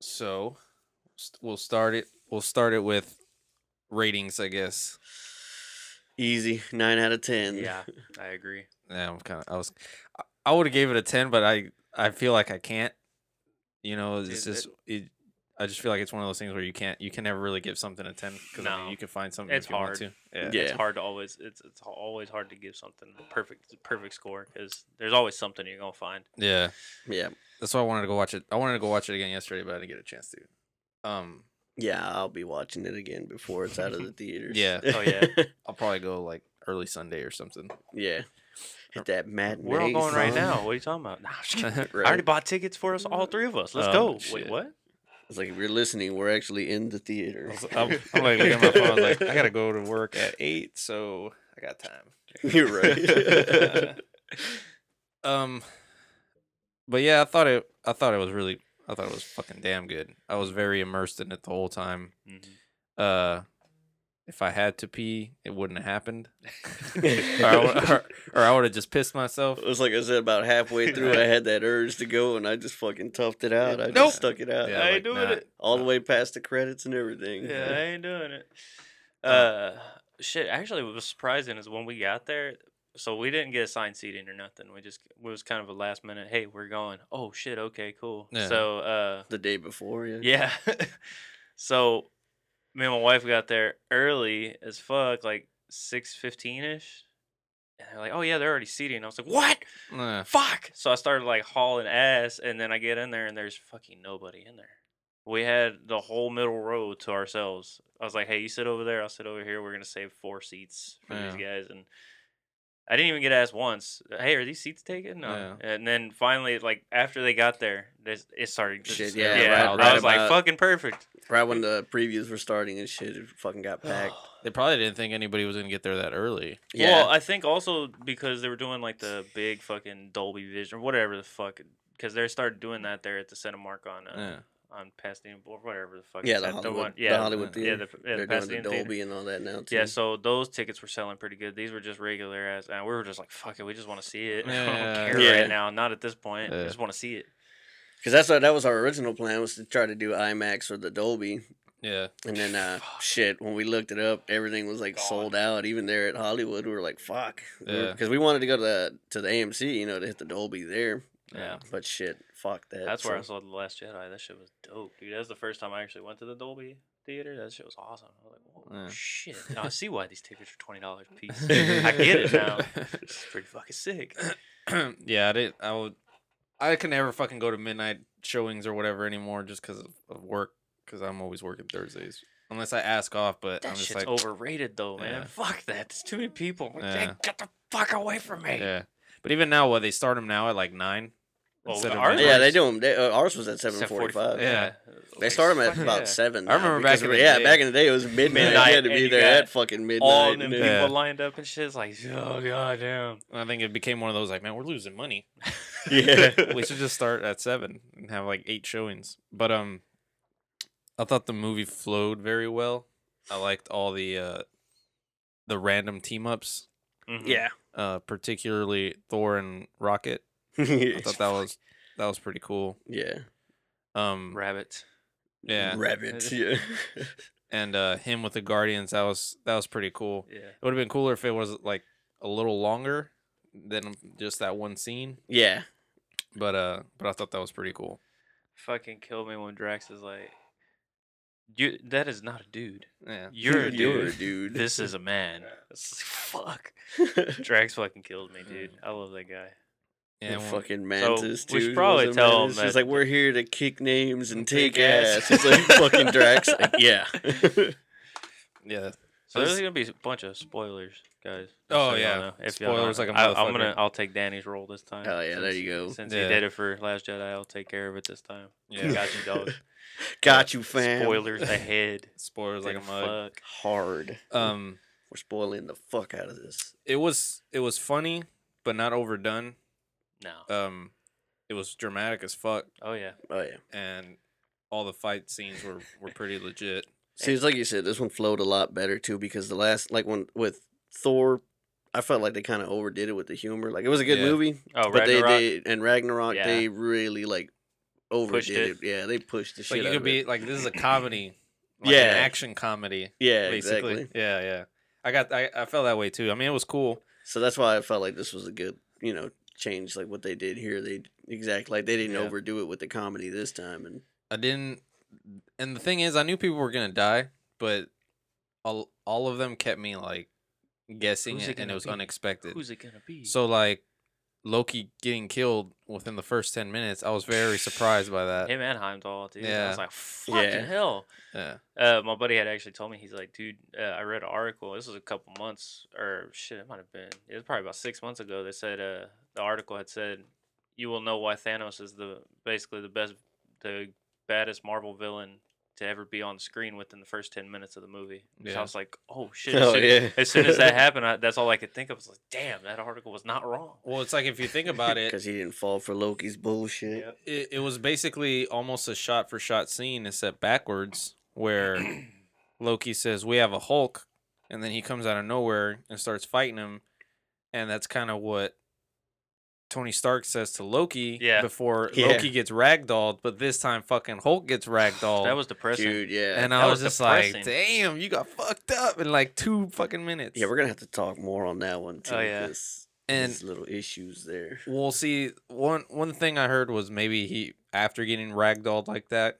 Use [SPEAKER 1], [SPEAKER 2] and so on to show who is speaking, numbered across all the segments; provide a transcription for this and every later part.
[SPEAKER 1] So st- we'll start it. We'll start it with ratings, I guess.
[SPEAKER 2] Easy, nine out of ten.
[SPEAKER 3] Yeah, I agree.
[SPEAKER 1] Yeah, I'm kind of. I was. I- I would have gave it a ten, but I. I feel like I can't. You know, it's
[SPEAKER 3] Dude,
[SPEAKER 1] just. It, I just feel like it's one of those things where you can't. You can never really give something a ten because I mean,
[SPEAKER 3] No.
[SPEAKER 1] you can find something
[SPEAKER 3] It's
[SPEAKER 1] if you want
[SPEAKER 3] hard.
[SPEAKER 1] to.
[SPEAKER 2] yeah.
[SPEAKER 1] Yeah.
[SPEAKER 3] It's hard to always. It's it's always hard to give something a perfect perfect score because there's always something you're gonna find.
[SPEAKER 1] Yeah.
[SPEAKER 2] yeah,
[SPEAKER 1] That's why I wanted to go watch it. I wanted to go watch it again yesterday, but I didn't get a chance to. Um,
[SPEAKER 2] yeah. I'll be watching it again before it's out of the theaters.
[SPEAKER 1] Yeah.
[SPEAKER 3] Oh, yeah.
[SPEAKER 1] I'll probably go like early Sunday or something.
[SPEAKER 2] yeah. Hit that matinee.
[SPEAKER 3] We're all going right
[SPEAKER 2] son.
[SPEAKER 3] now. What are you talking about? Nah, I'm just kidding.
[SPEAKER 2] Right.
[SPEAKER 3] I already bought tickets for us, all three of us. Let's
[SPEAKER 1] Oh,
[SPEAKER 3] go.
[SPEAKER 1] shit.
[SPEAKER 3] Wait, what?
[SPEAKER 2] It's like if you're listening, we're actually in the theater.
[SPEAKER 1] I'm, I'm like looking at my phone. I was like, I gotta go to work at eight, so I got time.
[SPEAKER 2] you're right.
[SPEAKER 1] um, but yeah, I thought it. I thought it was really. I thought it was fucking damn good. I was very immersed in it the whole time.
[SPEAKER 3] Mm-hmm.
[SPEAKER 1] Uh, if I had to pee, it wouldn't have happened, or I would, or, or I would have just pissed myself.
[SPEAKER 2] It
[SPEAKER 3] Uh,
[SPEAKER 2] was like I said, about halfway through, I had that urge to go, and I just fucking toughed it out. I
[SPEAKER 3] Nope.
[SPEAKER 2] just stuck it out
[SPEAKER 1] Yeah,
[SPEAKER 3] I ain't
[SPEAKER 1] like,
[SPEAKER 3] doing
[SPEAKER 1] nah.
[SPEAKER 3] it.
[SPEAKER 2] all the way past the credits and everything.
[SPEAKER 3] Yeah, I ain't doing it. Uh, shit. Actually, what was surprising is when we got there. So we didn't get assigned seating or nothing. We just it was kind of a last minute. Hey, we're going. Oh shit. Okay, cool.
[SPEAKER 1] Yeah.
[SPEAKER 3] So uh,
[SPEAKER 2] the day before. Yeah,
[SPEAKER 3] Yeah. so me and my wife got there early as fuck, like six fifteen ish. And they're like, Oh yeah, they're already seating. I was like, What?
[SPEAKER 1] Nah.
[SPEAKER 3] Fuck. So I started like hauling ass and then I get in there and there's fucking nobody in there. We had the whole middle row to ourselves. I was like, Hey, you sit over there, I'll sit over here, we're gonna save four seats for these guys and I didn't even get asked once. Hey, are these seats taken? No. And then finally, like after they got there, this it started. just-
[SPEAKER 2] Shit,
[SPEAKER 3] yeah,
[SPEAKER 2] yeah,
[SPEAKER 1] right-
[SPEAKER 3] I
[SPEAKER 1] right
[SPEAKER 3] was like,
[SPEAKER 2] about-
[SPEAKER 3] fucking perfect.
[SPEAKER 2] right when the previews were starting and shit, it fucking got packed.
[SPEAKER 1] They probably didn't think anybody was gonna get there that early.
[SPEAKER 2] Yeah,
[SPEAKER 3] Well, I think also because they were doing like the big fucking Dolby Vision or whatever the fuck, because they started doing that there at the Cinemark on uh,
[SPEAKER 1] Yeah.
[SPEAKER 3] on Pasadena or whatever the fuck.
[SPEAKER 2] yeah,
[SPEAKER 3] it's
[SPEAKER 2] the
[SPEAKER 3] at,
[SPEAKER 2] Hollywood,
[SPEAKER 3] one- yeah,
[SPEAKER 2] the Hollywood
[SPEAKER 3] yeah,
[SPEAKER 2] theater.
[SPEAKER 3] the, yeah, the
[SPEAKER 2] They're doing
[SPEAKER 3] Pasadena
[SPEAKER 2] the
[SPEAKER 3] theater.
[SPEAKER 2] Dolby and all that now too.
[SPEAKER 3] Yeah, so those tickets were selling pretty good. These were just regular ass, and we were just like, "Fuck it, we just want to see it. I
[SPEAKER 1] Yeah.
[SPEAKER 3] don't care
[SPEAKER 2] Yeah.
[SPEAKER 3] right now. Not at this point. I
[SPEAKER 1] Yeah.
[SPEAKER 3] just want to see it."
[SPEAKER 2] because that's what that was our original plan was to try to do IMAX or the Dolby,
[SPEAKER 1] Yeah.
[SPEAKER 2] and then uh, shit, when we looked it up, everything was like
[SPEAKER 3] Gone.
[SPEAKER 2] sold out. Even there at Hollywood, we were like, fuck,
[SPEAKER 1] Yeah.
[SPEAKER 2] because we wanted to go to the to the AMC, you know, to hit the Dolby there.
[SPEAKER 3] Yeah.
[SPEAKER 2] but shit, fuck that.
[SPEAKER 3] That's
[SPEAKER 2] so-
[SPEAKER 3] where I saw The Last Jedi. That shit was dope, dude. That was the first time I actually went to the Dolby Theater. That shit was awesome. I was like, whoa,
[SPEAKER 1] Yeah.
[SPEAKER 3] shit. Now I see why these tickets are twenty dollars a piece. I get it now. It's pretty fucking sick.
[SPEAKER 1] yeah, I did. I would. I can never fucking go to midnight showings or whatever anymore, just because of, of work. Because I'm always working Thursdays, unless I ask off. But I'm
[SPEAKER 3] That
[SPEAKER 1] just
[SPEAKER 3] shit's
[SPEAKER 1] like,
[SPEAKER 3] overrated though, man.
[SPEAKER 1] Yeah.
[SPEAKER 3] Fuck that. There's too many people. Like,
[SPEAKER 1] Yeah.
[SPEAKER 3] Get the fuck away from me.
[SPEAKER 1] yeah. But even now, what they start them now at like nine.
[SPEAKER 3] Well,
[SPEAKER 1] instead of
[SPEAKER 3] ours-
[SPEAKER 1] midnight.
[SPEAKER 2] Yeah, they do them. They, uh, ours was at
[SPEAKER 3] It's
[SPEAKER 2] seven
[SPEAKER 3] at
[SPEAKER 2] forty-five.
[SPEAKER 3] 45.
[SPEAKER 1] Yeah.
[SPEAKER 2] They started them at
[SPEAKER 3] Fuck
[SPEAKER 2] about
[SPEAKER 3] yeah.
[SPEAKER 2] seven.
[SPEAKER 1] I remember
[SPEAKER 2] because
[SPEAKER 1] back in
[SPEAKER 2] we-
[SPEAKER 1] the
[SPEAKER 2] yeah,
[SPEAKER 1] day.
[SPEAKER 2] back in the day it was midnight.
[SPEAKER 3] Midnight,
[SPEAKER 2] you had to
[SPEAKER 3] and
[SPEAKER 2] be
[SPEAKER 3] you
[SPEAKER 2] there
[SPEAKER 3] got
[SPEAKER 2] at fucking midnight.
[SPEAKER 3] All them
[SPEAKER 2] dude.
[SPEAKER 3] people
[SPEAKER 1] Yeah.
[SPEAKER 3] lined up and shit. It's like, oh god damn.
[SPEAKER 1] I think it became one of those like, man, we're losing money.
[SPEAKER 2] Yeah.
[SPEAKER 1] we should just start at seven and have like eight showings. But um, I thought the movie flowed very well. I liked all the uh, the random team ups.
[SPEAKER 3] Mhm.
[SPEAKER 2] Yeah.
[SPEAKER 1] uh, particularly Thor and Rocket. I thought that was that was pretty cool.
[SPEAKER 2] yeah.
[SPEAKER 1] Um,
[SPEAKER 3] Rabbit.
[SPEAKER 1] yeah,
[SPEAKER 2] Rabbit. Yeah.
[SPEAKER 1] and uh, him with the Guardians that was that was pretty cool.
[SPEAKER 3] Yeah.
[SPEAKER 1] It would have been cooler if it was like a little longer than just that one scene.
[SPEAKER 2] yeah.
[SPEAKER 1] But uh, but I thought that was pretty cool.
[SPEAKER 3] Fucking killed me when Drax is like you that is not a dude.
[SPEAKER 1] Yeah,
[SPEAKER 3] You're a
[SPEAKER 2] You're a
[SPEAKER 3] dude.
[SPEAKER 2] dude.
[SPEAKER 3] This is a man. It's like, fuck. Drax fucking killed me, dude.
[SPEAKER 1] Mm.
[SPEAKER 3] I love that guy.
[SPEAKER 1] yeah.
[SPEAKER 2] The
[SPEAKER 1] when-
[SPEAKER 2] fucking mantis,
[SPEAKER 3] we
[SPEAKER 2] dude.
[SPEAKER 3] should probably
[SPEAKER 2] was a
[SPEAKER 3] tell
[SPEAKER 2] menace.
[SPEAKER 3] 'em
[SPEAKER 2] He's
[SPEAKER 3] that-
[SPEAKER 2] like, we're here to kick names and take
[SPEAKER 3] Kick
[SPEAKER 2] ass.
[SPEAKER 3] ass.
[SPEAKER 2] It's like fucking Drax. Like, yeah.
[SPEAKER 1] yeah.
[SPEAKER 3] So
[SPEAKER 1] This-
[SPEAKER 3] there's gonna be a bunch of spoilers, guys. just
[SPEAKER 1] Oh,
[SPEAKER 3] so y'all
[SPEAKER 1] yeah.
[SPEAKER 3] know, if y'all
[SPEAKER 1] Spoilers
[SPEAKER 3] don't-
[SPEAKER 1] like a
[SPEAKER 3] I- I'm
[SPEAKER 1] motherfucker.
[SPEAKER 3] gonna. I'll take Danny's role this time.
[SPEAKER 2] Oh, yeah, there
[SPEAKER 3] since-
[SPEAKER 2] you go.
[SPEAKER 3] Since
[SPEAKER 1] Yeah.
[SPEAKER 3] he did it for Last Jedi, I'll take care of it this time.
[SPEAKER 1] Yeah.
[SPEAKER 3] Got you, dog.
[SPEAKER 2] Got you, fam.
[SPEAKER 3] Spoilers ahead.
[SPEAKER 1] Spoilers like a
[SPEAKER 3] Big
[SPEAKER 1] mug.
[SPEAKER 3] fuck.
[SPEAKER 2] Hard.
[SPEAKER 1] Um,
[SPEAKER 2] we're spoiling the fuck out of this.
[SPEAKER 1] it was it was funny, but not overdone.
[SPEAKER 3] No.
[SPEAKER 1] Um, it was dramatic as fuck,
[SPEAKER 3] Oh yeah.
[SPEAKER 2] Oh yeah.
[SPEAKER 1] and all the fight scenes were were pretty legit.
[SPEAKER 2] See, it's like you said, this one flowed a lot better too because the last, like when with Thor, I felt like they kind of overdid it with the humor. Like it was a good
[SPEAKER 1] Yeah.
[SPEAKER 2] movie,
[SPEAKER 3] Oh,
[SPEAKER 2] but
[SPEAKER 3] Ragnarok.
[SPEAKER 2] they they and Ragnarok
[SPEAKER 3] Yeah.
[SPEAKER 2] they really like overdid
[SPEAKER 3] it.
[SPEAKER 2] it. Yeah, they pushed the shit
[SPEAKER 1] Like you
[SPEAKER 2] out
[SPEAKER 1] could
[SPEAKER 2] of
[SPEAKER 1] be
[SPEAKER 2] it.
[SPEAKER 1] like this is a comedy, like
[SPEAKER 2] Yeah.
[SPEAKER 1] an action comedy,
[SPEAKER 2] Yeah,
[SPEAKER 1] basically.
[SPEAKER 2] exactly.
[SPEAKER 1] Yeah, yeah. I got I, I felt that way too. I mean, it was cool.
[SPEAKER 2] So that's why I felt like this was a good, you know, change. Like what they did here, they exact like they didn't
[SPEAKER 1] Yeah.
[SPEAKER 2] overdo it with the comedy this time. And
[SPEAKER 1] I didn't, and the thing is, I knew people were gonna die, but all all of them kept me like guessing,
[SPEAKER 3] Who's it
[SPEAKER 1] it, and
[SPEAKER 3] gonna
[SPEAKER 1] it was
[SPEAKER 3] be?
[SPEAKER 1] unexpected.
[SPEAKER 3] Who's it gonna be?
[SPEAKER 1] So like Loki getting killed within the first ten minutes, I was very surprised by that.
[SPEAKER 3] him and Heimdall, dude. I
[SPEAKER 1] Uh, Yeah.
[SPEAKER 3] was like, fucking
[SPEAKER 2] Yeah.
[SPEAKER 3] hell.
[SPEAKER 1] Yeah,
[SPEAKER 3] Uh, my buddy had actually told me he's like, dude, uh, I read an article. This was a couple months or shit. It might have been. It was probably about six months ago. They said uh, the article had said, "You will know why Thanos is the basically the best, the baddest Marvel villain to ever be on screen within the first ten minutes of the movie." So
[SPEAKER 1] Yeah.
[SPEAKER 3] I was like, "Oh shit!" as, soon, as soon as that happened, I, that's all I could think of. I was like, "Damn, that article was not wrong."
[SPEAKER 1] well, it's like if you think about it,
[SPEAKER 2] because he didn't fall for Loki's bullshit.
[SPEAKER 3] Yep.
[SPEAKER 1] it, it was basically almost a shot for shot scene except backwards where Loki says we have a Hulk and then he comes out of nowhere and starts fighting him and that's kind of what Tony Stark says to Loki
[SPEAKER 3] Yeah.
[SPEAKER 1] before
[SPEAKER 2] Yeah.
[SPEAKER 1] Loki gets ragdolled but this time fucking Hulk gets ragdolled
[SPEAKER 3] That was depressing.
[SPEAKER 2] Dude, yeah.
[SPEAKER 1] and uh,
[SPEAKER 3] that
[SPEAKER 1] I was,
[SPEAKER 3] was
[SPEAKER 1] just like
[SPEAKER 3] depressing.
[SPEAKER 1] damn you got fucked up in like 2 fucking minutes
[SPEAKER 2] yeah, we're gonna have to talk more on that one too.
[SPEAKER 3] Oh, yeah.
[SPEAKER 2] 'cause
[SPEAKER 1] And-
[SPEAKER 2] there's little issues there.
[SPEAKER 1] Well, see, one one thing I heard was maybe he after getting ragdolled like that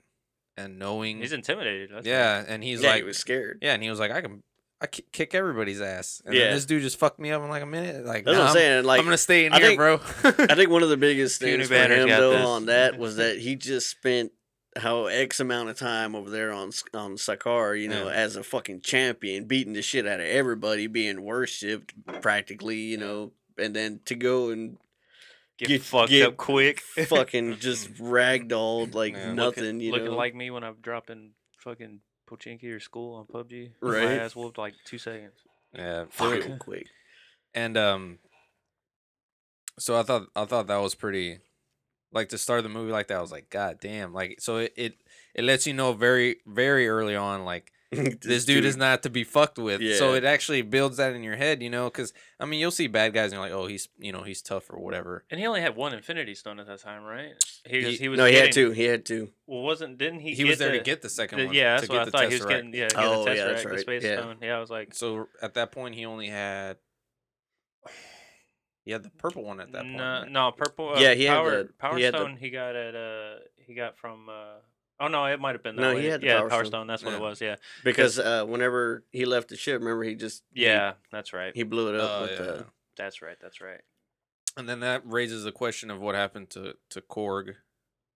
[SPEAKER 1] and knowing
[SPEAKER 3] He's intimidated. That's
[SPEAKER 1] yeah, and he's
[SPEAKER 2] yeah,
[SPEAKER 1] like
[SPEAKER 2] he was scared.
[SPEAKER 1] Yeah, and he was like, I can, I ki- kick everyrea's ass. And
[SPEAKER 2] Yeah.
[SPEAKER 1] then this dude just fucked me up in like a minute. Like, nah,
[SPEAKER 2] That's what I'm
[SPEAKER 1] I'm,
[SPEAKER 2] saying. Like
[SPEAKER 1] I'm gonna stay in
[SPEAKER 2] I
[SPEAKER 1] here,
[SPEAKER 2] think-
[SPEAKER 1] bro.
[SPEAKER 2] I think one of the biggest
[SPEAKER 3] Puny
[SPEAKER 2] things for
[SPEAKER 3] Banner's
[SPEAKER 2] him
[SPEAKER 3] got
[SPEAKER 2] though
[SPEAKER 3] this.
[SPEAKER 2] on that was that he just spent how x amount of time over there on S- on Sakar, you know,
[SPEAKER 1] Yeah.
[SPEAKER 2] as a fucking champion, beating the shit out of everybody, being worshipped practically, you know, and then to go and
[SPEAKER 3] Get,
[SPEAKER 2] Get-
[SPEAKER 3] fucked
[SPEAKER 2] get
[SPEAKER 3] up quick.
[SPEAKER 2] fucking just ragdolled like
[SPEAKER 1] Yeah.
[SPEAKER 2] nothing,
[SPEAKER 3] looking,
[SPEAKER 2] you
[SPEAKER 3] looking
[SPEAKER 2] know.
[SPEAKER 3] like me when I'm dropping fucking Pochinki or school on PUBG.
[SPEAKER 2] Right.
[SPEAKER 3] My ass whooped like two seconds.
[SPEAKER 1] yeah,
[SPEAKER 2] real
[SPEAKER 1] fuck.
[SPEAKER 2] quick.
[SPEAKER 1] And um, so I thought I thought that was pretty, like to start the movie like that. I was like, God damn! Like, so it it, it lets you know very very early on like
[SPEAKER 2] this,
[SPEAKER 1] this dude, is not to be fucked with. So
[SPEAKER 2] Yeah.
[SPEAKER 1] it actually builds that in your head, you know, because I mean you'll see bad guys and you're like, oh, he's you know he's tough or whatever.
[SPEAKER 3] And he only had one Infinity Stone at that time, right? He was,
[SPEAKER 1] He-
[SPEAKER 3] he was
[SPEAKER 2] No, he had
[SPEAKER 3] getting-
[SPEAKER 2] two. He had two.
[SPEAKER 3] Well, wasn't didn't he?
[SPEAKER 1] He, was
[SPEAKER 3] get
[SPEAKER 1] there
[SPEAKER 3] the,
[SPEAKER 1] to get the second
[SPEAKER 3] the-
[SPEAKER 1] one.
[SPEAKER 3] yeah,
[SPEAKER 1] to
[SPEAKER 3] that's what I
[SPEAKER 1] get the
[SPEAKER 3] thought. He was
[SPEAKER 1] Tesseract.
[SPEAKER 3] getting yeah, get
[SPEAKER 2] Oh,
[SPEAKER 3] the
[SPEAKER 2] yeah,
[SPEAKER 3] Tesseract,
[SPEAKER 2] that's
[SPEAKER 3] the
[SPEAKER 2] right,
[SPEAKER 3] Space
[SPEAKER 2] yeah.
[SPEAKER 3] Stone. Yeah, I was like,
[SPEAKER 1] So at that point, he only had. He had the purple one at that point.
[SPEAKER 3] no,
[SPEAKER 1] right?
[SPEAKER 3] no, purple. Uh,
[SPEAKER 2] Yeah, he had
[SPEAKER 3] power,
[SPEAKER 2] the-
[SPEAKER 3] Power
[SPEAKER 2] he had the-
[SPEAKER 3] Stone. He got at uh, he got from uh. Oh no, it might have been that
[SPEAKER 2] No,
[SPEAKER 3] way.
[SPEAKER 2] he had the
[SPEAKER 3] yeah,
[SPEAKER 2] Power Stone.
[SPEAKER 3] That's what
[SPEAKER 1] Yeah.
[SPEAKER 3] it was. Yeah,
[SPEAKER 2] Because uh, whenever he left the ship, remember he just he-
[SPEAKER 3] yeah, that's right.
[SPEAKER 2] he, blew it up
[SPEAKER 3] uh,
[SPEAKER 1] Oh,
[SPEAKER 2] with uh,
[SPEAKER 1] yeah.
[SPEAKER 2] the
[SPEAKER 3] That's right. That's right.
[SPEAKER 1] And then that raises the question of what happened to to Korg.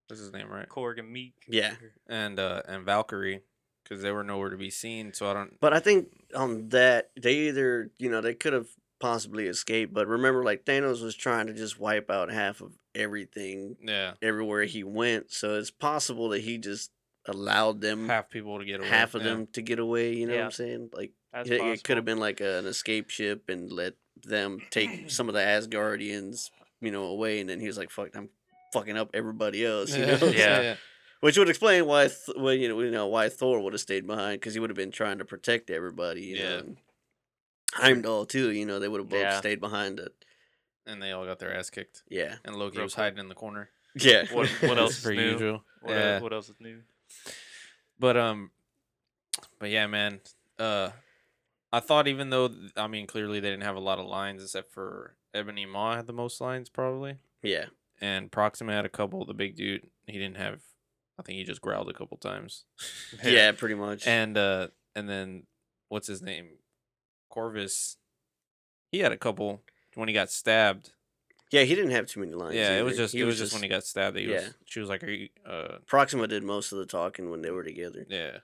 [SPEAKER 1] That's his name, right?
[SPEAKER 3] Korg and Meek.
[SPEAKER 2] Yeah.
[SPEAKER 1] And uh and Valkyrie, because they were nowhere to be seen. So I don't.
[SPEAKER 2] But I think on that they either you know they could have possibly escaped, but remember like Thanos was trying to just wipe out half of everything
[SPEAKER 1] Yeah,
[SPEAKER 2] everywhere he went, so it's possible that he just allowed them Mm. half,
[SPEAKER 1] half people to get away.
[SPEAKER 2] of
[SPEAKER 1] yeah.
[SPEAKER 2] them to get away. You know what
[SPEAKER 3] Yeah.
[SPEAKER 2] I'm saying? Like
[SPEAKER 3] That's
[SPEAKER 2] it, it could
[SPEAKER 3] possible.
[SPEAKER 2] have been like an escape ship and let them take some of the Asgardians you know away, and then he was like, "Fuck, I'm." Fucking up everybody else, you know?
[SPEAKER 1] Yeah.
[SPEAKER 3] Yeah.
[SPEAKER 1] yeah.
[SPEAKER 2] which would explain why, Th- well, you know, you know, why Thor would have stayed behind because he would have been trying to protect everybody. You
[SPEAKER 1] Yeah.
[SPEAKER 2] know? and Heimdall too. You know, they would have both
[SPEAKER 3] Yeah.
[SPEAKER 2] stayed behind it.
[SPEAKER 1] And they all got their ass kicked.
[SPEAKER 2] Yeah,
[SPEAKER 1] And Loki
[SPEAKER 3] Real
[SPEAKER 1] was
[SPEAKER 3] quick.
[SPEAKER 1] hiding in the corner.
[SPEAKER 2] yeah.
[SPEAKER 3] What- what
[SPEAKER 1] That's
[SPEAKER 3] else is new? What,
[SPEAKER 1] yeah.
[SPEAKER 3] what else is new?
[SPEAKER 1] But um, but yeah, man. Uh, I thought even though th- I mean clearly they didn't have a lot of lines except for Ebony Maw had the most lines probably,
[SPEAKER 2] yeah,
[SPEAKER 1] and Proxima had a couple. The big dude he didn't have. I think he just growled a couple times.
[SPEAKER 2] yeah, pretty much.
[SPEAKER 1] And uh, and then what's his name, Corvus? He had a couple when he got stabbed.
[SPEAKER 2] yeah, he didn't have too many lines.
[SPEAKER 1] yeah, it was
[SPEAKER 2] either.
[SPEAKER 1] just it was just when he got stabbed. That he
[SPEAKER 2] yeah.
[SPEAKER 1] was, she was like, "Are you uh,
[SPEAKER 2] Proxima did most of the talking when they were together.
[SPEAKER 1] yeah."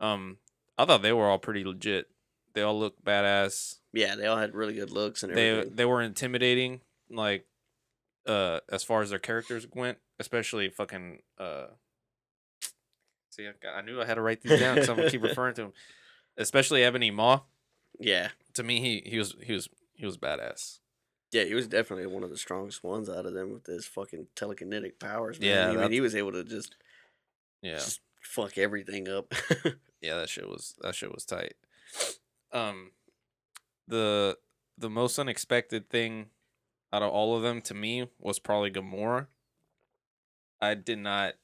[SPEAKER 1] Um, I thought they were all pretty legit. They all looked badass.
[SPEAKER 2] Yeah, they all had really good looks and
[SPEAKER 1] they
[SPEAKER 2] everything.
[SPEAKER 1] they were intimidating like uh as far as their characters went especially fucking uh see i, got- I knew i had to write these down because i'm gonna keep referring to them especially ebony maw
[SPEAKER 2] yeah,
[SPEAKER 1] to me he he was he was he was badass
[SPEAKER 2] yeah, he was definitely one of the strongest ones out of them with his fucking telekinetic powers. Man.
[SPEAKER 1] Yeah,
[SPEAKER 2] I mean,
[SPEAKER 1] that's-
[SPEAKER 2] he was able to just,
[SPEAKER 1] yeah
[SPEAKER 2] just fuck everything up.
[SPEAKER 1] yeah that shit was that shit was tight um the the most unexpected thing out of all of them to me was probably gamora I did not.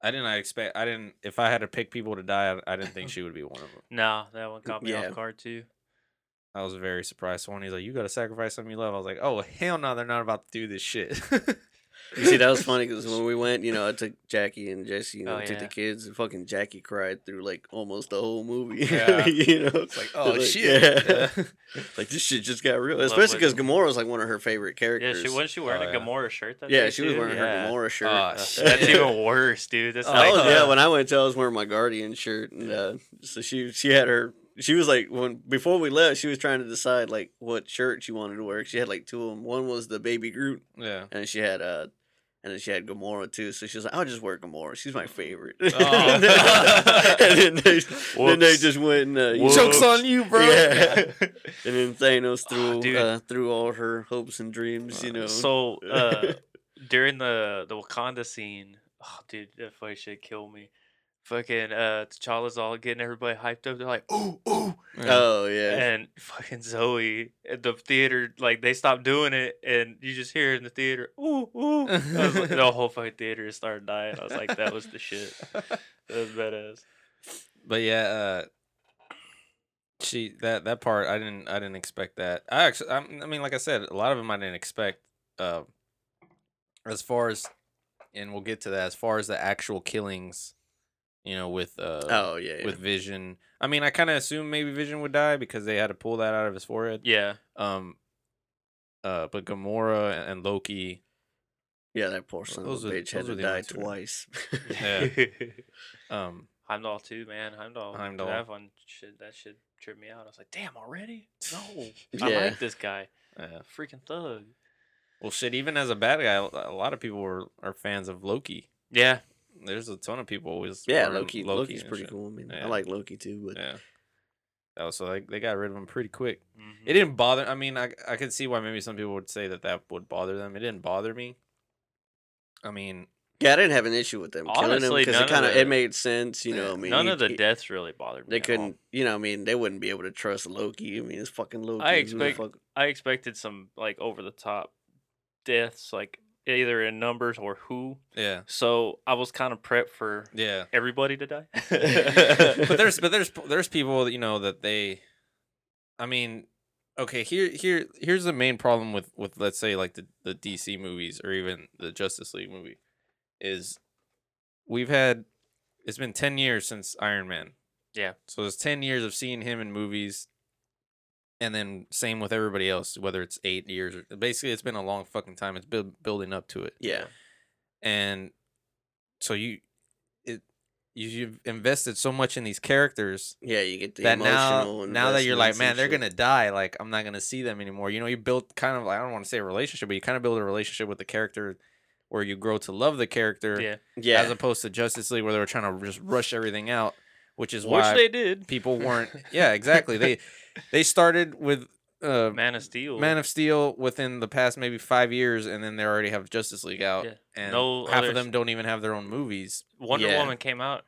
[SPEAKER 1] I did not expect. I didn't. If I had to pick people to die, I, I didn't think she would be one of them.
[SPEAKER 3] Nah, that one caught me
[SPEAKER 2] Yeah.
[SPEAKER 3] off guard too.
[SPEAKER 1] I was very surprised. So when he's like, "You got to sacrifice something you love," I was like, "Oh hell no, they're not about to do this shit."
[SPEAKER 2] You see, that was funny because when we went, you know, I took Jackie and Jesse, you know,
[SPEAKER 3] Oh,
[SPEAKER 2] I took
[SPEAKER 3] yeah.
[SPEAKER 2] the kids, and fucking Jackie cried through like almost the whole movie.
[SPEAKER 1] Yeah.
[SPEAKER 2] you know,
[SPEAKER 1] It's like, oh
[SPEAKER 2] Like,
[SPEAKER 1] shit.
[SPEAKER 2] yeah. like this shit just got real,
[SPEAKER 3] Love
[SPEAKER 2] especially because
[SPEAKER 3] Wizard.
[SPEAKER 2] Gamora was like one of her favorite
[SPEAKER 3] Yeah,
[SPEAKER 2] characters.
[SPEAKER 3] she wasn't she wearing
[SPEAKER 1] Oh,
[SPEAKER 3] a
[SPEAKER 1] yeah.
[SPEAKER 3] Gamora shirt that
[SPEAKER 2] Yeah,
[SPEAKER 3] day,
[SPEAKER 2] she was
[SPEAKER 3] too?
[SPEAKER 2] wearing
[SPEAKER 3] Yeah.
[SPEAKER 2] her Gamora shirt.
[SPEAKER 1] Ah,
[SPEAKER 3] That's
[SPEAKER 1] shit.
[SPEAKER 3] that's even worse, dude. That's
[SPEAKER 1] Oh,
[SPEAKER 3] like,
[SPEAKER 2] Oh
[SPEAKER 1] uh,
[SPEAKER 2] yeah, when I went to, I was wearing my Guardian shirt, and uh, so she she had her. She was like when before we left, she was trying to decide like what shirt she wanted to wear. She had like two of them. One was the baby Groot,
[SPEAKER 1] yeah.
[SPEAKER 2] and she had uh, and then she had Gamora too. So she was like, "I'll just wear Gamora. She's my favorite."
[SPEAKER 1] Oh.
[SPEAKER 2] and then they, then they
[SPEAKER 3] Whoops.
[SPEAKER 2] just went and uh, you know,
[SPEAKER 1] Jokes on you, bro.
[SPEAKER 2] Yeah. and then Thanos
[SPEAKER 3] Oh,
[SPEAKER 1] Ah,
[SPEAKER 2] threw
[SPEAKER 3] dude.
[SPEAKER 2] uh, through all her hopes and dreams. You know,
[SPEAKER 3] So uh, during the the Wakanda scene, oh dude, that funny shit killed me. Fucking uh, T'Challa's all getting everybody hyped up. They're like, "Oh, oh!"
[SPEAKER 2] oh yeah,
[SPEAKER 3] And fucking Zoe at the theater, like they stopped doing it, and you just hear in the theater, "Ooh, ooh!" I was like- the whole fucking theater started dying. I was like, "That was the shit. That was badass."
[SPEAKER 1] But yeah, uh, she that that part I didn't I didn't expect that. I actually I I mean like I said, a lot of them I didn't expect. Uh, as far as and we'll get to that. As far as the actual killings, you know, with uh
[SPEAKER 2] oh yeah, yeah.
[SPEAKER 1] with Vision. I mean, I kind of assumed maybe Vision would die because they had to pull that out of his forehead.
[SPEAKER 3] Yeah,
[SPEAKER 1] Um, uh, but Gamora and, and Loki.
[SPEAKER 2] yeah. That poor son
[SPEAKER 1] Those
[SPEAKER 2] of
[SPEAKER 1] are-
[SPEAKER 2] a bitch had
[SPEAKER 1] those are
[SPEAKER 2] to
[SPEAKER 1] the
[SPEAKER 2] die
[SPEAKER 1] only two.
[SPEAKER 2] twice.
[SPEAKER 1] Yeah. Um,
[SPEAKER 3] Heimdall too, man. Heimdall.
[SPEAKER 1] Heimdall.
[SPEAKER 3] That one shit. That shit tripped me out. I was like, "Damn, already? No, I
[SPEAKER 2] Yeah.
[SPEAKER 3] like this guy.
[SPEAKER 1] yeah.
[SPEAKER 3] Freaking thug."
[SPEAKER 1] Well, shit. Even as a bad guy, a lot of people were are fans of Loki.
[SPEAKER 3] Yeah,
[SPEAKER 1] There's a ton of people always.
[SPEAKER 2] Yeah,
[SPEAKER 1] were in
[SPEAKER 2] Loki. Loki's
[SPEAKER 1] and
[SPEAKER 2] pretty
[SPEAKER 1] shit.
[SPEAKER 2] cool. I mean,
[SPEAKER 1] Yeah.
[SPEAKER 2] I like Loki too, but
[SPEAKER 1] Yeah. Oh, so like they got rid of him pretty quick.
[SPEAKER 3] Mhm.
[SPEAKER 2] Mm-hmm.
[SPEAKER 1] It didn't bother. I mean, I I could see why maybe some people would say that that would bother them. It didn't bother me. I mean,
[SPEAKER 2] yeah, I didn't have an issue with them killing him
[SPEAKER 3] Honestly,
[SPEAKER 2] because it
[SPEAKER 3] none of
[SPEAKER 2] kind of
[SPEAKER 3] the-
[SPEAKER 2] it made sense. You know, I mean,
[SPEAKER 3] none
[SPEAKER 2] he-
[SPEAKER 3] of the
[SPEAKER 2] he-
[SPEAKER 3] deaths really bothered me.
[SPEAKER 2] they
[SPEAKER 3] at all.
[SPEAKER 2] couldn't. You know, I mean, they wouldn't be able to trust Loki. I mean, it's fucking Loki.
[SPEAKER 3] I
[SPEAKER 2] who the
[SPEAKER 3] expect-
[SPEAKER 2] fuck-
[SPEAKER 3] I expected some like over the top deaths, like either in numbers or who.
[SPEAKER 1] yeah,
[SPEAKER 3] So I was kind of prepped for
[SPEAKER 1] yeah.
[SPEAKER 3] everybody to die.
[SPEAKER 1] but there's but there's there's people that you know that they i mean okay here here here's the main problem with with let's say like the, the dc movies or even the justice league movie is we've had it's been 10 years since iron man
[SPEAKER 3] Yeah.
[SPEAKER 1] so it's 10 years of seeing him in movies and then same with everybody else whether it's eight years or basically it's been a long fucking time it's build, building up to it
[SPEAKER 2] yeah,
[SPEAKER 1] and so you it you, you've invested so much in these characters
[SPEAKER 2] yeah. You get the
[SPEAKER 1] that now
[SPEAKER 2] emotional.
[SPEAKER 1] now that you're like
[SPEAKER 2] investments
[SPEAKER 1] man
[SPEAKER 2] and
[SPEAKER 1] they're
[SPEAKER 2] shit.
[SPEAKER 1] gonna die like i'm not gonna see them anymore you know you built kind of like i don't want to say a relationship but you kind of build a relationship with the character where you grow to love the character
[SPEAKER 3] yeah,
[SPEAKER 2] yeah.
[SPEAKER 1] as opposed to justice league where they were trying to just rush everything out which is
[SPEAKER 3] which
[SPEAKER 1] why
[SPEAKER 3] they did.
[SPEAKER 1] people weren't yeah exactly they they started with uh
[SPEAKER 3] Man of Steel.
[SPEAKER 1] Man of Steel within the past maybe five years, and then they already have Justice League out,
[SPEAKER 3] Yeah.
[SPEAKER 1] and
[SPEAKER 3] No
[SPEAKER 1] half
[SPEAKER 3] others-
[SPEAKER 1] of them don't even have their own movies.
[SPEAKER 3] Wonder
[SPEAKER 2] Yeah.
[SPEAKER 3] Woman came out.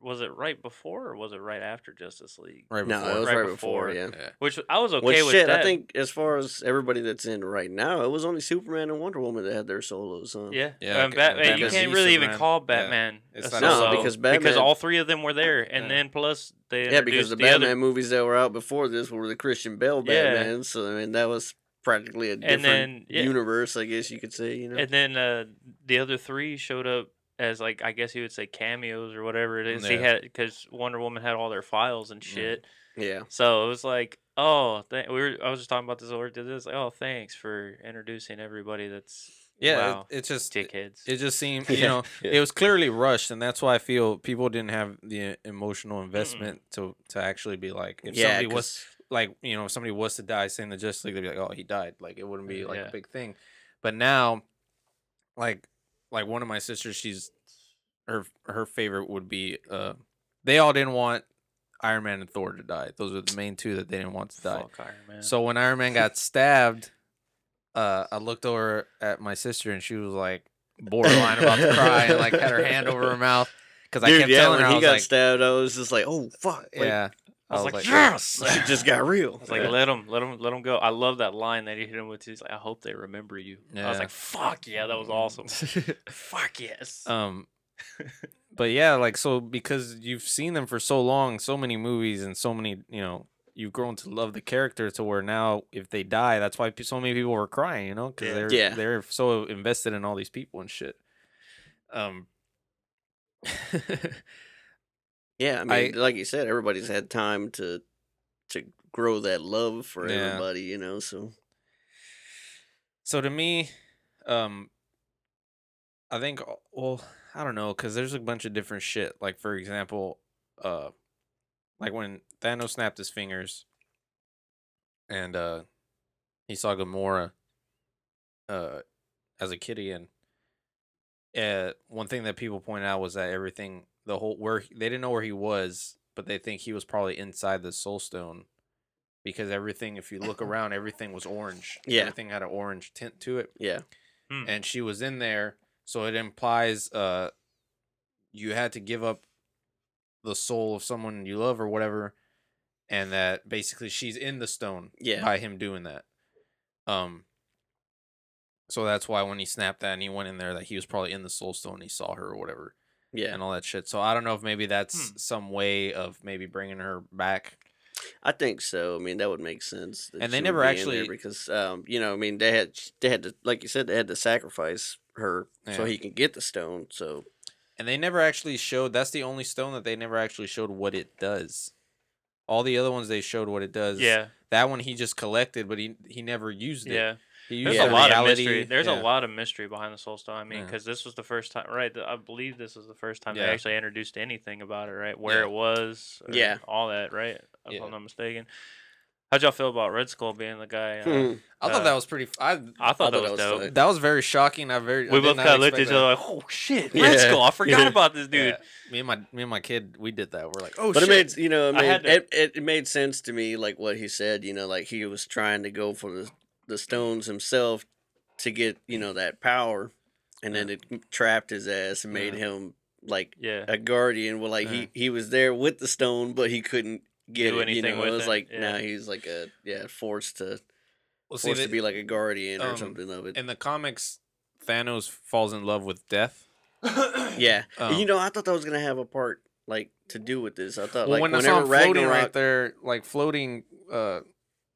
[SPEAKER 3] Was it right before or was it right after Justice League?
[SPEAKER 1] Right
[SPEAKER 2] no,
[SPEAKER 1] before.
[SPEAKER 2] it was
[SPEAKER 3] Right
[SPEAKER 2] right, before.
[SPEAKER 3] before.
[SPEAKER 2] Yeah.
[SPEAKER 1] yeah.
[SPEAKER 3] Which I was okay
[SPEAKER 2] Which
[SPEAKER 3] with
[SPEAKER 2] shit,
[SPEAKER 3] that.
[SPEAKER 2] I think as far as everybody that's in right now, it was only Superman and Wonder Woman that had their solos. Huh?
[SPEAKER 3] Yeah,
[SPEAKER 1] Yeah,
[SPEAKER 3] and
[SPEAKER 1] okay,
[SPEAKER 3] Batman.
[SPEAKER 1] Batman
[SPEAKER 3] You
[SPEAKER 1] v
[SPEAKER 3] can't really even
[SPEAKER 1] Superman.
[SPEAKER 3] call
[SPEAKER 1] Yeah.
[SPEAKER 3] Batman a
[SPEAKER 1] It's not-
[SPEAKER 2] No,
[SPEAKER 3] solo,
[SPEAKER 2] because
[SPEAKER 3] because
[SPEAKER 2] Batman-
[SPEAKER 3] all three of them were there, and
[SPEAKER 1] Yeah.
[SPEAKER 3] then plus they
[SPEAKER 2] Yeah, because
[SPEAKER 3] introduced
[SPEAKER 2] the
[SPEAKER 3] other-
[SPEAKER 2] Batman movies that were out before this were the Christian Bale
[SPEAKER 3] Yeah.
[SPEAKER 2] Batman, so I mean that was practically a different
[SPEAKER 3] then, yeah.
[SPEAKER 2] universe, I guess you could say. You know,
[SPEAKER 3] and then uh, the other three showed up as like I guess you would say cameos or whatever it is. He
[SPEAKER 1] Yeah. Mm.
[SPEAKER 3] had because Wonder Woman had all their files and
[SPEAKER 1] Yeah.
[SPEAKER 3] shit,
[SPEAKER 2] yeah,
[SPEAKER 3] so it was like, oh, th- we were. I was just talking about this over to this. Like, oh, thanks for introducing everybody. That's
[SPEAKER 1] Yeah,
[SPEAKER 3] wow,
[SPEAKER 1] it, it's just it,
[SPEAKER 3] dickheads.
[SPEAKER 1] just seemed
[SPEAKER 2] Yeah.
[SPEAKER 1] you know it was clearly rushed, and that's why I feel people didn't have the emotional investment to to actually be like if
[SPEAKER 2] yeah,
[SPEAKER 1] somebody was
[SPEAKER 2] 'cause-
[SPEAKER 1] like you know if somebody was to die saying the Justice League they'd be like oh he died like it wouldn't
[SPEAKER 2] Uh,
[SPEAKER 1] be like
[SPEAKER 3] Yeah.
[SPEAKER 1] a big thing, but now like like one of my sisters she's her her favorite would be uh they all didn't want Iron Man and Thor to die those are the main two that they didn't want to die
[SPEAKER 3] Fuck Iron Man.
[SPEAKER 1] So when Iron Man got stabbed, uh, I looked over at my sister and she was like borderline about to cry and like had her hand over her mouth because I
[SPEAKER 2] dude,
[SPEAKER 1] kept
[SPEAKER 2] yeah,
[SPEAKER 1] telling her
[SPEAKER 2] when
[SPEAKER 1] I
[SPEAKER 2] he
[SPEAKER 1] was
[SPEAKER 2] got
[SPEAKER 1] like,
[SPEAKER 2] stabbed, I was just like, oh fuck, like,
[SPEAKER 1] yeah,
[SPEAKER 3] I was, like,
[SPEAKER 1] "Yeah."
[SPEAKER 3] yes.
[SPEAKER 2] It just got real.
[SPEAKER 3] I was like,
[SPEAKER 1] Yeah.
[SPEAKER 3] let him, let him, let him go. I love that line that he hit him with. He's like, I hope they remember you. I
[SPEAKER 1] Yeah.
[SPEAKER 3] was like, fuck yeah, that was awesome. fuck yes.
[SPEAKER 1] Um, but yeah, like so because you've seen them for so long, so many movies and so many, you know, you've grown to love the character to where now if they die, that's why pe- so many people were crying, you know, because
[SPEAKER 2] Yeah.
[SPEAKER 1] they're
[SPEAKER 2] Yeah.
[SPEAKER 1] they're so invested in all these people and shit. Um,
[SPEAKER 2] yeah, I
[SPEAKER 1] I-
[SPEAKER 2] mean, like you said, everybody's had time to to grow that love for
[SPEAKER 1] Yeah.
[SPEAKER 2] everybody, you know. So
[SPEAKER 1] so to me, um, I think uh, well, I don't know, because there's a bunch of different shit. Like for example, uh, like when Thanos snapped his fingers, and uh, he saw Gamora, uh, as a kid again. Uh, one thing that people pointed out was that everything, the whole where he- they didn't know where he was, but they think he was probably inside the Soul Stone, because everything, if you look around, everything was orange.
[SPEAKER 2] Yeah.
[SPEAKER 1] everything had an orange tint to it
[SPEAKER 2] yeah, Mm-hmm.
[SPEAKER 3] Hmm.
[SPEAKER 1] and she was in there so it implies uh you had to give up the soul of someone you love or whatever and that basically she's in the stone
[SPEAKER 2] yeah,
[SPEAKER 1] by him doing that um so that's why when he snapped that and he went in there that he was probably in the soul stone he saw her or whatever
[SPEAKER 2] yeah. Hmm.
[SPEAKER 1] and all that shit so i don't know if maybe that's some way of maybe bringing her back
[SPEAKER 2] I think so. I mean, that would make sense. that
[SPEAKER 1] And they
[SPEAKER 2] she would
[SPEAKER 1] never
[SPEAKER 2] be in there
[SPEAKER 1] actually-
[SPEAKER 2] because um, you know, I mean, they had they had to, like you said, they had to sacrifice her so
[SPEAKER 1] Yeah.
[SPEAKER 2] he can get the stone. So
[SPEAKER 1] And they never actually showed. That's the only stone that they never actually showed what it does. All the other ones they showed what it does.
[SPEAKER 3] Yeah,
[SPEAKER 1] That one he just collected, but he he never used it.
[SPEAKER 3] yeah.
[SPEAKER 1] He used
[SPEAKER 3] There's
[SPEAKER 1] it
[SPEAKER 3] a
[SPEAKER 1] in
[SPEAKER 3] lot
[SPEAKER 1] reality.
[SPEAKER 3] of mystery. There's
[SPEAKER 1] Yeah.
[SPEAKER 3] a lot of mystery behind the Soul Stone. I mean,
[SPEAKER 1] Yeah.
[SPEAKER 3] because this was the first time, right? th- I believe this was the first time
[SPEAKER 1] Yeah.
[SPEAKER 3] they actually introduced anything about it, right? Where
[SPEAKER 1] Yeah.
[SPEAKER 3] it was, or
[SPEAKER 2] Yeah.
[SPEAKER 3] all that, right? If
[SPEAKER 1] Yeah.
[SPEAKER 3] I'm not mistaken. How'd y'all feel about Red Skull being the guy? Uh,
[SPEAKER 2] hmm,
[SPEAKER 1] I thought
[SPEAKER 3] uh,
[SPEAKER 1] that was pretty. f- I
[SPEAKER 3] I thought that
[SPEAKER 2] thought
[SPEAKER 3] was
[SPEAKER 2] that was
[SPEAKER 3] dope.
[SPEAKER 2] sick.
[SPEAKER 1] that was very shocking. I very. I
[SPEAKER 3] We
[SPEAKER 1] did
[SPEAKER 3] both
[SPEAKER 1] not
[SPEAKER 3] kind of looked at
[SPEAKER 1] expect
[SPEAKER 3] each other like, "Oh shit,
[SPEAKER 2] Yeah.
[SPEAKER 3] Red Skull! I forgot
[SPEAKER 2] Yeah.
[SPEAKER 3] about this
[SPEAKER 1] that.
[SPEAKER 3] dude."
[SPEAKER 1] Yeah. Me and my me and my kid, we did that. We're like, oh
[SPEAKER 2] but
[SPEAKER 1] shit.
[SPEAKER 2] it made you know, I
[SPEAKER 3] I
[SPEAKER 2] mean,
[SPEAKER 3] had to-
[SPEAKER 2] it, it it made sense to me, like what he said. You know, like he was trying to go for the the stones himself to get you know that power, and then it trapped his ass and made
[SPEAKER 1] Yeah.
[SPEAKER 2] him like
[SPEAKER 3] Yeah,
[SPEAKER 2] a guardian. Well, like
[SPEAKER 1] Yeah.
[SPEAKER 2] he he was there with the stone, but he couldn't get
[SPEAKER 3] Do
[SPEAKER 2] it. You
[SPEAKER 3] anything
[SPEAKER 2] know, it
[SPEAKER 3] with
[SPEAKER 2] was
[SPEAKER 3] it,
[SPEAKER 2] like
[SPEAKER 3] yeah.
[SPEAKER 2] now he's like a yeah forced to
[SPEAKER 1] Well, see,
[SPEAKER 2] forced to
[SPEAKER 1] the-
[SPEAKER 2] be like a guardian or
[SPEAKER 1] um,
[SPEAKER 2] something of it.
[SPEAKER 1] in the comics, Thanos falls in love with death.
[SPEAKER 2] yeah, And
[SPEAKER 1] Um,
[SPEAKER 2] you know, I thought that was gonna have a part like to do with this. I thought
[SPEAKER 1] Well,
[SPEAKER 2] Uh, like
[SPEAKER 1] when I saw
[SPEAKER 2] whenever
[SPEAKER 1] him floating
[SPEAKER 2] Ragnarok,
[SPEAKER 1] right there, like floating, uh,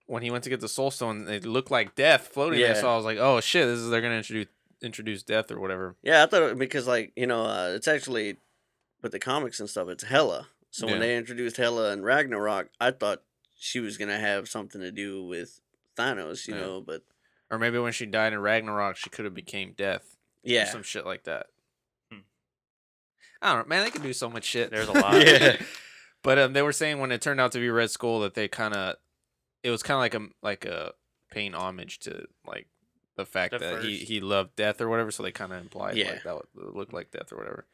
[SPEAKER 1] when he went to get the soul stone, it looked like death floating
[SPEAKER 2] Yeah.
[SPEAKER 1] there. So I was like, oh shit, this is they're gonna introduce introduce death or whatever.
[SPEAKER 2] yeah, I thought it, because like you know, uh, it's actually with the comics and stuff, it's Hella. So when
[SPEAKER 1] Yeah.
[SPEAKER 2] they introduced Hella and Ragnarok, I thought she was gonna have something to do with Thanos, you
[SPEAKER 1] Yeah.
[SPEAKER 2] know, but
[SPEAKER 1] Or maybe when she died in Ragnarok, she could have became death. or
[SPEAKER 2] yeah,
[SPEAKER 1] some shit like that.
[SPEAKER 3] Hmm.
[SPEAKER 1] I don't know, man. They could do so much shit.
[SPEAKER 3] There's a lot.
[SPEAKER 1] yeah. But um, they were saying when it turned out to be Red Skull that they kind of, it was kind of like a like a paying homage to like the fact
[SPEAKER 3] The
[SPEAKER 1] that he
[SPEAKER 3] first.
[SPEAKER 1] he loved death or whatever. So they kind of implied
[SPEAKER 2] Yeah.
[SPEAKER 1] like that would- it looked like death or whatever.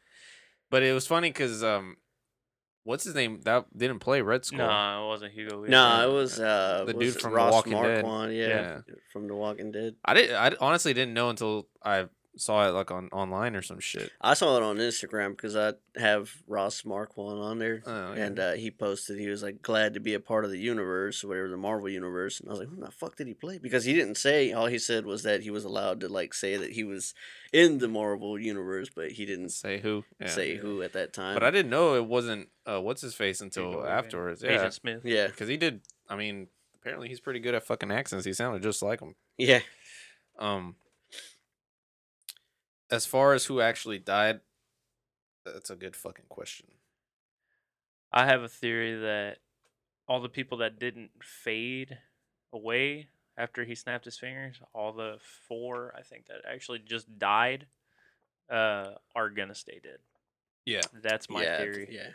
[SPEAKER 1] But it was funny because um, what's his name that didn't play Red Skull?
[SPEAKER 3] no, nah, it wasn't Hugo.
[SPEAKER 2] No,
[SPEAKER 3] Weaving.
[SPEAKER 2] nah, it was uh,
[SPEAKER 1] The
[SPEAKER 2] what was
[SPEAKER 1] dude
[SPEAKER 2] it,
[SPEAKER 1] from The
[SPEAKER 2] Ross
[SPEAKER 1] Walking Dead.
[SPEAKER 2] Marquand, Yeah, from The Walking Dead.
[SPEAKER 1] I did. I honestly didn't know until I saw it like on online or some shit.
[SPEAKER 2] I saw it on Instagram because I have Ross Marquand on there,
[SPEAKER 1] Oh, yeah.
[SPEAKER 2] and uh, he posted he was like glad to be a part of the universe, or whatever the Marvel universe, and I was like, who the fuck did he play? Because he didn't say. All he said was that he was allowed to like say that he was in the Marvel universe, but he didn't
[SPEAKER 1] say who? Yeah.
[SPEAKER 2] uh, say who at that time.
[SPEAKER 1] But I didn't know it wasn't uh, what's his face until
[SPEAKER 3] Hugo Weaving.
[SPEAKER 1] afterwards. Yeah,
[SPEAKER 3] Agent Smith.
[SPEAKER 2] yeah,
[SPEAKER 1] because he did. I mean, apparently he's pretty good at fucking accents. He sounded just like him.
[SPEAKER 2] yeah,
[SPEAKER 1] Um, as far as who actually died, that's a good fucking question.
[SPEAKER 3] I have a theory that all the people that didn't fade away after he snapped his fingers, all the four I think that actually just died, uh, are gonna stay dead.
[SPEAKER 1] Yeah,
[SPEAKER 3] That's my
[SPEAKER 2] yeah,
[SPEAKER 3] theory.
[SPEAKER 2] yeah.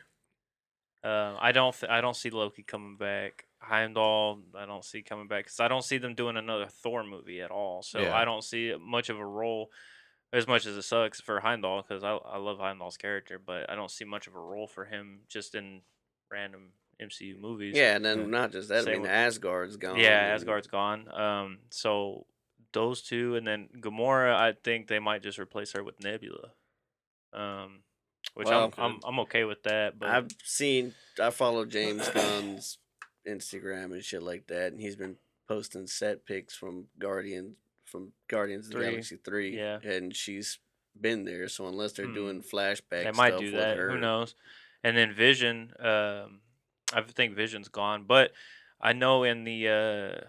[SPEAKER 3] Uh, I don't. Th- I don't see Loki coming back. Heimdall. I don't see coming back because I don't see them doing another Thor movie at all. So
[SPEAKER 1] Yeah.
[SPEAKER 3] I don't see much of a role. As much as it sucks for Heimdall, because I, I love Heimdall's character, but I don't see much of a role for him just in random MCU movies.
[SPEAKER 2] Yeah, and then
[SPEAKER 1] Yeah.
[SPEAKER 2] not just that.
[SPEAKER 3] Say
[SPEAKER 2] I mean,
[SPEAKER 3] what-
[SPEAKER 2] Asgard's gone.
[SPEAKER 3] Yeah,
[SPEAKER 2] and-
[SPEAKER 3] Asgard's gone. Um, so those two, and then Gamora. I think they might just replace her with Nebula. Um, which
[SPEAKER 2] Well,
[SPEAKER 3] I'm, I'm I'm okay with that. But
[SPEAKER 2] I've seen I follow James Gunn's Instagram and shit like that, and he's been posting set pics from Guardian from Guardians of
[SPEAKER 3] Three.
[SPEAKER 2] the Galaxy Three.
[SPEAKER 3] Yeah.
[SPEAKER 2] And she's been there, so unless they're
[SPEAKER 3] Hmm.
[SPEAKER 2] doing flashback
[SPEAKER 3] they might
[SPEAKER 2] stuff
[SPEAKER 3] do
[SPEAKER 2] with
[SPEAKER 3] that.
[SPEAKER 2] her,
[SPEAKER 3] Who knows? And then Vision, um, I think Vision's gone, but I know in the uh,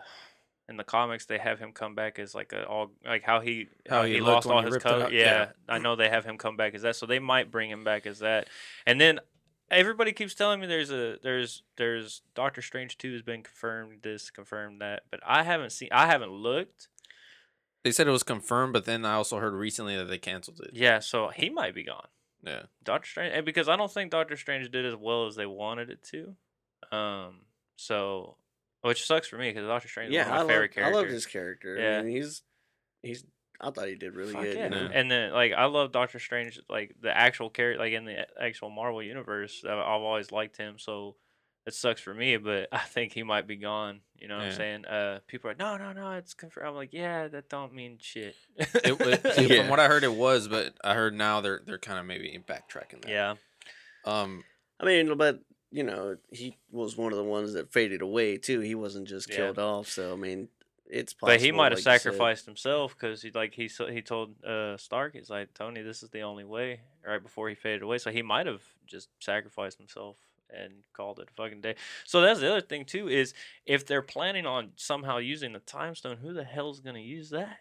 [SPEAKER 3] in the comics they have him come back as like a all like how he
[SPEAKER 1] How he looked
[SPEAKER 3] lost
[SPEAKER 1] when
[SPEAKER 3] all
[SPEAKER 1] you
[SPEAKER 3] his
[SPEAKER 1] ripped it
[SPEAKER 3] color.
[SPEAKER 1] up,
[SPEAKER 3] Yeah,
[SPEAKER 1] yeah.
[SPEAKER 3] I know they have him come back as that, so they might bring him back as that. And then everybody keeps telling me there's a there's there's Doctor Strange two has been confirmed this confirmed that, but I haven't seen I haven't looked.
[SPEAKER 1] They said it was confirmed, but then I also heard recently that they canceled it.
[SPEAKER 3] Yeah, so he might be gone.
[SPEAKER 1] Yeah.
[SPEAKER 3] Doctor Strange, and because I don't think Doctor Strange did as well as they wanted it to. Um, so which sucks for me because Doctor Strange is
[SPEAKER 2] Yeah,
[SPEAKER 3] one
[SPEAKER 2] I
[SPEAKER 3] of my
[SPEAKER 2] love,
[SPEAKER 3] favorite
[SPEAKER 2] I
[SPEAKER 3] characters.
[SPEAKER 2] love his character.
[SPEAKER 3] Yeah.
[SPEAKER 2] I mean, he's he's. I thought he did really
[SPEAKER 3] Fuck
[SPEAKER 2] good.
[SPEAKER 3] yeah.
[SPEAKER 2] you know?
[SPEAKER 1] Yeah.
[SPEAKER 3] And then like I love Doctor Strange, like the actual character, like in the actual Marvel universe. I- I've always liked him, so it sucks for me. But I think he might be gone. You know what I'm
[SPEAKER 1] Yeah.
[SPEAKER 3] saying? Uh, people are like, no, no, no, it's confirmed. I'm like, yeah, that don't mean shit.
[SPEAKER 1] It, it- From what I heard, it was, but I heard now they're they're kind of maybe backtracking that.
[SPEAKER 3] yeah,
[SPEAKER 1] Um.
[SPEAKER 2] I mean, but you know, he was one of the ones that faded away too. He wasn't just
[SPEAKER 3] Yeah.
[SPEAKER 2] killed off. So I mean, it's possible.
[SPEAKER 3] but he might have
[SPEAKER 2] like you said.
[SPEAKER 3] sacrificed himself because he like he so- he told uh, Stark he's like Tony this is the only way right before he faded away so he might have just sacrificed himself and called it a fucking day so that's the other thing too is if they're planning on somehow using the time stone who the hell's gonna use that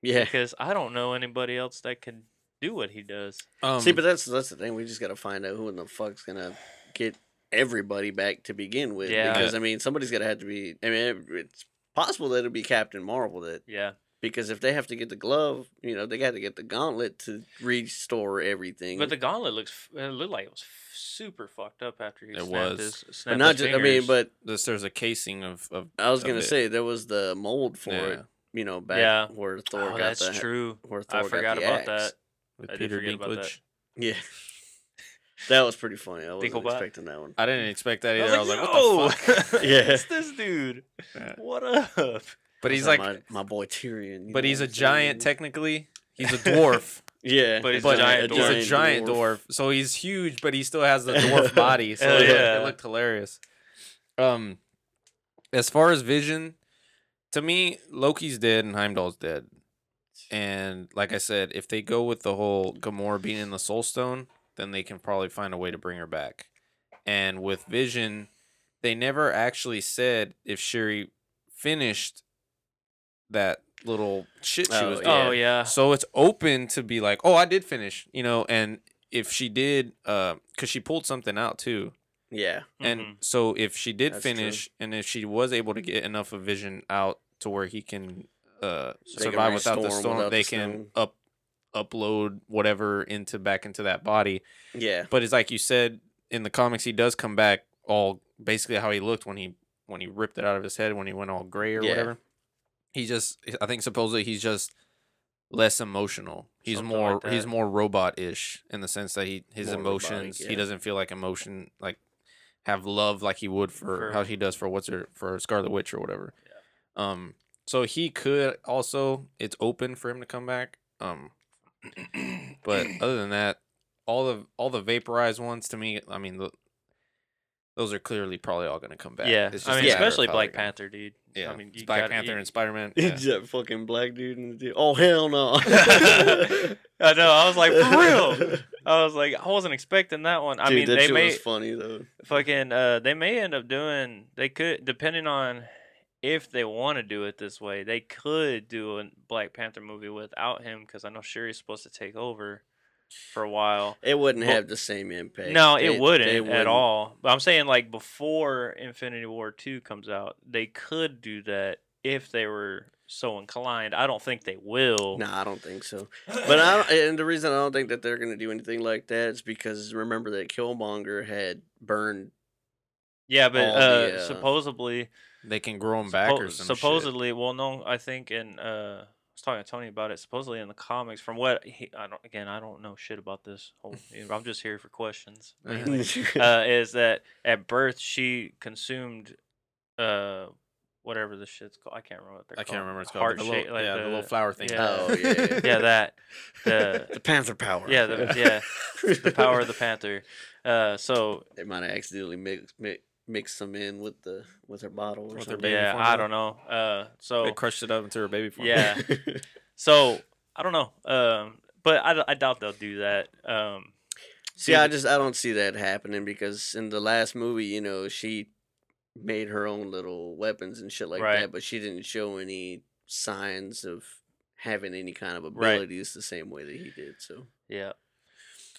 [SPEAKER 2] Yeah.
[SPEAKER 3] because I don't know anybody else that can do what he does
[SPEAKER 1] um,
[SPEAKER 2] See, but that's that's the thing. We just got to find out who in the fuck's gonna get everybody back to begin with.
[SPEAKER 3] Yeah.
[SPEAKER 2] Because I mean, somebody's gonna have to be. I mean, it- it's possible that it'll be Captain Marvel that
[SPEAKER 3] yeah
[SPEAKER 2] because if they have to get the glove, you know, they got to get the gauntlet to restore everything.
[SPEAKER 3] but the gauntlet looks f- it looked like it was f- super fucked up after he
[SPEAKER 1] It
[SPEAKER 3] snapped
[SPEAKER 1] was.
[SPEAKER 3] his
[SPEAKER 2] But
[SPEAKER 3] snapped
[SPEAKER 2] not
[SPEAKER 3] his
[SPEAKER 2] just. I mean,
[SPEAKER 3] fingers.
[SPEAKER 2] but
[SPEAKER 1] this, there's a casing of of
[SPEAKER 2] I was
[SPEAKER 1] of
[SPEAKER 2] gonna
[SPEAKER 1] it.
[SPEAKER 2] say there was the mold for
[SPEAKER 1] Yeah.
[SPEAKER 2] it. You know, back
[SPEAKER 3] Yeah.
[SPEAKER 2] where Thor
[SPEAKER 3] oh,
[SPEAKER 2] got
[SPEAKER 3] that's
[SPEAKER 2] the
[SPEAKER 3] true
[SPEAKER 2] where Thor
[SPEAKER 3] I
[SPEAKER 2] got
[SPEAKER 3] forgot
[SPEAKER 2] the
[SPEAKER 3] about
[SPEAKER 2] axe.
[SPEAKER 3] that
[SPEAKER 1] with
[SPEAKER 3] I did
[SPEAKER 1] Peter
[SPEAKER 3] forget about that.
[SPEAKER 1] Dinklage.
[SPEAKER 2] Yeah. That was pretty funny. I wasn't
[SPEAKER 3] Dinklebot.
[SPEAKER 2] expecting that one.
[SPEAKER 1] I didn't expect that
[SPEAKER 3] I
[SPEAKER 1] either.
[SPEAKER 3] was like,
[SPEAKER 1] what the fuck?
[SPEAKER 3] "Yo,
[SPEAKER 2] Yeah.
[SPEAKER 3] it's this dude.
[SPEAKER 1] Yeah.
[SPEAKER 3] What up?
[SPEAKER 1] But he's
[SPEAKER 2] That's
[SPEAKER 1] like,
[SPEAKER 2] how my, my boy Tyrion. you
[SPEAKER 1] but
[SPEAKER 2] know
[SPEAKER 1] he's
[SPEAKER 2] what
[SPEAKER 1] a
[SPEAKER 2] I'm
[SPEAKER 1] giant.
[SPEAKER 2] saying?
[SPEAKER 1] Technically, he's a dwarf.
[SPEAKER 2] Yeah,
[SPEAKER 3] But he's
[SPEAKER 1] but
[SPEAKER 3] giant
[SPEAKER 1] he's a
[SPEAKER 3] dwarf.
[SPEAKER 1] giant dwarf. so he's huge, but he still has the dwarf body. So
[SPEAKER 3] Hell
[SPEAKER 1] it, looked,
[SPEAKER 3] yeah.
[SPEAKER 1] it looked hilarious. Um, as far as Vision, to me, Loki's dead and Heimdall's dead. And like I said, if they go with the whole Gamora being in the Soul Stone, then they can probably find a way to bring her back. And with Vision, they never actually said if Shuri finished that little shit she
[SPEAKER 2] Oh,
[SPEAKER 1] was doing.
[SPEAKER 2] Yeah.
[SPEAKER 3] Oh yeah.
[SPEAKER 1] So it's open to be like, oh, I did finish, you know, and if she did, because she pulled something out too,
[SPEAKER 2] Yeah,
[SPEAKER 3] Mhm.
[SPEAKER 1] and so if she did
[SPEAKER 2] That's true.
[SPEAKER 1] finish, and if she was able to get enough of Vision out to where he can uh,
[SPEAKER 2] They can
[SPEAKER 1] survive without the
[SPEAKER 2] restore him
[SPEAKER 1] storm,
[SPEAKER 2] without
[SPEAKER 1] they
[SPEAKER 2] the
[SPEAKER 1] can
[SPEAKER 2] stone.
[SPEAKER 1] up upload whatever into back into that body.
[SPEAKER 2] yeah,
[SPEAKER 1] But it's like you said in the comics, he does come back all basically how he looked when he when he ripped it out of his head when he went all gray or
[SPEAKER 2] Yeah.
[SPEAKER 1] whatever. He just, I think, supposedly he's just less emotional. He's
[SPEAKER 3] Something
[SPEAKER 1] more
[SPEAKER 3] like
[SPEAKER 1] he's
[SPEAKER 3] that.
[SPEAKER 1] more robot ish in the sense that he his
[SPEAKER 2] More robotic,
[SPEAKER 1] emotions
[SPEAKER 2] yeah.
[SPEAKER 1] he doesn't feel like emotion like have love like he would for,
[SPEAKER 3] For-
[SPEAKER 1] how he does for what's her for Scarlet Witch or whatever. Um, so he could also it's open for him to come back. Um, but other than that, all the all the vaporized ones to me, I mean, the, those are clearly probably all going to come back.
[SPEAKER 3] yeah.
[SPEAKER 1] It's just
[SPEAKER 3] I
[SPEAKER 1] a
[SPEAKER 3] mean,
[SPEAKER 1] matter of
[SPEAKER 3] especially
[SPEAKER 1] how they're
[SPEAKER 3] Black
[SPEAKER 1] gonna-
[SPEAKER 3] Panther, dude.
[SPEAKER 1] Yeah,
[SPEAKER 3] I mean, you
[SPEAKER 1] Black
[SPEAKER 3] gotta-
[SPEAKER 1] Panther
[SPEAKER 3] you-
[SPEAKER 1] and Spider Man.
[SPEAKER 2] that fucking black dude in the dude. Oh hell no!
[SPEAKER 3] I know. I was like, for real. I was like, I wasn't expecting that one. I
[SPEAKER 2] Dude,
[SPEAKER 3] mean,
[SPEAKER 2] that
[SPEAKER 3] they
[SPEAKER 2] shit
[SPEAKER 3] may
[SPEAKER 2] was funny though.
[SPEAKER 3] fucking uh, they may end up doing. They could, depending on if they want to do it this way, they could do a Black Panther movie without him because I know Shuri's supposed to take over for a while.
[SPEAKER 2] It wouldn't
[SPEAKER 3] Well-
[SPEAKER 2] have the same impact.
[SPEAKER 3] No,
[SPEAKER 2] They-
[SPEAKER 3] it
[SPEAKER 2] they
[SPEAKER 3] wouldn't, at
[SPEAKER 2] wouldn't.
[SPEAKER 3] all. But I'm saying like before Infinity War two comes out, they could do that if they were so inclined. I don't think they will.
[SPEAKER 2] No, I don't think so. But I don't, and the reason I don't think that they're going to do anything like that is because remember that Killmonger had burned.
[SPEAKER 3] yeah, but
[SPEAKER 2] all
[SPEAKER 3] uh,
[SPEAKER 2] the, uh,
[SPEAKER 3] supposedly,
[SPEAKER 1] They can grow them back or
[SPEAKER 3] suppo-
[SPEAKER 1] some shit.
[SPEAKER 3] supposedly, well, no, I think in uh, I was talking to Tony about it. Supposedly in the comics, from what he, I don't again, I don't know shit about this whole. I'm just here for questions. mainly. uh, is that at birth she consumed uh, whatever this shit's called. I can't remember what they're
[SPEAKER 1] I
[SPEAKER 3] called.
[SPEAKER 1] can't remember what it's called.
[SPEAKER 3] Heart
[SPEAKER 1] but the
[SPEAKER 3] shape,
[SPEAKER 1] little,
[SPEAKER 3] like
[SPEAKER 1] yeah, the, little flower thing.
[SPEAKER 3] yeah.
[SPEAKER 2] Oh, yeah, yeah,
[SPEAKER 3] yeah, that the
[SPEAKER 2] The Panther power.
[SPEAKER 3] yeah the yeah the power of the panther. Uh, so
[SPEAKER 2] They might have accidentally mixed mix, mixed them in with the with her bottle or
[SPEAKER 1] With her
[SPEAKER 2] something.
[SPEAKER 1] Baby
[SPEAKER 3] yeah,
[SPEAKER 1] formula?
[SPEAKER 3] I don't know. Uh, so
[SPEAKER 1] They crushed it up into her baby formula.
[SPEAKER 3] Yeah. so I don't know. Um, but I, I doubt they'll do that. Um,
[SPEAKER 2] See, I just I don't see that happening because in the last movie, you know, she made her own little weapons and shit like
[SPEAKER 3] Right.
[SPEAKER 2] that, but she didn't show any signs of having any kind of
[SPEAKER 3] Right.
[SPEAKER 2] abilities the same way that he did. So
[SPEAKER 3] yeah.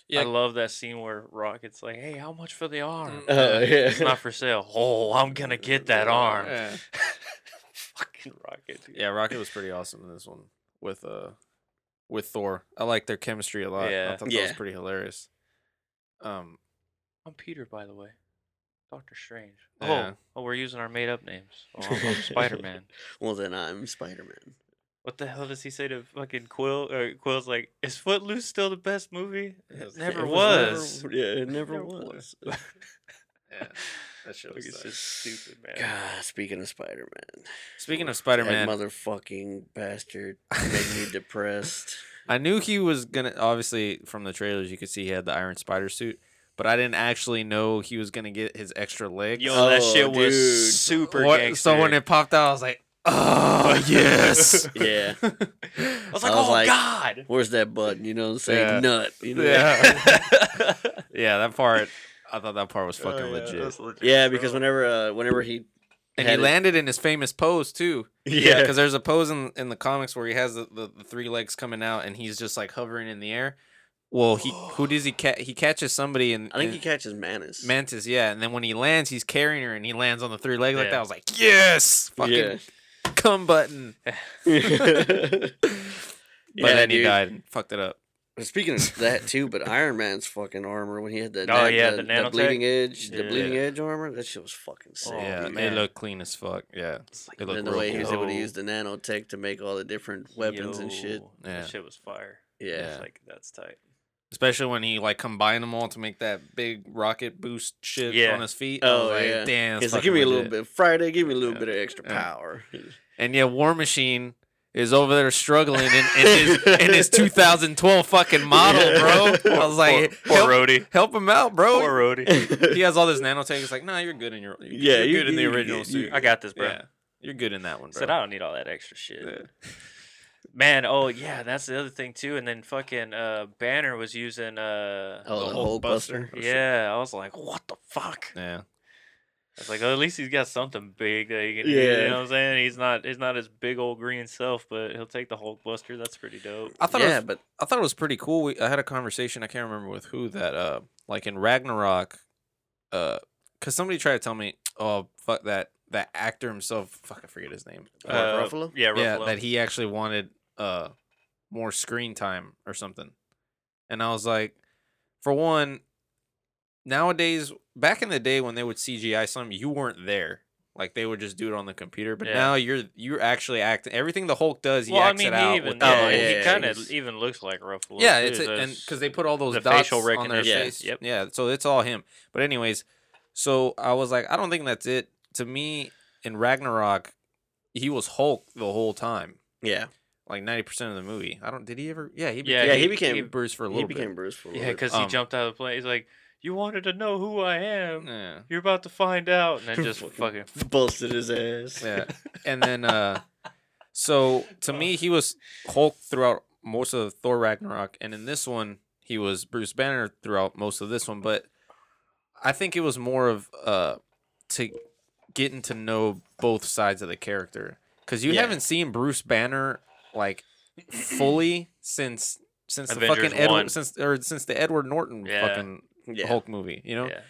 [SPEAKER 1] Yeah.
[SPEAKER 3] I love that scene where Rocket's like, "Hey, how much for the arm?
[SPEAKER 1] Mm. Uh,
[SPEAKER 3] It's not for sale. Oh, I'm gonna get that arm."
[SPEAKER 1] Yeah.
[SPEAKER 3] Fucking Rocket. dude.
[SPEAKER 1] Yeah, Rocket was pretty awesome in this one with uh with Thor. I like their chemistry a lot.
[SPEAKER 3] Yeah.
[SPEAKER 1] I thought that was
[SPEAKER 2] Yeah.
[SPEAKER 1] pretty hilarious. Um
[SPEAKER 3] I'm Peter, by the way. Doctor Strange.
[SPEAKER 1] Yeah.
[SPEAKER 3] Oh, oh, we're using our made-up names. Oh, I'm, I'm Spider-Man.
[SPEAKER 2] well then I'm Spider Man.
[SPEAKER 3] What the hell does he say to fucking Quill? Or Quill's like, "Is Footloose still the best movie? It never
[SPEAKER 1] it
[SPEAKER 3] was."
[SPEAKER 1] was
[SPEAKER 2] yeah, it never,
[SPEAKER 3] Never
[SPEAKER 2] was.
[SPEAKER 1] yeah, that shit
[SPEAKER 3] Like,
[SPEAKER 1] was
[SPEAKER 3] it's
[SPEAKER 1] sick.
[SPEAKER 3] just stupid, man.
[SPEAKER 2] God, speaking of Spider Man.
[SPEAKER 1] Speaking of Spider Man,
[SPEAKER 2] That motherfucking bastard made me depressed.
[SPEAKER 1] I knew he was gonna. Obviously, from the trailers, you could see he had the Iron Spider suit, but I didn't actually know he was gonna get his extra legs.
[SPEAKER 3] Yo,
[SPEAKER 2] Oh,
[SPEAKER 3] that shit
[SPEAKER 2] dude.
[SPEAKER 3] was super
[SPEAKER 1] What-
[SPEAKER 3] gangster.
[SPEAKER 1] so when it popped out, I was like, "Oh yes,
[SPEAKER 2] Yeah.
[SPEAKER 1] I
[SPEAKER 3] I was like,
[SPEAKER 2] I was
[SPEAKER 3] oh
[SPEAKER 2] like-
[SPEAKER 3] god. Oh,
[SPEAKER 2] Where's that button? You know what I'm saying?
[SPEAKER 1] Yeah.
[SPEAKER 2] Nut. You know?
[SPEAKER 1] yeah, yeah. That part, I thought that part was fucking legit.
[SPEAKER 2] Yeah, because whenever uh, whenever he
[SPEAKER 1] And he
[SPEAKER 2] had it-
[SPEAKER 1] landed in his famous pose too. Yeah, because there's a pose in, in the comics where he has the, the, the three legs coming out and he's just like hovering in the air. Well, he who does he catch? He catches somebody and
[SPEAKER 2] I think
[SPEAKER 1] and-
[SPEAKER 2] he catches Manus.
[SPEAKER 1] Mantis, yeah. And then when he lands, he's carrying her and he lands on the three legs like
[SPEAKER 3] Yeah.
[SPEAKER 1] that. I was like, yes, fucking
[SPEAKER 2] yeah.
[SPEAKER 1] cum button.
[SPEAKER 2] yeah,
[SPEAKER 1] But then he
[SPEAKER 2] dude.
[SPEAKER 1] died and fucked it up.
[SPEAKER 2] Speaking of that too, but Iron Man's fucking armor when he had that,
[SPEAKER 3] Oh,
[SPEAKER 2] that-
[SPEAKER 3] yeah,
[SPEAKER 2] that-
[SPEAKER 3] the
[SPEAKER 2] that
[SPEAKER 3] nanotech?
[SPEAKER 2] bleeding edge, the
[SPEAKER 3] Yeah.
[SPEAKER 2] bleeding edge armor, that shit was fucking sick.
[SPEAKER 3] Oh,
[SPEAKER 1] yeah,
[SPEAKER 2] dude.
[SPEAKER 1] they
[SPEAKER 3] man.
[SPEAKER 1] look clean as fuck. Yeah, they
[SPEAKER 2] And
[SPEAKER 1] look
[SPEAKER 2] then the
[SPEAKER 1] real
[SPEAKER 2] way he
[SPEAKER 1] cool.
[SPEAKER 2] was able to
[SPEAKER 3] Yo.
[SPEAKER 2] use the nanotech to make all the different weapons and shit.
[SPEAKER 3] Yo,
[SPEAKER 1] Yeah.
[SPEAKER 3] That shit was fire.
[SPEAKER 2] Yeah.
[SPEAKER 3] It's
[SPEAKER 1] Yeah.
[SPEAKER 3] like that's tight.
[SPEAKER 1] especially when he like combined them all to make that big rocket boost shit
[SPEAKER 3] Yeah.
[SPEAKER 1] on his feet.
[SPEAKER 2] Oh,
[SPEAKER 1] I was like,
[SPEAKER 2] yeah.
[SPEAKER 1] damn, that's
[SPEAKER 2] He's like,
[SPEAKER 1] fucking
[SPEAKER 2] give me a little
[SPEAKER 1] legit."
[SPEAKER 2] bit of Friday, give me a little
[SPEAKER 1] Yeah.
[SPEAKER 2] bit of extra
[SPEAKER 1] Yeah.
[SPEAKER 2] power.
[SPEAKER 1] And yeah, War Machine is over there struggling in, in his in his 2012 fucking model, bro. I was like,
[SPEAKER 3] poor, poor
[SPEAKER 1] help,
[SPEAKER 3] Rhodey.
[SPEAKER 1] help him out, bro.
[SPEAKER 3] Poor Rhodey.
[SPEAKER 1] he has all this nanotech. He's like, nah, you're good in your. You're,
[SPEAKER 2] Yeah,
[SPEAKER 1] you're
[SPEAKER 2] you-
[SPEAKER 1] good in the
[SPEAKER 2] you-
[SPEAKER 1] original
[SPEAKER 2] you-
[SPEAKER 1] suit.
[SPEAKER 3] I got this, bro.
[SPEAKER 1] Yeah, you're good in that one, bro.
[SPEAKER 3] Said I don't need all that extra shit.
[SPEAKER 1] Yeah.
[SPEAKER 3] Man, oh yeah, that's the other thing too. And then fucking uh, Banner was using uh,
[SPEAKER 2] oh, the,
[SPEAKER 1] The
[SPEAKER 2] whole
[SPEAKER 1] Hulk
[SPEAKER 2] buster.
[SPEAKER 1] Buster.
[SPEAKER 3] yeah. I was like, what the fuck?
[SPEAKER 1] Yeah,
[SPEAKER 3] I was like, oh, at least he's got something big that he can. do,
[SPEAKER 2] Yeah.
[SPEAKER 3] you know what I'm saying? He's not he's not his big old green self, but he'll take the Hulk Buster. That's pretty dope.
[SPEAKER 1] I thought
[SPEAKER 2] yeah,
[SPEAKER 1] it was,
[SPEAKER 2] but
[SPEAKER 1] I thought it was pretty cool. We, I had a conversation. I can't remember with who that. Uh, like in Ragnarok, uh, cause somebody tried to tell me, oh fuck that that actor himself. Fuck, I forget his name.
[SPEAKER 2] Mark
[SPEAKER 1] Uh,
[SPEAKER 2] Ruffalo?
[SPEAKER 3] Yeah, Ruffalo.
[SPEAKER 1] yeah, that he actually wanted uh more screen time or something. And I was like, for one, nowadays, back in the day when they would CGI something, you weren't there. Like they would just do it on the computer, but
[SPEAKER 3] Yeah.
[SPEAKER 1] now you're you're actually acting. Everything the Hulk does, he
[SPEAKER 3] well, I
[SPEAKER 1] acts
[SPEAKER 3] mean,
[SPEAKER 1] it out.
[SPEAKER 3] he even
[SPEAKER 1] with the
[SPEAKER 2] yeah,
[SPEAKER 1] Hulk.
[SPEAKER 2] Oh, yeah,
[SPEAKER 3] he
[SPEAKER 2] yeah,
[SPEAKER 3] kind
[SPEAKER 2] he's-
[SPEAKER 3] of even looks like Ruffalo.
[SPEAKER 1] Yeah,
[SPEAKER 3] too,
[SPEAKER 1] it's a, and
[SPEAKER 3] that's-
[SPEAKER 1] because they put all those
[SPEAKER 3] the
[SPEAKER 1] dots
[SPEAKER 3] facial
[SPEAKER 1] on their
[SPEAKER 3] recognition,
[SPEAKER 1] face.
[SPEAKER 3] yep.
[SPEAKER 1] Yeah, so it's all him. But anyways, so I was like, I don't think that's it. To me, in Ragnarok, he was Hulk the whole time,
[SPEAKER 2] yeah,
[SPEAKER 1] like ninety percent of the movie. I don't. Did he ever? Yeah, he
[SPEAKER 3] Yeah,
[SPEAKER 1] became,
[SPEAKER 2] yeah, he
[SPEAKER 3] he-
[SPEAKER 2] became
[SPEAKER 3] he-
[SPEAKER 1] Bruce for a
[SPEAKER 2] he
[SPEAKER 1] little
[SPEAKER 2] became Bruce for a
[SPEAKER 3] yeah,
[SPEAKER 2] little bit.
[SPEAKER 3] because he
[SPEAKER 1] Um,
[SPEAKER 3] jumped out of the plane. He's like, "You wanted to know who I
[SPEAKER 1] bit.
[SPEAKER 3] am.
[SPEAKER 1] Yeah,
[SPEAKER 3] You're about to find out." And then just fucking
[SPEAKER 2] busted his ass.
[SPEAKER 1] yeah. and then, uh so to me, he was Hulk throughout most of Thor Ragnarok, and in this one, he was Bruce Banner throughout most of this one. But I think it was more of uh to getting to know both sides of the character because you
[SPEAKER 2] Yeah.
[SPEAKER 1] haven't seen Bruce Banner like fully since since the
[SPEAKER 3] Avengers
[SPEAKER 1] fucking Edward
[SPEAKER 3] 1.
[SPEAKER 1] since or since the Edward Norton
[SPEAKER 3] Yeah.
[SPEAKER 1] fucking
[SPEAKER 2] yeah.
[SPEAKER 1] Hulk movie, you know?
[SPEAKER 3] yeah.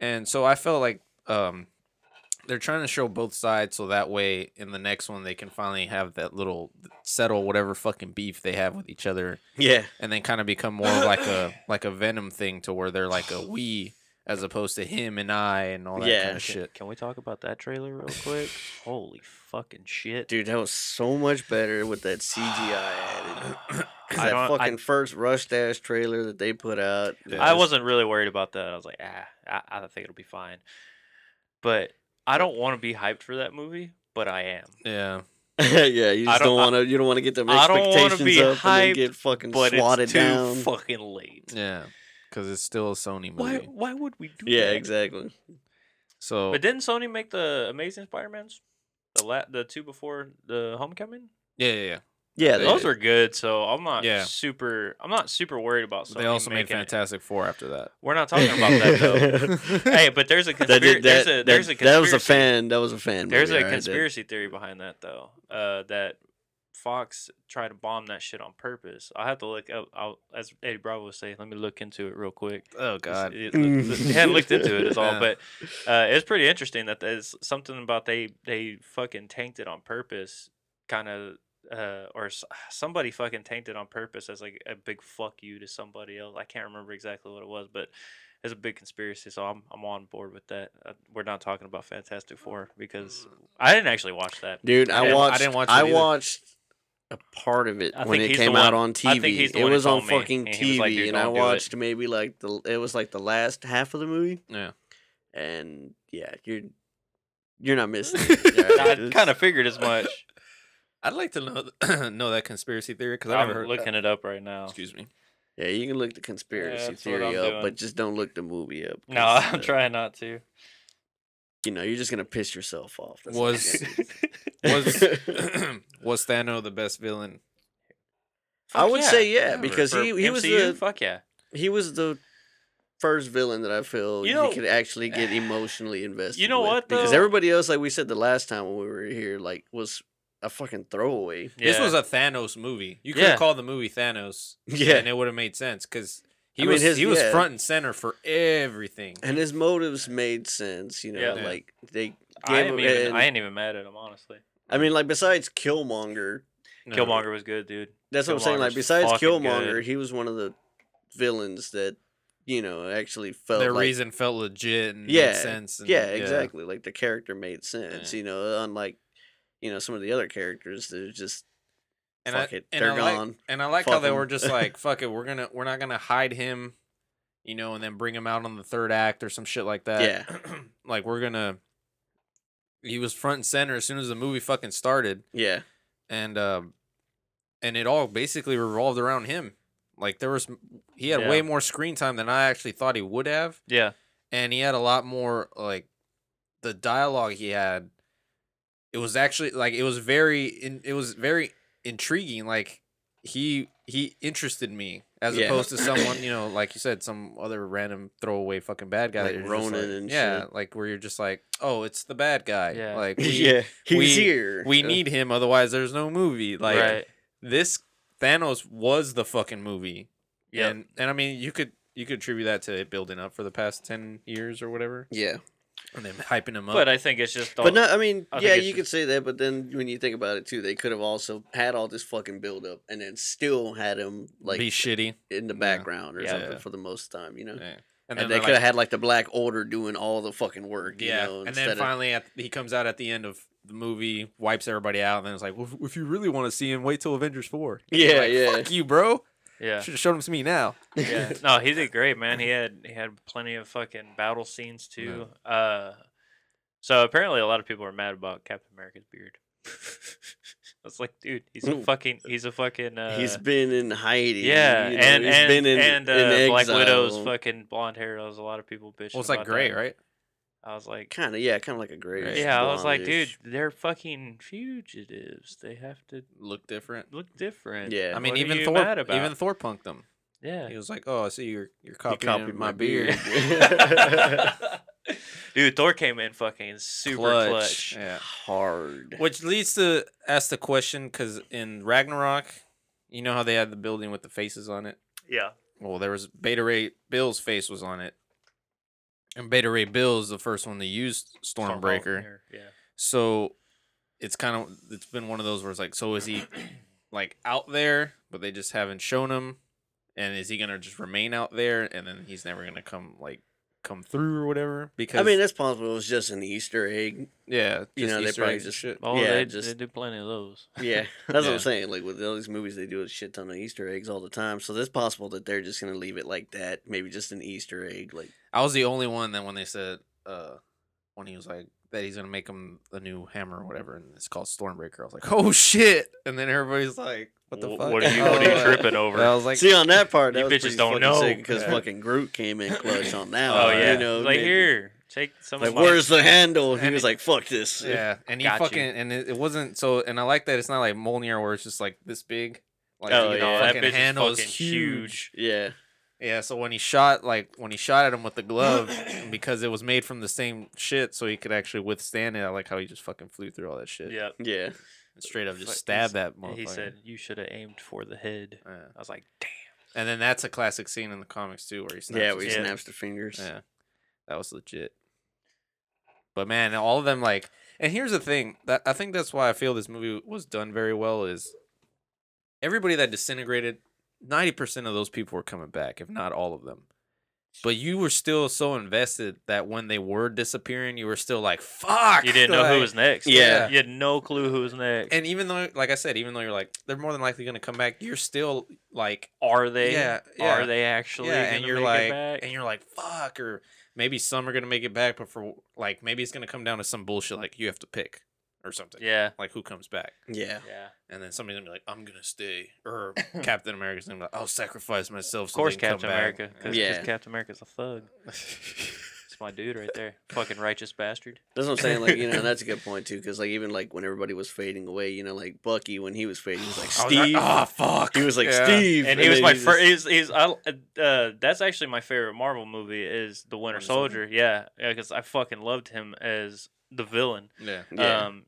[SPEAKER 1] And so I felt like um they're trying to show both sides so that way in the next one they can finally have that little settle whatever fucking beef they have with each other
[SPEAKER 2] yeah.
[SPEAKER 1] and then kind of become more of like a like a venom thing to where they're like a we as opposed to him and I and all that
[SPEAKER 2] Yeah.
[SPEAKER 1] kind of shit.
[SPEAKER 3] Can we talk about that trailer real quick? Holy fucking shit!
[SPEAKER 2] Dude, that was so much better with that CGI added. 'Cause
[SPEAKER 3] I
[SPEAKER 2] that
[SPEAKER 3] don't- I-
[SPEAKER 2] fucking first Rush Dash trailer that they put out.
[SPEAKER 1] Yeah.
[SPEAKER 3] I
[SPEAKER 2] was-
[SPEAKER 3] wasn't really worried about that. I was like, ah, I, I think it'll be fine. But I don't want to be hyped for that movie but I am.
[SPEAKER 1] Yeah.
[SPEAKER 2] yeah, you
[SPEAKER 3] I
[SPEAKER 2] just
[SPEAKER 3] don't-
[SPEAKER 2] don't want to. You don't want to get them
[SPEAKER 3] I don't wanna
[SPEAKER 2] expectations
[SPEAKER 3] be
[SPEAKER 2] up and then
[SPEAKER 3] hyped,
[SPEAKER 2] get fucking
[SPEAKER 3] But
[SPEAKER 2] swatted
[SPEAKER 3] it's too
[SPEAKER 2] down.
[SPEAKER 3] fucking late.
[SPEAKER 1] Yeah. Because it's still a Sony
[SPEAKER 3] Why?
[SPEAKER 1] movie.
[SPEAKER 3] Why would we do
[SPEAKER 2] yeah,
[SPEAKER 3] that?
[SPEAKER 2] exactly.
[SPEAKER 1] So
[SPEAKER 3] But didn't Sony make the Amazing Spider-Mans? The la- the two before the Homecoming?
[SPEAKER 1] yeah, yeah, yeah.
[SPEAKER 2] Yeah,
[SPEAKER 1] They
[SPEAKER 3] Those
[SPEAKER 1] did.
[SPEAKER 3] are good, so I'm not
[SPEAKER 1] Yeah.
[SPEAKER 3] super I'm not super worried about Sony
[SPEAKER 1] They also made
[SPEAKER 3] making it.
[SPEAKER 1] Fantastic Four after that.
[SPEAKER 3] We're not talking about that though. hey, but there's a
[SPEAKER 2] That,
[SPEAKER 3] conspiracy
[SPEAKER 2] did- that,
[SPEAKER 3] there's
[SPEAKER 2] that-
[SPEAKER 3] a there's a
[SPEAKER 2] that was
[SPEAKER 3] conspiracy.
[SPEAKER 2] a fan. That was a fan.
[SPEAKER 3] There's
[SPEAKER 2] movie, all
[SPEAKER 3] a
[SPEAKER 2] right, that-
[SPEAKER 3] conspiracy theory behind that though. Uh, that Fox tried to bomb that shit on purpose. I'll have to look up. I'll, as Eddie Bravo would say, let me look into it real quick.
[SPEAKER 1] oh
[SPEAKER 3] It's-
[SPEAKER 1] God.
[SPEAKER 3] it,
[SPEAKER 2] Mm.
[SPEAKER 3] look- they hadn't looked into it at all,
[SPEAKER 1] Yeah.
[SPEAKER 3] but uh, it's pretty interesting that there's something about they they fucking tanked it on purpose, kind of. Uh, or s- somebody fucking tanked it on purpose as like a big fuck you to somebody else. I can't remember exactly what it was, but it's a big conspiracy. So I'm I'm on board with that. Uh, we're not talking about Fantastic Four because I didn't actually watch that.
[SPEAKER 2] Dude,
[SPEAKER 1] I
[SPEAKER 2] I
[SPEAKER 1] didn't- I
[SPEAKER 2] watched. I,
[SPEAKER 1] didn't watch it either.
[SPEAKER 2] watched a part of it
[SPEAKER 3] I
[SPEAKER 2] when
[SPEAKER 3] think
[SPEAKER 2] it
[SPEAKER 3] he's the
[SPEAKER 2] came out
[SPEAKER 3] one-
[SPEAKER 2] on
[SPEAKER 3] I
[SPEAKER 2] TV.
[SPEAKER 3] think he's the
[SPEAKER 2] it
[SPEAKER 3] one who
[SPEAKER 2] was on
[SPEAKER 3] told me,
[SPEAKER 2] fucking
[SPEAKER 3] and he was
[SPEAKER 2] TV,
[SPEAKER 3] like, "Dude,
[SPEAKER 2] and I
[SPEAKER 3] don't do it."
[SPEAKER 2] watched maybe like the. It was like the last half of the movie.
[SPEAKER 1] Yeah.
[SPEAKER 2] And yeah, you're you're not missing. it, all right?
[SPEAKER 3] I
[SPEAKER 2] It's-
[SPEAKER 3] kind of figured as much.
[SPEAKER 1] I'd like to know th- know that conspiracy theory because I
[SPEAKER 3] I'm
[SPEAKER 1] never heard.
[SPEAKER 3] looking it up right now.
[SPEAKER 1] Excuse me.
[SPEAKER 2] Yeah, you can look the conspiracy
[SPEAKER 3] that's what
[SPEAKER 2] theory
[SPEAKER 3] I'm
[SPEAKER 2] up,
[SPEAKER 3] doing.
[SPEAKER 2] but just don't look the movie up.
[SPEAKER 3] No,
[SPEAKER 2] 'cause,
[SPEAKER 3] I'm
[SPEAKER 2] uh,
[SPEAKER 3] trying not to.
[SPEAKER 2] You know, you're just gonna piss yourself off. That's all you're
[SPEAKER 1] Was
[SPEAKER 2] gonna do.
[SPEAKER 1] was was Thanos the best villain?
[SPEAKER 2] I
[SPEAKER 3] Fuck
[SPEAKER 2] would
[SPEAKER 3] yeah.
[SPEAKER 2] say yeah,
[SPEAKER 1] yeah,
[SPEAKER 2] because
[SPEAKER 3] For
[SPEAKER 2] he he was
[SPEAKER 3] MCU?
[SPEAKER 2] the
[SPEAKER 3] fuck yeah.
[SPEAKER 2] he was the first villain that I feel
[SPEAKER 3] You
[SPEAKER 2] you,
[SPEAKER 3] know-
[SPEAKER 2] could actually get emotionally invested.
[SPEAKER 3] You know
[SPEAKER 2] with,
[SPEAKER 3] what,
[SPEAKER 2] Because
[SPEAKER 3] though?
[SPEAKER 2] everybody else, like we said the last time when we were here, like was a fucking throwaway.
[SPEAKER 1] This
[SPEAKER 3] Yeah.
[SPEAKER 1] was a Thanos movie. You could have
[SPEAKER 3] Yeah.
[SPEAKER 1] called the movie Thanos,
[SPEAKER 2] Yeah.
[SPEAKER 1] and it would have made sense because he
[SPEAKER 2] I mean,
[SPEAKER 1] was
[SPEAKER 2] his-
[SPEAKER 1] he was
[SPEAKER 2] yeah.
[SPEAKER 1] front and center for everything.
[SPEAKER 2] And his motives made sense, you know,
[SPEAKER 3] Yeah.
[SPEAKER 1] Yeah.
[SPEAKER 2] like they gave
[SPEAKER 3] I
[SPEAKER 2] him.
[SPEAKER 3] ain't, even,
[SPEAKER 2] and-
[SPEAKER 3] I ain't even mad at him, honestly.
[SPEAKER 2] I mean, like besides Killmonger,
[SPEAKER 1] No.
[SPEAKER 3] Killmonger was good, dude.
[SPEAKER 2] That's what I'm saying. Like
[SPEAKER 3] Killmonger's
[SPEAKER 2] besides
[SPEAKER 3] fucking
[SPEAKER 2] Killmonger,
[SPEAKER 3] good.
[SPEAKER 2] he was one of the villains that you know actually felt
[SPEAKER 1] Their
[SPEAKER 2] like,
[SPEAKER 1] reason felt legit and
[SPEAKER 2] Yeah,
[SPEAKER 1] made sense. And,
[SPEAKER 2] Yeah, exactly. Like the character made sense.
[SPEAKER 1] Yeah.
[SPEAKER 2] You know, unlike you know some of the other characters that are just
[SPEAKER 1] And
[SPEAKER 2] fuck
[SPEAKER 1] I,
[SPEAKER 2] it,
[SPEAKER 1] and
[SPEAKER 2] they're
[SPEAKER 1] I like,
[SPEAKER 2] gone.
[SPEAKER 1] And I like
[SPEAKER 2] Fuck
[SPEAKER 1] how they
[SPEAKER 2] him.
[SPEAKER 1] were just like, "Fuck it, we're gonna we're not gonna hide him," you know, and then bring him out on the third act or some shit like that. Yeah, like we're gonna. He was front and center as soon as the movie fucking started,
[SPEAKER 2] yeah,
[SPEAKER 1] and um, and it all basically revolved around him. Like there was, he had
[SPEAKER 3] Yeah.
[SPEAKER 1] way more screen time than I actually thought he would have
[SPEAKER 3] Yeah.
[SPEAKER 1] and he had a lot more like the dialogue he had it was actually like it was very in, it was very intriguing like he he interested me as
[SPEAKER 2] Yeah.
[SPEAKER 1] opposed to someone you know like you said some other random throwaway fucking bad guy
[SPEAKER 2] Like
[SPEAKER 1] that you're just
[SPEAKER 2] Ronin
[SPEAKER 1] like-
[SPEAKER 2] and
[SPEAKER 1] yeah
[SPEAKER 2] shit.
[SPEAKER 1] like where you're just like oh it's the bad guy
[SPEAKER 3] Yeah.
[SPEAKER 1] like we,
[SPEAKER 2] yeah. He's
[SPEAKER 1] we-
[SPEAKER 2] here.
[SPEAKER 1] we
[SPEAKER 2] Uh,
[SPEAKER 1] need him otherwise there's no movie like
[SPEAKER 3] right.
[SPEAKER 1] this Thanos was the fucking movie
[SPEAKER 3] Yeah.
[SPEAKER 1] and and I mean you could you could attribute that to it building up for the past 10 years or whatever
[SPEAKER 2] Yeah,
[SPEAKER 1] and then hyping him up.
[SPEAKER 3] But I think it's just. all-
[SPEAKER 2] but no, I mean,
[SPEAKER 3] I think
[SPEAKER 2] yeah,
[SPEAKER 3] it's
[SPEAKER 2] you could
[SPEAKER 3] just-
[SPEAKER 2] say that, but then when you think about it too, they could have also had all this fucking build up and then still had him like
[SPEAKER 1] be shitty.
[SPEAKER 2] in the
[SPEAKER 1] Yeah.
[SPEAKER 2] background or
[SPEAKER 3] Yeah.
[SPEAKER 2] something
[SPEAKER 1] Yeah.
[SPEAKER 2] for the most time, you know.
[SPEAKER 1] Yeah.
[SPEAKER 2] And,
[SPEAKER 1] then
[SPEAKER 2] they
[SPEAKER 1] they're
[SPEAKER 2] could have
[SPEAKER 1] like,
[SPEAKER 2] had like the Black Order doing all the fucking work, you
[SPEAKER 1] yeah.
[SPEAKER 2] know,
[SPEAKER 1] and
[SPEAKER 2] instead
[SPEAKER 1] then
[SPEAKER 2] of-
[SPEAKER 1] finally, at, he comes out at the end of the movie, wipes everybody out, and then it's like, well, if- if you really want to see him, wait till Avengers Four.
[SPEAKER 2] Yeah,
[SPEAKER 1] Like,
[SPEAKER 2] yeah.
[SPEAKER 1] Fuck you, bro.
[SPEAKER 3] yeah.
[SPEAKER 1] Should have shown him to me now.
[SPEAKER 3] yeah. No, he did great, man. He had he had plenty of fucking battle scenes too. Uh, so apparently a lot of people are mad about Captain America's beard. I was like, dude, he's a
[SPEAKER 2] Ooh.
[SPEAKER 3] fucking, he's a fucking. Uh,
[SPEAKER 2] he's been in hiding.
[SPEAKER 3] yeah,
[SPEAKER 2] you know,
[SPEAKER 3] and
[SPEAKER 2] he's
[SPEAKER 3] and,
[SPEAKER 2] been in,
[SPEAKER 3] and uh,
[SPEAKER 2] in
[SPEAKER 3] Black
[SPEAKER 2] exile.
[SPEAKER 3] Widow's fucking blonde hair. There was a lot of people bitching.
[SPEAKER 1] Well, it's like
[SPEAKER 3] about
[SPEAKER 1] gray,
[SPEAKER 3] that.
[SPEAKER 1] right?
[SPEAKER 3] I was like,
[SPEAKER 2] Kind of, yeah, kind of like a gray.
[SPEAKER 3] yeah. I was like, dude, they're fucking fugitives. They have to
[SPEAKER 1] Look different.
[SPEAKER 3] look different.
[SPEAKER 2] Yeah.
[SPEAKER 1] I mean,
[SPEAKER 3] What are
[SPEAKER 1] even
[SPEAKER 3] you
[SPEAKER 1] Thor,
[SPEAKER 3] mad about?
[SPEAKER 1] even Thor punked him.
[SPEAKER 3] yeah.
[SPEAKER 1] He was like, "Oh, I see you're you're
[SPEAKER 2] You
[SPEAKER 1] copying
[SPEAKER 2] copied
[SPEAKER 1] my, beard."
[SPEAKER 3] Dude, Thor came in fucking super clutch.
[SPEAKER 1] Yeah.
[SPEAKER 2] hard.
[SPEAKER 1] Which leads to ask the question because in Ragnarok, you know how they had the building with the faces on it.
[SPEAKER 3] Yeah.
[SPEAKER 1] well, there was Beta Ray Bill's face was on it, and Beta Ray Bill's the first one to use
[SPEAKER 3] Storm-
[SPEAKER 2] Oh,
[SPEAKER 1] Stormbreaker.
[SPEAKER 3] Yeah.
[SPEAKER 1] So it's kind of it's been one of those where it's like, so is he like out there, but they just haven't shown him, and is he gonna just remain out there, and then he's never gonna come like come through or whatever? Because
[SPEAKER 2] I mean, that's possible. It was just an Easter egg.
[SPEAKER 1] yeah,
[SPEAKER 2] you
[SPEAKER 1] just
[SPEAKER 2] know, they
[SPEAKER 1] Easter
[SPEAKER 2] probably
[SPEAKER 1] eggs and
[SPEAKER 2] just-
[SPEAKER 1] shit.
[SPEAKER 3] Oh,
[SPEAKER 2] Yeah,
[SPEAKER 3] they,
[SPEAKER 2] just-
[SPEAKER 3] they do plenty of those.
[SPEAKER 2] Yeah, that's what
[SPEAKER 1] Yeah.
[SPEAKER 2] I'm saying. Like with all these movies, they do a shit ton of Easter eggs all the time. So it's possible that they're just gonna leave it like that. Maybe just an Easter egg. Like
[SPEAKER 1] I was the only one that when they said uh when he was like that he's gonna make him a new hammer or whatever, and it's called Stormbreaker. I was like, oh shit! And then everybody's like, what the
[SPEAKER 3] Wh-
[SPEAKER 1] fuck? Oh,
[SPEAKER 3] What are you,
[SPEAKER 1] I
[SPEAKER 3] what are you
[SPEAKER 1] was like-
[SPEAKER 3] tripping over?
[SPEAKER 1] I was like,
[SPEAKER 2] See on that part, that
[SPEAKER 3] You
[SPEAKER 2] was
[SPEAKER 3] bitches
[SPEAKER 2] pretty
[SPEAKER 3] don't
[SPEAKER 2] fucking
[SPEAKER 3] know.
[SPEAKER 2] sick because
[SPEAKER 1] Yeah.
[SPEAKER 2] fucking Groot came in clutch on that.
[SPEAKER 3] oh,
[SPEAKER 2] one,
[SPEAKER 3] yeah.
[SPEAKER 2] you know,
[SPEAKER 3] like,
[SPEAKER 2] made-
[SPEAKER 3] here, take some
[SPEAKER 2] like
[SPEAKER 3] of mine.
[SPEAKER 2] where's the handle? He
[SPEAKER 1] And
[SPEAKER 2] was
[SPEAKER 1] it-
[SPEAKER 2] like, "Fuck this."
[SPEAKER 1] yeah, and he
[SPEAKER 3] Got you.
[SPEAKER 1] fucking and it, it wasn't so. And I like that it's not like Mjolnir where it's just like this big. Like,
[SPEAKER 2] Oh,
[SPEAKER 1] you know,
[SPEAKER 2] yeah.
[SPEAKER 3] That
[SPEAKER 1] fucking
[SPEAKER 3] bitch is
[SPEAKER 1] handle is
[SPEAKER 3] fucking
[SPEAKER 1] huge.
[SPEAKER 3] huge.
[SPEAKER 2] yeah.
[SPEAKER 1] Yeah, so when he shot like when he shot at him with the glove because it was made from the same shit so he could actually withstand it. I like how he just fucking flew through all that shit.
[SPEAKER 3] Yep.
[SPEAKER 2] yeah.
[SPEAKER 1] And straight up
[SPEAKER 3] Fuck,
[SPEAKER 1] just stabbed that motherfucker.
[SPEAKER 3] He said, You should have aimed for the head.
[SPEAKER 1] Yeah.
[SPEAKER 3] I was like, Damn.
[SPEAKER 1] And then that's a classic scene in the comics too where he snaps.
[SPEAKER 2] Yeah,
[SPEAKER 1] his
[SPEAKER 2] where he
[SPEAKER 3] Yeah.
[SPEAKER 1] finger.
[SPEAKER 2] snaps the fingers.
[SPEAKER 1] Yeah. That was legit. But man, all of them like and here's the thing that I think that's why I feel this movie was done very well is everybody that disintegrated, 90% of those people were coming back, if not all of them. But you were still so invested that when they were disappearing, you were still like, fuck.
[SPEAKER 3] You didn't know who
[SPEAKER 1] like-
[SPEAKER 3] was next.
[SPEAKER 2] Yeah.
[SPEAKER 3] You had no clue who was next.
[SPEAKER 1] And even though, like I said, even though you're like, they're more than likely going to come back, you're still like,
[SPEAKER 3] are they?
[SPEAKER 1] Yeah, yeah.
[SPEAKER 3] Are they actually?
[SPEAKER 1] yeah, and
[SPEAKER 3] gonna
[SPEAKER 1] you're
[SPEAKER 3] make it
[SPEAKER 1] like,
[SPEAKER 3] back?
[SPEAKER 1] and you're like, fuck, or maybe some are gonna make it back, but for like, maybe it's gonna come down to some bullshit, like you have to pick or something.
[SPEAKER 3] yeah.
[SPEAKER 1] Like who comes back,
[SPEAKER 2] Yeah.
[SPEAKER 3] Yeah.
[SPEAKER 1] and then somebody's gonna be like, I'm gonna stay, or Captain America's gonna be like, I'll sacrifice myself.
[SPEAKER 3] Of
[SPEAKER 1] so
[SPEAKER 3] course,
[SPEAKER 1] they can come
[SPEAKER 3] Captain
[SPEAKER 1] back."
[SPEAKER 3] America. Because
[SPEAKER 2] Yeah.
[SPEAKER 3] Captain America's a thug. It's my dude right there. Fucking righteous bastard.
[SPEAKER 2] That's what I'm saying. Like, you know, and that's a good point too, because like even like when everybody was fading away, you know, like Bucky when he was fading, he was like
[SPEAKER 1] I was like,
[SPEAKER 2] Steve.
[SPEAKER 1] oh fuck.
[SPEAKER 2] He was like
[SPEAKER 1] Yeah.
[SPEAKER 2] Steve,
[SPEAKER 3] And he was
[SPEAKER 2] then
[SPEAKER 3] my
[SPEAKER 2] just-
[SPEAKER 3] first. He's he's. I, uh, that's actually my favorite Marvel movie is The Winter
[SPEAKER 1] Winter Soldier?
[SPEAKER 3] Soldier. Yeah, because I fucking loved him as the villain.
[SPEAKER 1] Yeah.
[SPEAKER 2] Yeah.
[SPEAKER 3] Um,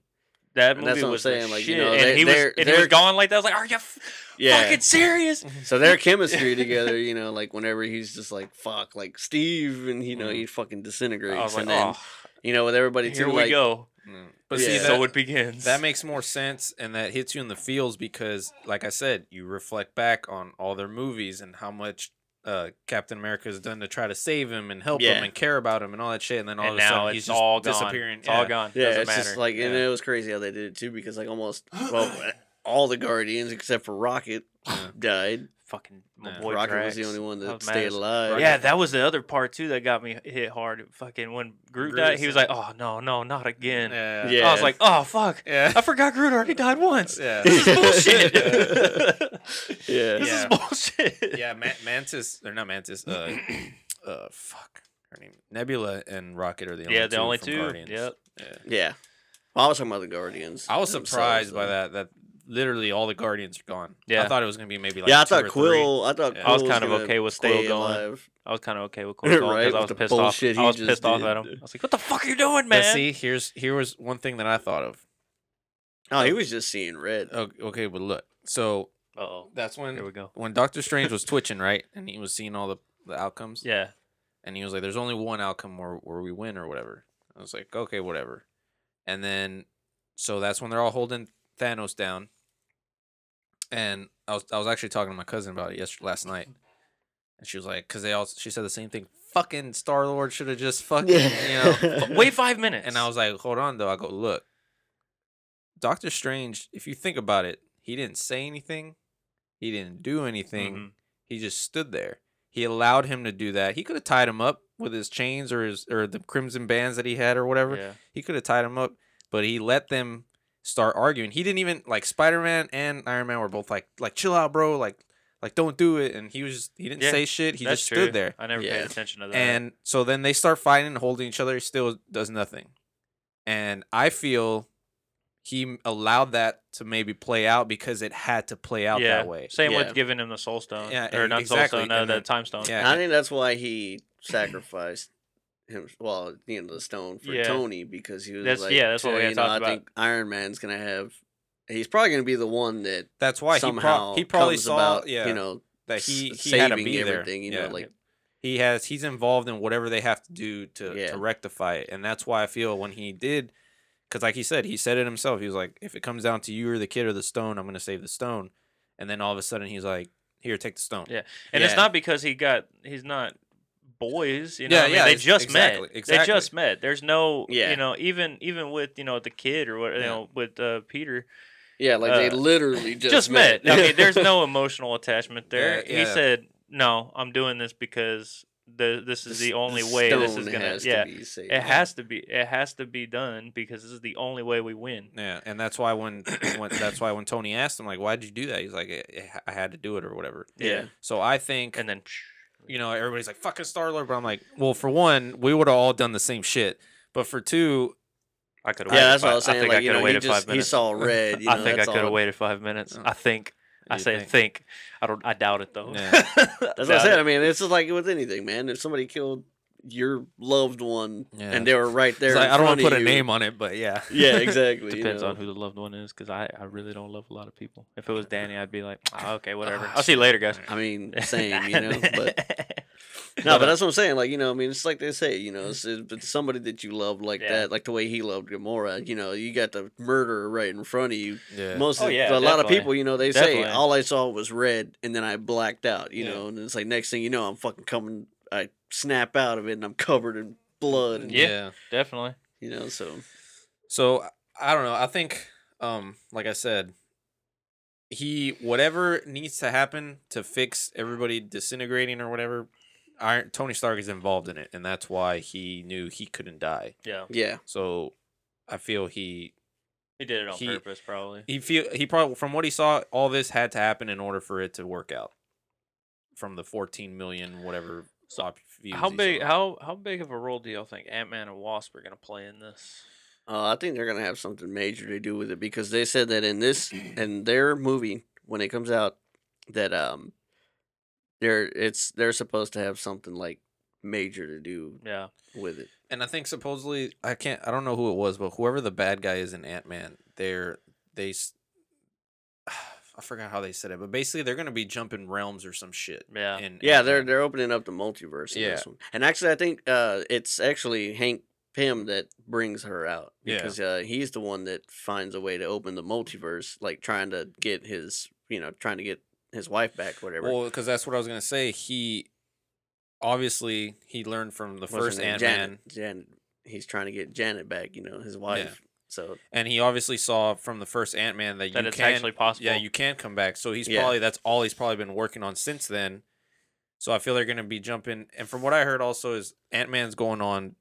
[SPEAKER 3] that
[SPEAKER 2] And
[SPEAKER 3] movie
[SPEAKER 2] that's what I'm
[SPEAKER 3] was
[SPEAKER 2] saying,
[SPEAKER 3] the
[SPEAKER 2] like, you
[SPEAKER 3] shit,
[SPEAKER 2] know,
[SPEAKER 3] and
[SPEAKER 2] they-
[SPEAKER 3] he was
[SPEAKER 2] they're-
[SPEAKER 3] and he was
[SPEAKER 2] they're-
[SPEAKER 3] gone like that. I was like, "Are you f-
[SPEAKER 2] Yeah.
[SPEAKER 3] fucking serious?"
[SPEAKER 2] so their chemistry together, you know, like whenever he's just like fuck, like Steve, and you know
[SPEAKER 1] Mhm.
[SPEAKER 2] he fucking
[SPEAKER 3] Mm-hmm. I
[SPEAKER 2] disintegrates,
[SPEAKER 3] was like,
[SPEAKER 2] and then
[SPEAKER 3] "Oh,
[SPEAKER 2] you know with everybody
[SPEAKER 3] here
[SPEAKER 2] too,
[SPEAKER 3] we
[SPEAKER 2] like
[SPEAKER 3] go."
[SPEAKER 1] Mm. But
[SPEAKER 2] Yeah.
[SPEAKER 1] see, that,
[SPEAKER 3] so it begins.
[SPEAKER 1] that makes more sense and that hits you in the feels because like i said you reflect back on all their movies and how much uh, captain america has done to try to save him and help
[SPEAKER 2] Yeah.
[SPEAKER 1] him and care about him and all that shit and then all
[SPEAKER 3] and
[SPEAKER 1] of a
[SPEAKER 3] now
[SPEAKER 1] sudden
[SPEAKER 3] it's
[SPEAKER 1] he's just
[SPEAKER 3] all gone.
[SPEAKER 1] disappearing
[SPEAKER 3] It's all gone.
[SPEAKER 2] yeah,
[SPEAKER 3] Doesn't
[SPEAKER 2] it's
[SPEAKER 3] matter.
[SPEAKER 2] just like and
[SPEAKER 1] Yeah.
[SPEAKER 2] it was crazy how they did it too, because like almost well all the Guardians except for Rocket
[SPEAKER 1] Yeah.
[SPEAKER 2] died.
[SPEAKER 3] fucking my
[SPEAKER 1] Yeah.
[SPEAKER 3] boy
[SPEAKER 2] Rocket was
[SPEAKER 3] Drax.
[SPEAKER 2] the only one
[SPEAKER 3] I
[SPEAKER 2] that
[SPEAKER 3] was mad
[SPEAKER 2] stayed
[SPEAKER 3] as-
[SPEAKER 2] alive.
[SPEAKER 3] Yeah, that was the other part too that got me hit hard. Fucking when Groot,
[SPEAKER 1] Groot
[SPEAKER 3] died,
[SPEAKER 1] is
[SPEAKER 3] he was
[SPEAKER 1] dead.
[SPEAKER 3] like, "Oh no, no, not again."
[SPEAKER 1] yeah
[SPEAKER 2] Yeah.
[SPEAKER 3] I was like, "Oh fuck,
[SPEAKER 1] yeah
[SPEAKER 3] I forgot Groot already died once.
[SPEAKER 1] yeah
[SPEAKER 3] This is bullshit.
[SPEAKER 2] yeah.
[SPEAKER 3] This
[SPEAKER 1] Yeah.
[SPEAKER 3] is bullshit."
[SPEAKER 1] yeah Ma- mantis or not mantis uh uh fuck her name nebula and rocket are the only
[SPEAKER 3] Yeah,
[SPEAKER 1] two
[SPEAKER 3] the only
[SPEAKER 1] from
[SPEAKER 3] two.
[SPEAKER 1] Guardians.
[SPEAKER 3] Yep.
[SPEAKER 1] yeah
[SPEAKER 2] Yeah. Well, I was talking about the Guardians.
[SPEAKER 1] i was
[SPEAKER 2] themselves,
[SPEAKER 1] surprised by
[SPEAKER 2] though.
[SPEAKER 1] that that literally all the guardians are gone
[SPEAKER 3] Yeah.
[SPEAKER 1] i thought it was gonna be maybe like
[SPEAKER 2] yeah, I
[SPEAKER 1] two
[SPEAKER 2] thought
[SPEAKER 1] or three.
[SPEAKER 2] Quill. I thought
[SPEAKER 1] Yeah.
[SPEAKER 2] Quill
[SPEAKER 1] I
[SPEAKER 3] was kind of
[SPEAKER 2] gonna
[SPEAKER 3] okay with
[SPEAKER 2] stay
[SPEAKER 3] Quill going.
[SPEAKER 2] alive.
[SPEAKER 3] I was kind of okay with Quill
[SPEAKER 2] Right,
[SPEAKER 3] because I
[SPEAKER 2] with
[SPEAKER 3] was
[SPEAKER 2] the
[SPEAKER 3] pissed off.
[SPEAKER 2] bullshit
[SPEAKER 3] I
[SPEAKER 2] he
[SPEAKER 3] was
[SPEAKER 2] just
[SPEAKER 3] pissed off
[SPEAKER 2] did.
[SPEAKER 3] at him. I was like, "What the fuck are you doing,
[SPEAKER 1] Now,
[SPEAKER 3] man?"
[SPEAKER 1] see, here's here was one thing that I thought of.
[SPEAKER 2] Oh, he was just seeing red.
[SPEAKER 1] O- Okay, but look, so
[SPEAKER 3] Oh,
[SPEAKER 1] that's
[SPEAKER 3] here we
[SPEAKER 1] when
[SPEAKER 3] go.
[SPEAKER 1] when Doctor Strange was twitching, right? And he was seeing all the the outcomes.
[SPEAKER 3] Yeah,
[SPEAKER 1] And he was like, "There's only one outcome where where we win or whatever." I was like, "Okay, whatever." And then, so that's when they're all holding Thanos down. And I was I was actually talking to my cousin about it yesterday last night, and she was like, "Cause they all she said the same thing. Fucking Star Lord should have just fucking you know
[SPEAKER 3] But wait five minutes,
[SPEAKER 1] And I was like, hold on, though. I go, look, Doctor Strange, if you think about it, he didn't say anything, he didn't do anything,
[SPEAKER 3] Mhm.
[SPEAKER 1] he just stood there. He allowed him to do that. He could have tied him up with his chains or his or the crimson bands that he had or whatever.
[SPEAKER 3] Yeah.
[SPEAKER 1] He could have tied him up, but he let them start arguing. He didn't even like Spider Man and Iron Man were both like like chill out, bro, like like don't do it. And he was just he didn't
[SPEAKER 3] Yeah,
[SPEAKER 1] say shit. He
[SPEAKER 3] That's
[SPEAKER 1] just
[SPEAKER 3] true.
[SPEAKER 1] stood there.
[SPEAKER 3] I never
[SPEAKER 2] Yeah.
[SPEAKER 3] paid attention to that.
[SPEAKER 1] And so then they start fighting and holding each other. He still does nothing. And I feel he m- allowed that to maybe play out because it had to play out
[SPEAKER 3] yeah.
[SPEAKER 1] that way.
[SPEAKER 3] Same
[SPEAKER 2] Yeah.
[SPEAKER 3] with giving him the soul stone.
[SPEAKER 1] Yeah,
[SPEAKER 3] or
[SPEAKER 1] e-
[SPEAKER 3] not
[SPEAKER 1] exactly,
[SPEAKER 3] soul stone, no,
[SPEAKER 1] and
[SPEAKER 3] the
[SPEAKER 1] then-
[SPEAKER 3] time stone.
[SPEAKER 1] Yeah.
[SPEAKER 2] I think that's why he sacrificed him. Well, you know, the stone for
[SPEAKER 3] Yeah.
[SPEAKER 2] Tony because he was
[SPEAKER 3] That's-
[SPEAKER 2] like,
[SPEAKER 3] yeah, that's what we
[SPEAKER 2] "Hey,
[SPEAKER 3] had
[SPEAKER 2] you know,
[SPEAKER 3] talked
[SPEAKER 2] I
[SPEAKER 3] about."
[SPEAKER 2] think Iron Man's gonna have. He's probably gonna be the one that
[SPEAKER 1] That's why he,
[SPEAKER 2] somehow
[SPEAKER 1] pro- he probably
[SPEAKER 2] comes
[SPEAKER 1] saw
[SPEAKER 2] about,
[SPEAKER 1] yeah,
[SPEAKER 2] you know,
[SPEAKER 1] that he,
[SPEAKER 2] s-
[SPEAKER 1] he had to
[SPEAKER 2] saving
[SPEAKER 1] be there.
[SPEAKER 2] everything, you know,
[SPEAKER 1] yeah.
[SPEAKER 2] like
[SPEAKER 1] he has he's involved in whatever they have to do to,
[SPEAKER 2] Yeah.
[SPEAKER 1] to rectify it. And that's why I feel when he did because like he said, he said it himself. He was like, if it comes down to you or the kid or the stone, I'm gonna save the stone. And then all of a sudden he's like, Here, take the stone.
[SPEAKER 3] Yeah. And it's
[SPEAKER 2] Yeah.
[SPEAKER 3] not because he got he's not boys, you know.
[SPEAKER 1] Yeah,
[SPEAKER 3] what I mean,
[SPEAKER 1] yeah,
[SPEAKER 3] they
[SPEAKER 1] ex-
[SPEAKER 3] just
[SPEAKER 1] exactly,
[SPEAKER 3] met.
[SPEAKER 1] exactly.
[SPEAKER 3] They just met. There's no,
[SPEAKER 2] Yeah.
[SPEAKER 3] you know, even even with you know the kid or what you
[SPEAKER 1] Yeah.
[SPEAKER 3] know with uh, Peter,
[SPEAKER 2] yeah, like they
[SPEAKER 3] uh,
[SPEAKER 2] literally just,
[SPEAKER 3] just, met. I mean, there's no emotional attachment there.
[SPEAKER 1] Yeah,
[SPEAKER 3] He
[SPEAKER 1] yeah.
[SPEAKER 3] said, "No, I'm doing this because the, this is the only way this is
[SPEAKER 2] stone
[SPEAKER 3] gonna
[SPEAKER 2] has to
[SPEAKER 3] yeah
[SPEAKER 2] be saved.
[SPEAKER 3] it has to be it has to be done because this is the only way we win
[SPEAKER 1] Yeah, and that's why when, when that's why when Tony asked him like, "Why'd you do that?" He's like, "I- "I had to do it" or whatever.
[SPEAKER 2] Yeah.
[SPEAKER 1] So I think,
[SPEAKER 3] and then
[SPEAKER 1] you know, everybody's like, "Fucking Star Lord," but I'm like, well, for one, we would have all done the same shit, but for two,
[SPEAKER 3] I could
[SPEAKER 2] yeah,
[SPEAKER 3] have waited.
[SPEAKER 2] that's what
[SPEAKER 3] five-
[SPEAKER 2] I was saying.
[SPEAKER 3] think I
[SPEAKER 2] like
[SPEAKER 3] could
[SPEAKER 2] you know,
[SPEAKER 3] have
[SPEAKER 2] he
[SPEAKER 3] waited
[SPEAKER 2] just
[SPEAKER 3] five
[SPEAKER 2] he
[SPEAKER 3] minutes.
[SPEAKER 2] saw red. You know,
[SPEAKER 3] I think I
[SPEAKER 2] that's
[SPEAKER 3] could have
[SPEAKER 2] all.
[SPEAKER 3] waited five minutes.
[SPEAKER 1] Oh.
[SPEAKER 3] I think. I
[SPEAKER 1] You
[SPEAKER 3] say
[SPEAKER 1] think?
[SPEAKER 3] think. I don't. I doubt it though.
[SPEAKER 1] Yeah.
[SPEAKER 2] That's what I
[SPEAKER 3] Doubt
[SPEAKER 2] said.
[SPEAKER 3] it.
[SPEAKER 2] I mean, it's just like with anything, man. If somebody killed your loved one
[SPEAKER 1] Yeah.
[SPEAKER 2] and they were right there,
[SPEAKER 1] it's like,
[SPEAKER 2] in
[SPEAKER 1] I don't want
[SPEAKER 2] front
[SPEAKER 1] to
[SPEAKER 2] of
[SPEAKER 1] put a
[SPEAKER 2] you-
[SPEAKER 1] name on it, but yeah,
[SPEAKER 2] Yeah, exactly. you
[SPEAKER 3] Depends
[SPEAKER 2] know.
[SPEAKER 3] on who the loved one is, because I, I really don't love a lot of people. If it was Danny, I'd be like, "Ah, okay, whatever. I'll see you later, guys.
[SPEAKER 2] I mean, same, you know. But no, but that's what I'm saying. Like, you know, I mean, it's like they say, you know, it's, it's somebody that you love like
[SPEAKER 3] Yeah.
[SPEAKER 2] that, like the way he loved Gamora. You know, you got the murderer right in front of you.
[SPEAKER 1] yeah.
[SPEAKER 2] Most,
[SPEAKER 3] Oh,
[SPEAKER 2] of,
[SPEAKER 3] yeah,
[SPEAKER 2] a lot of
[SPEAKER 3] definitely.
[SPEAKER 2] people, you know, they
[SPEAKER 3] Definitely.
[SPEAKER 2] say all I saw was red, and then I blacked out. You
[SPEAKER 1] Yeah.
[SPEAKER 2] know, and it's like next thing you know, I'm fucking coming. I snap out of it, and I'm covered in blood. And,
[SPEAKER 3] Yeah. Definitely.
[SPEAKER 2] you know, so
[SPEAKER 1] So I- I don't know. I think, um, like I said, he whatever needs to happen to fix everybody disintegrating or whatever. Iron Tony Stark is involved in it, and that's why he knew he couldn't die.
[SPEAKER 3] Yeah.
[SPEAKER 2] yeah,
[SPEAKER 1] So I feel he
[SPEAKER 3] He did it on
[SPEAKER 1] He-
[SPEAKER 3] purpose, probably.
[SPEAKER 1] he feel he probably from what he saw, all this had to happen in order for it to work out. From the 14 million whatever stop views.
[SPEAKER 3] How
[SPEAKER 1] he
[SPEAKER 3] big?
[SPEAKER 1] saw.
[SPEAKER 3] How how big of a role do y'all think Ant Man and Wasp are gonna play in this?
[SPEAKER 2] Uh, I think they're gonna have something major to do with it because they said that in this in their movie when it comes out that um they're it's they're supposed to have something like major to do
[SPEAKER 3] Yeah.
[SPEAKER 2] with it.
[SPEAKER 1] And I think supposedly I can't I don't know who it was, but whoever the bad guy is in Ant Man, they're they s- I forgot how they said it, but basically they're gonna be jumping realms or some shit.
[SPEAKER 3] Yeah.
[SPEAKER 1] in
[SPEAKER 2] Yeah, they're
[SPEAKER 1] Ant-Man.
[SPEAKER 2] they're opening up the multiverse in
[SPEAKER 1] Yeah.
[SPEAKER 2] this one. And actually, I think uh, it's actually Hank Pym that brings her out
[SPEAKER 1] Yeah.
[SPEAKER 2] because uh, he's the one that finds a way to open the multiverse, like trying to get his you know trying to get his wife back, whatever.
[SPEAKER 1] well because that's what I was gonna say. He obviously he learned from the
[SPEAKER 2] What's her
[SPEAKER 1] first
[SPEAKER 2] name?
[SPEAKER 1] Ant Man,
[SPEAKER 2] Janet, Janet. He's trying to get Janet back, you know, his wife. So
[SPEAKER 1] and he obviously saw from the first Ant Man that,
[SPEAKER 3] That
[SPEAKER 1] you
[SPEAKER 3] it's
[SPEAKER 1] can
[SPEAKER 3] actually possible.
[SPEAKER 1] yeah you can come back. So he's
[SPEAKER 2] Yeah.
[SPEAKER 1] probably that's all he's probably been working on since then. So I feel they're gonna be jumping. And from what I heard also is Ant Man's going on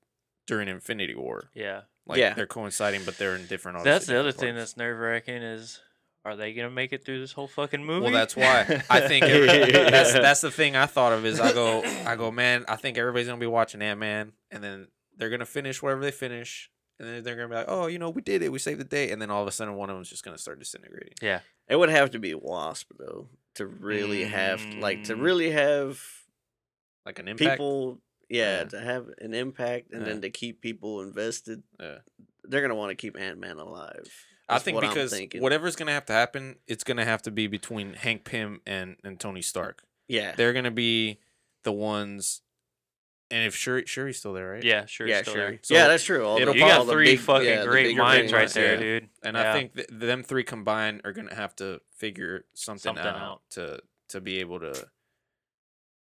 [SPEAKER 1] during Infinity War.
[SPEAKER 3] Yeah.
[SPEAKER 1] Like
[SPEAKER 2] Yeah.
[SPEAKER 1] they're coinciding, but they're in different.
[SPEAKER 3] That's
[SPEAKER 1] obviously
[SPEAKER 3] the other
[SPEAKER 1] different
[SPEAKER 3] thing
[SPEAKER 1] parts.
[SPEAKER 3] that's nerve wracking is, are they gonna make it through this whole fucking movie?
[SPEAKER 1] well, that's why I think every- that's that's the thing I thought of is I go I go man I think everybody's gonna be watching Ant Man and then they're gonna finish whatever they finish and then they're gonna be like oh you know we did it we saved the day and then all of a sudden one of them's just gonna start disintegrating.
[SPEAKER 3] yeah.
[SPEAKER 2] it would have to be Wasp though to really have like to
[SPEAKER 3] Mm.
[SPEAKER 2] really have
[SPEAKER 1] Like an impact.
[SPEAKER 2] people yeah,
[SPEAKER 1] Yeah.
[SPEAKER 2] to have an impact and
[SPEAKER 1] Yeah.
[SPEAKER 2] then to keep people invested.
[SPEAKER 1] Yeah.
[SPEAKER 2] They're gonna want to keep Ant Man alive.
[SPEAKER 1] I
[SPEAKER 2] That's
[SPEAKER 1] think
[SPEAKER 2] what I'm
[SPEAKER 1] because
[SPEAKER 2] thinking.
[SPEAKER 1] whatever's gonna have to happen, it's gonna have to be between Hank Pym and and Tony Stark.
[SPEAKER 2] Yeah.
[SPEAKER 1] They're gonna be the ones, and if Shuri Shuri's still there, right?
[SPEAKER 3] Yeah. Sure.
[SPEAKER 2] yeah,
[SPEAKER 3] still
[SPEAKER 2] sure.
[SPEAKER 3] there.
[SPEAKER 1] So
[SPEAKER 2] yeah, that's true. All
[SPEAKER 1] it'll
[SPEAKER 2] the,
[SPEAKER 3] You
[SPEAKER 2] all
[SPEAKER 3] got
[SPEAKER 2] the
[SPEAKER 3] three
[SPEAKER 2] big-
[SPEAKER 3] fucking
[SPEAKER 2] yeah, the
[SPEAKER 3] great
[SPEAKER 2] bigger
[SPEAKER 3] minds right
[SPEAKER 2] brands,
[SPEAKER 3] there,
[SPEAKER 1] yeah.
[SPEAKER 3] dude.
[SPEAKER 1] And
[SPEAKER 3] Yeah.
[SPEAKER 1] I think th- them three combined are gonna have to figure something,
[SPEAKER 3] Something
[SPEAKER 1] out,
[SPEAKER 3] out.
[SPEAKER 1] to to be able to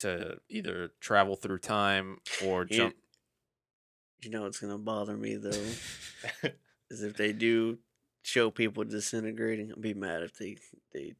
[SPEAKER 1] to either travel through time or
[SPEAKER 2] You-
[SPEAKER 1] jump.
[SPEAKER 2] You know what's gonna bother me though
[SPEAKER 3] Oh,
[SPEAKER 2] is if they do show people disintegrating. I'll be mad if they they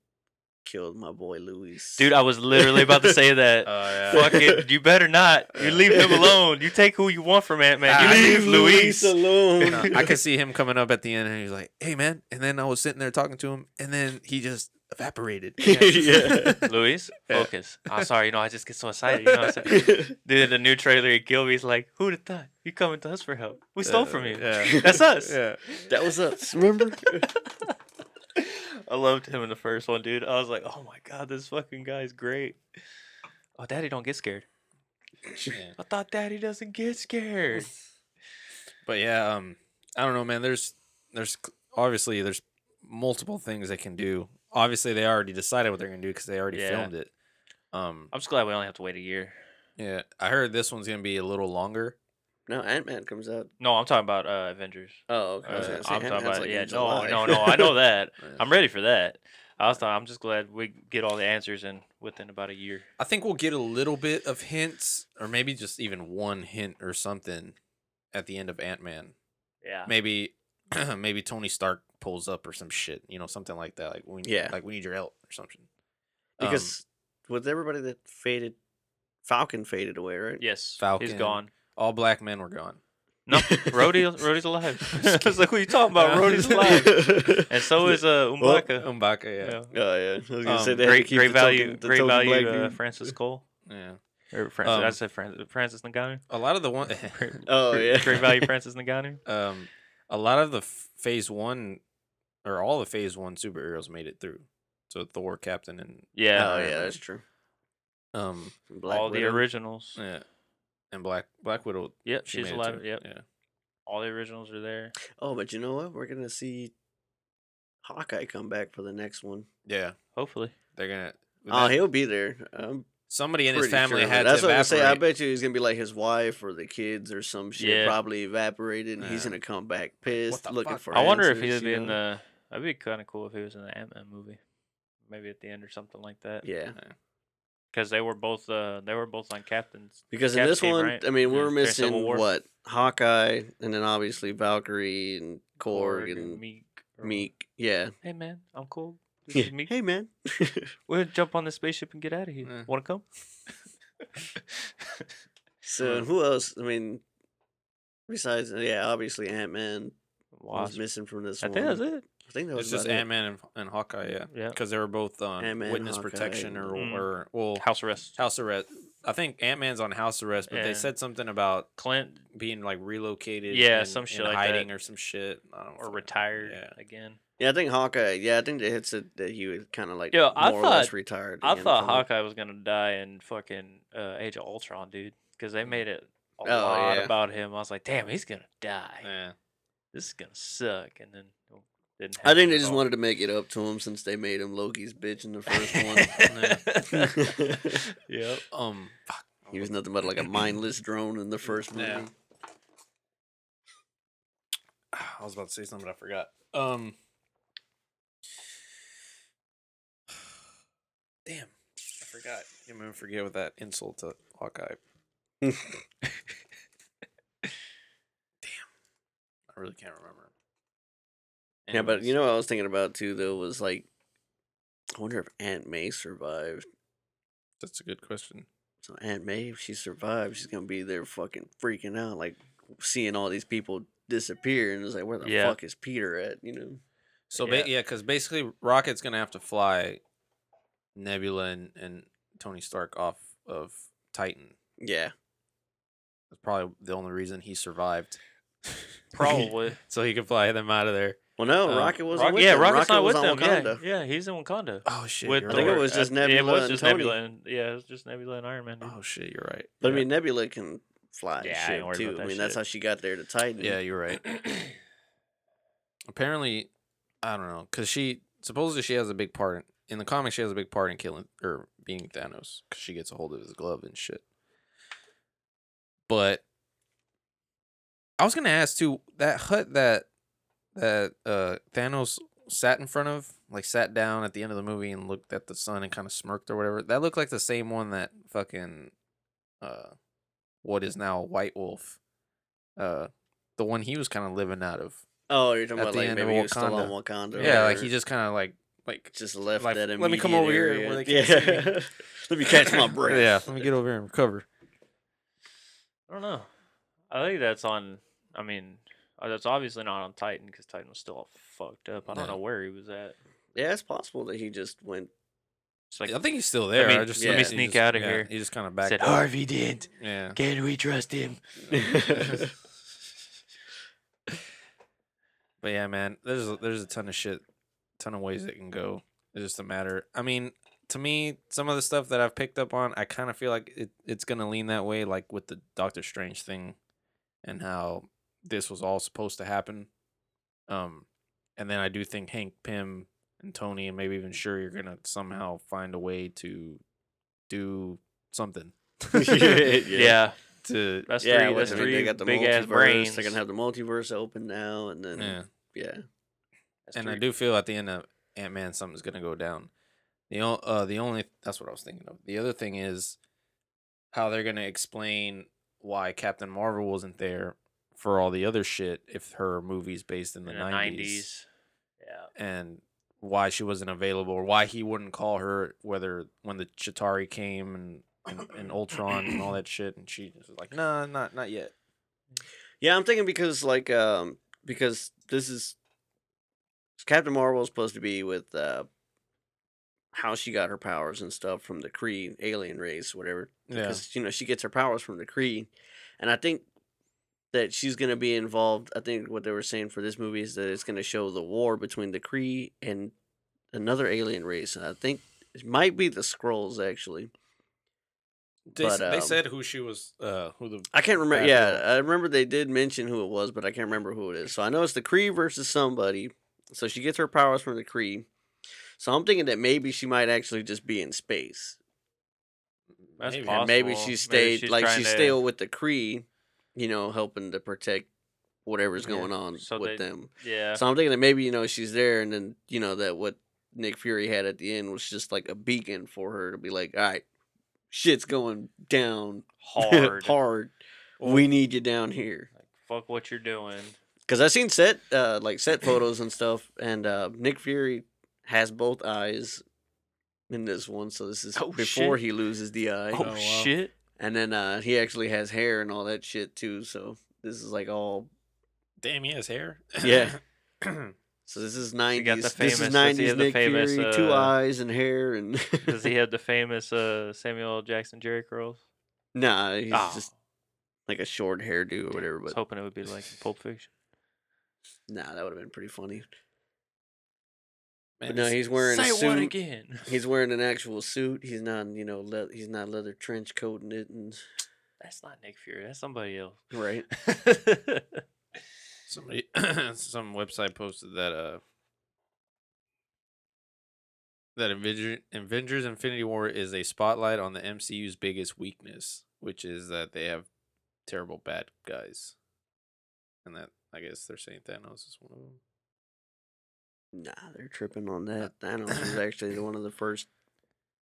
[SPEAKER 2] killed my boy Luis.
[SPEAKER 3] Dude, I was literally about to say that.
[SPEAKER 1] Uh,
[SPEAKER 3] Fuck it. You better not. You
[SPEAKER 1] Yeah.
[SPEAKER 3] leave him alone. You take who you want from Ant Man.
[SPEAKER 1] Ah.
[SPEAKER 3] You leave Luis.
[SPEAKER 2] alone.
[SPEAKER 1] No, I could see him coming up at the end, and he's like, "Hey, man!" And then I was sitting there talking to him, and then he just evaporated.
[SPEAKER 2] Yeah.
[SPEAKER 3] Luis,
[SPEAKER 1] Yeah.
[SPEAKER 3] focus. I'm sorry. You know, I just get so excited. You know what I'm saying? Dude, in the new trailer, he killed me. He's like, who'd have thought? You coming to us for help. We stole
[SPEAKER 1] Uh,
[SPEAKER 3] from you.
[SPEAKER 1] yeah.
[SPEAKER 3] That's us.
[SPEAKER 1] yeah.
[SPEAKER 2] that was us. Remember?
[SPEAKER 3] I loved him in the first one, dude. I was like, oh my god, this fucking guy's great. Oh, Daddy don't get scared. I thought Daddy doesn't get scared.
[SPEAKER 1] But yeah, um, I don't know, man. There's there's c- obviously there's multiple things they can do. Obviously, they already decided what they're gonna do because they already
[SPEAKER 3] Yeah.
[SPEAKER 1] filmed it. Um,
[SPEAKER 3] I'm just glad we only have to wait a year.
[SPEAKER 1] yeah, I heard this one's gonna be a little longer.
[SPEAKER 2] no, Ant Man comes out.
[SPEAKER 3] No, I'm talking about uh, Avengers.
[SPEAKER 2] Oh, okay. I was
[SPEAKER 3] Uh,
[SPEAKER 2] gonna say
[SPEAKER 3] I'm
[SPEAKER 2] Ant-Man's,
[SPEAKER 3] talking about
[SPEAKER 2] like, in
[SPEAKER 3] yeah. No,
[SPEAKER 2] July.
[SPEAKER 3] no, no. I know that. um
[SPEAKER 1] Yeah.
[SPEAKER 3] I'm ready for that. I was thought I'm just glad we get all the answers in within about a year.
[SPEAKER 1] I think we'll get a little bit of hints, or maybe just even one hint or something at the end of Ant Man.
[SPEAKER 3] Yeah.
[SPEAKER 1] Maybe maybe Tony Stark pulls up or some shit, you know, something like that. Like we need,
[SPEAKER 2] Yeah.
[SPEAKER 1] like we need your help or something. Um,
[SPEAKER 2] because with everybody that faded Falcon faded away, right?
[SPEAKER 3] Yes,
[SPEAKER 1] Falcon.
[SPEAKER 3] He's gone.
[SPEAKER 1] All black men were gone.
[SPEAKER 3] No, Rhodey, Rhodey's alive. I was like, what are you talking about?
[SPEAKER 1] Yeah.
[SPEAKER 3] Rhodey's alive. And so is uh,
[SPEAKER 2] Well,
[SPEAKER 3] Umbaka.
[SPEAKER 1] Umbaka, um, yeah.
[SPEAKER 3] yeah.
[SPEAKER 2] Oh yeah, I was gonna say
[SPEAKER 1] Um,
[SPEAKER 2] they had to
[SPEAKER 3] great,
[SPEAKER 2] keep
[SPEAKER 3] great
[SPEAKER 2] the
[SPEAKER 3] value,
[SPEAKER 2] token- the
[SPEAKER 3] great
[SPEAKER 2] token
[SPEAKER 3] value,
[SPEAKER 2] black
[SPEAKER 3] uh,
[SPEAKER 2] dude.
[SPEAKER 3] Francis Cole.
[SPEAKER 1] yeah,
[SPEAKER 3] Or Francis, I
[SPEAKER 1] Um,
[SPEAKER 3] said Francis, Francis Ngannou.
[SPEAKER 1] A lot of the one,
[SPEAKER 2] Oh yeah,
[SPEAKER 3] Great value, Francis Ngannou.
[SPEAKER 1] um, a lot of the f- phase one, or all the phase one superheroes made it through. So Thor, Captain, and
[SPEAKER 3] Yeah,
[SPEAKER 2] Oh yeah, that's true.
[SPEAKER 1] um,
[SPEAKER 2] Black
[SPEAKER 3] all the
[SPEAKER 2] Widow.
[SPEAKER 3] originals.
[SPEAKER 1] yeah, and Black Black Widow.
[SPEAKER 3] Yep,
[SPEAKER 1] she
[SPEAKER 3] she's
[SPEAKER 1] made it
[SPEAKER 3] alive.
[SPEAKER 1] too.
[SPEAKER 3] Yep,
[SPEAKER 1] Yeah.
[SPEAKER 3] all the originals are there.
[SPEAKER 2] Oh, but you know what? We're gonna see Hawkeye come back for the next one.
[SPEAKER 1] Yeah,
[SPEAKER 3] Hopefully,
[SPEAKER 1] they're gonna.
[SPEAKER 2] Oh,
[SPEAKER 1] that-
[SPEAKER 2] he'll be there. I'm
[SPEAKER 1] somebody in his
[SPEAKER 2] pretty
[SPEAKER 1] family
[SPEAKER 2] sure of it.
[SPEAKER 1] had
[SPEAKER 2] That's
[SPEAKER 1] to
[SPEAKER 2] what I'm
[SPEAKER 1] evaporate.
[SPEAKER 2] saying. I bet you he's gonna be like his wife or the kids or some shit.
[SPEAKER 3] Yeah.
[SPEAKER 2] Probably evaporated, and he's
[SPEAKER 1] Yeah.
[SPEAKER 2] gonna come back pissed,
[SPEAKER 1] the
[SPEAKER 2] looking
[SPEAKER 1] fuck?
[SPEAKER 2] for.
[SPEAKER 3] I wonder if
[SPEAKER 2] answers,
[SPEAKER 3] he'd
[SPEAKER 2] you
[SPEAKER 3] be in
[SPEAKER 2] know?
[SPEAKER 3] the. That'd be kind of cool if he was in the Ant Man movie, maybe at the end or something like that.
[SPEAKER 2] Yeah,
[SPEAKER 3] because they were both. Uh, they were both on captains.
[SPEAKER 2] because in
[SPEAKER 3] Cap
[SPEAKER 2] this
[SPEAKER 3] team,
[SPEAKER 2] one,
[SPEAKER 3] right?
[SPEAKER 2] I mean,
[SPEAKER 1] Yeah.
[SPEAKER 2] we're
[SPEAKER 1] During
[SPEAKER 3] Civil
[SPEAKER 2] missing
[SPEAKER 3] War.
[SPEAKER 2] what Hawkeye, and then obviously Valkyrie and Korg,
[SPEAKER 3] Korg
[SPEAKER 2] and Meek.
[SPEAKER 3] Meek. or-
[SPEAKER 2] Yeah.
[SPEAKER 3] Hey man, I'm cool. This is Meek.
[SPEAKER 2] hey man.
[SPEAKER 3] We'll jump on the spaceship and get out of here.
[SPEAKER 1] Yeah.
[SPEAKER 3] Want to come?
[SPEAKER 2] so
[SPEAKER 1] Mm.
[SPEAKER 2] who else? I mean, besides yeah, obviously Ant Man was
[SPEAKER 3] Wasp.
[SPEAKER 2] missing from this
[SPEAKER 3] I
[SPEAKER 2] one.
[SPEAKER 3] think that's it.
[SPEAKER 2] I think that was
[SPEAKER 1] It's just
[SPEAKER 2] about it.
[SPEAKER 1] Ant Man and, and Hawkeye, yeah,
[SPEAKER 3] Yeah.
[SPEAKER 1] because they were both um,
[SPEAKER 2] Ant-Man,
[SPEAKER 1] witness
[SPEAKER 2] Hawkeye,
[SPEAKER 1] protection or
[SPEAKER 3] Mm.
[SPEAKER 1] or well
[SPEAKER 3] House arrest.
[SPEAKER 1] house arrest. I think Ant Man's on house arrest, but
[SPEAKER 3] Yeah.
[SPEAKER 1] they said something about
[SPEAKER 3] Clint
[SPEAKER 1] being like relocated.
[SPEAKER 3] Yeah,
[SPEAKER 1] and-
[SPEAKER 3] some
[SPEAKER 1] and
[SPEAKER 3] shit like that.
[SPEAKER 1] hiding or some shit. I don't
[SPEAKER 3] or
[SPEAKER 1] fucking-
[SPEAKER 3] retired
[SPEAKER 1] Yeah.
[SPEAKER 3] again.
[SPEAKER 2] Yeah, I think Hawkeye. Yeah, I think they had said that he was kind of like
[SPEAKER 3] Yo,
[SPEAKER 2] more
[SPEAKER 3] I
[SPEAKER 2] or less
[SPEAKER 3] thought-
[SPEAKER 2] retired.
[SPEAKER 3] I
[SPEAKER 2] again
[SPEAKER 3] thought
[SPEAKER 2] from it.
[SPEAKER 3] Hawkeye was gonna die in fucking uh, Age of Ultron, dude, because they made it a
[SPEAKER 2] Oh,
[SPEAKER 3] lot
[SPEAKER 2] yeah.
[SPEAKER 3] about him. I was like, damn, he's gonna die.
[SPEAKER 1] Yeah.
[SPEAKER 3] This is gonna suck. And then it didn't.
[SPEAKER 2] I
[SPEAKER 3] happen
[SPEAKER 2] think they
[SPEAKER 3] at
[SPEAKER 2] just
[SPEAKER 3] all.
[SPEAKER 2] wanted to make it up to him since they made him Loki's bitch in the first one.
[SPEAKER 3] one. yep.
[SPEAKER 1] Um. fuck.
[SPEAKER 2] he was nothing but like a mindless drone in the first movie.
[SPEAKER 1] Yeah. I was about to say something, but I forgot. Um. Damn, I forgot. I'm gonna forget with that insult to Hawkeye. damn, I really can't remember.
[SPEAKER 2] Yeah, but
[SPEAKER 1] Anyways.
[SPEAKER 2] you know what I was thinking about too though was like, I wonder if Aunt May survived.
[SPEAKER 1] that's a good question.
[SPEAKER 2] So Aunt May, if she survives, she's gonna be there fucking freaking out, like seeing all these people disappear, and it's like, where the
[SPEAKER 3] Yeah.
[SPEAKER 2] fuck is Peter at? You know?
[SPEAKER 1] So
[SPEAKER 3] Yeah.
[SPEAKER 1] ba- yeah, because basically Rocket's gonna have to fly Nebula and, and Tony Stark off of Titan.
[SPEAKER 2] Yeah.
[SPEAKER 1] That's probably the only reason he survived.
[SPEAKER 3] Probably.
[SPEAKER 1] so he could fly them out of there.
[SPEAKER 2] Well, no,
[SPEAKER 1] Um,
[SPEAKER 2] Rocket wasn't.
[SPEAKER 3] Rock-
[SPEAKER 2] with
[SPEAKER 3] yeah,
[SPEAKER 2] them.
[SPEAKER 3] Rocket's not
[SPEAKER 2] was
[SPEAKER 3] with
[SPEAKER 2] on
[SPEAKER 3] them. Yeah,
[SPEAKER 2] Wakanda.
[SPEAKER 3] yeah, he's in Wakanda.
[SPEAKER 1] Oh shit!
[SPEAKER 3] with
[SPEAKER 1] you're
[SPEAKER 2] I think it
[SPEAKER 1] right.
[SPEAKER 3] Thor.
[SPEAKER 2] was just
[SPEAKER 3] Uh, Yeah, it
[SPEAKER 2] Nebula
[SPEAKER 3] was
[SPEAKER 2] and
[SPEAKER 3] just
[SPEAKER 2] Tony.
[SPEAKER 3] Nebula and yeah, it was just Nebula and Iron Man. dude.
[SPEAKER 1] Oh shit! You're right.
[SPEAKER 2] But
[SPEAKER 1] yeah.
[SPEAKER 2] I mean, Nebula can fly and
[SPEAKER 3] Yeah, I ain't
[SPEAKER 2] shit
[SPEAKER 3] worried
[SPEAKER 2] too.
[SPEAKER 3] about
[SPEAKER 2] I
[SPEAKER 3] that
[SPEAKER 2] mean, that's
[SPEAKER 3] shit.
[SPEAKER 2] how she got there to Titan.
[SPEAKER 1] yeah, you're right. Apparently, I don't know because she supposedly she has a big part in, in the comic. She has a big part in killing or being Thanos because she gets a hold of his glove and shit. But I was gonna ask too that hut that that uh Thanos sat in front of, like sat down at the end of the movie and looked at the sun and kind of smirked or whatever. That looked like the same one that fucking uh what is now White Wolf uh the one he was kind of living out of.
[SPEAKER 2] Oh, you're talking
[SPEAKER 1] At
[SPEAKER 2] about
[SPEAKER 1] the
[SPEAKER 2] like
[SPEAKER 1] end of
[SPEAKER 2] maybe he was still on Wakanda.
[SPEAKER 1] Yeah, like
[SPEAKER 2] or
[SPEAKER 1] he just kind of like like
[SPEAKER 2] just left
[SPEAKER 1] like,
[SPEAKER 2] that.
[SPEAKER 1] "Let me come over
[SPEAKER 2] immediate
[SPEAKER 1] here where
[SPEAKER 2] area."
[SPEAKER 1] they can't see
[SPEAKER 2] Yeah. let me catch my breath.
[SPEAKER 1] yeah, let me get over here and recover.
[SPEAKER 3] I don't know. I think that's on. I mean, uh, that's obviously not on Titan because Titan was still all fucked up. I don't
[SPEAKER 1] No.
[SPEAKER 3] know where he was at.
[SPEAKER 2] Yeah, it's possible that he just went.
[SPEAKER 3] It's like
[SPEAKER 1] I think he's still there.
[SPEAKER 3] me-
[SPEAKER 1] I just
[SPEAKER 2] let me
[SPEAKER 1] he
[SPEAKER 3] sneak
[SPEAKER 1] just-
[SPEAKER 3] outta
[SPEAKER 1] yeah,
[SPEAKER 3] here.
[SPEAKER 1] He just kind of backed
[SPEAKER 3] said
[SPEAKER 1] up.
[SPEAKER 3] Harvey didn't.
[SPEAKER 1] Yeah.
[SPEAKER 3] Can we trust him?
[SPEAKER 1] But yeah, man, there's a, there's a ton of shit, ton of ways it can go. It's just a matter. I mean, to me, some of the stuff that I've picked up on, I kind of feel like it, it's gonna lean that way, like with the Doctor Strange thing, and how this was all supposed to happen. Um, and then I do think Hank Pym and Tony and maybe even Shuri are gonna somehow find a way to do something.
[SPEAKER 3] Yeah,
[SPEAKER 1] To
[SPEAKER 3] that's
[SPEAKER 2] yeah,
[SPEAKER 3] three.
[SPEAKER 2] which,
[SPEAKER 3] That's
[SPEAKER 2] I mean, they
[SPEAKER 3] three
[SPEAKER 2] got the
[SPEAKER 3] big
[SPEAKER 2] multiverse.
[SPEAKER 3] ass brains.
[SPEAKER 2] They're gonna have the multiverse open now, and then
[SPEAKER 1] yeah.
[SPEAKER 2] yeah, yeah.
[SPEAKER 3] That's
[SPEAKER 1] and I
[SPEAKER 3] three-
[SPEAKER 1] do feel at the end of Ant Man something's gonna go down. The o- uh, the only that's what I was thinking of. The other thing is how they're gonna explain why Captain Marvel wasn't there for all the other shit if her movie's based in the nineties
[SPEAKER 3] Yeah.
[SPEAKER 1] and why she wasn't available or why he wouldn't call her whether when the Chitari came and and, and Ultron and all that shit, and she was like, "Nah, not not yet."
[SPEAKER 2] Yeah, I'm thinking because like um because this is Captain Marvel is supposed to be with uh how she got her powers and stuff from the Kree alien race, whatever. Because you know she gets her powers from the Kree, and I think that she's gonna be involved. I think what they were saying for this movie is that it's gonna show the war between the Kree and another alien race. And I think it might be the Skrulls actually.
[SPEAKER 1] They, s-
[SPEAKER 2] but,
[SPEAKER 1] they
[SPEAKER 2] um,
[SPEAKER 1] said who she was, uh, who the
[SPEAKER 2] I can't remember.
[SPEAKER 1] Bad
[SPEAKER 2] Yeah,
[SPEAKER 1] girl.
[SPEAKER 2] I remember they did mention who it was, but I can't remember who it is. So I know it's the Kree versus somebody. So she gets her powers from the Kree. So I'm thinking that maybe she might actually just be in space.
[SPEAKER 3] That's
[SPEAKER 1] Maybe.
[SPEAKER 2] And maybe
[SPEAKER 3] Possible.
[SPEAKER 2] she
[SPEAKER 3] Maybe
[SPEAKER 2] stayed,
[SPEAKER 3] she's
[SPEAKER 2] like
[SPEAKER 3] trying
[SPEAKER 2] she's
[SPEAKER 3] to-
[SPEAKER 2] still with the Kree, you know, helping to protect whatever's
[SPEAKER 1] Yeah,
[SPEAKER 2] going on
[SPEAKER 3] so
[SPEAKER 2] with
[SPEAKER 3] they-
[SPEAKER 2] them.
[SPEAKER 3] Yeah.
[SPEAKER 2] So I'm thinking that maybe you know she's there, and then you know that what Nick Fury had at the end was just like a beacon for her to be like, all right, shit's going down
[SPEAKER 3] Hard.
[SPEAKER 2] hard. We need you down here.
[SPEAKER 3] Like, fuck what you're doing.
[SPEAKER 2] Because I've seen set uh, like set photos and stuff, and uh, Nick Fury has both eyes in this one, so this is
[SPEAKER 3] Oh,
[SPEAKER 2] before
[SPEAKER 3] shit.
[SPEAKER 2] he loses the eye,
[SPEAKER 1] Oh, wow.
[SPEAKER 3] shit.
[SPEAKER 2] and then uh, he actually has hair and all that shit too. So this is like all
[SPEAKER 1] damn he has hair.
[SPEAKER 2] Yeah. so this is
[SPEAKER 3] got the
[SPEAKER 2] nineties. This is
[SPEAKER 3] famous- does he
[SPEAKER 2] nineties
[SPEAKER 3] have the
[SPEAKER 2] Nick
[SPEAKER 3] famous,
[SPEAKER 2] Fury, two
[SPEAKER 3] uh,
[SPEAKER 2] eyes and hair, and
[SPEAKER 3] Does he have the famous uh, Samuel L. Jackson Jerry curls?
[SPEAKER 2] nah, he's
[SPEAKER 3] Oh,
[SPEAKER 2] just like a short hairdo or whatever.
[SPEAKER 3] I was
[SPEAKER 2] But
[SPEAKER 3] hoping it would be like Pulp Fiction.
[SPEAKER 2] nah, that would have been pretty funny.
[SPEAKER 1] Man,
[SPEAKER 2] But no,
[SPEAKER 1] this-
[SPEAKER 2] he's wearing
[SPEAKER 3] Say
[SPEAKER 2] a
[SPEAKER 3] what
[SPEAKER 2] suit.
[SPEAKER 3] again?
[SPEAKER 2] He's wearing an actual suit. He's not, you know, le- he's not leather trench coating it and
[SPEAKER 3] That's not Nick Fury. That's somebody else.
[SPEAKER 2] right.
[SPEAKER 1] somebody, some website posted that uh that Avenger, Avengers Infinity War is a spotlight on the MCU's biggest weakness, which is that they have terrible bad guys, and that I guess they're saying Thanos is one of them.
[SPEAKER 2] Nah, they're tripping on that. Thanos was actually one of the first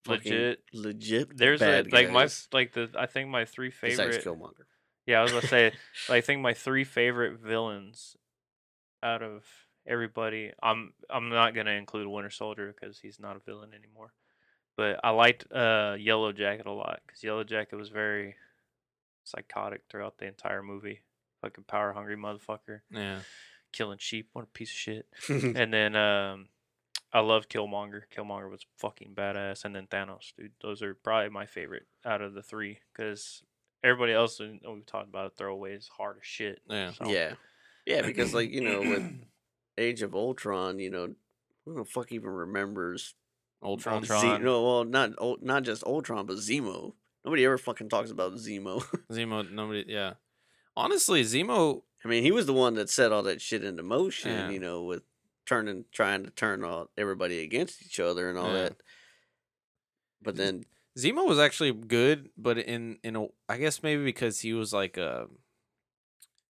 [SPEAKER 2] fucking
[SPEAKER 3] Uh, Legit.
[SPEAKER 2] legit.
[SPEAKER 3] There's a,
[SPEAKER 2] bad
[SPEAKER 3] like my
[SPEAKER 2] guys
[SPEAKER 3] like the I think my three
[SPEAKER 2] besides
[SPEAKER 3] favorite.
[SPEAKER 2] Killmonger.
[SPEAKER 3] Yeah, I was gonna say I think my three favorite villains out of everybody. I'm I'm not gonna include Winter Soldier because he's not a villain anymore. But I liked uh, Yellow Jacket a lot because Yellow Jacket was very psychotic throughout the entire movie. Fucking power hungry motherfucker,
[SPEAKER 1] Yeah,
[SPEAKER 3] killing sheep. What a piece of shit. and then um, I love Killmonger. Killmonger was fucking badass, and then Thanos, dude. Those are probably my favorite out of the three because everybody else and we've talked about it, throwaways hard as shit.
[SPEAKER 1] yeah.
[SPEAKER 3] So,
[SPEAKER 2] Yeah, yeah, because like you know with Age of Ultron, you know who the fuck even remembers
[SPEAKER 1] Ultron.
[SPEAKER 2] Ze-
[SPEAKER 3] Ultron.
[SPEAKER 2] no, well, not Ul- not just Ultron, but Zemo. Nobody ever fucking talks about Zemo.
[SPEAKER 1] Zemo. Nobody. Yeah. Honestly, Zemo.
[SPEAKER 2] I mean, he was the one that set all that shit into motion.
[SPEAKER 1] Yeah.
[SPEAKER 2] You know, with turning, trying to turn all everybody against each other and all
[SPEAKER 1] Yeah.
[SPEAKER 2] that. But
[SPEAKER 1] Just-
[SPEAKER 2] then
[SPEAKER 1] Zemo was actually good, but in in a, I guess maybe because he was like a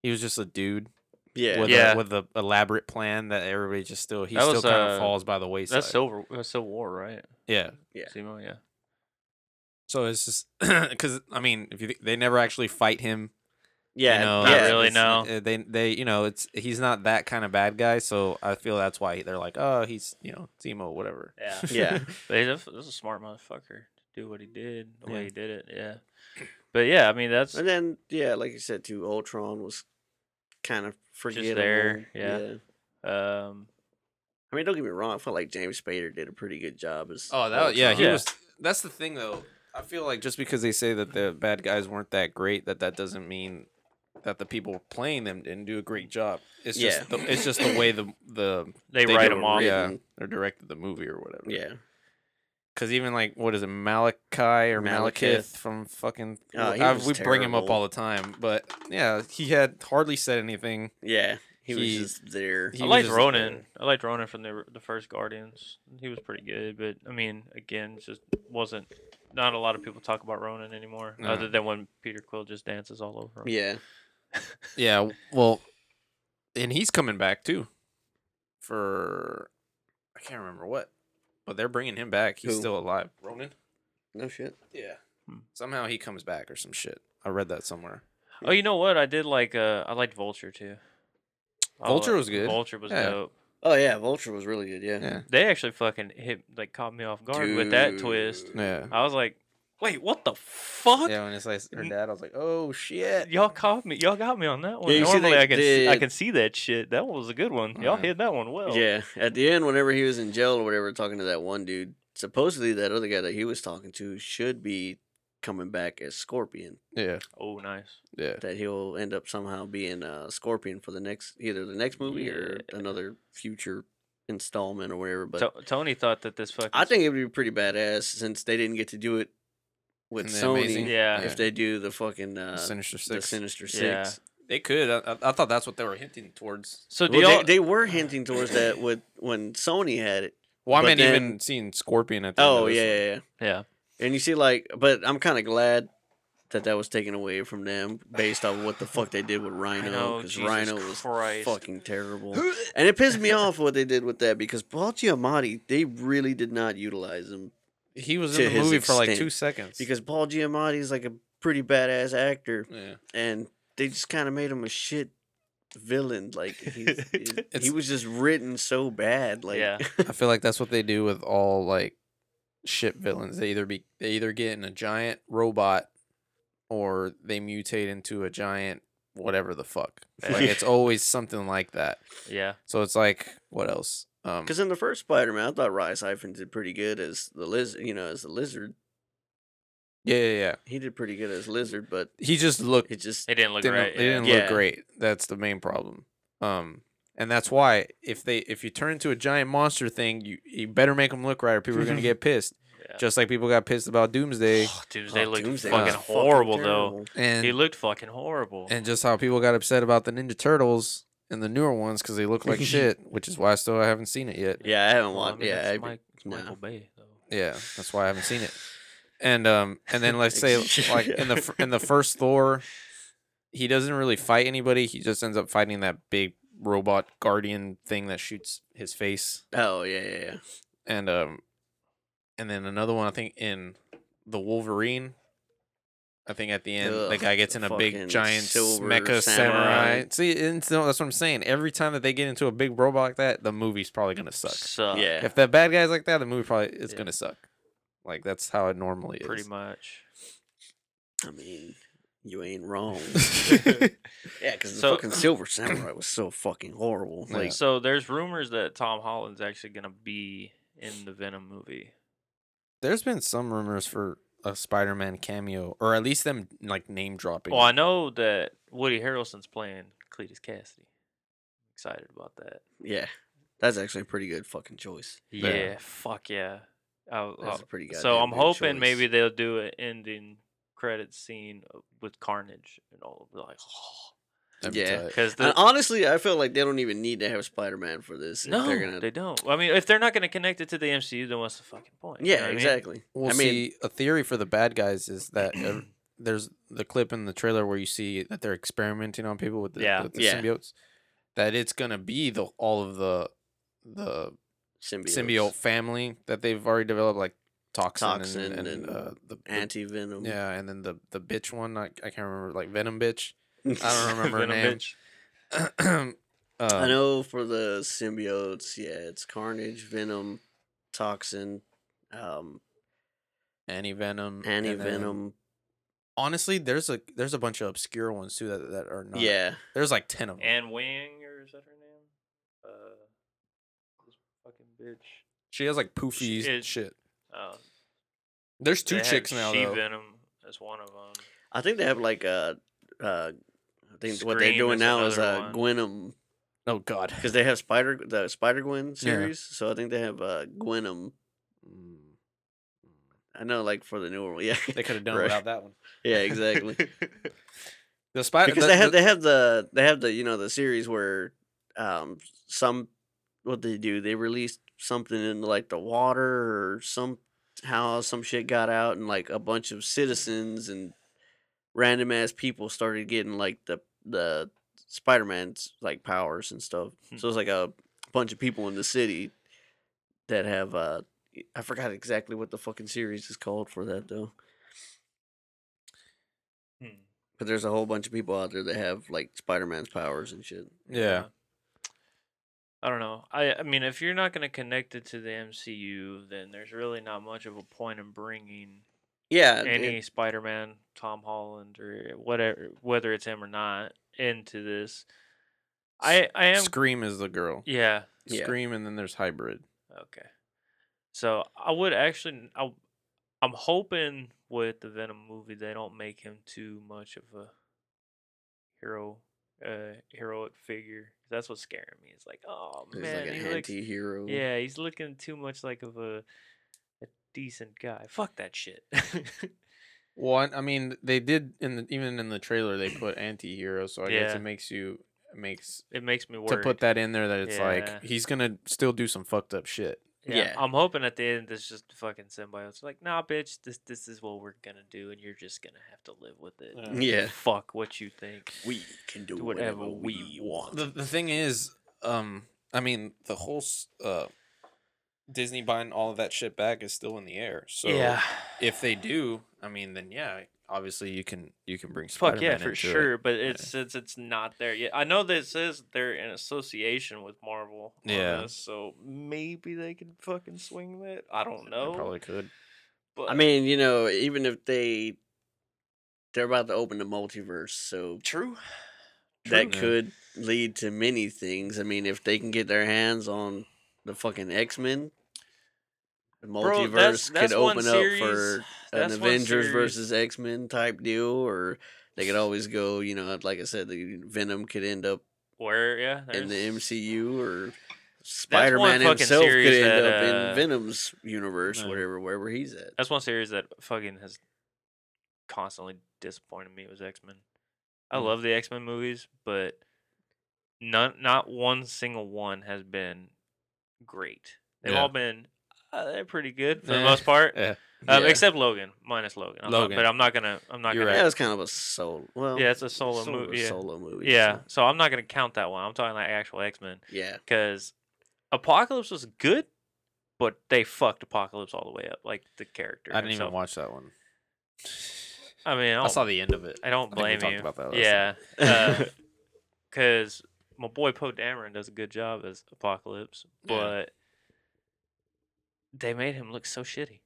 [SPEAKER 1] he was just a dude
[SPEAKER 2] Yeah.
[SPEAKER 1] with
[SPEAKER 3] Yeah.
[SPEAKER 1] a, with a elaborate plan that everybody just still he
[SPEAKER 3] That
[SPEAKER 1] still
[SPEAKER 3] was,
[SPEAKER 1] kind of
[SPEAKER 3] uh,
[SPEAKER 1] falls by the wayside.
[SPEAKER 3] that's Silver. That's Civil War, right?
[SPEAKER 1] yeah.
[SPEAKER 2] Yeah.
[SPEAKER 3] Zemo, yeah.
[SPEAKER 1] So it's just because I mean, if you thi- they never actually fight him,
[SPEAKER 2] yeah,
[SPEAKER 1] you know,
[SPEAKER 3] Not
[SPEAKER 2] yeah,
[SPEAKER 3] really,
[SPEAKER 1] it's-
[SPEAKER 3] no.
[SPEAKER 1] uh, They they you know it's he's not that kind of bad guy, so I feel that's why they're like, oh, he's you know Zemo, whatever.
[SPEAKER 3] Yeah.
[SPEAKER 2] Yeah.
[SPEAKER 3] But he's a, f- he's a smart motherfucker to do what he did, the
[SPEAKER 1] Yeah.
[SPEAKER 3] way he did it. Yeah. But yeah, I mean that's
[SPEAKER 2] And then yeah, like you said too, Ultron was kind of forgettable.
[SPEAKER 3] there, yeah. um
[SPEAKER 2] I mean, don't get me wrong. I felt like James Spader did a pretty good job as.
[SPEAKER 1] Oh, that was, yeah, he
[SPEAKER 3] Yeah.
[SPEAKER 1] was. That's the thing, though. I feel like just because they say that the bad guys weren't that great, that that doesn't mean that the people playing them didn't do a great job. It's
[SPEAKER 2] Yeah.
[SPEAKER 1] just the, it's just the way the the
[SPEAKER 3] they, write
[SPEAKER 1] do-
[SPEAKER 3] him off.
[SPEAKER 1] Yeah,
[SPEAKER 2] written.
[SPEAKER 1] or directed the movie or whatever.
[SPEAKER 2] Yeah.
[SPEAKER 1] because even like what is it, Malachi or Malekith
[SPEAKER 2] Malekith.
[SPEAKER 1] from fucking
[SPEAKER 2] Oh, he
[SPEAKER 1] I-
[SPEAKER 2] was
[SPEAKER 1] we bring him up
[SPEAKER 2] terrible.
[SPEAKER 1] all the time, but yeah, he had hardly said anything.
[SPEAKER 2] Yeah. He was
[SPEAKER 1] He-
[SPEAKER 2] just there.
[SPEAKER 1] he
[SPEAKER 3] I
[SPEAKER 1] was
[SPEAKER 3] liked
[SPEAKER 1] just
[SPEAKER 3] Ronan.
[SPEAKER 1] there.
[SPEAKER 3] I liked Ronan from the the first Guardians. He was pretty good, but I mean, again, just wasn't. Not a lot of people talk about Ronan anymore,
[SPEAKER 1] No.
[SPEAKER 3] other than when Peter Quill just dances all over him.
[SPEAKER 2] yeah.
[SPEAKER 1] Yeah, well, and he's coming back too, for I can't remember what, but they're bringing him back. He's
[SPEAKER 2] Who?
[SPEAKER 1] still alive. Ronan.
[SPEAKER 2] No shit.
[SPEAKER 1] Yeah.
[SPEAKER 3] Hmm.
[SPEAKER 1] Somehow he comes back or some shit. I read that somewhere.
[SPEAKER 3] Oh, you know what? I did like. Uh, I liked Vulture too. I li-
[SPEAKER 1] Vulture was good.
[SPEAKER 3] Vulture was
[SPEAKER 1] Yeah.
[SPEAKER 3] dope.
[SPEAKER 2] Oh yeah, Vulture was really good. Yeah.
[SPEAKER 1] Yeah.
[SPEAKER 3] They actually fucking hit like caught me off guard with that twist.
[SPEAKER 2] Dude.
[SPEAKER 1] Yeah.
[SPEAKER 3] I was like, Wait, what the fuck?
[SPEAKER 1] Yeah, when it's like her dad, I was like, oh shit.
[SPEAKER 3] Y'all caught me. Y'all got me on that one.
[SPEAKER 2] Yeah, you see,
[SPEAKER 3] Normally,
[SPEAKER 2] they
[SPEAKER 3] I can see, I
[SPEAKER 2] did-
[SPEAKER 3] can see that shit. That one was a good one. Y'all
[SPEAKER 1] Mhm.
[SPEAKER 3] hit that one well.
[SPEAKER 2] Yeah, at the end, whenever he was in jail or whatever, talking to that one dude, supposedly that other guy that he was talking to should be coming back as Scorpion.
[SPEAKER 1] Yeah,
[SPEAKER 3] Oh, nice.
[SPEAKER 1] yeah.
[SPEAKER 2] That he'll end up somehow being uh, Scorpion for the next either the next movie or another future installment or whatever. But
[SPEAKER 3] To- Tony thought that this fucking.
[SPEAKER 2] I think it would be pretty badass since they didn't get to do it with
[SPEAKER 1] Isn't that
[SPEAKER 2] Sony.
[SPEAKER 1] amazing?
[SPEAKER 3] Yeah.
[SPEAKER 2] If they do the fucking uh,
[SPEAKER 1] Sinister
[SPEAKER 2] the
[SPEAKER 1] Six.
[SPEAKER 2] Sinister Six.
[SPEAKER 3] Yeah.
[SPEAKER 1] they could. I, I, I thought that's what they were hinting towards.
[SPEAKER 3] so. Do
[SPEAKER 2] Well,
[SPEAKER 3] y'all?
[SPEAKER 2] they, they were hinting towards that with when Sony had it.
[SPEAKER 1] Well, I
[SPEAKER 2] But
[SPEAKER 1] mean, even
[SPEAKER 2] then-
[SPEAKER 1] seeing Scorpion at the end of
[SPEAKER 2] Oh
[SPEAKER 1] this
[SPEAKER 2] yeah,
[SPEAKER 1] one.
[SPEAKER 2] yeah, yeah.
[SPEAKER 3] yeah.
[SPEAKER 2] And you see, like, but I'm kind of glad that that was taken away from them based on what the fuck they did with Rhino
[SPEAKER 3] know,
[SPEAKER 2] because
[SPEAKER 3] Jesus
[SPEAKER 2] Rhino was
[SPEAKER 3] Christ.
[SPEAKER 2] fucking terrible, and it pissed me off what they did with that because Paul Giamatti they really did not utilize him
[SPEAKER 1] He was
[SPEAKER 2] To
[SPEAKER 1] in the
[SPEAKER 2] his
[SPEAKER 1] movie for like
[SPEAKER 2] extent,
[SPEAKER 1] two seconds.
[SPEAKER 2] because Paul Giamatti's like a pretty badass actor
[SPEAKER 1] yeah.
[SPEAKER 2] and they just kind of made him a shit villain like he's, he- he
[SPEAKER 1] It's-
[SPEAKER 2] was just written so bad like
[SPEAKER 3] yeah.
[SPEAKER 1] I feel like that's what they do with all like shit villains. They either be they either get in a giant robot or they mutate into a giant whatever the fuck. Like it's always something like that.
[SPEAKER 3] Yeah.
[SPEAKER 1] So it's like what else? Um
[SPEAKER 2] Because in the first Spider-Man, I thought Rhys Hyphen did pretty good as the lizard. You know, as the lizard,
[SPEAKER 1] yeah, yeah, yeah.
[SPEAKER 2] he did pretty good as lizard, but
[SPEAKER 1] He just looked
[SPEAKER 2] it just
[SPEAKER 3] It didn't look
[SPEAKER 1] didn't,
[SPEAKER 3] right.
[SPEAKER 1] they didn't
[SPEAKER 2] Yeah.
[SPEAKER 1] look great. That's the main problem. Um and that's why if they if you turn into a giant monster thing, you, you better make them look right or people are going to get pissed.
[SPEAKER 3] Yeah.
[SPEAKER 1] Just like people got pissed about Doomsday
[SPEAKER 3] Oh, Doomsday
[SPEAKER 2] Oh,
[SPEAKER 3] looked
[SPEAKER 2] Doomsday was
[SPEAKER 3] fucking
[SPEAKER 1] fucking
[SPEAKER 3] horrible, though.
[SPEAKER 2] terrible.
[SPEAKER 1] and
[SPEAKER 3] He looked fucking horrible.
[SPEAKER 1] and just how people got upset about the Ninja Turtles and the newer ones because they look like shit, which is why I still I haven't seen it yet.
[SPEAKER 2] Yeah, I haven't
[SPEAKER 3] Well, I
[SPEAKER 2] watched.
[SPEAKER 3] mean,
[SPEAKER 2] yeah,
[SPEAKER 3] it's
[SPEAKER 2] I,
[SPEAKER 3] Mike- it's
[SPEAKER 2] no.
[SPEAKER 3] Michael Bay though.
[SPEAKER 1] Yeah, that's why I haven't seen it. And um, and then let's say like in the fir- in the first Thor, he doesn't really fight anybody. He just ends up fighting that big robot guardian thing that shoots his face.
[SPEAKER 2] oh yeah, yeah, yeah.
[SPEAKER 1] And um, and then another one I think in the Wolverine. I think at the end, the
[SPEAKER 2] Ugh,
[SPEAKER 1] guy gets
[SPEAKER 2] the
[SPEAKER 1] in a big
[SPEAKER 2] fucking
[SPEAKER 1] giant s-
[SPEAKER 2] silver
[SPEAKER 1] mecha
[SPEAKER 2] samurai.
[SPEAKER 1] samurai. See, and so that's what I'm saying. Every time that they get into a big robot like that, the movie's probably gonna suck.
[SPEAKER 3] Suck.
[SPEAKER 2] Yeah.
[SPEAKER 1] If the bad guy's like that, the movie probably is
[SPEAKER 3] Yeah.
[SPEAKER 1] gonna suck. Like that's how it normally is.
[SPEAKER 3] Pretty much.
[SPEAKER 2] I mean, you ain't wrong.
[SPEAKER 1] much.
[SPEAKER 2] yeah, because
[SPEAKER 3] So-
[SPEAKER 2] the fucking Silver Samurai was so fucking horrible.
[SPEAKER 1] Yeah.
[SPEAKER 2] Like,
[SPEAKER 3] So there's rumors that Tom Holland's actually gonna be in the Venom movie.
[SPEAKER 1] There's been some rumors for a Spider-Man cameo, or at least them like name dropping.
[SPEAKER 3] Well, Oh, I know that Woody Harrelson's playing Cletus Cassidy. Excited about that.
[SPEAKER 2] yeah, that's actually a pretty good fucking choice.
[SPEAKER 3] Yeah.
[SPEAKER 1] Yeah.
[SPEAKER 3] fuck yeah. uh, I'll- I'll-
[SPEAKER 2] That's a pretty good.
[SPEAKER 3] so I'm hoping maybe they'll do an ending credit scene uh, with Carnage and all. Be like,
[SPEAKER 1] That'd be
[SPEAKER 2] yeah.
[SPEAKER 1] tight.
[SPEAKER 3] because
[SPEAKER 2] And honestly, I feel like they don't even need to have Spider-Man for this. if
[SPEAKER 3] no,
[SPEAKER 2] they're gonna-
[SPEAKER 3] they don't. I mean, if they're not going to connect it to the MCU, then what's the fucking point? You know
[SPEAKER 2] yeah,
[SPEAKER 3] what I mean?
[SPEAKER 2] exactly.
[SPEAKER 1] Well,
[SPEAKER 2] I mean-
[SPEAKER 1] see, a theory for the bad guys is that ev- there's the clip in the trailer where you see that they're experimenting on people with the,
[SPEAKER 3] Yeah.
[SPEAKER 1] with the
[SPEAKER 2] Yeah.
[SPEAKER 1] symbiotes. That it's gonna be the all of the the
[SPEAKER 2] Symbiote.
[SPEAKER 1] symbiote family that they've already developed, like toxin,
[SPEAKER 2] Toxin
[SPEAKER 1] and, and,
[SPEAKER 2] and
[SPEAKER 1] uh, the, the-
[SPEAKER 2] Anti-venom.
[SPEAKER 1] yeah, and then the the bitch one. I, I can't remember, like Venom bitch. I don't remember her
[SPEAKER 3] Venom
[SPEAKER 1] name.
[SPEAKER 3] bitch.
[SPEAKER 1] um,
[SPEAKER 2] I know for the symbiotes, yeah, it's Carnage, Venom, Toxin, um,
[SPEAKER 1] Anti Venom.
[SPEAKER 2] Anti Venom.
[SPEAKER 1] Honestly, there's a there's a bunch of obscure ones too that, that are not.
[SPEAKER 2] Yeah,
[SPEAKER 1] there's like ten of them.
[SPEAKER 3] Anne Wing, or is that her name? Uh, this fucking bitch.
[SPEAKER 1] she has like poofy
[SPEAKER 3] She is-
[SPEAKER 1] shit.
[SPEAKER 3] Uh,
[SPEAKER 1] There's two
[SPEAKER 3] they had
[SPEAKER 1] chicks now
[SPEAKER 3] She
[SPEAKER 1] though.
[SPEAKER 3] Venom is one of them.
[SPEAKER 2] I think they have like a. Uh, I think what
[SPEAKER 3] Scream
[SPEAKER 2] they're doing
[SPEAKER 3] is
[SPEAKER 2] now is
[SPEAKER 3] another
[SPEAKER 2] uh,
[SPEAKER 3] one.
[SPEAKER 2] Gwenum
[SPEAKER 1] oh God.
[SPEAKER 2] because they have Spider the Spider Gwen
[SPEAKER 1] Yeah.
[SPEAKER 2] series, so I think they have uh, Gwenum. Mm. I know, like for the newer one, yeah,
[SPEAKER 1] They could have done
[SPEAKER 2] Right.
[SPEAKER 1] without that one.
[SPEAKER 2] yeah, exactly.
[SPEAKER 1] The spider
[SPEAKER 2] because
[SPEAKER 1] the-
[SPEAKER 2] they have
[SPEAKER 1] the-
[SPEAKER 2] they have the they have the you know the series where um some what they do they released something in like the water or somehow some shit got out and like a bunch of citizens and random ass people started getting like the the Spider-Man's like powers and stuff.
[SPEAKER 3] Hmm.
[SPEAKER 2] So it's like a bunch of people in the city that have uh I forgot exactly what the fucking series is called for that though.
[SPEAKER 3] Hmm.
[SPEAKER 2] But there's a whole bunch of people out there that have like Spider-Man's powers and shit.
[SPEAKER 1] yeah.
[SPEAKER 3] I don't know. I I mean, if you're not going to connect it to the MCU, then there's really not much of a point in bringing
[SPEAKER 2] Yeah,
[SPEAKER 3] any
[SPEAKER 2] Uh, it-
[SPEAKER 3] Spider-Man, Tom Holland, or whatever, whether it's him or not, into this. I I am.
[SPEAKER 1] Scream is the girl.
[SPEAKER 3] Yeah.
[SPEAKER 2] Yeah.
[SPEAKER 1] Scream, and then there's hybrid.
[SPEAKER 3] Okay. So I would actually. I, I'm hoping with the Venom movie they don't make him too much of a hero, uh, heroic figure. That's what's scaring me. It's like, oh
[SPEAKER 2] he's
[SPEAKER 3] man,
[SPEAKER 2] like an
[SPEAKER 3] he looks-
[SPEAKER 2] anti-hero.
[SPEAKER 3] yeah, he's looking too much like of a a decent guy. Fuck that shit.
[SPEAKER 1] Well, I- I mean, they did in the, even in the trailer they put anti-hero, so I guess
[SPEAKER 3] Yeah.
[SPEAKER 1] it makes you it makes
[SPEAKER 3] it makes me worried.
[SPEAKER 1] to put that in there that it's
[SPEAKER 3] Yeah.
[SPEAKER 1] like he's gonna still do some fucked up shit.
[SPEAKER 3] Yeah,
[SPEAKER 2] Yeah.
[SPEAKER 3] I'm hoping at the end this just fucking symbiote's like, nah, bitch, this this is what we're gonna do, and you're just gonna have to live with it.
[SPEAKER 1] Yeah.
[SPEAKER 2] Yeah.
[SPEAKER 3] Fuck what you think.
[SPEAKER 2] We can do
[SPEAKER 3] Do
[SPEAKER 2] whatever,
[SPEAKER 3] whatever
[SPEAKER 2] we
[SPEAKER 3] we
[SPEAKER 2] want.
[SPEAKER 1] The the thing is, um, I mean, the whole s- uh, Disney buying all of that shit back is still in the air. So
[SPEAKER 3] yeah,
[SPEAKER 1] if they do, I mean, then yeah, obviously you can you can bring Spider-Man
[SPEAKER 3] fuck yeah,
[SPEAKER 1] into
[SPEAKER 3] for
[SPEAKER 1] it.
[SPEAKER 3] sure. But it's since it's not there yet. I know this is they're in association with Marvel. on
[SPEAKER 1] Yeah.
[SPEAKER 3] this, so maybe they can fucking swing that. I don't
[SPEAKER 1] They
[SPEAKER 3] know.
[SPEAKER 1] probably could.
[SPEAKER 3] But
[SPEAKER 2] I mean, you know, even if they they're about to open the multiverse, so
[SPEAKER 3] true.
[SPEAKER 2] that
[SPEAKER 1] True.
[SPEAKER 2] could lead to many things. I mean, if they can get their hands on the fucking X Men, the multiverse could
[SPEAKER 3] one
[SPEAKER 2] open
[SPEAKER 3] series-
[SPEAKER 2] up for an
[SPEAKER 3] that's one
[SPEAKER 2] Avengers
[SPEAKER 3] series-
[SPEAKER 2] versus X Men type deal, or they could always go, you know, like I said, the Venom could end up
[SPEAKER 3] where yeah
[SPEAKER 2] in the
[SPEAKER 3] there's-
[SPEAKER 2] MCU, or
[SPEAKER 3] one
[SPEAKER 2] Spider Man
[SPEAKER 3] fucking
[SPEAKER 2] himself could
[SPEAKER 3] series
[SPEAKER 2] end
[SPEAKER 3] that,
[SPEAKER 2] up
[SPEAKER 3] uh,
[SPEAKER 2] in Venom's universe,
[SPEAKER 1] Yeah.
[SPEAKER 2] whatever, wherever he's at.
[SPEAKER 3] That's one series that fucking has constantly disappointed me. Was X Men. I
[SPEAKER 1] Mm.
[SPEAKER 3] love the X Men movies, but none, not one single one has been great. They've
[SPEAKER 1] Yeah.
[SPEAKER 3] all been uh, they're pretty good for the
[SPEAKER 1] Eh,
[SPEAKER 3] most part,
[SPEAKER 1] Yeah.
[SPEAKER 3] um,
[SPEAKER 2] yeah.
[SPEAKER 3] except Logan, minus Logan. I'm not-
[SPEAKER 1] Logan.
[SPEAKER 3] but I'm not gonna. I'm not
[SPEAKER 1] You're
[SPEAKER 3] gonna.
[SPEAKER 2] Yeah, it's kind of a solo. Well,
[SPEAKER 3] Yeah, it's a solo
[SPEAKER 2] sort of
[SPEAKER 3] movie.
[SPEAKER 2] a
[SPEAKER 3] Yeah.
[SPEAKER 2] Solo movie.
[SPEAKER 3] yeah,
[SPEAKER 2] so-
[SPEAKER 3] so I'm not gonna count that one. I'm talking like actual X Men
[SPEAKER 2] yeah.
[SPEAKER 3] because Apocalypse was good, but they fucked Apocalypse all the way up, like the character.
[SPEAKER 1] I didn't even
[SPEAKER 3] himself.
[SPEAKER 1] watch that one.
[SPEAKER 3] I mean,
[SPEAKER 1] I
[SPEAKER 3] I'll-
[SPEAKER 1] saw the end of it.
[SPEAKER 3] I don't
[SPEAKER 1] I think we
[SPEAKER 3] blame
[SPEAKER 1] talked
[SPEAKER 3] you.
[SPEAKER 1] about that last
[SPEAKER 3] yeah,
[SPEAKER 2] Uh,
[SPEAKER 3] because my boy Poe Dameron does a good job as Apocalypse, but
[SPEAKER 1] Yeah.
[SPEAKER 3] they made him look so shitty.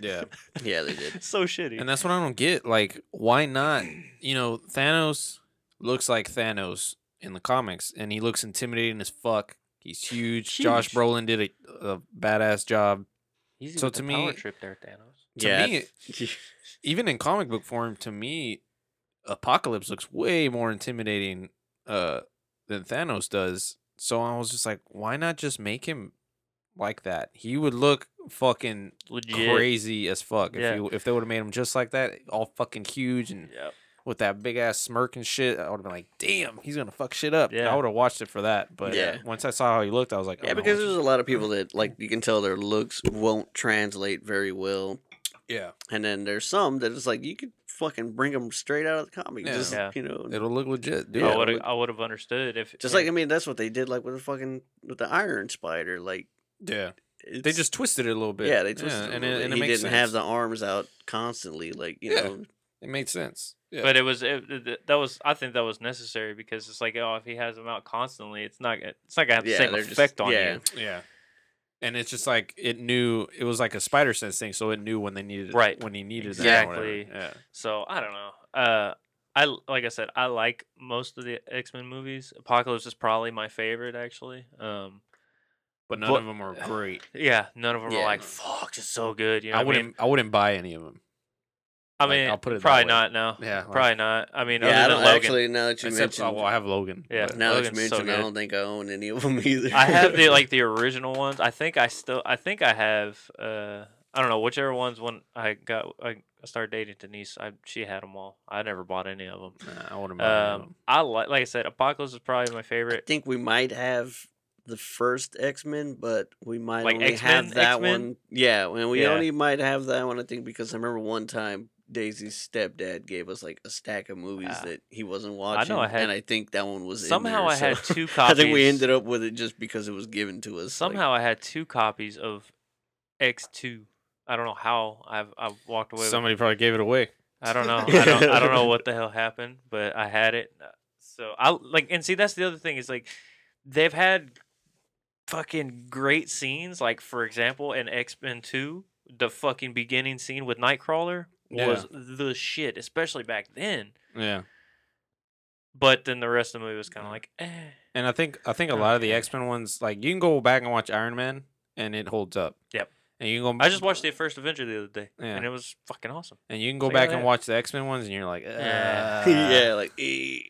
[SPEAKER 1] Yeah.
[SPEAKER 2] yeah, they did.
[SPEAKER 3] so shitty.
[SPEAKER 1] And that's what I don't get. Like, why not? You know, Thanos looks like Thanos in the comics, and he looks intimidating as fuck. He's huge. Josh
[SPEAKER 3] Huge.
[SPEAKER 1] Brolin did a, a badass job.
[SPEAKER 3] He's
[SPEAKER 1] so
[SPEAKER 3] got
[SPEAKER 1] to
[SPEAKER 3] the power
[SPEAKER 1] me-
[SPEAKER 3] trip there, Thanos.
[SPEAKER 1] To
[SPEAKER 2] yeah.
[SPEAKER 1] me, even in comic book form, to me, Apocalypse looks way more intimidating uh, than Thanos does. So I was just like, why not just make him like that? He would look fucking
[SPEAKER 3] Legit.
[SPEAKER 1] crazy as fuck if
[SPEAKER 3] Yeah.
[SPEAKER 1] you if they would have made him just like that, all fucking huge and
[SPEAKER 3] Yep.
[SPEAKER 1] with that big ass smirk and shit, I would have been like, "Damn, he's gonna fuck shit up."
[SPEAKER 3] Yeah.
[SPEAKER 1] I would have watched it for that, but
[SPEAKER 2] Yeah.
[SPEAKER 1] once I saw how he looked, I was like, oh,
[SPEAKER 2] yeah, because there's a lot of people that like you can tell their looks won't translate very well,
[SPEAKER 1] yeah,
[SPEAKER 2] and then there's some that it's like you could fucking bring them straight out of the comic.
[SPEAKER 1] Yeah.
[SPEAKER 2] Just
[SPEAKER 3] Yeah.
[SPEAKER 2] you know,
[SPEAKER 1] it'll look legit, dude."
[SPEAKER 2] Yeah,
[SPEAKER 3] I would have
[SPEAKER 2] but-
[SPEAKER 3] I would have understood if
[SPEAKER 2] just
[SPEAKER 3] if-
[SPEAKER 2] like I mean that's what they did like with the fucking with the Iron Spider. Like
[SPEAKER 1] Yeah,
[SPEAKER 2] it's,
[SPEAKER 1] they just twisted it a little bit.
[SPEAKER 2] yeah they twisted it a
[SPEAKER 1] and
[SPEAKER 2] little
[SPEAKER 1] it,
[SPEAKER 2] bit.
[SPEAKER 1] and it
[SPEAKER 2] he
[SPEAKER 1] makes
[SPEAKER 2] didn't
[SPEAKER 1] sense.
[SPEAKER 2] have the arms out constantly. Like you
[SPEAKER 1] Yeah.
[SPEAKER 2] know,
[SPEAKER 1] It made sense. Yeah,
[SPEAKER 3] But it was it, th- th- that was I think that was necessary because it's like oh if he has them out constantly it's not gonna- it's not gonna have the
[SPEAKER 2] Yeah,
[SPEAKER 3] same
[SPEAKER 2] they're just-
[SPEAKER 3] effect on
[SPEAKER 2] yeah.
[SPEAKER 3] you
[SPEAKER 1] yeah, and it's just like it knew it was like a spider sense thing, so it knew when they needed
[SPEAKER 3] Right.
[SPEAKER 1] when he needed That or
[SPEAKER 3] Exactly.
[SPEAKER 1] whatever. yeah.
[SPEAKER 3] So I don't know. Uh, I l- like I said, I like most of the X Men movies. Apocalypse is probably my favorite, actually. Um,
[SPEAKER 1] But none
[SPEAKER 3] But-
[SPEAKER 1] of them were great.
[SPEAKER 3] yeah, none of them
[SPEAKER 2] Yeah.
[SPEAKER 3] are like fuck. It's so good. You know
[SPEAKER 1] I
[SPEAKER 3] what I
[SPEAKER 1] wouldn't. I,
[SPEAKER 3] mean,
[SPEAKER 1] wouldn't buy any of them.
[SPEAKER 3] I
[SPEAKER 1] like,
[SPEAKER 3] mean,
[SPEAKER 1] I'll put it that
[SPEAKER 3] probably
[SPEAKER 1] way.
[SPEAKER 3] not. No,
[SPEAKER 1] Yeah, like-
[SPEAKER 3] probably not. I mean,
[SPEAKER 2] yeah. I
[SPEAKER 3] other
[SPEAKER 2] don't
[SPEAKER 3] than Logan,
[SPEAKER 2] actually now that you
[SPEAKER 1] Except, oh,
[SPEAKER 2] mentioned
[SPEAKER 1] well, I have Logan.
[SPEAKER 3] Yeah.
[SPEAKER 1] but-
[SPEAKER 2] now that you
[SPEAKER 3] Logan's so
[SPEAKER 2] mentioned I
[SPEAKER 3] good.
[SPEAKER 2] don't think I own any of them either.
[SPEAKER 3] I have the like the original ones. I think I still. I think I have. Uh, I don't know whichever ones when I got. I I started dating Denise. I she had them all. I never bought any of them.
[SPEAKER 1] Nah, I wouldn't buy any of
[SPEAKER 3] Um,
[SPEAKER 1] 'em.
[SPEAKER 3] I like like I said, Apocalypse is probably my favorite.
[SPEAKER 2] I think we might have the first X Men, but we might
[SPEAKER 3] Like
[SPEAKER 2] only have
[SPEAKER 3] X-Men,
[SPEAKER 2] that
[SPEAKER 3] X-Men?
[SPEAKER 2] one. Yeah, and we
[SPEAKER 3] Yeah.
[SPEAKER 2] only might have that one. I think because I remember one time Daisy's stepdad gave us like a stack of movies
[SPEAKER 3] Ah.
[SPEAKER 2] that he wasn't watching.
[SPEAKER 3] I had-
[SPEAKER 2] and I think that one was in
[SPEAKER 3] Somehow
[SPEAKER 2] there,
[SPEAKER 3] I had
[SPEAKER 2] so-
[SPEAKER 3] two
[SPEAKER 2] I think we
[SPEAKER 3] copies.
[SPEAKER 2] ended up with it just because it was given to us. like-
[SPEAKER 3] Somehow I had two copies of X2. I don't know how I've I've walked away. With,
[SPEAKER 1] Somebody probably gave it away.
[SPEAKER 3] I don't know. I don't, I don't know what the hell happened, but I had it. Uh, So I like and see that's the other thing is like they've had fucking great scenes. Like for example, in X Men Two, the fucking beginning scene with Nightcrawler was the shit, especially back then.
[SPEAKER 1] Yeah.
[SPEAKER 3] But then the rest of the movie was kind
[SPEAKER 2] Mm.
[SPEAKER 3] of like, eh.
[SPEAKER 1] And I think I think a lot of the
[SPEAKER 3] Okay.
[SPEAKER 1] X Men ones, like you can go back and watch Iron Man, and it holds up.
[SPEAKER 3] Yep.
[SPEAKER 1] And you can go.
[SPEAKER 3] I just watched the first Avenger the other day, and
[SPEAKER 1] Yeah.
[SPEAKER 3] it was fucking awesome.
[SPEAKER 1] And you can go
[SPEAKER 3] Look at
[SPEAKER 1] back and
[SPEAKER 3] that.
[SPEAKER 1] watch the X Men ones, and you're like,
[SPEAKER 3] Yeah.
[SPEAKER 1] "Uh,
[SPEAKER 2] yeah, like eh.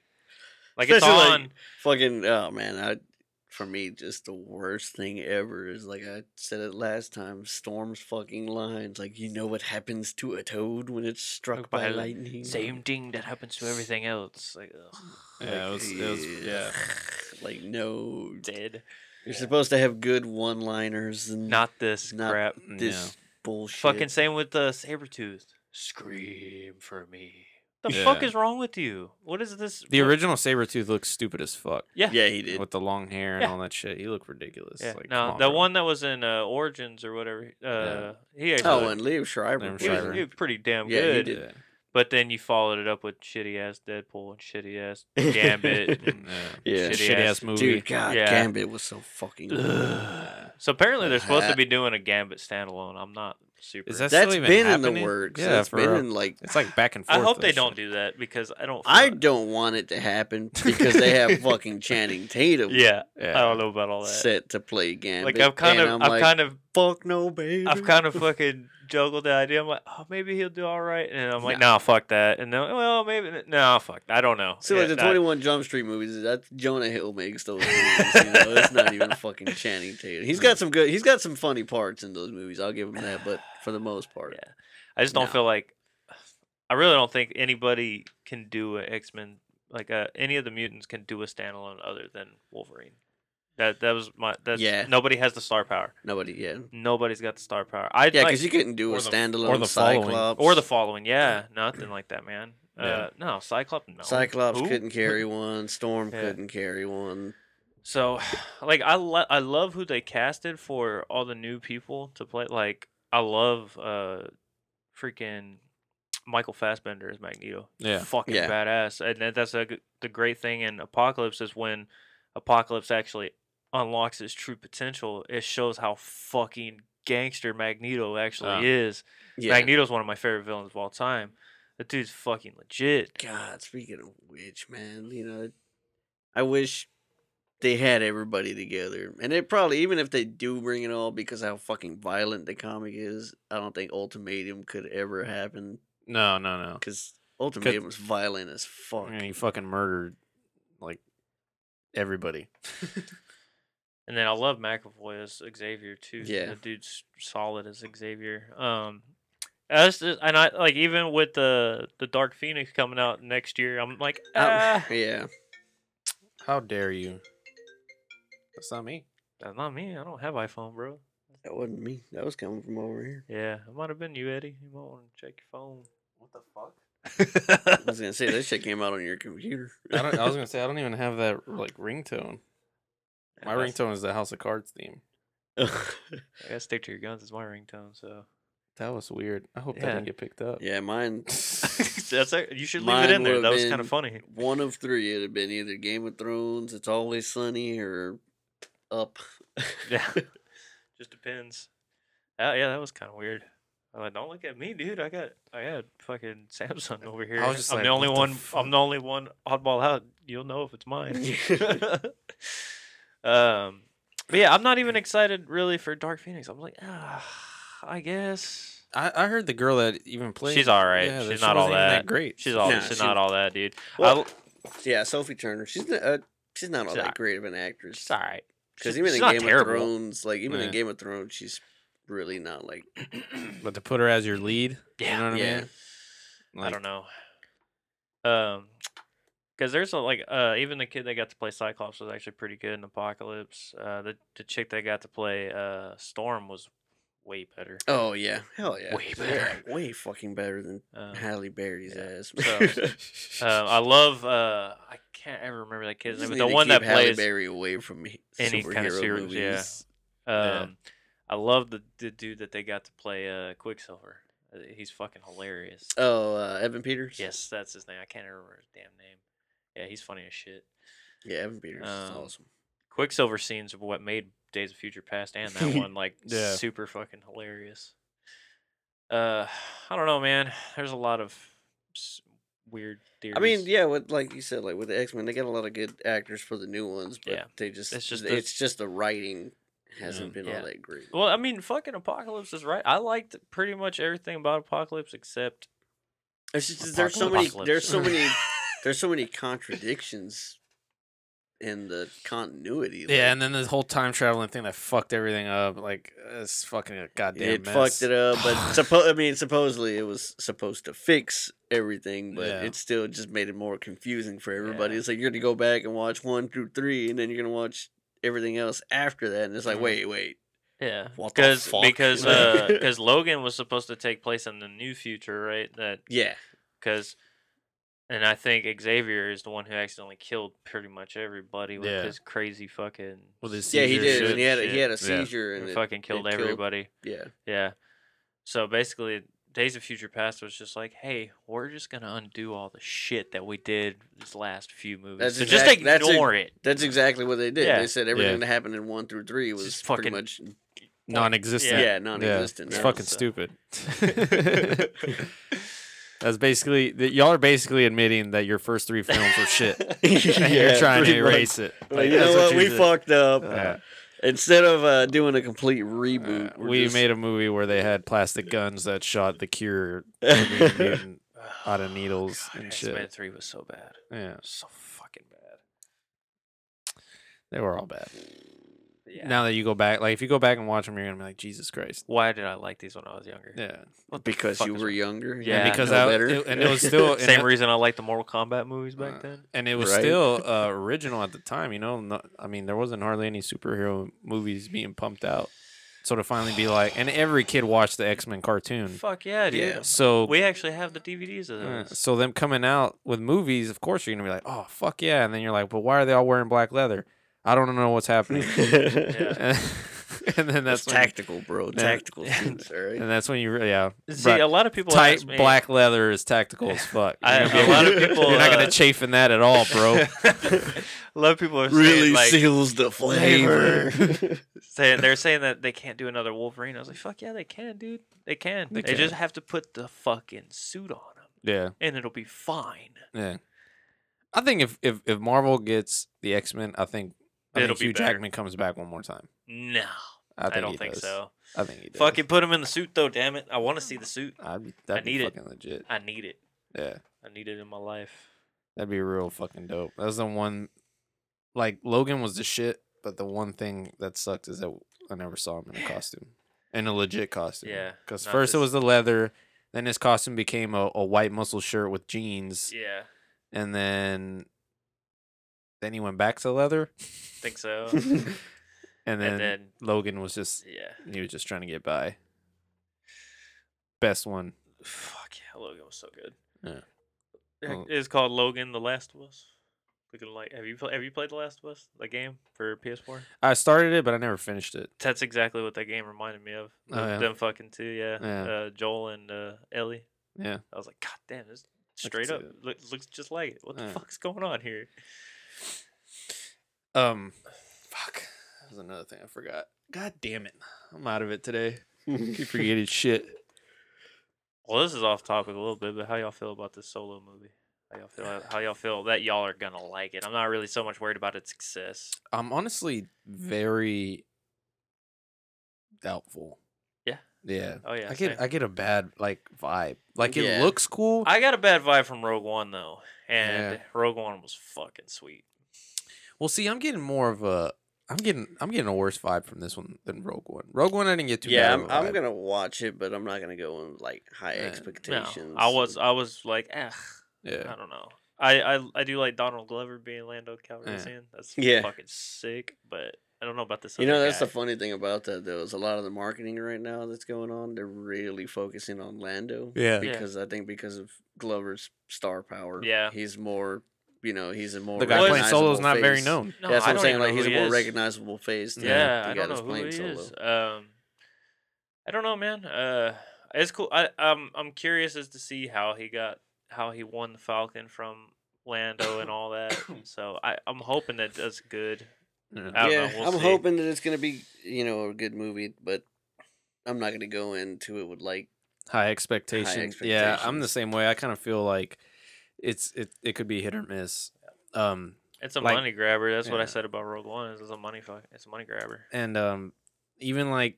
[SPEAKER 3] Like
[SPEAKER 2] Especially,
[SPEAKER 3] it's
[SPEAKER 2] like,
[SPEAKER 3] on.
[SPEAKER 2] fucking oh man, I for me just the worst thing ever is like I said it last time. Storm's fucking lines, like you know what happens to a toad when it's struck by,
[SPEAKER 3] by li-
[SPEAKER 2] lightning.
[SPEAKER 3] Same thing that happens to everything else. Like, ugh,
[SPEAKER 2] Mm.
[SPEAKER 1] Yeah, it was- it was- yeah.
[SPEAKER 2] Like no,
[SPEAKER 3] dead.
[SPEAKER 2] you're supposed to have good one-liners and
[SPEAKER 3] Not this
[SPEAKER 2] Not
[SPEAKER 3] crap.
[SPEAKER 2] this
[SPEAKER 1] Yeah.
[SPEAKER 2] bullshit.
[SPEAKER 3] Fucking same with the saber tooth. Scream for me. The fuck
[SPEAKER 1] Yeah.
[SPEAKER 3] is wrong with you? What is this?
[SPEAKER 1] The
[SPEAKER 3] what-
[SPEAKER 1] original Sabretooth looks stupid as fuck.
[SPEAKER 3] Yeah.
[SPEAKER 2] yeah, he did.
[SPEAKER 1] With the long hair and
[SPEAKER 3] Yeah.
[SPEAKER 1] all that shit. He looked ridiculous.
[SPEAKER 3] Yeah.
[SPEAKER 1] Like,
[SPEAKER 3] no,
[SPEAKER 1] come on,
[SPEAKER 3] the
[SPEAKER 1] bro.
[SPEAKER 3] one that was in uh, Origins or whatever. Uh, He actually
[SPEAKER 2] Oh,
[SPEAKER 3] looked-
[SPEAKER 2] and Liam Schreiber.
[SPEAKER 1] Liam
[SPEAKER 2] too.
[SPEAKER 3] he was,
[SPEAKER 1] Shriver.
[SPEAKER 3] he was pretty damn
[SPEAKER 2] Yeah, he
[SPEAKER 3] good.
[SPEAKER 2] did.
[SPEAKER 1] Yeah.
[SPEAKER 3] But then you followed it up with shitty ass Deadpool and shitty ass Gambit. and-
[SPEAKER 2] Yeah.
[SPEAKER 1] Mm, Shitty,
[SPEAKER 3] Shitty
[SPEAKER 1] ass,
[SPEAKER 3] ass-
[SPEAKER 1] movie.
[SPEAKER 2] Dude, God,
[SPEAKER 3] Yeah.
[SPEAKER 2] Gambit was so fucking. good.
[SPEAKER 3] so apparently they're supposed to
[SPEAKER 2] That-
[SPEAKER 3] be doing a Gambit standalone. I'm not super.
[SPEAKER 1] Is that
[SPEAKER 2] That's
[SPEAKER 1] still even
[SPEAKER 2] been in
[SPEAKER 1] happening?
[SPEAKER 2] the works.
[SPEAKER 1] Yeah,
[SPEAKER 2] that's
[SPEAKER 1] for
[SPEAKER 2] been
[SPEAKER 1] real.
[SPEAKER 2] in like.
[SPEAKER 1] It's like back and forth.
[SPEAKER 3] I hope they
[SPEAKER 1] this
[SPEAKER 3] don't
[SPEAKER 1] shit.
[SPEAKER 3] do that because I don't.
[SPEAKER 2] I
[SPEAKER 3] feel-
[SPEAKER 2] don't want it to happen because they have fucking Channing Tatum
[SPEAKER 3] yeah,
[SPEAKER 1] Yeah.
[SPEAKER 3] I don't know about all that.
[SPEAKER 2] set to play Gambit.
[SPEAKER 3] like I've kind
[SPEAKER 2] and
[SPEAKER 3] of,
[SPEAKER 2] I'm
[SPEAKER 3] I've
[SPEAKER 2] like,
[SPEAKER 3] kind of,
[SPEAKER 2] fuck no, baby.
[SPEAKER 3] I've kind of fucking juggled the idea. I'm like, oh, maybe he'll do all right, and I'm like, nah, fuck that. And then, well, maybe, no, fuck, I don't know.
[SPEAKER 2] So
[SPEAKER 3] Yeah,
[SPEAKER 2] like the
[SPEAKER 3] that-
[SPEAKER 2] Twenty One Jump Street movies, that's Jonah Hill makes those movies. you know, it's not even fucking Channing Tatum. He's got some good, he's got some funny parts in those movies. I'll give him that, but for the most part,
[SPEAKER 3] Yeah. I just don't
[SPEAKER 2] No.
[SPEAKER 3] feel like I really don't think anybody can do a X Men like uh, any of the mutants can do a standalone other than Wolverine. That that was my that's
[SPEAKER 2] Yeah.
[SPEAKER 3] nobody has the star power.
[SPEAKER 2] nobody, yeah,
[SPEAKER 3] Nobody's got the star power. I
[SPEAKER 2] yeah,
[SPEAKER 3] like-
[SPEAKER 2] because you couldn't do a
[SPEAKER 1] or the-
[SPEAKER 2] standalone
[SPEAKER 1] or the following-
[SPEAKER 2] Cyclops
[SPEAKER 3] or the following, yeah, nothing like that, man.
[SPEAKER 1] Yeah.
[SPEAKER 3] Uh, no, Cyclops, no.
[SPEAKER 2] Cyclops
[SPEAKER 3] Who?
[SPEAKER 2] couldn't carry one, Storm
[SPEAKER 3] Yeah.
[SPEAKER 2] couldn't carry one.
[SPEAKER 3] So, like, I lo- I love who they casted for all the new people to play. Like, I love uh, freaking Michael Fassbender as Magneto. He's
[SPEAKER 1] Yeah.
[SPEAKER 3] fucking
[SPEAKER 2] Yeah.
[SPEAKER 3] badass. And that- that's a, g- the great thing in Apocalypse is when Apocalypse actually unlocks his true potential. It shows how fucking gangster Magneto actually
[SPEAKER 1] Ah.
[SPEAKER 3] is.
[SPEAKER 2] Yeah.
[SPEAKER 3] Magneto's one of my favorite villains of all time. The dude's fucking legit.
[SPEAKER 2] God, speaking of which, man, you know, I wish they had everybody together. And it probably, even if they do bring it all, because how fucking violent the comic is, I don't think Ultimatum could ever happen.
[SPEAKER 1] No, no, no.
[SPEAKER 2] Because Ultimatum is violent as fuck.
[SPEAKER 1] And he fucking murdered like everybody.
[SPEAKER 3] And then I love McAvoy as Xavier too.
[SPEAKER 2] Yeah.
[SPEAKER 3] the dude's solid as Xavier. Um, as the- and I like even with the the Dark Phoenix coming out next year, I'm like,
[SPEAKER 2] I-
[SPEAKER 3] ah,
[SPEAKER 2] Oh, yeah.
[SPEAKER 1] How dare you? That's not me.
[SPEAKER 3] that's not me. I don't have iPhone, bro.
[SPEAKER 2] That wasn't me. That was coming from over here.
[SPEAKER 3] Yeah, it might have been you, Eddie. You might want to check your phone.
[SPEAKER 1] What the fuck?
[SPEAKER 2] I was going to say, that shit came out on your computer.
[SPEAKER 1] I, don't, I was gonna say I don't even have that like ringtone. My
[SPEAKER 3] I
[SPEAKER 1] ringtone is the House of Cards theme.
[SPEAKER 3] I gotta stick to your guns. It's my ringtone. So
[SPEAKER 1] That was weird. I hope
[SPEAKER 3] Yeah.
[SPEAKER 1] that didn't get picked up.
[SPEAKER 2] yeah, mine,
[SPEAKER 3] that's a, you should leave
[SPEAKER 2] Mine
[SPEAKER 3] it in there.
[SPEAKER 2] would've
[SPEAKER 3] That was kind
[SPEAKER 2] been-
[SPEAKER 3] of funny.
[SPEAKER 2] one of three, it'd have been either Game of Thrones, It's Always Sunny, or Up.
[SPEAKER 3] Yeah, just depends. Uh, yeah, that was kind of weird. I'm like, don't look at me, dude. I got, I got fucking Samsung over here.
[SPEAKER 1] was just
[SPEAKER 3] I'm
[SPEAKER 1] like,
[SPEAKER 3] the only
[SPEAKER 1] what the
[SPEAKER 3] one.
[SPEAKER 1] fuck?
[SPEAKER 3] I'm the only one oddball out. You'll know if it's mine. um, but yeah, I'm not even excited really for Dark Phoenix. I'm like, ah, I guess
[SPEAKER 1] I, I heard the girl that even played.
[SPEAKER 3] She's all right.
[SPEAKER 1] that
[SPEAKER 3] She's
[SPEAKER 1] she
[SPEAKER 3] not all
[SPEAKER 1] wasn't even
[SPEAKER 3] that.
[SPEAKER 1] great.
[SPEAKER 3] she's all,
[SPEAKER 2] Nah,
[SPEAKER 3] she's
[SPEAKER 2] she-
[SPEAKER 3] not all that, dude.
[SPEAKER 2] Well,
[SPEAKER 3] I,
[SPEAKER 2] Yeah, Sophie Turner. She's not, uh, she's not all
[SPEAKER 3] She's
[SPEAKER 2] that
[SPEAKER 3] not-
[SPEAKER 2] great of an
[SPEAKER 3] she's
[SPEAKER 2] actress.
[SPEAKER 3] all right.
[SPEAKER 2] Because
[SPEAKER 3] She's-
[SPEAKER 2] even
[SPEAKER 3] she's
[SPEAKER 2] in
[SPEAKER 3] not
[SPEAKER 2] Game
[SPEAKER 3] terrible.
[SPEAKER 2] of Thrones, like even
[SPEAKER 1] Yeah.
[SPEAKER 2] in Game of Thrones, she's really not like.
[SPEAKER 1] But to put her as your lead, you know what
[SPEAKER 2] Yeah.
[SPEAKER 1] I mean?
[SPEAKER 3] I don't know. Um, because there's a, like uh even the kid that got to play Cyclops was actually pretty good in Apocalypse. Uh, the the chick that got to play uh Storm was way better.
[SPEAKER 2] Oh yeah, hell yeah,
[SPEAKER 3] Way
[SPEAKER 2] Yeah,
[SPEAKER 3] better.
[SPEAKER 2] way fucking better than
[SPEAKER 3] Um,
[SPEAKER 2] Halle Berry's
[SPEAKER 3] yeah.
[SPEAKER 2] ass.
[SPEAKER 3] So, uh, I love uh I can't ever remember that
[SPEAKER 2] You
[SPEAKER 3] kid's
[SPEAKER 2] just
[SPEAKER 3] name, but
[SPEAKER 2] need
[SPEAKER 3] the
[SPEAKER 2] to
[SPEAKER 3] one that
[SPEAKER 2] keep Halle
[SPEAKER 3] plays
[SPEAKER 2] Berry away from me-
[SPEAKER 3] any
[SPEAKER 2] superhero
[SPEAKER 3] kind of series,
[SPEAKER 2] movies.
[SPEAKER 3] yeah.
[SPEAKER 1] Yeah.
[SPEAKER 3] um I love the the dude that they got to play uh Quicksilver. Uh, He's fucking hilarious.
[SPEAKER 2] Oh, uh, Evan Peters.
[SPEAKER 3] yes, that's his name. I can't remember his damn name. Yeah, he's funny as shit.
[SPEAKER 2] Yeah, Evan Peters is
[SPEAKER 3] Um,
[SPEAKER 2] awesome.
[SPEAKER 3] Quicksilver scenes are what made Days of Future Past and that one like
[SPEAKER 1] Yeah.
[SPEAKER 3] super fucking hilarious. Uh, I don't know, man. There's a lot of s- weird theories.
[SPEAKER 2] I mean, yeah, with like you said, like with the X Men, they got a lot of good actors for the new ones, but
[SPEAKER 3] Yeah.
[SPEAKER 2] they just
[SPEAKER 3] It's
[SPEAKER 2] it's
[SPEAKER 3] just
[SPEAKER 2] just
[SPEAKER 3] the- Mm,
[SPEAKER 2] it's just the writing hasn't been
[SPEAKER 3] Yeah.
[SPEAKER 2] all that great.
[SPEAKER 3] Well, I mean, fucking Apocalypse is right. I liked pretty much everything about Apocalypse except
[SPEAKER 2] It's just there's so many
[SPEAKER 3] Apocalypse.
[SPEAKER 2] there's so many there's so many contradictions in the continuity. like,
[SPEAKER 1] Yeah, and then this whole time traveling thing that fucked everything up. Like it's fucking a goddamn
[SPEAKER 2] it
[SPEAKER 1] mess.
[SPEAKER 2] fucked it up, but suppo- I mean, supposedly it was supposed to fix everything, but
[SPEAKER 1] Yeah.
[SPEAKER 2] it still just made it more confusing for everybody.
[SPEAKER 3] Yeah.
[SPEAKER 2] It's like you're gonna go back and watch one through three, and then you're gonna watch everything else after that, and it's
[SPEAKER 3] Mm-hmm.
[SPEAKER 2] like,
[SPEAKER 1] Mhm.
[SPEAKER 2] wait, wait,
[SPEAKER 3] yeah,
[SPEAKER 2] What the
[SPEAKER 3] because
[SPEAKER 2] fuck?
[SPEAKER 3] because
[SPEAKER 2] Like-
[SPEAKER 3] because Logan was supposed to take place in the new future, right? That
[SPEAKER 2] yeah,
[SPEAKER 3] because and I think Xavier is the one who accidentally killed pretty much everybody with
[SPEAKER 1] Yeah.
[SPEAKER 3] his crazy fucking
[SPEAKER 1] With his
[SPEAKER 2] yeah, he
[SPEAKER 1] Seizure
[SPEAKER 2] did,
[SPEAKER 1] shit,
[SPEAKER 2] and he had a, he had a
[SPEAKER 1] Yeah.
[SPEAKER 2] seizure,
[SPEAKER 3] and
[SPEAKER 2] and it,
[SPEAKER 3] fucking killed
[SPEAKER 2] it
[SPEAKER 3] everybody.
[SPEAKER 2] yeah,
[SPEAKER 3] Yeah. So basically, Days of Future Past was just like, hey, we're just gonna undo all the shit that we did these last few movies.
[SPEAKER 2] That's
[SPEAKER 3] so
[SPEAKER 2] exact-
[SPEAKER 3] just
[SPEAKER 2] that's ex-
[SPEAKER 3] ignore it.
[SPEAKER 2] that's exactly what they did.
[SPEAKER 3] Yeah.
[SPEAKER 2] They said everything that happened in one through three was
[SPEAKER 3] just
[SPEAKER 2] pretty
[SPEAKER 3] fucking-
[SPEAKER 2] much
[SPEAKER 1] non-existent.
[SPEAKER 2] yeah, non-existent.
[SPEAKER 1] It's
[SPEAKER 2] now,
[SPEAKER 1] fucking
[SPEAKER 2] so.
[SPEAKER 1] stupid. That's basically that y'all are basically admitting that your first three films were shit. And you're
[SPEAKER 2] Yeah,
[SPEAKER 1] trying to
[SPEAKER 2] pretty much.
[SPEAKER 1] erase it.
[SPEAKER 2] Like,
[SPEAKER 1] Like,
[SPEAKER 2] you know
[SPEAKER 1] that's
[SPEAKER 2] what? We
[SPEAKER 1] did.
[SPEAKER 2] fucked up.
[SPEAKER 1] Yeah.
[SPEAKER 2] Instead of uh, doing a complete
[SPEAKER 1] Uh,
[SPEAKER 2] reboot, we're
[SPEAKER 1] we
[SPEAKER 2] just-
[SPEAKER 1] made a movie where they had plastic guns that shot the cure for being mutant out of needles and
[SPEAKER 3] Oh, X Men
[SPEAKER 1] shit.
[SPEAKER 3] Three was so bad,
[SPEAKER 1] Yeah,
[SPEAKER 3] so fucking bad.
[SPEAKER 1] they were all bad.
[SPEAKER 3] Yeah.
[SPEAKER 1] Now that you go back, like if you go back and watch them, you're gonna be like, Jesus Christ.
[SPEAKER 3] Why did I like these when I was younger?
[SPEAKER 1] Yeah,
[SPEAKER 3] What the
[SPEAKER 2] because
[SPEAKER 3] fuck
[SPEAKER 2] you
[SPEAKER 3] is
[SPEAKER 2] were
[SPEAKER 3] wrong?
[SPEAKER 2] younger.
[SPEAKER 3] Yeah,
[SPEAKER 2] you
[SPEAKER 1] because
[SPEAKER 2] know
[SPEAKER 1] I,
[SPEAKER 2] better.
[SPEAKER 1] it, and it was still and
[SPEAKER 3] Same
[SPEAKER 1] it-
[SPEAKER 3] reason I liked the Mortal Kombat movies back
[SPEAKER 1] Uh,
[SPEAKER 3] then.
[SPEAKER 1] and it was
[SPEAKER 2] Right.
[SPEAKER 1] still uh, original at the time. You know, no, I mean, there wasn't hardly any superhero movies being pumped out. So to finally be like, and every kid watched the X Men cartoon.
[SPEAKER 3] Fuck yeah, dude.
[SPEAKER 2] Yeah.
[SPEAKER 1] So
[SPEAKER 3] We actually have the DVDs of
[SPEAKER 1] uh,
[SPEAKER 3] those.
[SPEAKER 1] so them coming out with movies, of course you're gonna be like, oh fuck yeah, and then you're like, but why are they all wearing black leather? I don't know what's happening.
[SPEAKER 2] yeah.
[SPEAKER 1] and then
[SPEAKER 2] That's
[SPEAKER 1] that's when,
[SPEAKER 2] tactical, bro.
[SPEAKER 1] Yeah.
[SPEAKER 2] Tactical shoots, all right?
[SPEAKER 1] and that's when you re- yeah.
[SPEAKER 3] See,
[SPEAKER 1] Bruh,
[SPEAKER 3] a lot of people
[SPEAKER 1] tight
[SPEAKER 3] ask me,
[SPEAKER 1] black leather is tactical as fuck. You're
[SPEAKER 3] I,
[SPEAKER 1] gonna be
[SPEAKER 3] a lot of
[SPEAKER 1] like,
[SPEAKER 3] people.
[SPEAKER 1] you're not
[SPEAKER 3] uh,
[SPEAKER 1] gonna chafe in that at all, bro.
[SPEAKER 3] a lot of people are saying,
[SPEAKER 2] Really
[SPEAKER 3] like,
[SPEAKER 2] seals the flavor.
[SPEAKER 3] saying they're saying that they can't do another Wolverine. I was like, fuck yeah, they can, dude. They can. They,
[SPEAKER 1] They
[SPEAKER 3] just have to put the fucking suit on them,
[SPEAKER 1] yeah.
[SPEAKER 3] and it'll be fine.
[SPEAKER 1] Yeah. I think if if, if Marvel gets the X Men, I think, I
[SPEAKER 3] It'll
[SPEAKER 1] think
[SPEAKER 3] be
[SPEAKER 1] Hugh
[SPEAKER 3] better.
[SPEAKER 1] Jackman comes back one more time.
[SPEAKER 3] No,
[SPEAKER 1] I,
[SPEAKER 3] I,
[SPEAKER 1] think
[SPEAKER 3] don't
[SPEAKER 1] he
[SPEAKER 3] think
[SPEAKER 1] does.
[SPEAKER 3] so.
[SPEAKER 1] I think he does.
[SPEAKER 3] Fucking put him in the suit though. Damn it, I want to see the suit.
[SPEAKER 1] I'd be, that'd
[SPEAKER 3] I
[SPEAKER 1] be
[SPEAKER 3] need it.
[SPEAKER 1] fucking legit.
[SPEAKER 3] I need it.
[SPEAKER 1] Yeah,
[SPEAKER 3] I need it in my life.
[SPEAKER 1] that'd be real fucking dope. That's the one. Like Logan was the shit, but the one thing that sucked is that I never saw him in a costume, in a legit costume.
[SPEAKER 3] Yeah,
[SPEAKER 1] because
[SPEAKER 3] not
[SPEAKER 1] first it
[SPEAKER 3] this-
[SPEAKER 1] was the leather, then his costume became a, a white muscle shirt with jeans,
[SPEAKER 3] Yeah,
[SPEAKER 1] and then then he went back to leather,
[SPEAKER 3] think so.
[SPEAKER 1] and then,
[SPEAKER 3] and then
[SPEAKER 1] Logan was just
[SPEAKER 3] yeah,
[SPEAKER 1] he was just trying to get by. Best one.
[SPEAKER 3] fuck yeah, Logan was so good.
[SPEAKER 1] Yeah.
[SPEAKER 3] Yeah,
[SPEAKER 1] Well-
[SPEAKER 3] It's called Logan: The Last of Us. Looking like, have you pl- have you played The Last of Us, the game for PS4?
[SPEAKER 1] I started it, but I never finished it.
[SPEAKER 3] That's exactly what that game reminded me of.
[SPEAKER 1] Oh,
[SPEAKER 3] Them-
[SPEAKER 1] yeah.
[SPEAKER 3] Them fucking two, yeah.
[SPEAKER 1] Yeah.
[SPEAKER 3] Uh, Joel and uh, Ellie.
[SPEAKER 1] Yeah.
[SPEAKER 3] I was like, God damn, this
[SPEAKER 1] I can
[SPEAKER 3] straight
[SPEAKER 1] see
[SPEAKER 3] up
[SPEAKER 1] that.
[SPEAKER 3] look, looks just like it. What the
[SPEAKER 1] Yeah.
[SPEAKER 3] fuck's going on here?
[SPEAKER 1] Um, fuck. That was another thing I forgot. God damn it! I'm out of it today. Keep forgetting shit.
[SPEAKER 3] Well, this is off topic a little bit, but how y'all feel about this solo movie? How y'all feel? How y'all feel that y'all are gonna like it? I'm not really so much worried about its success.
[SPEAKER 1] I'm honestly
[SPEAKER 2] Mm-hmm.
[SPEAKER 1] very doubtful.
[SPEAKER 3] Yeah.
[SPEAKER 1] Yeah.
[SPEAKER 3] Oh yeah,
[SPEAKER 1] I
[SPEAKER 3] same.
[SPEAKER 1] get I get a bad like vibe. Like it
[SPEAKER 2] Yeah.
[SPEAKER 1] looks cool.
[SPEAKER 3] I got a bad vibe from Rogue One though, and Rogue One was fucking sweet.
[SPEAKER 1] Well, see, I'm getting more of a. I'm getting I'm getting a worse vibe from this one than Rogue One. Rogue One, I didn't get too.
[SPEAKER 2] yeah,
[SPEAKER 1] bad of
[SPEAKER 2] I'm,
[SPEAKER 1] a
[SPEAKER 2] I'm
[SPEAKER 1] vibe.
[SPEAKER 2] gonna watch it, but I'm not gonna go in like high
[SPEAKER 1] Yeah. No, I
[SPEAKER 3] No,
[SPEAKER 2] expectations.
[SPEAKER 3] I was I was like, eh,
[SPEAKER 1] Yeah.
[SPEAKER 3] I don't know. I, I I do like Donald Glover being Lando Calrissian. That's
[SPEAKER 2] Yeah.
[SPEAKER 3] fucking sick. But I don't know about this.
[SPEAKER 2] You know, that's the
[SPEAKER 3] fun.
[SPEAKER 2] funny thing about that though is a lot of the marketing right now that's going on. They're really focusing on Lando.
[SPEAKER 1] Yeah.
[SPEAKER 3] Yeah.
[SPEAKER 2] because I think because of Glover's star power.
[SPEAKER 3] Yeah.
[SPEAKER 2] he's more. You know, he's a more
[SPEAKER 1] The guy playing
[SPEAKER 2] recognizable
[SPEAKER 1] solo is not very
[SPEAKER 2] face.
[SPEAKER 1] known.
[SPEAKER 3] No,
[SPEAKER 2] that's what
[SPEAKER 3] I
[SPEAKER 2] I'm
[SPEAKER 3] don't
[SPEAKER 2] saying.
[SPEAKER 3] even
[SPEAKER 2] Like
[SPEAKER 3] know
[SPEAKER 2] he's a
[SPEAKER 3] who he
[SPEAKER 2] more
[SPEAKER 3] is.
[SPEAKER 2] recognizable face. than
[SPEAKER 3] Yeah,
[SPEAKER 2] the
[SPEAKER 3] I
[SPEAKER 2] guy
[SPEAKER 3] don't know
[SPEAKER 2] that's
[SPEAKER 3] who
[SPEAKER 2] playing
[SPEAKER 3] he
[SPEAKER 2] solo.
[SPEAKER 3] is. Um, I don't know, man. Uh, it's cool. I um, I'm curious as to see how he got how he won the Falcon from Lando and all that. So I I'm hoping that does good. I don't know,
[SPEAKER 2] yeah,
[SPEAKER 3] we'll
[SPEAKER 2] I'm
[SPEAKER 3] see.
[SPEAKER 2] hoping that it's gonna be you know a good movie, but I'm not gonna go into it with like
[SPEAKER 1] high expectations. Yeah, I'm the
[SPEAKER 2] expectations.
[SPEAKER 1] same way. I kind of feel like it's it it could be hit or miss. Um
[SPEAKER 3] It's a
[SPEAKER 1] Like-
[SPEAKER 3] money grabber. That's what I
[SPEAKER 1] Yeah.
[SPEAKER 3] said about Rogue One. is It's a money fuck. It's a money grabber.
[SPEAKER 1] and um even like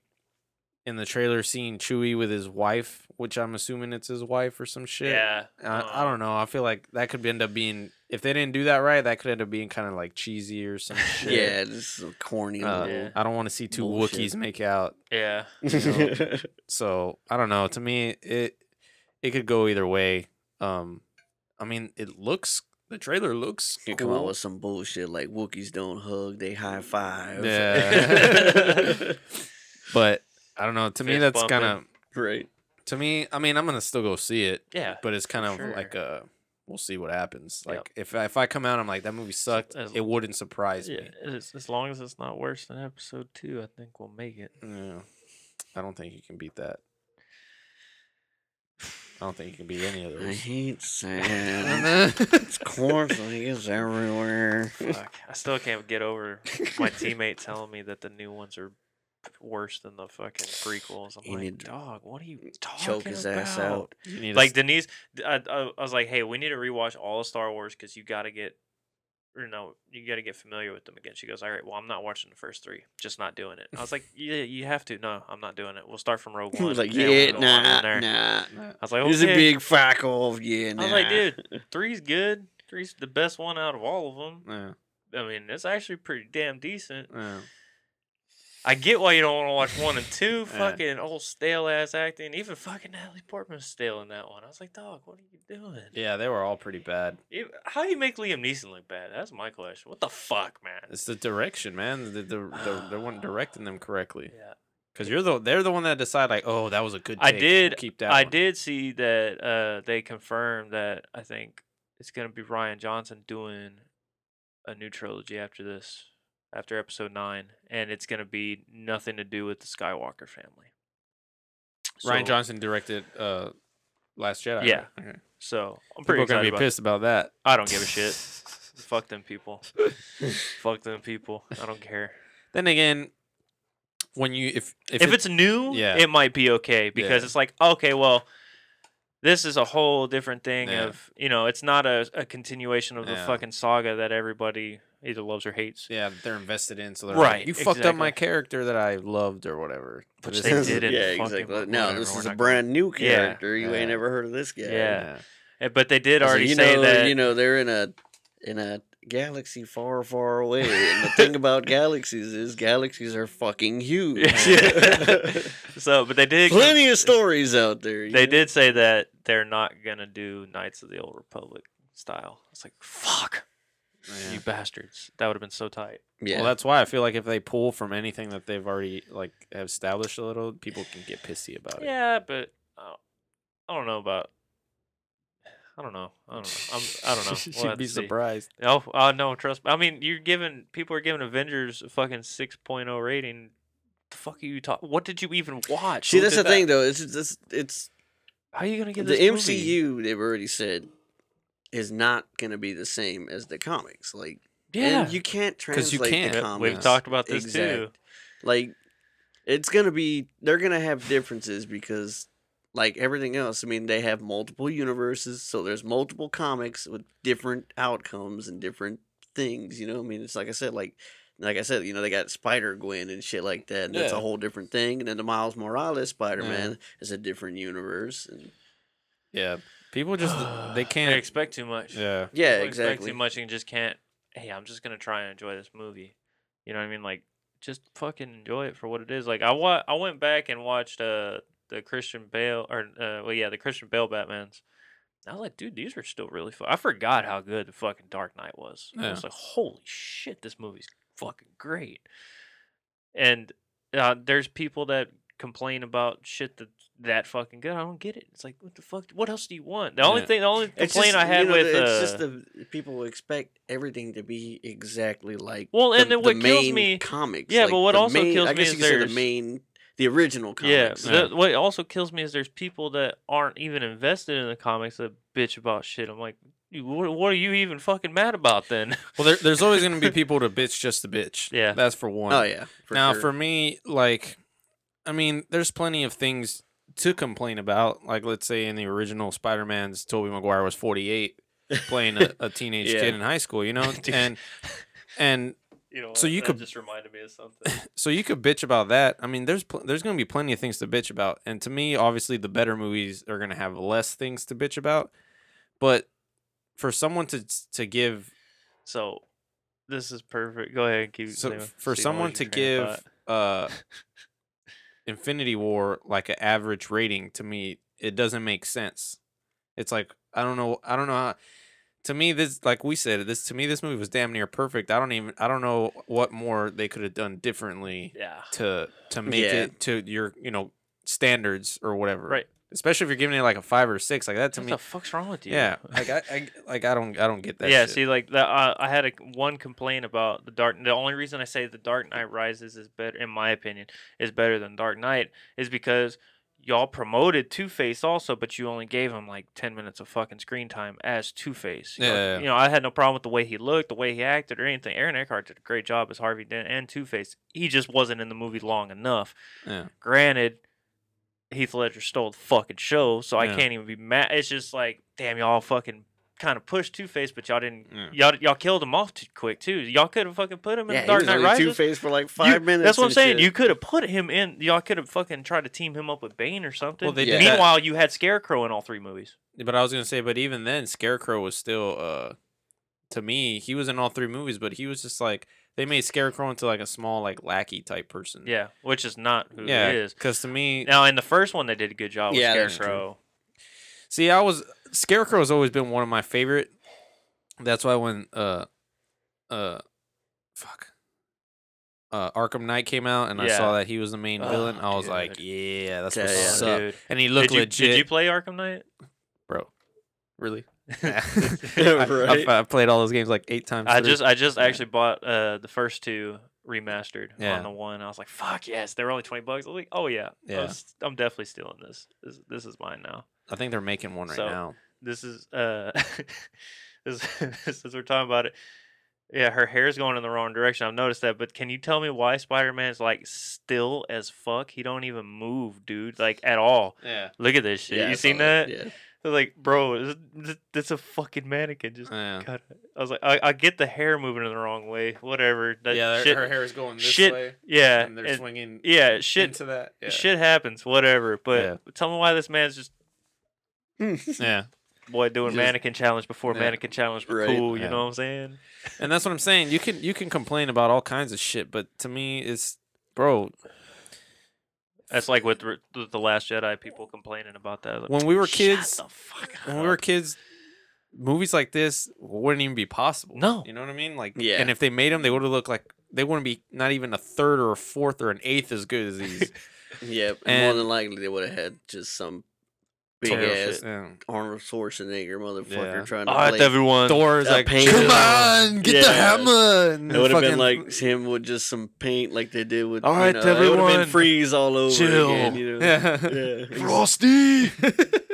[SPEAKER 1] in the trailer seeing Chewie with his wife, which I'm assuming it's his wife or some shit.
[SPEAKER 3] Yeah.
[SPEAKER 2] Uh-huh.
[SPEAKER 3] Um,
[SPEAKER 1] I, I don't know. I feel like that could end up being if they didn't do that right, that could end up being kind of like cheesy or some shit.
[SPEAKER 2] Yeah, this is a corny
[SPEAKER 1] Uh,
[SPEAKER 2] little.
[SPEAKER 1] I don't want to see two
[SPEAKER 2] Bullshit.
[SPEAKER 1] Wookiees make out.
[SPEAKER 3] Yeah.
[SPEAKER 1] know. So I don't know. To me, it it could go either way. Um, I mean, it looks the trailer looks
[SPEAKER 2] You come out
[SPEAKER 1] cool.
[SPEAKER 2] with some bullshit like Wookiees don't hug, they high five.
[SPEAKER 1] Yeah. but I don't know. To me,
[SPEAKER 3] Fist
[SPEAKER 1] that's kind of
[SPEAKER 3] bumping.
[SPEAKER 2] right.
[SPEAKER 1] to me. I mean, I'm gonna still go see it,
[SPEAKER 3] Yeah.
[SPEAKER 1] but it's kind of
[SPEAKER 3] sure.
[SPEAKER 1] like a we'll see what happens.
[SPEAKER 3] Yep.
[SPEAKER 1] Like if I- if I come out, I'm like that movie sucked.
[SPEAKER 3] as-
[SPEAKER 1] It wouldn't surprise
[SPEAKER 3] Yeah,
[SPEAKER 1] me.
[SPEAKER 3] as, as long as it's not worse than episode two, I think we'll make it.
[SPEAKER 1] Yeah. I don't think you can beat that. I don't think you can beat any of
[SPEAKER 2] I
[SPEAKER 1] those.
[SPEAKER 2] hate sand.
[SPEAKER 1] it's
[SPEAKER 2] it's cornflakes everywhere.
[SPEAKER 3] Fuck. I still can't get over my teammate telling me that the new ones are worse than the fucking prequels. I'm
[SPEAKER 2] You
[SPEAKER 3] like,
[SPEAKER 2] need to
[SPEAKER 3] dog, what are you talking
[SPEAKER 2] choke his ass out.
[SPEAKER 3] Like Denise, d- I, I- I was like, hey, we need to rewatch all of Star Wars because you got to get, or no, you got to get familiar with them again. She goes, all right, well, I'm not watching the first three, just not doing it. I was like, yeah, you have to. No, I'm not doing it. We'll start from Rogue
[SPEAKER 2] He
[SPEAKER 3] One.
[SPEAKER 2] was like,
[SPEAKER 3] and we'll
[SPEAKER 2] yeah,
[SPEAKER 3] go on from
[SPEAKER 2] nah,
[SPEAKER 3] there."
[SPEAKER 2] nah.
[SPEAKER 3] I was like, okay.
[SPEAKER 2] Here's a big fuck off. Yeah, nah.
[SPEAKER 3] I was like, dude, three's good. Three's the best one out of all of them.
[SPEAKER 1] yeah,
[SPEAKER 3] I mean, it's actually pretty damn decent.
[SPEAKER 1] yeah.
[SPEAKER 3] I get why you don't want to watch one and two.
[SPEAKER 1] Yeah.
[SPEAKER 3] Fucking old stale ass acting. Even fucking Natalie Portman's stale in that one. I was like, dog, what are you doing?
[SPEAKER 1] Yeah, they were all pretty bad.
[SPEAKER 3] Ev- How do you make Liam Neeson look bad? That's my question. What the fuck, man?
[SPEAKER 1] It's the direction, man. The, the, the, they weren't directing them correctly.
[SPEAKER 3] Yeah,
[SPEAKER 1] Because you're the they're the one that decide like, oh, that was a good. Take.
[SPEAKER 3] I
[SPEAKER 1] We'll
[SPEAKER 3] did-
[SPEAKER 1] keep that.
[SPEAKER 3] I
[SPEAKER 1] one."
[SPEAKER 3] did see that uh, they confirmed that I think it's gonna be Ryan Johnson doing a new trilogy after this, after Episode Nine, and it's gonna be nothing to do with the Skywalker family.
[SPEAKER 1] Ryan
[SPEAKER 3] So-
[SPEAKER 1] Johnson directed uh, Last Jedi.
[SPEAKER 3] Yeah.
[SPEAKER 1] right? Okay.
[SPEAKER 3] So I'm
[SPEAKER 1] people
[SPEAKER 3] pretty
[SPEAKER 1] are gonna
[SPEAKER 3] excited.
[SPEAKER 1] be
[SPEAKER 3] about
[SPEAKER 1] pissed about that.
[SPEAKER 3] I don't give a shit. Fuck them people. Fuck them people. I don't care.
[SPEAKER 1] Then again, when you if if,
[SPEAKER 3] if,
[SPEAKER 1] it-
[SPEAKER 3] it's new,
[SPEAKER 1] yeah.
[SPEAKER 3] it might be okay because
[SPEAKER 1] Yeah.
[SPEAKER 3] it's like, okay, well, this is a whole different thing
[SPEAKER 1] Yeah.
[SPEAKER 3] of you know, it's not a, a continuation of the
[SPEAKER 1] Yeah.
[SPEAKER 3] fucking saga that everybody either loves or hates.
[SPEAKER 1] yeah they're invested in, so they're
[SPEAKER 3] Right,
[SPEAKER 1] like, you fucked up my
[SPEAKER 3] exactly.
[SPEAKER 1] character that I loved or whatever.
[SPEAKER 3] Which
[SPEAKER 1] This
[SPEAKER 3] they
[SPEAKER 1] is-
[SPEAKER 3] did in
[SPEAKER 2] yeah,
[SPEAKER 3] fucking
[SPEAKER 2] exactly.
[SPEAKER 3] Rogue
[SPEAKER 2] No,
[SPEAKER 3] One,
[SPEAKER 2] this
[SPEAKER 3] we're
[SPEAKER 2] is a
[SPEAKER 3] not gonna-
[SPEAKER 2] brand new
[SPEAKER 3] Yeah.
[SPEAKER 2] character. You ain't
[SPEAKER 1] Yeah.
[SPEAKER 2] ever heard of this guy.
[SPEAKER 3] Yeah.
[SPEAKER 1] yeah.
[SPEAKER 3] Eh, But they did
[SPEAKER 2] I was like,
[SPEAKER 3] already
[SPEAKER 2] you
[SPEAKER 3] say
[SPEAKER 2] know,
[SPEAKER 3] that.
[SPEAKER 2] you know they're in a in a galaxy far, far away. and the thing about galaxies is galaxies are fucking huge.
[SPEAKER 3] Yeah. so, but they did.
[SPEAKER 2] Plenty of stories out there. you
[SPEAKER 3] They
[SPEAKER 2] know?
[SPEAKER 3] did say that they're not gonna do Knights of the Old Republic style. It's like fuck
[SPEAKER 1] yeah.
[SPEAKER 3] you bastards. That would have been so tight.
[SPEAKER 2] Yeah.
[SPEAKER 1] Well, that's why I feel like if they pull from anything that they've already like have established a little, people can get pissy about it.
[SPEAKER 3] Yeah, but uh, I don't know about. I don't know. I don't know. I'm, I don't know. We'll have
[SPEAKER 1] You'd be
[SPEAKER 3] to see.
[SPEAKER 1] surprised.
[SPEAKER 3] Oh, uh, no, trust me. I mean, you're giving people are giving Avengers a fucking 6.0 rating. The fuck are you talking? What did you even watch?
[SPEAKER 2] See,
[SPEAKER 3] Who
[SPEAKER 2] that's the
[SPEAKER 3] did that?
[SPEAKER 2] thing, though. It's just, it's
[SPEAKER 3] How are you gonna get
[SPEAKER 2] the
[SPEAKER 3] this movie?
[SPEAKER 2] MCU. They've already said is not going to be the same as the comics. Like,
[SPEAKER 3] Yeah,
[SPEAKER 2] and you can't
[SPEAKER 1] 'Cause
[SPEAKER 2] translate
[SPEAKER 1] you can't.
[SPEAKER 2] the
[SPEAKER 1] Yep,
[SPEAKER 2] comics.
[SPEAKER 3] we've talked about this too.
[SPEAKER 2] Exact. Like, it's gonna be. They're gonna have differences because, like everything else, I mean, they have multiple universes, so there's multiple comics with different outcomes and different things. You know, I mean, it's like I said, like. Like I said, you know they got Spider Gwen and shit like that. And That's a
[SPEAKER 1] Yeah.
[SPEAKER 2] whole different thing. And then the Miles Morales Spider Man is a different universe. And
[SPEAKER 1] Yeah, people just they
[SPEAKER 3] They
[SPEAKER 1] can't.
[SPEAKER 3] expect too much.
[SPEAKER 1] Yeah,
[SPEAKER 2] yeah,
[SPEAKER 3] People Expect
[SPEAKER 2] exactly.
[SPEAKER 3] too much and just can't. Hey, I'm just gonna try and enjoy this movie. You know what I mean? Like, just fucking enjoy it for what it is. Like, I wa- I went back and watched uh the Christian Bale or uh, well yeah the Christian Bale Batman's. I was like, dude, these are still really fun. I forgot how good the fucking Dark Knight was. I
[SPEAKER 1] Yeah.
[SPEAKER 3] was like, holy shit, this movie's fucking great. And uh, there's people that complain about shit that's that fucking good. I don't get it. It's like, what the fuck? What else do you want? The only
[SPEAKER 1] Yeah.
[SPEAKER 3] thing, the only
[SPEAKER 2] It's
[SPEAKER 3] complaint
[SPEAKER 2] just,
[SPEAKER 3] I had
[SPEAKER 2] you know,
[SPEAKER 3] with
[SPEAKER 2] the- it's
[SPEAKER 3] uh,
[SPEAKER 2] just the people expect everything to be exactly like
[SPEAKER 3] Well,
[SPEAKER 2] the,
[SPEAKER 3] and then what
[SPEAKER 2] the
[SPEAKER 3] kills
[SPEAKER 2] main
[SPEAKER 3] me-
[SPEAKER 2] comics.
[SPEAKER 3] yeah,
[SPEAKER 2] like,
[SPEAKER 3] but what
[SPEAKER 2] the
[SPEAKER 3] also
[SPEAKER 2] main-
[SPEAKER 3] kills
[SPEAKER 2] I
[SPEAKER 3] me
[SPEAKER 2] guess
[SPEAKER 3] is
[SPEAKER 2] you could say
[SPEAKER 3] there's-
[SPEAKER 2] the main, the original comics.
[SPEAKER 3] Yeah, the, what also kills me is there's people that aren't even invested in the comics that bitch about shit. I'm like, "You- what, what are you even fucking mad about then?
[SPEAKER 1] well, there, there's always gonna be people to bitch just to bitch.
[SPEAKER 3] Yeah.
[SPEAKER 1] that's for one.
[SPEAKER 2] Oh yeah.
[SPEAKER 1] now
[SPEAKER 2] sure.
[SPEAKER 1] for me, like, I mean, there's plenty of things to complain about. Like, let's say in the original Spider Man's, Tobey Maguire was 48 playing a, a teenage
[SPEAKER 2] Yeah.
[SPEAKER 1] kid in high school, you know?
[SPEAKER 3] Dude.
[SPEAKER 1] and, and
[SPEAKER 3] You know,
[SPEAKER 1] So
[SPEAKER 3] what?
[SPEAKER 1] you
[SPEAKER 3] That
[SPEAKER 1] could-
[SPEAKER 3] just reminded me of something.
[SPEAKER 1] so you could bitch about that. I mean, there's pl- there's going to be plenty of things to bitch about. And to me, obviously, the better movies are going to have less things to bitch about. But for someone to to give
[SPEAKER 3] So this is perfect. Go ahead and keep.
[SPEAKER 1] so
[SPEAKER 3] saying-
[SPEAKER 1] f- for
[SPEAKER 3] see, what
[SPEAKER 1] someone
[SPEAKER 3] was
[SPEAKER 1] to
[SPEAKER 3] your train of
[SPEAKER 1] give
[SPEAKER 3] thought?
[SPEAKER 1] uh Infinity War like an average rating to me, it doesn't make sense. It's like I don't know, I don't know how. To me, this like we said, this to me this movie was damn near perfect. I don't even I don't know what more they could have done differently
[SPEAKER 3] Yeah.
[SPEAKER 1] to to make
[SPEAKER 2] Yeah.
[SPEAKER 1] it to your you know standards or whatever.
[SPEAKER 3] Right.
[SPEAKER 1] Especially if you're giving it like a five or six, like that to
[SPEAKER 3] what
[SPEAKER 1] me.
[SPEAKER 3] the fuck's wrong with you?
[SPEAKER 1] yeah. Like I, I like I don't I don't get that.
[SPEAKER 3] yeah,
[SPEAKER 1] shit.
[SPEAKER 3] see, like the uh, I had a, one complaint about the Dark. The only reason I say the Dark Knight Rises is better, in my opinion, is better than Dark Knight is because y'all promoted Two Face also, but you only gave him like ten minutes of fucking screen time as Two Face.
[SPEAKER 1] Yeah, yeah, yeah.
[SPEAKER 3] you know, I had no problem with the way he looked, the way he acted, or anything. Aaron Eckhart did a great job as Harvey Dent and Two Face. He just wasn't in the movie long enough.
[SPEAKER 1] Yeah.
[SPEAKER 3] Granted. Heath Ledger stole the fucking show, so
[SPEAKER 1] Yeah.
[SPEAKER 3] I can't even be mad. It's just like, damn, y'all fucking kind of pushed Two Face, but y'all didn't.
[SPEAKER 1] Yeah.
[SPEAKER 3] Y'all y'all killed him off too quick too. Y'all could have fucking put him in
[SPEAKER 2] Yeah,
[SPEAKER 3] Dark
[SPEAKER 2] he
[SPEAKER 3] Knight
[SPEAKER 2] was only
[SPEAKER 3] Rises.
[SPEAKER 2] Two Face for like
[SPEAKER 3] You-
[SPEAKER 2] five minutes.
[SPEAKER 3] That's what I'm
[SPEAKER 2] and
[SPEAKER 3] saying.
[SPEAKER 2] shit.
[SPEAKER 3] You could have put him in. Y'all could have fucking tried to team him up with Bane or something.
[SPEAKER 1] Well, they
[SPEAKER 2] did that-
[SPEAKER 3] Meanwhile, you had Scarecrow in all three movies.
[SPEAKER 1] But I was gonna say, but even then, Scarecrow was still uh to me, he was in all three movies, but he was just like they made Scarecrow into like a small like lackey type person.
[SPEAKER 3] Yeah, which is not who
[SPEAKER 1] Yeah.
[SPEAKER 3] he is.
[SPEAKER 1] Cause to me
[SPEAKER 3] Now in the first one, they did a good job with
[SPEAKER 2] Yeah, that's true.
[SPEAKER 3] Scarecrow.
[SPEAKER 1] see I was Scarecrow has always been one of my favorite. That's why when uh uh fuck. Uh, Arkham Knight came out, and I saw
[SPEAKER 3] Yeah.
[SPEAKER 1] that he was the main villain.
[SPEAKER 2] Oh,
[SPEAKER 1] I was
[SPEAKER 2] dude.
[SPEAKER 1] like, "Yeah, that's
[SPEAKER 2] Tell
[SPEAKER 1] what's
[SPEAKER 2] ya.
[SPEAKER 3] Oh,
[SPEAKER 1] up."
[SPEAKER 3] dude.
[SPEAKER 1] And he looked
[SPEAKER 3] Did you,
[SPEAKER 1] legit,
[SPEAKER 3] did you play Arkham Knight?
[SPEAKER 1] bro. Really? I,
[SPEAKER 2] Right.
[SPEAKER 1] I, I played all those games like eight times.
[SPEAKER 3] I
[SPEAKER 1] through.
[SPEAKER 3] just I just
[SPEAKER 1] Yeah.
[SPEAKER 3] actually bought uh the first two remastered
[SPEAKER 1] Yeah.
[SPEAKER 3] on the one. I was like, fuck yes, they were only twenty bucks. I was like, oh yeah,
[SPEAKER 1] Yeah.
[SPEAKER 3] I was, I'm definitely stealing this. This, this is mine now.
[SPEAKER 1] I think they're making one right
[SPEAKER 3] So,
[SPEAKER 1] now.
[SPEAKER 3] This is uh, this, since we're talking about it, yeah, her hair's going in the wrong direction. I've noticed that, but can you tell me why Spider Man's like still as fuck? He don't even move, dude, like at all.
[SPEAKER 1] Yeah.
[SPEAKER 3] Look at this shit.
[SPEAKER 2] Yeah, I
[SPEAKER 3] you
[SPEAKER 2] saw
[SPEAKER 3] seen that?
[SPEAKER 2] Yeah.
[SPEAKER 3] They're Like, bro, this- this- that's a fucking mannequin. Just
[SPEAKER 1] Yeah.
[SPEAKER 3] God, I was like, I, I get the hair moving in the wrong way. Whatever. That
[SPEAKER 1] yeah,
[SPEAKER 3] shit,
[SPEAKER 1] her hair is going this
[SPEAKER 3] shit-
[SPEAKER 1] way,
[SPEAKER 3] yeah,
[SPEAKER 1] and they're
[SPEAKER 3] and-
[SPEAKER 1] swinging
[SPEAKER 3] yeah, shit,
[SPEAKER 1] into that. Yeah.
[SPEAKER 3] shit happens. Whatever. But
[SPEAKER 1] Yeah.
[SPEAKER 3] tell me why this man's just
[SPEAKER 1] yeah,
[SPEAKER 3] boy doing
[SPEAKER 2] Just-
[SPEAKER 3] mannequin challenge before
[SPEAKER 1] Yeah.
[SPEAKER 3] mannequin challenge was
[SPEAKER 2] Right.
[SPEAKER 3] cool. You
[SPEAKER 1] Yeah.
[SPEAKER 3] know what I'm saying?
[SPEAKER 1] and that's what I'm saying. You can you can complain about all kinds of shit, but to me, it's bro.
[SPEAKER 3] That's like with the, with the Last Jedi people complaining about that. Like,
[SPEAKER 1] When we were
[SPEAKER 3] "Shut
[SPEAKER 1] kids,
[SPEAKER 3] the fuck
[SPEAKER 1] when
[SPEAKER 3] up."
[SPEAKER 1] we were kids, movies like this wouldn't even be possible.
[SPEAKER 3] No.
[SPEAKER 1] you know what I mean. Like,
[SPEAKER 2] Yeah.
[SPEAKER 1] and if they made them, they would have looked like they wouldn't be not even a third or a fourth or an eighth as good as these.
[SPEAKER 2] Yep.
[SPEAKER 1] And-
[SPEAKER 2] more than likely, they would have had just some big
[SPEAKER 3] Terrible
[SPEAKER 2] ass
[SPEAKER 3] shit.
[SPEAKER 1] yeah.
[SPEAKER 2] Arnold Schwarzenegger motherfucker
[SPEAKER 1] Yeah.
[SPEAKER 2] trying to
[SPEAKER 3] all right,
[SPEAKER 2] play.
[SPEAKER 3] everyone.
[SPEAKER 1] Thor is
[SPEAKER 2] A
[SPEAKER 1] like,
[SPEAKER 2] painted-
[SPEAKER 1] come on, get the
[SPEAKER 2] Yeah.
[SPEAKER 1] hammer. and
[SPEAKER 2] It would have been
[SPEAKER 1] fucking-
[SPEAKER 2] like him with just some paint, like they did with.
[SPEAKER 3] All
[SPEAKER 2] you
[SPEAKER 3] right,
[SPEAKER 2] know, it would have
[SPEAKER 3] everyone,
[SPEAKER 2] been freeze all over
[SPEAKER 3] chill.
[SPEAKER 2] again. You know?
[SPEAKER 1] yeah.
[SPEAKER 2] Yeah.
[SPEAKER 1] Frosty.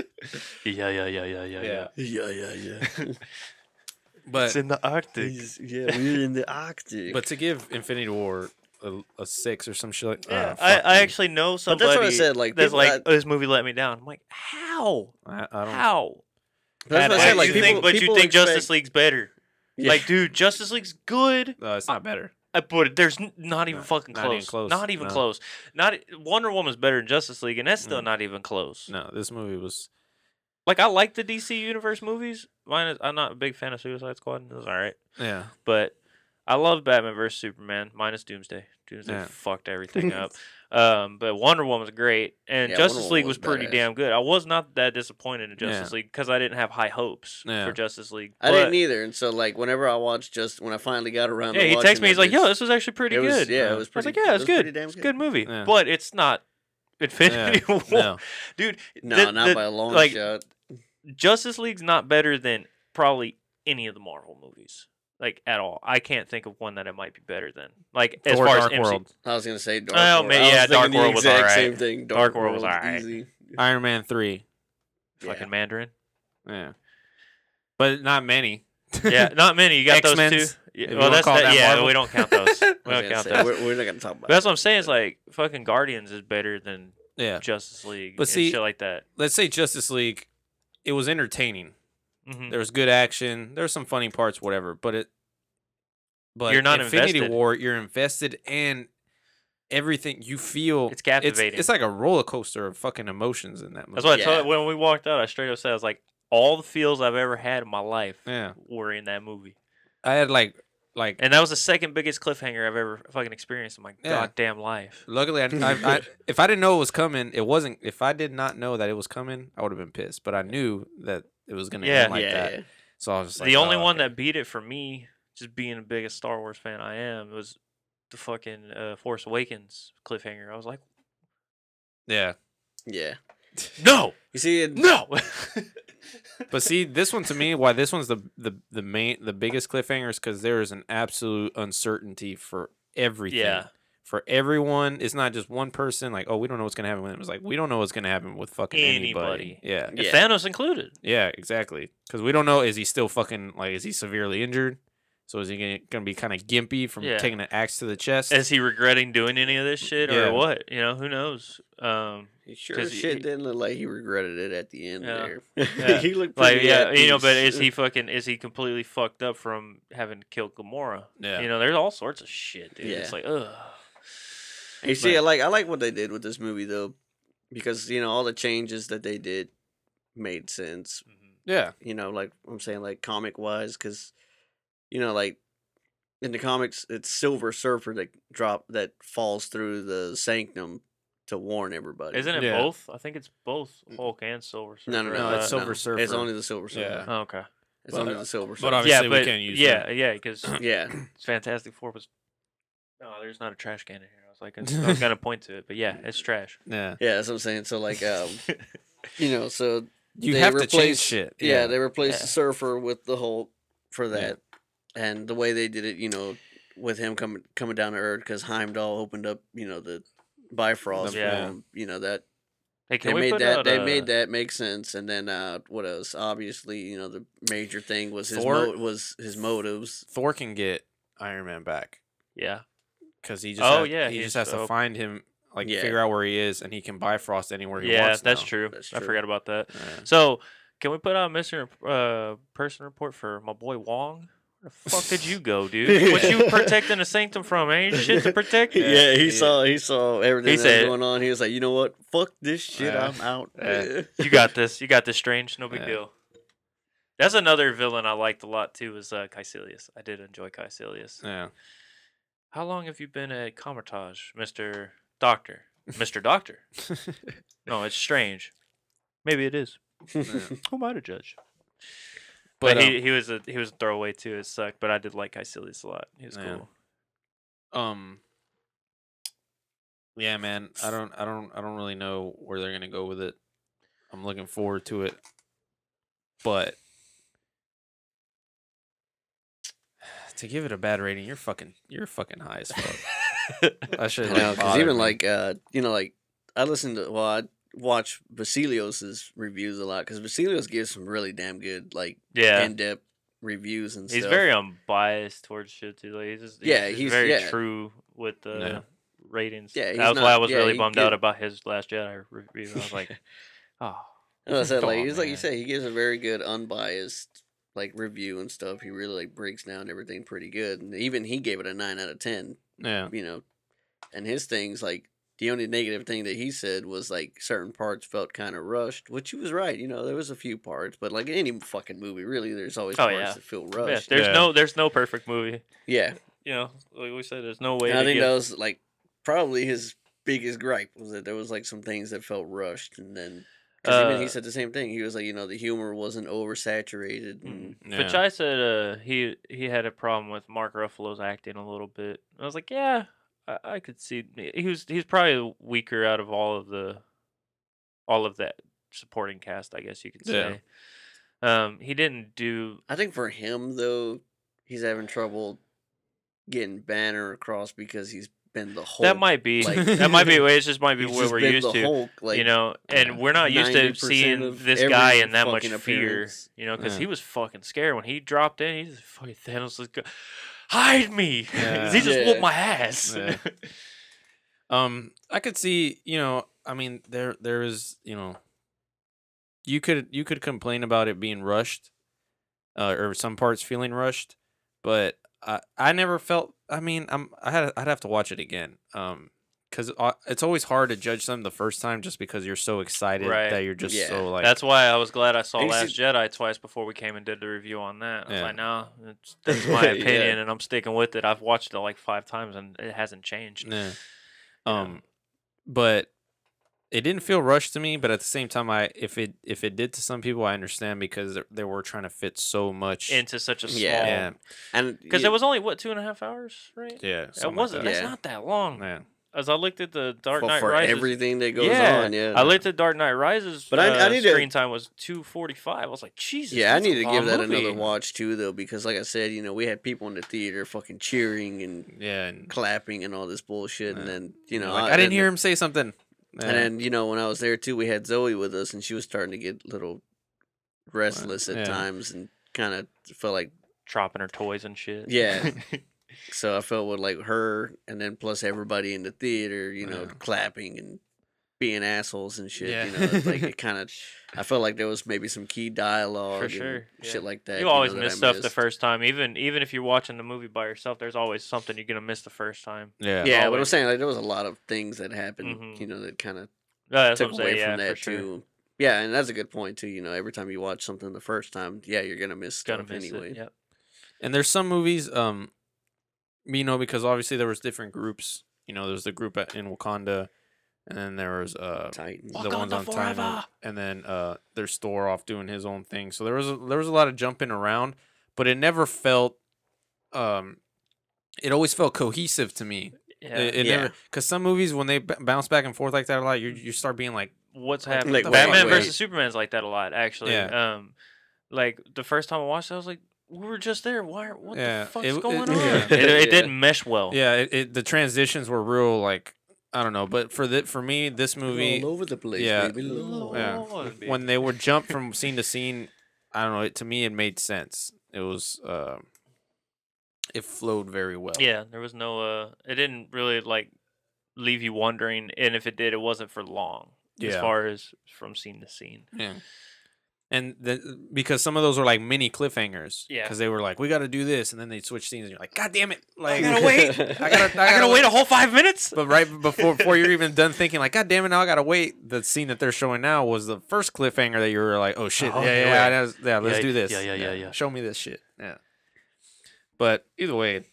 [SPEAKER 3] yeah, yeah, yeah, yeah, yeah, yeah.
[SPEAKER 1] yeah,
[SPEAKER 2] Yeah, yeah, yeah.
[SPEAKER 1] but
[SPEAKER 3] It's in the Arctic.
[SPEAKER 2] He's- yeah, we're in the Arctic.
[SPEAKER 1] But to give Infinity War a, a six or some shit, like,
[SPEAKER 3] Yeah,
[SPEAKER 1] ah,
[SPEAKER 3] I,
[SPEAKER 1] fuck
[SPEAKER 3] I
[SPEAKER 1] you.
[SPEAKER 3] actually know
[SPEAKER 2] But
[SPEAKER 3] somebody.
[SPEAKER 2] that's what I said. Like,
[SPEAKER 3] That's
[SPEAKER 2] people-
[SPEAKER 3] like
[SPEAKER 2] that-
[SPEAKER 3] "Oh, this movie let me down. I'm like, how?
[SPEAKER 1] I, I don't.
[SPEAKER 3] How?
[SPEAKER 2] that's what I
[SPEAKER 1] Adam,
[SPEAKER 2] said.
[SPEAKER 1] you
[SPEAKER 2] Like,
[SPEAKER 1] think-
[SPEAKER 2] people,
[SPEAKER 3] but
[SPEAKER 2] people
[SPEAKER 3] you think
[SPEAKER 2] expect,
[SPEAKER 3] Justice League's better?
[SPEAKER 2] Yeah.
[SPEAKER 3] Like, dude, Justice League's good.
[SPEAKER 1] No, uh, it's not better.
[SPEAKER 3] I put it. There's n- not even
[SPEAKER 1] No,
[SPEAKER 3] fucking
[SPEAKER 1] not even
[SPEAKER 3] close.
[SPEAKER 1] close,
[SPEAKER 3] Not even
[SPEAKER 1] no.
[SPEAKER 3] close. Not Wonder Woman's better than Justice League, and that's still
[SPEAKER 1] Mm.
[SPEAKER 3] not even close.
[SPEAKER 1] No, this movie was.
[SPEAKER 3] Like, I like the DC Universe movies. Mine is, I'm not a big fan of Suicide Squad. It was all right,
[SPEAKER 1] Yeah,
[SPEAKER 3] but I love Batman versus Superman minus Doomsday. Doomsday
[SPEAKER 1] Yeah.
[SPEAKER 3] fucked everything up. Um, but Wonder Woman's great, and
[SPEAKER 2] Yeah,
[SPEAKER 3] Justice
[SPEAKER 2] Wonder Woman
[SPEAKER 3] League was
[SPEAKER 2] was
[SPEAKER 3] pretty
[SPEAKER 2] badass.
[SPEAKER 3] damn good. I was not that disappointed in Justice
[SPEAKER 1] Yeah.
[SPEAKER 3] League because I didn't have high hopes
[SPEAKER 1] Yeah.
[SPEAKER 3] for Justice League.
[SPEAKER 2] I didn't
[SPEAKER 3] but-
[SPEAKER 2] either, and so like whenever I watched, just when I finally got around,
[SPEAKER 3] Yeah,
[SPEAKER 2] to
[SPEAKER 3] he
[SPEAKER 2] watching
[SPEAKER 3] texts me.
[SPEAKER 2] it,
[SPEAKER 3] He's like,
[SPEAKER 2] it's-
[SPEAKER 3] "Yo, this was actually pretty
[SPEAKER 2] it was-
[SPEAKER 3] good."
[SPEAKER 2] yeah,
[SPEAKER 1] Yeah.
[SPEAKER 2] it was
[SPEAKER 3] I was
[SPEAKER 2] pretty.
[SPEAKER 3] like, "Yeah,
[SPEAKER 2] it
[SPEAKER 3] it's
[SPEAKER 2] was
[SPEAKER 3] good.
[SPEAKER 2] pretty damn
[SPEAKER 3] It's a good movie,
[SPEAKER 1] Yeah.
[SPEAKER 3] but it's not Infinity War,
[SPEAKER 1] no,
[SPEAKER 3] dude."
[SPEAKER 2] No,
[SPEAKER 3] the-
[SPEAKER 2] not
[SPEAKER 3] the
[SPEAKER 2] by a long
[SPEAKER 3] like,
[SPEAKER 2] shot.
[SPEAKER 3] Justice League's not better than probably any of the Marvel movies, like at all. I can't think of one that it might be better than. Like as
[SPEAKER 1] Thor
[SPEAKER 3] far
[SPEAKER 1] Dark
[SPEAKER 3] as MC
[SPEAKER 1] World,
[SPEAKER 2] I was gonna say Dark
[SPEAKER 3] Oh,
[SPEAKER 2] World. I
[SPEAKER 3] man,
[SPEAKER 2] was
[SPEAKER 3] yeah,
[SPEAKER 2] thinking
[SPEAKER 3] Dark
[SPEAKER 2] the
[SPEAKER 3] World was
[SPEAKER 2] exact
[SPEAKER 3] alright.
[SPEAKER 2] Same thing. Dark,
[SPEAKER 3] Dark World was alright.
[SPEAKER 2] easy.
[SPEAKER 1] Iron Man three.
[SPEAKER 3] fucking Mandarin.
[SPEAKER 1] Yeah, but not many.
[SPEAKER 3] Yeah, not many. You got those
[SPEAKER 1] X-Men's,
[SPEAKER 3] two. Yeah,
[SPEAKER 1] if you
[SPEAKER 3] well,
[SPEAKER 1] wanna
[SPEAKER 3] that's
[SPEAKER 1] call
[SPEAKER 3] that,
[SPEAKER 1] that
[SPEAKER 3] yeah.
[SPEAKER 1] Marvel.
[SPEAKER 3] We don't count those.
[SPEAKER 2] I was
[SPEAKER 3] We don't
[SPEAKER 2] gonna
[SPEAKER 3] count
[SPEAKER 2] say,
[SPEAKER 3] those.
[SPEAKER 2] We're, we're not gonna talk
[SPEAKER 3] But
[SPEAKER 2] about.
[SPEAKER 3] that's
[SPEAKER 2] it.
[SPEAKER 3] what I'm saying. Is like fucking Guardians is better than
[SPEAKER 1] Yeah.
[SPEAKER 3] Justice League,
[SPEAKER 1] But
[SPEAKER 3] and
[SPEAKER 1] see-
[SPEAKER 3] shit like that.
[SPEAKER 1] Let's say Justice League, it was entertaining.
[SPEAKER 3] Mhm.
[SPEAKER 1] There was good action. There's some funny parts, whatever. But it, but
[SPEAKER 3] You're not
[SPEAKER 1] Infinity
[SPEAKER 3] invested.
[SPEAKER 1] War. You're invested and everything. You feel
[SPEAKER 3] It's captivating.
[SPEAKER 1] It's, like a roller coaster of fucking emotions in that movie.
[SPEAKER 3] That's what I
[SPEAKER 2] Yeah.
[SPEAKER 3] told when we walked out. I straight up said, "I was like, all the feels I've ever had in my life
[SPEAKER 1] Yeah.
[SPEAKER 3] were in that movie."
[SPEAKER 1] I had like like.
[SPEAKER 3] And that was the second biggest cliffhanger I've ever fucking experienced in my
[SPEAKER 1] Yeah.
[SPEAKER 3] goddamn life.
[SPEAKER 1] Luckily, I, I, I if I didn't know it was coming, it wasn't. If I did not know that it was coming, I would have been pissed. But I knew that it was gonna
[SPEAKER 3] Yeah.
[SPEAKER 1] end like
[SPEAKER 2] yeah,
[SPEAKER 1] that.
[SPEAKER 2] yeah.
[SPEAKER 1] So I was just like,
[SPEAKER 3] the only
[SPEAKER 1] "Oh,
[SPEAKER 3] one
[SPEAKER 1] okay."
[SPEAKER 3] that beat it for me, just being the biggest Star Wars fan I am, was the fucking uh, Force Awakens cliffhanger. I was like,
[SPEAKER 1] yeah.
[SPEAKER 2] Yeah.
[SPEAKER 3] "No,
[SPEAKER 2] You see, it,
[SPEAKER 3] no."
[SPEAKER 1] But see, this one to me, why this one's the the the main the biggest cliffhanger is because there is an absolute uncertainty for everything.
[SPEAKER 3] Yeah.
[SPEAKER 1] For everyone, it's not just one person. Like, oh, we don't know what's gonna happen. With him. It's like we don't know what's gonna happen with fucking anybody.
[SPEAKER 3] Anybody.
[SPEAKER 1] Yeah.
[SPEAKER 2] Yeah.
[SPEAKER 3] Thanos included.
[SPEAKER 1] Yeah. Exactly. Because we don't know is he still fucking like is he severely injured? So is he gonna, gonna be kind of gimpy from
[SPEAKER 3] Yeah.
[SPEAKER 1] taking an axe to the chest?
[SPEAKER 3] Is he regretting doing any of this shit
[SPEAKER 1] Yeah.
[SPEAKER 3] or what? You know, who knows? Um,
[SPEAKER 2] he sure
[SPEAKER 3] 'Cause
[SPEAKER 2] as shit
[SPEAKER 3] he-
[SPEAKER 2] didn't look like he regretted it at the end
[SPEAKER 3] Yeah.
[SPEAKER 2] there.
[SPEAKER 3] Yeah.
[SPEAKER 2] he looked
[SPEAKER 3] like
[SPEAKER 2] pretty
[SPEAKER 3] yeah,
[SPEAKER 2] at
[SPEAKER 3] you know, but
[SPEAKER 2] peace.
[SPEAKER 1] uh,
[SPEAKER 3] is he fucking is he completely fucked up from having killed Gamora?
[SPEAKER 1] Yeah.
[SPEAKER 3] You know, there's all sorts of shit, dude.
[SPEAKER 2] Yeah.
[SPEAKER 3] It's like, ugh.
[SPEAKER 2] You see,
[SPEAKER 3] But-
[SPEAKER 2] I like I like what they did with this movie though, because you know all the changes that they did made sense.
[SPEAKER 3] Mhm.
[SPEAKER 1] yeah.
[SPEAKER 2] You know, like I'm saying, like comic wise, because you know, like in the comics, it's Silver Surfer that drop that falls through the sanctum to warn everybody.
[SPEAKER 3] Isn't it
[SPEAKER 1] Yeah.
[SPEAKER 3] both? I think it's both Hulk and Silver Surfer.
[SPEAKER 2] Mm. No, no, no.
[SPEAKER 1] No, it's
[SPEAKER 3] uh,
[SPEAKER 1] Silver
[SPEAKER 2] It's
[SPEAKER 1] Surfer.
[SPEAKER 2] only the Silver Surfer.
[SPEAKER 1] Yeah.
[SPEAKER 3] Oh, okay.
[SPEAKER 2] It's
[SPEAKER 1] But-
[SPEAKER 2] only the Silver
[SPEAKER 1] but
[SPEAKER 2] Surfer.
[SPEAKER 1] obviously- we
[SPEAKER 3] yeah, but
[SPEAKER 1] can't use
[SPEAKER 3] yeah,
[SPEAKER 1] that.
[SPEAKER 3] yeah, because
[SPEAKER 2] yeah.
[SPEAKER 3] Fantastic Four was. No, there's not a trash can in here. I was like, it's- I was gonna point to it, but yeah, it's trash.
[SPEAKER 1] Yeah.
[SPEAKER 2] Yeah, that's what I'm saying. So like um you know, so
[SPEAKER 1] You
[SPEAKER 2] They
[SPEAKER 1] have to change
[SPEAKER 2] replaced-
[SPEAKER 1] shit.
[SPEAKER 2] yeah, they replaced the
[SPEAKER 3] Yeah.
[SPEAKER 2] surfer with the Hulk for
[SPEAKER 1] Yeah.
[SPEAKER 2] that. And the way they did it, you know, with him coming coming down to Earth because Heimdall opened up, you know, the Bifrost
[SPEAKER 1] The-
[SPEAKER 2] for
[SPEAKER 1] yeah.
[SPEAKER 2] him, you know, that
[SPEAKER 3] hey,
[SPEAKER 2] they
[SPEAKER 3] can we
[SPEAKER 2] made
[SPEAKER 3] put
[SPEAKER 2] that
[SPEAKER 3] out
[SPEAKER 2] they
[SPEAKER 3] a-
[SPEAKER 2] made that make sense. And then uh what else? Obviously, you know, the major thing was his
[SPEAKER 1] Thor-
[SPEAKER 2] mo- was his motives.
[SPEAKER 1] Thor can get Iron Man back.
[SPEAKER 3] Yeah,
[SPEAKER 1] because he just
[SPEAKER 3] Oh,
[SPEAKER 1] has,
[SPEAKER 3] yeah,
[SPEAKER 1] he
[SPEAKER 3] he's
[SPEAKER 1] just has to
[SPEAKER 3] dope.
[SPEAKER 1] find him like
[SPEAKER 2] Yeah.
[SPEAKER 1] figure out where he is and he can Bifrost anywhere he
[SPEAKER 3] yeah,
[SPEAKER 1] wants.
[SPEAKER 3] that's
[SPEAKER 1] now.
[SPEAKER 3] true.
[SPEAKER 2] That's
[SPEAKER 3] I
[SPEAKER 2] true.
[SPEAKER 3] forgot about that.
[SPEAKER 1] Yeah.
[SPEAKER 3] So, can we put out a missing uh, person report for my boy Wong? Where the fuck did you go, dude? What you protecting the sanctum from? Ain't shit to protect.
[SPEAKER 1] Yeah,
[SPEAKER 2] Yeah, he
[SPEAKER 1] yeah.
[SPEAKER 2] saw he saw everything
[SPEAKER 3] He
[SPEAKER 2] that was
[SPEAKER 3] said-
[SPEAKER 2] going on. He was like, you know what? Fuck this shit.
[SPEAKER 1] Yeah.
[SPEAKER 2] I'm out.
[SPEAKER 1] Yeah.
[SPEAKER 3] You got this. You got this. Strange. No big
[SPEAKER 1] Yeah.
[SPEAKER 3] deal. That's another villain I liked a lot too. Was uh, Caecilius. I did enjoy Caecilius.
[SPEAKER 1] Yeah.
[SPEAKER 3] How long have you been at Comertage, Mister Doctor? Mister Doctor. No, it's strange. Maybe it is. Who am I to judge? But,
[SPEAKER 1] But um,
[SPEAKER 3] he, he was a he was a throwaway too. It sucked, but I did like Caecilius a lot. He was
[SPEAKER 1] Yeah.
[SPEAKER 3] cool.
[SPEAKER 1] um, um, yeah, man, I don't, I don't, I don't really know where they're gonna go with it. I'm looking forward to it, but to give it a bad rating, you're fucking, you're fucking high as fuck. I should
[SPEAKER 2] I know, because even like uh, you know, like I listen to well, I watch Vasilios's reviews a lot because Vasilios gives some really damn good like
[SPEAKER 3] Yeah,
[SPEAKER 2] in depth reviews and
[SPEAKER 3] he's
[SPEAKER 2] stuff.
[SPEAKER 3] very unbiased towards shit too. Like he's just he's,
[SPEAKER 2] Yeah,
[SPEAKER 3] just
[SPEAKER 2] he's-
[SPEAKER 3] very
[SPEAKER 2] yeah.
[SPEAKER 3] true with the
[SPEAKER 1] Yeah.
[SPEAKER 3] ratings.
[SPEAKER 2] Yeah, he's
[SPEAKER 3] that was why I
[SPEAKER 2] not-
[SPEAKER 3] was
[SPEAKER 2] yeah,
[SPEAKER 3] really
[SPEAKER 2] he
[SPEAKER 3] bummed
[SPEAKER 2] did-
[SPEAKER 3] out about his Last Jedi review. I was like, oh,
[SPEAKER 2] And I said,
[SPEAKER 3] Come
[SPEAKER 2] like
[SPEAKER 3] on,
[SPEAKER 2] he's like you
[SPEAKER 3] man.
[SPEAKER 2] said, he gives a very good unbiased like review and stuff. He really like breaks down everything pretty good, and even he gave it a nine out of ten.
[SPEAKER 1] yeah,
[SPEAKER 2] You know, and his things like. The only negative thing that he said was like certain parts felt kind of rushed, which he was right. You know, there was a few parts, but like any fucking movie, really, there's always
[SPEAKER 3] Oh,
[SPEAKER 2] parts
[SPEAKER 3] yeah.
[SPEAKER 2] that feel
[SPEAKER 3] yeah,
[SPEAKER 2] rushed.
[SPEAKER 3] there's
[SPEAKER 1] Yeah.
[SPEAKER 3] no there's no perfect movie.
[SPEAKER 2] yeah.
[SPEAKER 3] You know, like we said, there's no way.
[SPEAKER 2] And
[SPEAKER 3] to
[SPEAKER 2] I think
[SPEAKER 3] give-
[SPEAKER 2] that was like probably his biggest gripe was that there was like some things that felt rushed, and then 'cause even he
[SPEAKER 3] Uh,
[SPEAKER 2] said the same thing. He was like, you know, the humor wasn't oversaturated. And,
[SPEAKER 1] yeah.
[SPEAKER 3] But Chai said uh, he he had a problem with Mark Ruffalo's acting a little bit. I was like, yeah, I, I could see he was he's probably weaker out of all of the all of that supporting cast, I guess you could
[SPEAKER 1] Yeah.
[SPEAKER 3] say. Um, he didn't do
[SPEAKER 2] I think for him though, he's having trouble getting Banner across because he's been the Hulk.
[SPEAKER 3] that. Might be
[SPEAKER 2] like-
[SPEAKER 3] that might be it just might be
[SPEAKER 2] he's
[SPEAKER 3] what
[SPEAKER 2] just
[SPEAKER 3] we're
[SPEAKER 2] been
[SPEAKER 3] used
[SPEAKER 2] the
[SPEAKER 3] to.
[SPEAKER 2] Hulk, like,
[SPEAKER 3] you know, and we're not used to
[SPEAKER 2] 90%
[SPEAKER 3] seeing
[SPEAKER 2] of
[SPEAKER 3] this
[SPEAKER 2] every
[SPEAKER 3] guy in that much
[SPEAKER 2] fucking
[SPEAKER 3] fear.
[SPEAKER 2] appearance.
[SPEAKER 3] You know, because
[SPEAKER 1] Yeah.
[SPEAKER 3] he was fucking scared when he dropped in. He's just fucking Thanos. Let's go. Hide me! 'Cause he just
[SPEAKER 2] Yeah.
[SPEAKER 3] whooped my ass.
[SPEAKER 1] Yeah. Um, I could see, you know, I mean, there there is you know, you could you could complain about it being rushed, uh, or some parts feeling rushed, but I I never felt. I mean, I'm I had I'd have to watch it again, um, because it's always hard to judge them the first time just because you're so excited
[SPEAKER 3] Right.
[SPEAKER 1] that you're just
[SPEAKER 2] Yeah.
[SPEAKER 1] so like
[SPEAKER 3] that's why I was glad I saw
[SPEAKER 2] And you
[SPEAKER 3] Last
[SPEAKER 2] see-
[SPEAKER 3] Jedi twice before we came and did the review on that. I was
[SPEAKER 1] Yeah.
[SPEAKER 3] like, no, it's, that's my
[SPEAKER 2] Yeah.
[SPEAKER 3] opinion, and I'm sticking with it. I've watched it like five times, and it hasn't changed.
[SPEAKER 1] Yeah.
[SPEAKER 3] You know?
[SPEAKER 1] Um, but it didn't feel rushed to me. But at the same time, I if it if it did to some people, I understand because they- they were trying to fit so much.
[SPEAKER 3] Into such a small,
[SPEAKER 2] Yeah.
[SPEAKER 1] yeah,
[SPEAKER 2] and
[SPEAKER 3] because
[SPEAKER 2] you-
[SPEAKER 3] it was only what two and a half hours, right?
[SPEAKER 1] yeah,
[SPEAKER 3] It
[SPEAKER 1] something like
[SPEAKER 3] wasn't.
[SPEAKER 1] that.
[SPEAKER 3] That's
[SPEAKER 2] Yeah.
[SPEAKER 3] not that long.
[SPEAKER 1] yeah.
[SPEAKER 3] As I looked at the Dark
[SPEAKER 2] for,
[SPEAKER 3] Knight
[SPEAKER 2] for
[SPEAKER 3] Rises,
[SPEAKER 2] everything that goes
[SPEAKER 3] yeah,
[SPEAKER 2] on. Yeah,
[SPEAKER 3] I looked at Dark Knight Rises,
[SPEAKER 2] But
[SPEAKER 3] but
[SPEAKER 2] I- I
[SPEAKER 3] uh,
[SPEAKER 2] need to-
[SPEAKER 3] screen time was two forty five. I was like, Jesus.
[SPEAKER 2] yeah, I
[SPEAKER 3] that's a
[SPEAKER 2] need to give
[SPEAKER 3] long
[SPEAKER 2] that
[SPEAKER 3] movie.
[SPEAKER 2] another watch too, though, because like I said, you know, we had people in the theater fucking cheering and
[SPEAKER 1] yeah. And,
[SPEAKER 2] clapping and all this bullshit, and
[SPEAKER 1] Yeah.
[SPEAKER 2] then you know,
[SPEAKER 1] like, I, didn't hear him say something. Yeah.
[SPEAKER 2] And then you know, when I was there too, we had Zoe with us, and she was starting to get a little restless at
[SPEAKER 1] yeah.
[SPEAKER 2] times, and kind of felt like
[SPEAKER 3] Dropping her toys and shit.
[SPEAKER 2] Yeah. so. I felt with like her, and then plus everybody in the theater, you know,
[SPEAKER 1] Yeah.
[SPEAKER 2] clapping and being assholes and shit. You
[SPEAKER 1] Yeah.
[SPEAKER 2] know, it's like it kind of. I felt like there was maybe some key dialogue, and
[SPEAKER 3] sure, yeah.
[SPEAKER 2] shit like that.
[SPEAKER 3] you always
[SPEAKER 2] know, that I
[SPEAKER 3] miss stuff the
[SPEAKER 2] missed.
[SPEAKER 3] first time, even even if you're watching the movie by yourself. There's always something you're gonna miss the first time.
[SPEAKER 1] yeah,
[SPEAKER 2] Yeah, but I'm
[SPEAKER 3] always.
[SPEAKER 2] saying like there was a lot of things that happened,
[SPEAKER 1] Mm-hmm.
[SPEAKER 3] Mhm.
[SPEAKER 2] you know, that kind of
[SPEAKER 3] No, that's
[SPEAKER 2] took
[SPEAKER 3] what I'm
[SPEAKER 2] away
[SPEAKER 3] saying. Yeah,
[SPEAKER 2] from that
[SPEAKER 3] for sure.
[SPEAKER 2] too. Yeah, and that's a good point too. You know, every time you watch something the first time, yeah, you're gonna miss
[SPEAKER 3] Gonna
[SPEAKER 2] stuff
[SPEAKER 3] miss
[SPEAKER 2] anyway.
[SPEAKER 3] it. Yep.
[SPEAKER 1] And there's some movies, um, you know, because obviously there was different groups. You know, there's the group at, in Wakanda, and then there was uh,
[SPEAKER 2] Titan.
[SPEAKER 3] Walk
[SPEAKER 1] the ones
[SPEAKER 3] Wakanda
[SPEAKER 1] on time,
[SPEAKER 3] forever.
[SPEAKER 1] and then uh, their store off doing his own thing. So there was a, there was a lot of jumping around, but it never felt, um, it always felt cohesive to me.
[SPEAKER 3] Yeah.
[SPEAKER 1] It, it
[SPEAKER 2] Yeah.
[SPEAKER 1] never because some movies when they b- bounce back and forth like that a lot, you you start being like,
[SPEAKER 3] What's
[SPEAKER 1] Like,
[SPEAKER 3] happening?
[SPEAKER 1] wait,
[SPEAKER 3] Batman
[SPEAKER 1] wait.
[SPEAKER 3] versus Superman's like that a lot, actually.
[SPEAKER 1] Yeah.
[SPEAKER 3] Um, like the first time I watched it, I was like, "We were just there. Why? are- What
[SPEAKER 1] Yeah,
[SPEAKER 3] the fuck's
[SPEAKER 1] it-
[SPEAKER 3] going
[SPEAKER 1] it-
[SPEAKER 3] on?"
[SPEAKER 1] yeah.
[SPEAKER 3] It, it
[SPEAKER 2] Yeah.
[SPEAKER 3] didn't mesh well.
[SPEAKER 1] yeah, it, it the transitions were real like I don't know, but for the for me this movie
[SPEAKER 2] all over the place.
[SPEAKER 1] yeah,
[SPEAKER 2] baby, Lord.
[SPEAKER 1] yeah.
[SPEAKER 3] Lord,
[SPEAKER 1] when they would jump from scene to scene, I don't know. It, to me, it made sense. It was, uh, it flowed very well.
[SPEAKER 3] Yeah, there was no. Uh, it didn't really like leave you wondering, and if it did, it wasn't for long. As
[SPEAKER 1] Yeah.
[SPEAKER 3] far as from scene to scene.
[SPEAKER 1] Yeah. And the, because some of those were like mini cliffhangers.
[SPEAKER 3] Yeah.
[SPEAKER 1] Because they were like, we got to do this, and then they'd switch scenes, and you're like, God damn it! Like,
[SPEAKER 3] I gotta wait.
[SPEAKER 1] I gotta, I gotta,
[SPEAKER 3] I gotta wait a whole five minutes.
[SPEAKER 1] But right before before you're even done thinking, like, God damn it, now I gotta wait. The scene that they're showing now was the first cliffhanger that you were like, oh shit,
[SPEAKER 3] Oh,
[SPEAKER 1] yeah, yeah,
[SPEAKER 3] yeah.
[SPEAKER 1] yeah, that was- yeah, let's
[SPEAKER 3] Yeah,
[SPEAKER 1] do this.
[SPEAKER 3] yeah, yeah, yeah, yeah.
[SPEAKER 1] Show me this shit. Yeah. But either way,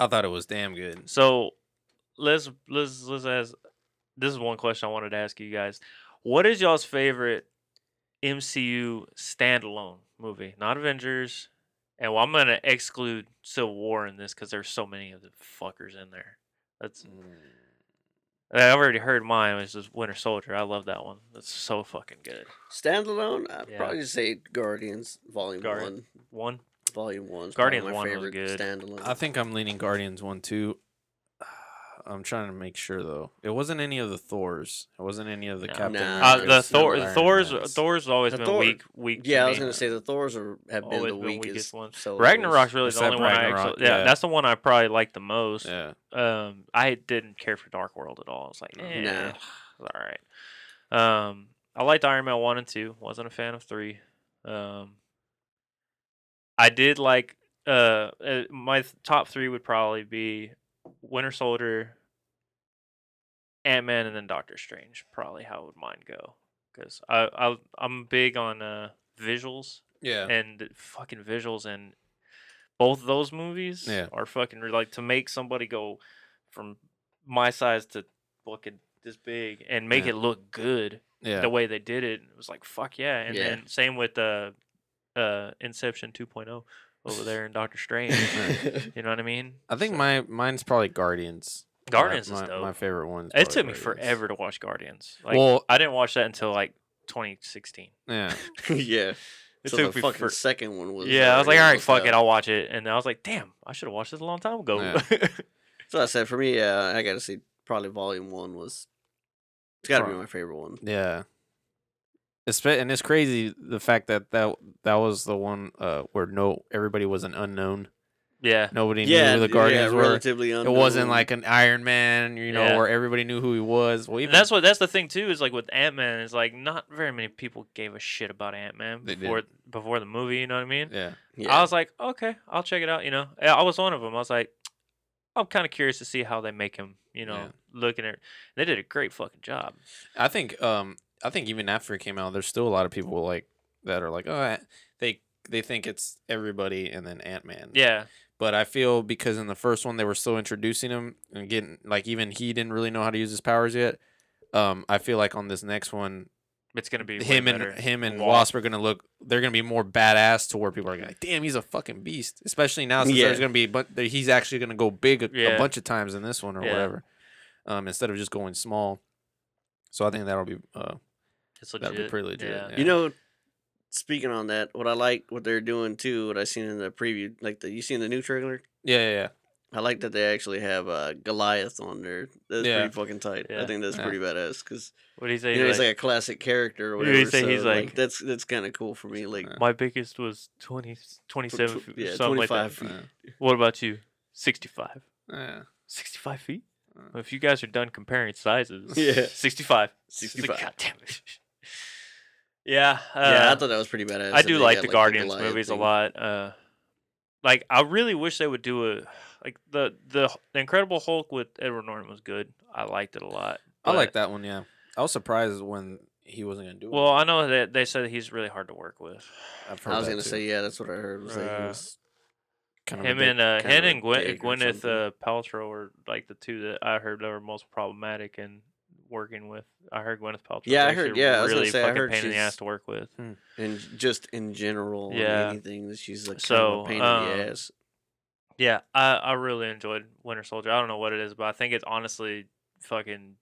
[SPEAKER 1] I thought it was damn good.
[SPEAKER 3] So let's let's let's ask. This is one question I wanted to ask you guys. What is y'all's favorite MCU standalone movie? Not Avengers. And well, I'm gonna exclude Civil War in this because there's so many of the fuckers in there. That's I already heard mine, which is Winter Soldier. I love that one. That's so fucking good.
[SPEAKER 2] Standalone, I'd
[SPEAKER 3] Yeah.
[SPEAKER 2] probably say Guardians Volume
[SPEAKER 3] Guardi-
[SPEAKER 2] One.
[SPEAKER 3] One.
[SPEAKER 2] Volume One.
[SPEAKER 3] Guardians
[SPEAKER 2] my
[SPEAKER 3] 1 was
[SPEAKER 2] favorite
[SPEAKER 3] good.
[SPEAKER 2] standalone.
[SPEAKER 1] I think I'm leaning Guardians one too. I'm trying to make sure though. It wasn't any of the Thors. It wasn't any of the
[SPEAKER 3] No.
[SPEAKER 1] Captain.
[SPEAKER 2] Nah.
[SPEAKER 3] Uh, the
[SPEAKER 1] Americas,
[SPEAKER 3] Thor,
[SPEAKER 1] Iron
[SPEAKER 3] Thor's,
[SPEAKER 1] Mans.
[SPEAKER 3] Thor's has always
[SPEAKER 2] The
[SPEAKER 3] been
[SPEAKER 2] Thor-
[SPEAKER 3] weak, weak. to
[SPEAKER 2] Yeah, I was
[SPEAKER 3] me.
[SPEAKER 2] gonna say the Thors are, have been
[SPEAKER 3] Always
[SPEAKER 2] the
[SPEAKER 3] been
[SPEAKER 2] weakest.
[SPEAKER 3] weakest one.
[SPEAKER 2] solos.
[SPEAKER 3] Ragnarok's really the
[SPEAKER 1] Except
[SPEAKER 3] only one I
[SPEAKER 1] Ragnarok,
[SPEAKER 3] actually. Yeah,
[SPEAKER 1] yeah.
[SPEAKER 3] that's the one I probably liked the most.
[SPEAKER 1] Yeah.
[SPEAKER 3] Um, I didn't care for Dark World at all. I was like,
[SPEAKER 1] No.
[SPEAKER 3] eh,
[SPEAKER 2] Nah.
[SPEAKER 3] it's all right. Um, I liked Iron Man one and two. Wasn't a fan of three. Um, I did like. Uh, uh my th- top three would probably be Winter Soldier, Ant Man, and then Doctor Strange. Probably how would mine go? Because I, I I'm big on uh visuals
[SPEAKER 1] Yeah.
[SPEAKER 3] and the fucking visuals and both of those movies
[SPEAKER 1] Yeah.
[SPEAKER 3] are fucking re- like to make somebody go from my size to fucking this big and make
[SPEAKER 1] Yeah.
[SPEAKER 3] it look good
[SPEAKER 1] Yeah.
[SPEAKER 3] the way they did it it was like fuck yeah and
[SPEAKER 2] Yeah.
[SPEAKER 3] then same with uh uh inception 2.0 over there in doctor strange you know what i mean
[SPEAKER 1] I think
[SPEAKER 3] So,
[SPEAKER 1] my mine's probably Guardians. My-
[SPEAKER 3] guardians
[SPEAKER 1] my,
[SPEAKER 3] is dope
[SPEAKER 1] My favorite one. is
[SPEAKER 3] it
[SPEAKER 1] probably
[SPEAKER 3] took me
[SPEAKER 1] Guardians.
[SPEAKER 3] forever to watch guardians like
[SPEAKER 1] well,
[SPEAKER 3] i didn't watch that until like 2016
[SPEAKER 1] yeah,
[SPEAKER 2] yeah.
[SPEAKER 3] it
[SPEAKER 2] so
[SPEAKER 3] took
[SPEAKER 2] the
[SPEAKER 3] me
[SPEAKER 2] fucking
[SPEAKER 3] for-
[SPEAKER 2] second one was. uh,
[SPEAKER 3] yeah i was like all
[SPEAKER 2] already
[SPEAKER 3] right fuck
[SPEAKER 2] out.
[SPEAKER 3] it i'll watch it and i was like damn i should have watched this a long time ago
[SPEAKER 2] So I said for me, uh, I gotta say probably Volume One was. It's gotta be
[SPEAKER 1] Prob-
[SPEAKER 2] my favorite one.
[SPEAKER 1] yeah. It's fa- and it's crazy the fact that that that was the one uh, where no everybody was an unknown.
[SPEAKER 3] Yeah.
[SPEAKER 1] Nobody knew
[SPEAKER 2] yeah,
[SPEAKER 1] who the
[SPEAKER 2] yeah,
[SPEAKER 1] Guardians were.
[SPEAKER 2] relatively
[SPEAKER 1] It wasn't like an Iron Man, you know,
[SPEAKER 3] Yeah.
[SPEAKER 1] where everybody knew who he was. Well, even
[SPEAKER 3] And that's what that's the thing too is like with Ant Man is like not very many people gave a shit about Ant Man
[SPEAKER 1] They
[SPEAKER 3] before before the movie. You know what I mean?
[SPEAKER 1] yeah,
[SPEAKER 2] Yeah.
[SPEAKER 3] I was like, okay, I'll check it out. You know, Yeah, I was one of them. I was like, I'm kind of curious to see how they make him. You know,
[SPEAKER 1] Yeah.
[SPEAKER 3] looking at they did a great fucking job.
[SPEAKER 1] I think um I think even after it came out, there's still a lot of people like that are like, oh, I- they they think it's everybody and then Ant Man.
[SPEAKER 3] Yeah,
[SPEAKER 1] But I feel because in the first one they were still introducing him and getting like even he didn't really know how to use his powers yet. Um, I feel like on this next one,
[SPEAKER 3] it's gonna be way
[SPEAKER 1] him and
[SPEAKER 3] better.
[SPEAKER 1] him and
[SPEAKER 3] Wasp.
[SPEAKER 1] Wasp are gonna look. They're gonna be more badass to where people are gonna be like, damn, he's a fucking beast. Especially now since
[SPEAKER 2] Yeah.
[SPEAKER 1] there's gonna be, but he's actually gonna go big a,
[SPEAKER 3] Yeah.
[SPEAKER 1] a bunch of times in this one or
[SPEAKER 3] Yeah.
[SPEAKER 1] whatever, um, instead of just going small. So I think that'll be uh,
[SPEAKER 3] It's legit.
[SPEAKER 1] that'd be pretty legit,
[SPEAKER 3] Yeah.
[SPEAKER 1] yeah.
[SPEAKER 2] You know, speaking on that, what I like what they're doing too, what I seen in the preview, like the you seen the new trailer.
[SPEAKER 1] yeah, yeah, yeah.
[SPEAKER 2] I like that they actually have uh, Goliath on there. That's
[SPEAKER 1] Yeah.
[SPEAKER 2] pretty fucking tight.
[SPEAKER 3] Yeah.
[SPEAKER 2] I think that's
[SPEAKER 1] Yeah.
[SPEAKER 2] pretty badass because
[SPEAKER 3] What do you say?
[SPEAKER 2] you know he's
[SPEAKER 3] like,
[SPEAKER 2] like a classic character or
[SPEAKER 3] You know,
[SPEAKER 2] whatever.
[SPEAKER 3] you say
[SPEAKER 2] so,
[SPEAKER 3] he's
[SPEAKER 2] like,
[SPEAKER 3] like- Uh,
[SPEAKER 2] that's that's kind of cool for me. Like
[SPEAKER 1] Yeah.
[SPEAKER 3] my biggest was 20, 27
[SPEAKER 2] tw-
[SPEAKER 3] feet,
[SPEAKER 2] yeah,
[SPEAKER 3] something like that.
[SPEAKER 2] 25. Feet.
[SPEAKER 3] What about you? 65.
[SPEAKER 1] Uh, yeah.
[SPEAKER 3] 65 feet?
[SPEAKER 1] Uh.
[SPEAKER 3] Well, if you guys are done comparing sizes,
[SPEAKER 2] Yeah.
[SPEAKER 3] 65. It's like,
[SPEAKER 2] 65.
[SPEAKER 3] God damn it. yeah. Uh,
[SPEAKER 2] yeah, I thought that was pretty badass.
[SPEAKER 3] I
[SPEAKER 2] that
[SPEAKER 3] do
[SPEAKER 2] they
[SPEAKER 3] like
[SPEAKER 2] got,
[SPEAKER 3] the Guardians
[SPEAKER 2] Goliath
[SPEAKER 3] movies
[SPEAKER 2] thing.
[SPEAKER 3] a lot. Uh, like I really wish they would do a like the the, the Incredible Hulk with Edward Norton was good. I liked it a lot.
[SPEAKER 1] I like
[SPEAKER 3] but-
[SPEAKER 1] that one. Yeah, I was surprised when he wasn't gonna do it.
[SPEAKER 3] Well, I know that they said he's really hard to work with.
[SPEAKER 1] I've heard
[SPEAKER 2] I was
[SPEAKER 1] that
[SPEAKER 2] gonna
[SPEAKER 1] too.
[SPEAKER 2] say yeah, that's what I heard. Was like,
[SPEAKER 3] Uh,
[SPEAKER 2] he was,
[SPEAKER 1] Kind of a
[SPEAKER 3] Him
[SPEAKER 1] dick,
[SPEAKER 3] and uh,
[SPEAKER 2] kind
[SPEAKER 3] him
[SPEAKER 2] of a
[SPEAKER 3] and Gwyn-
[SPEAKER 2] dick or
[SPEAKER 3] Gwyneth
[SPEAKER 2] something.
[SPEAKER 3] uh, Paltrow were like the two that I heard that were most problematic in working with. I heard Gwyneth Paltrow.
[SPEAKER 2] Yeah, I
[SPEAKER 3] is
[SPEAKER 2] heard-
[SPEAKER 3] actually
[SPEAKER 2] yeah, I was
[SPEAKER 3] really
[SPEAKER 2] gonna say, I
[SPEAKER 3] fucking
[SPEAKER 2] heard
[SPEAKER 3] pain in the ass
[SPEAKER 2] she's-
[SPEAKER 3] to work with.
[SPEAKER 2] and just in general,
[SPEAKER 3] Yeah.
[SPEAKER 2] yeah. anything that she's like kind
[SPEAKER 3] So,
[SPEAKER 2] of a pain in
[SPEAKER 3] um,
[SPEAKER 2] the ass.
[SPEAKER 3] Yeah, I I really enjoyed Winter Soldier. I don't know what it is, but I think it's honestly fucking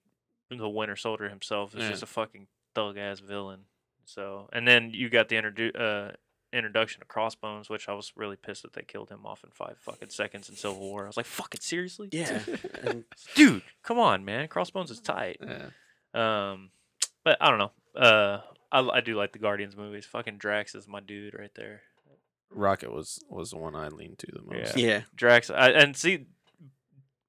[SPEAKER 3] the Winter Soldier himself is
[SPEAKER 1] Yeah.
[SPEAKER 3] just a fucking thug ass villain. So, and then you got the introdu- uh, introduction of Crossbones, which I was really pissed that they killed him off in five fucking seconds in Civil War. I was like, fucking seriously?
[SPEAKER 2] Yeah, and
[SPEAKER 3] dude, come on, man. Crossbones is tight.
[SPEAKER 1] Yeah.
[SPEAKER 3] Um, but I don't know. Uh, I, I do like the Guardians movies. Fucking Drax is my dude right there.
[SPEAKER 1] Rocket was was the one I leaned to the most.
[SPEAKER 2] yeah,
[SPEAKER 3] Drax, I, and see,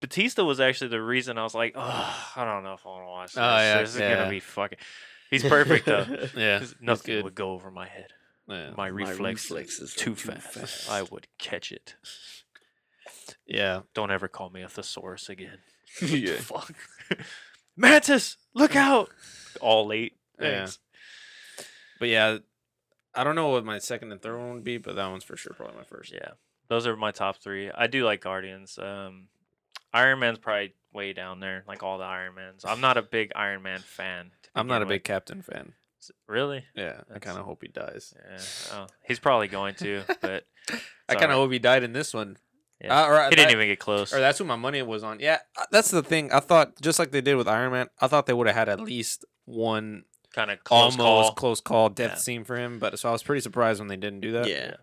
[SPEAKER 3] Batista was actually the reason I was like, oh, I don't know if I want to watch this.
[SPEAKER 1] Oh, yeah,
[SPEAKER 3] this is
[SPEAKER 1] yeah.
[SPEAKER 3] gonna be fucking. He's perfect though.
[SPEAKER 1] Yeah,
[SPEAKER 3] 'Cause
[SPEAKER 1] he's
[SPEAKER 3] Nothing
[SPEAKER 1] good.
[SPEAKER 3] would go over my head.
[SPEAKER 1] Yeah.
[SPEAKER 3] My reflex
[SPEAKER 2] reflexes are
[SPEAKER 3] too,
[SPEAKER 2] too
[SPEAKER 3] fast.
[SPEAKER 2] fast.
[SPEAKER 3] I would catch it.
[SPEAKER 1] yeah.
[SPEAKER 3] Don't ever call me a thesaurus again.
[SPEAKER 2] yeah.
[SPEAKER 3] Fuck. Mantis, look out! All late.
[SPEAKER 1] Yeah.
[SPEAKER 3] Thanks.
[SPEAKER 1] But yeah, I don't know what my second and third one would be, but that one's for sure probably my first.
[SPEAKER 3] Yeah, those are my top three. I do like Guardians. Um, Iron Man's probably way down there, like all the Iron Mans. I'm not a big Iron Man fan. to
[SPEAKER 1] I'm not a
[SPEAKER 3] begin
[SPEAKER 1] big
[SPEAKER 3] with.
[SPEAKER 1] Captain fan.
[SPEAKER 3] S- Really?
[SPEAKER 1] Yeah, I
[SPEAKER 3] That's-
[SPEAKER 1] kind of hope he dies.
[SPEAKER 3] Yeah. Oh, he's probably going to, but
[SPEAKER 1] I
[SPEAKER 3] it's
[SPEAKER 1] kind of
[SPEAKER 3] alright.
[SPEAKER 1] hope he died in this one.
[SPEAKER 3] Yeah.
[SPEAKER 1] Uh, or I-
[SPEAKER 3] he didn't
[SPEAKER 1] that-
[SPEAKER 3] even get close.
[SPEAKER 1] Or that's what my money was on. Yeah, uh, that's the thing. I thought just like they did with Iron Man, I thought they would have had at least one
[SPEAKER 3] Kind of close
[SPEAKER 1] almost
[SPEAKER 3] call.
[SPEAKER 1] close call death
[SPEAKER 3] Yeah.
[SPEAKER 1] scene for him. But so I was pretty surprised when they didn't do that.
[SPEAKER 2] yeah.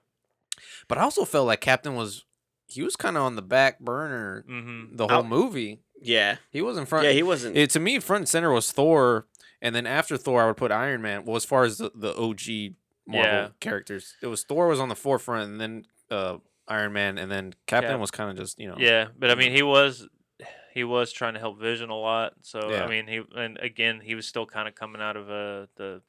[SPEAKER 1] But I also felt like Captain was he was kind of on the back burner
[SPEAKER 3] Mm-hmm.
[SPEAKER 1] the whole
[SPEAKER 2] I'll-
[SPEAKER 1] movie.
[SPEAKER 2] Yeah.
[SPEAKER 1] He wasn't front.
[SPEAKER 2] Yeah, he wasn't.
[SPEAKER 1] it, to me, front and center was Thor, and then after Thor, I would put Iron Man. Well, as far as the, the OG Marvel
[SPEAKER 3] Yeah.
[SPEAKER 1] characters, it was Thor was on the forefront, and then uh, Iron Man, and then Captain
[SPEAKER 3] Cap-
[SPEAKER 1] was kind of just you know
[SPEAKER 3] Yeah, but I mean, he was he was trying to help Vision a lot. So
[SPEAKER 1] Yeah.
[SPEAKER 3] I mean, he and again, he was still kind of coming out of uh, the,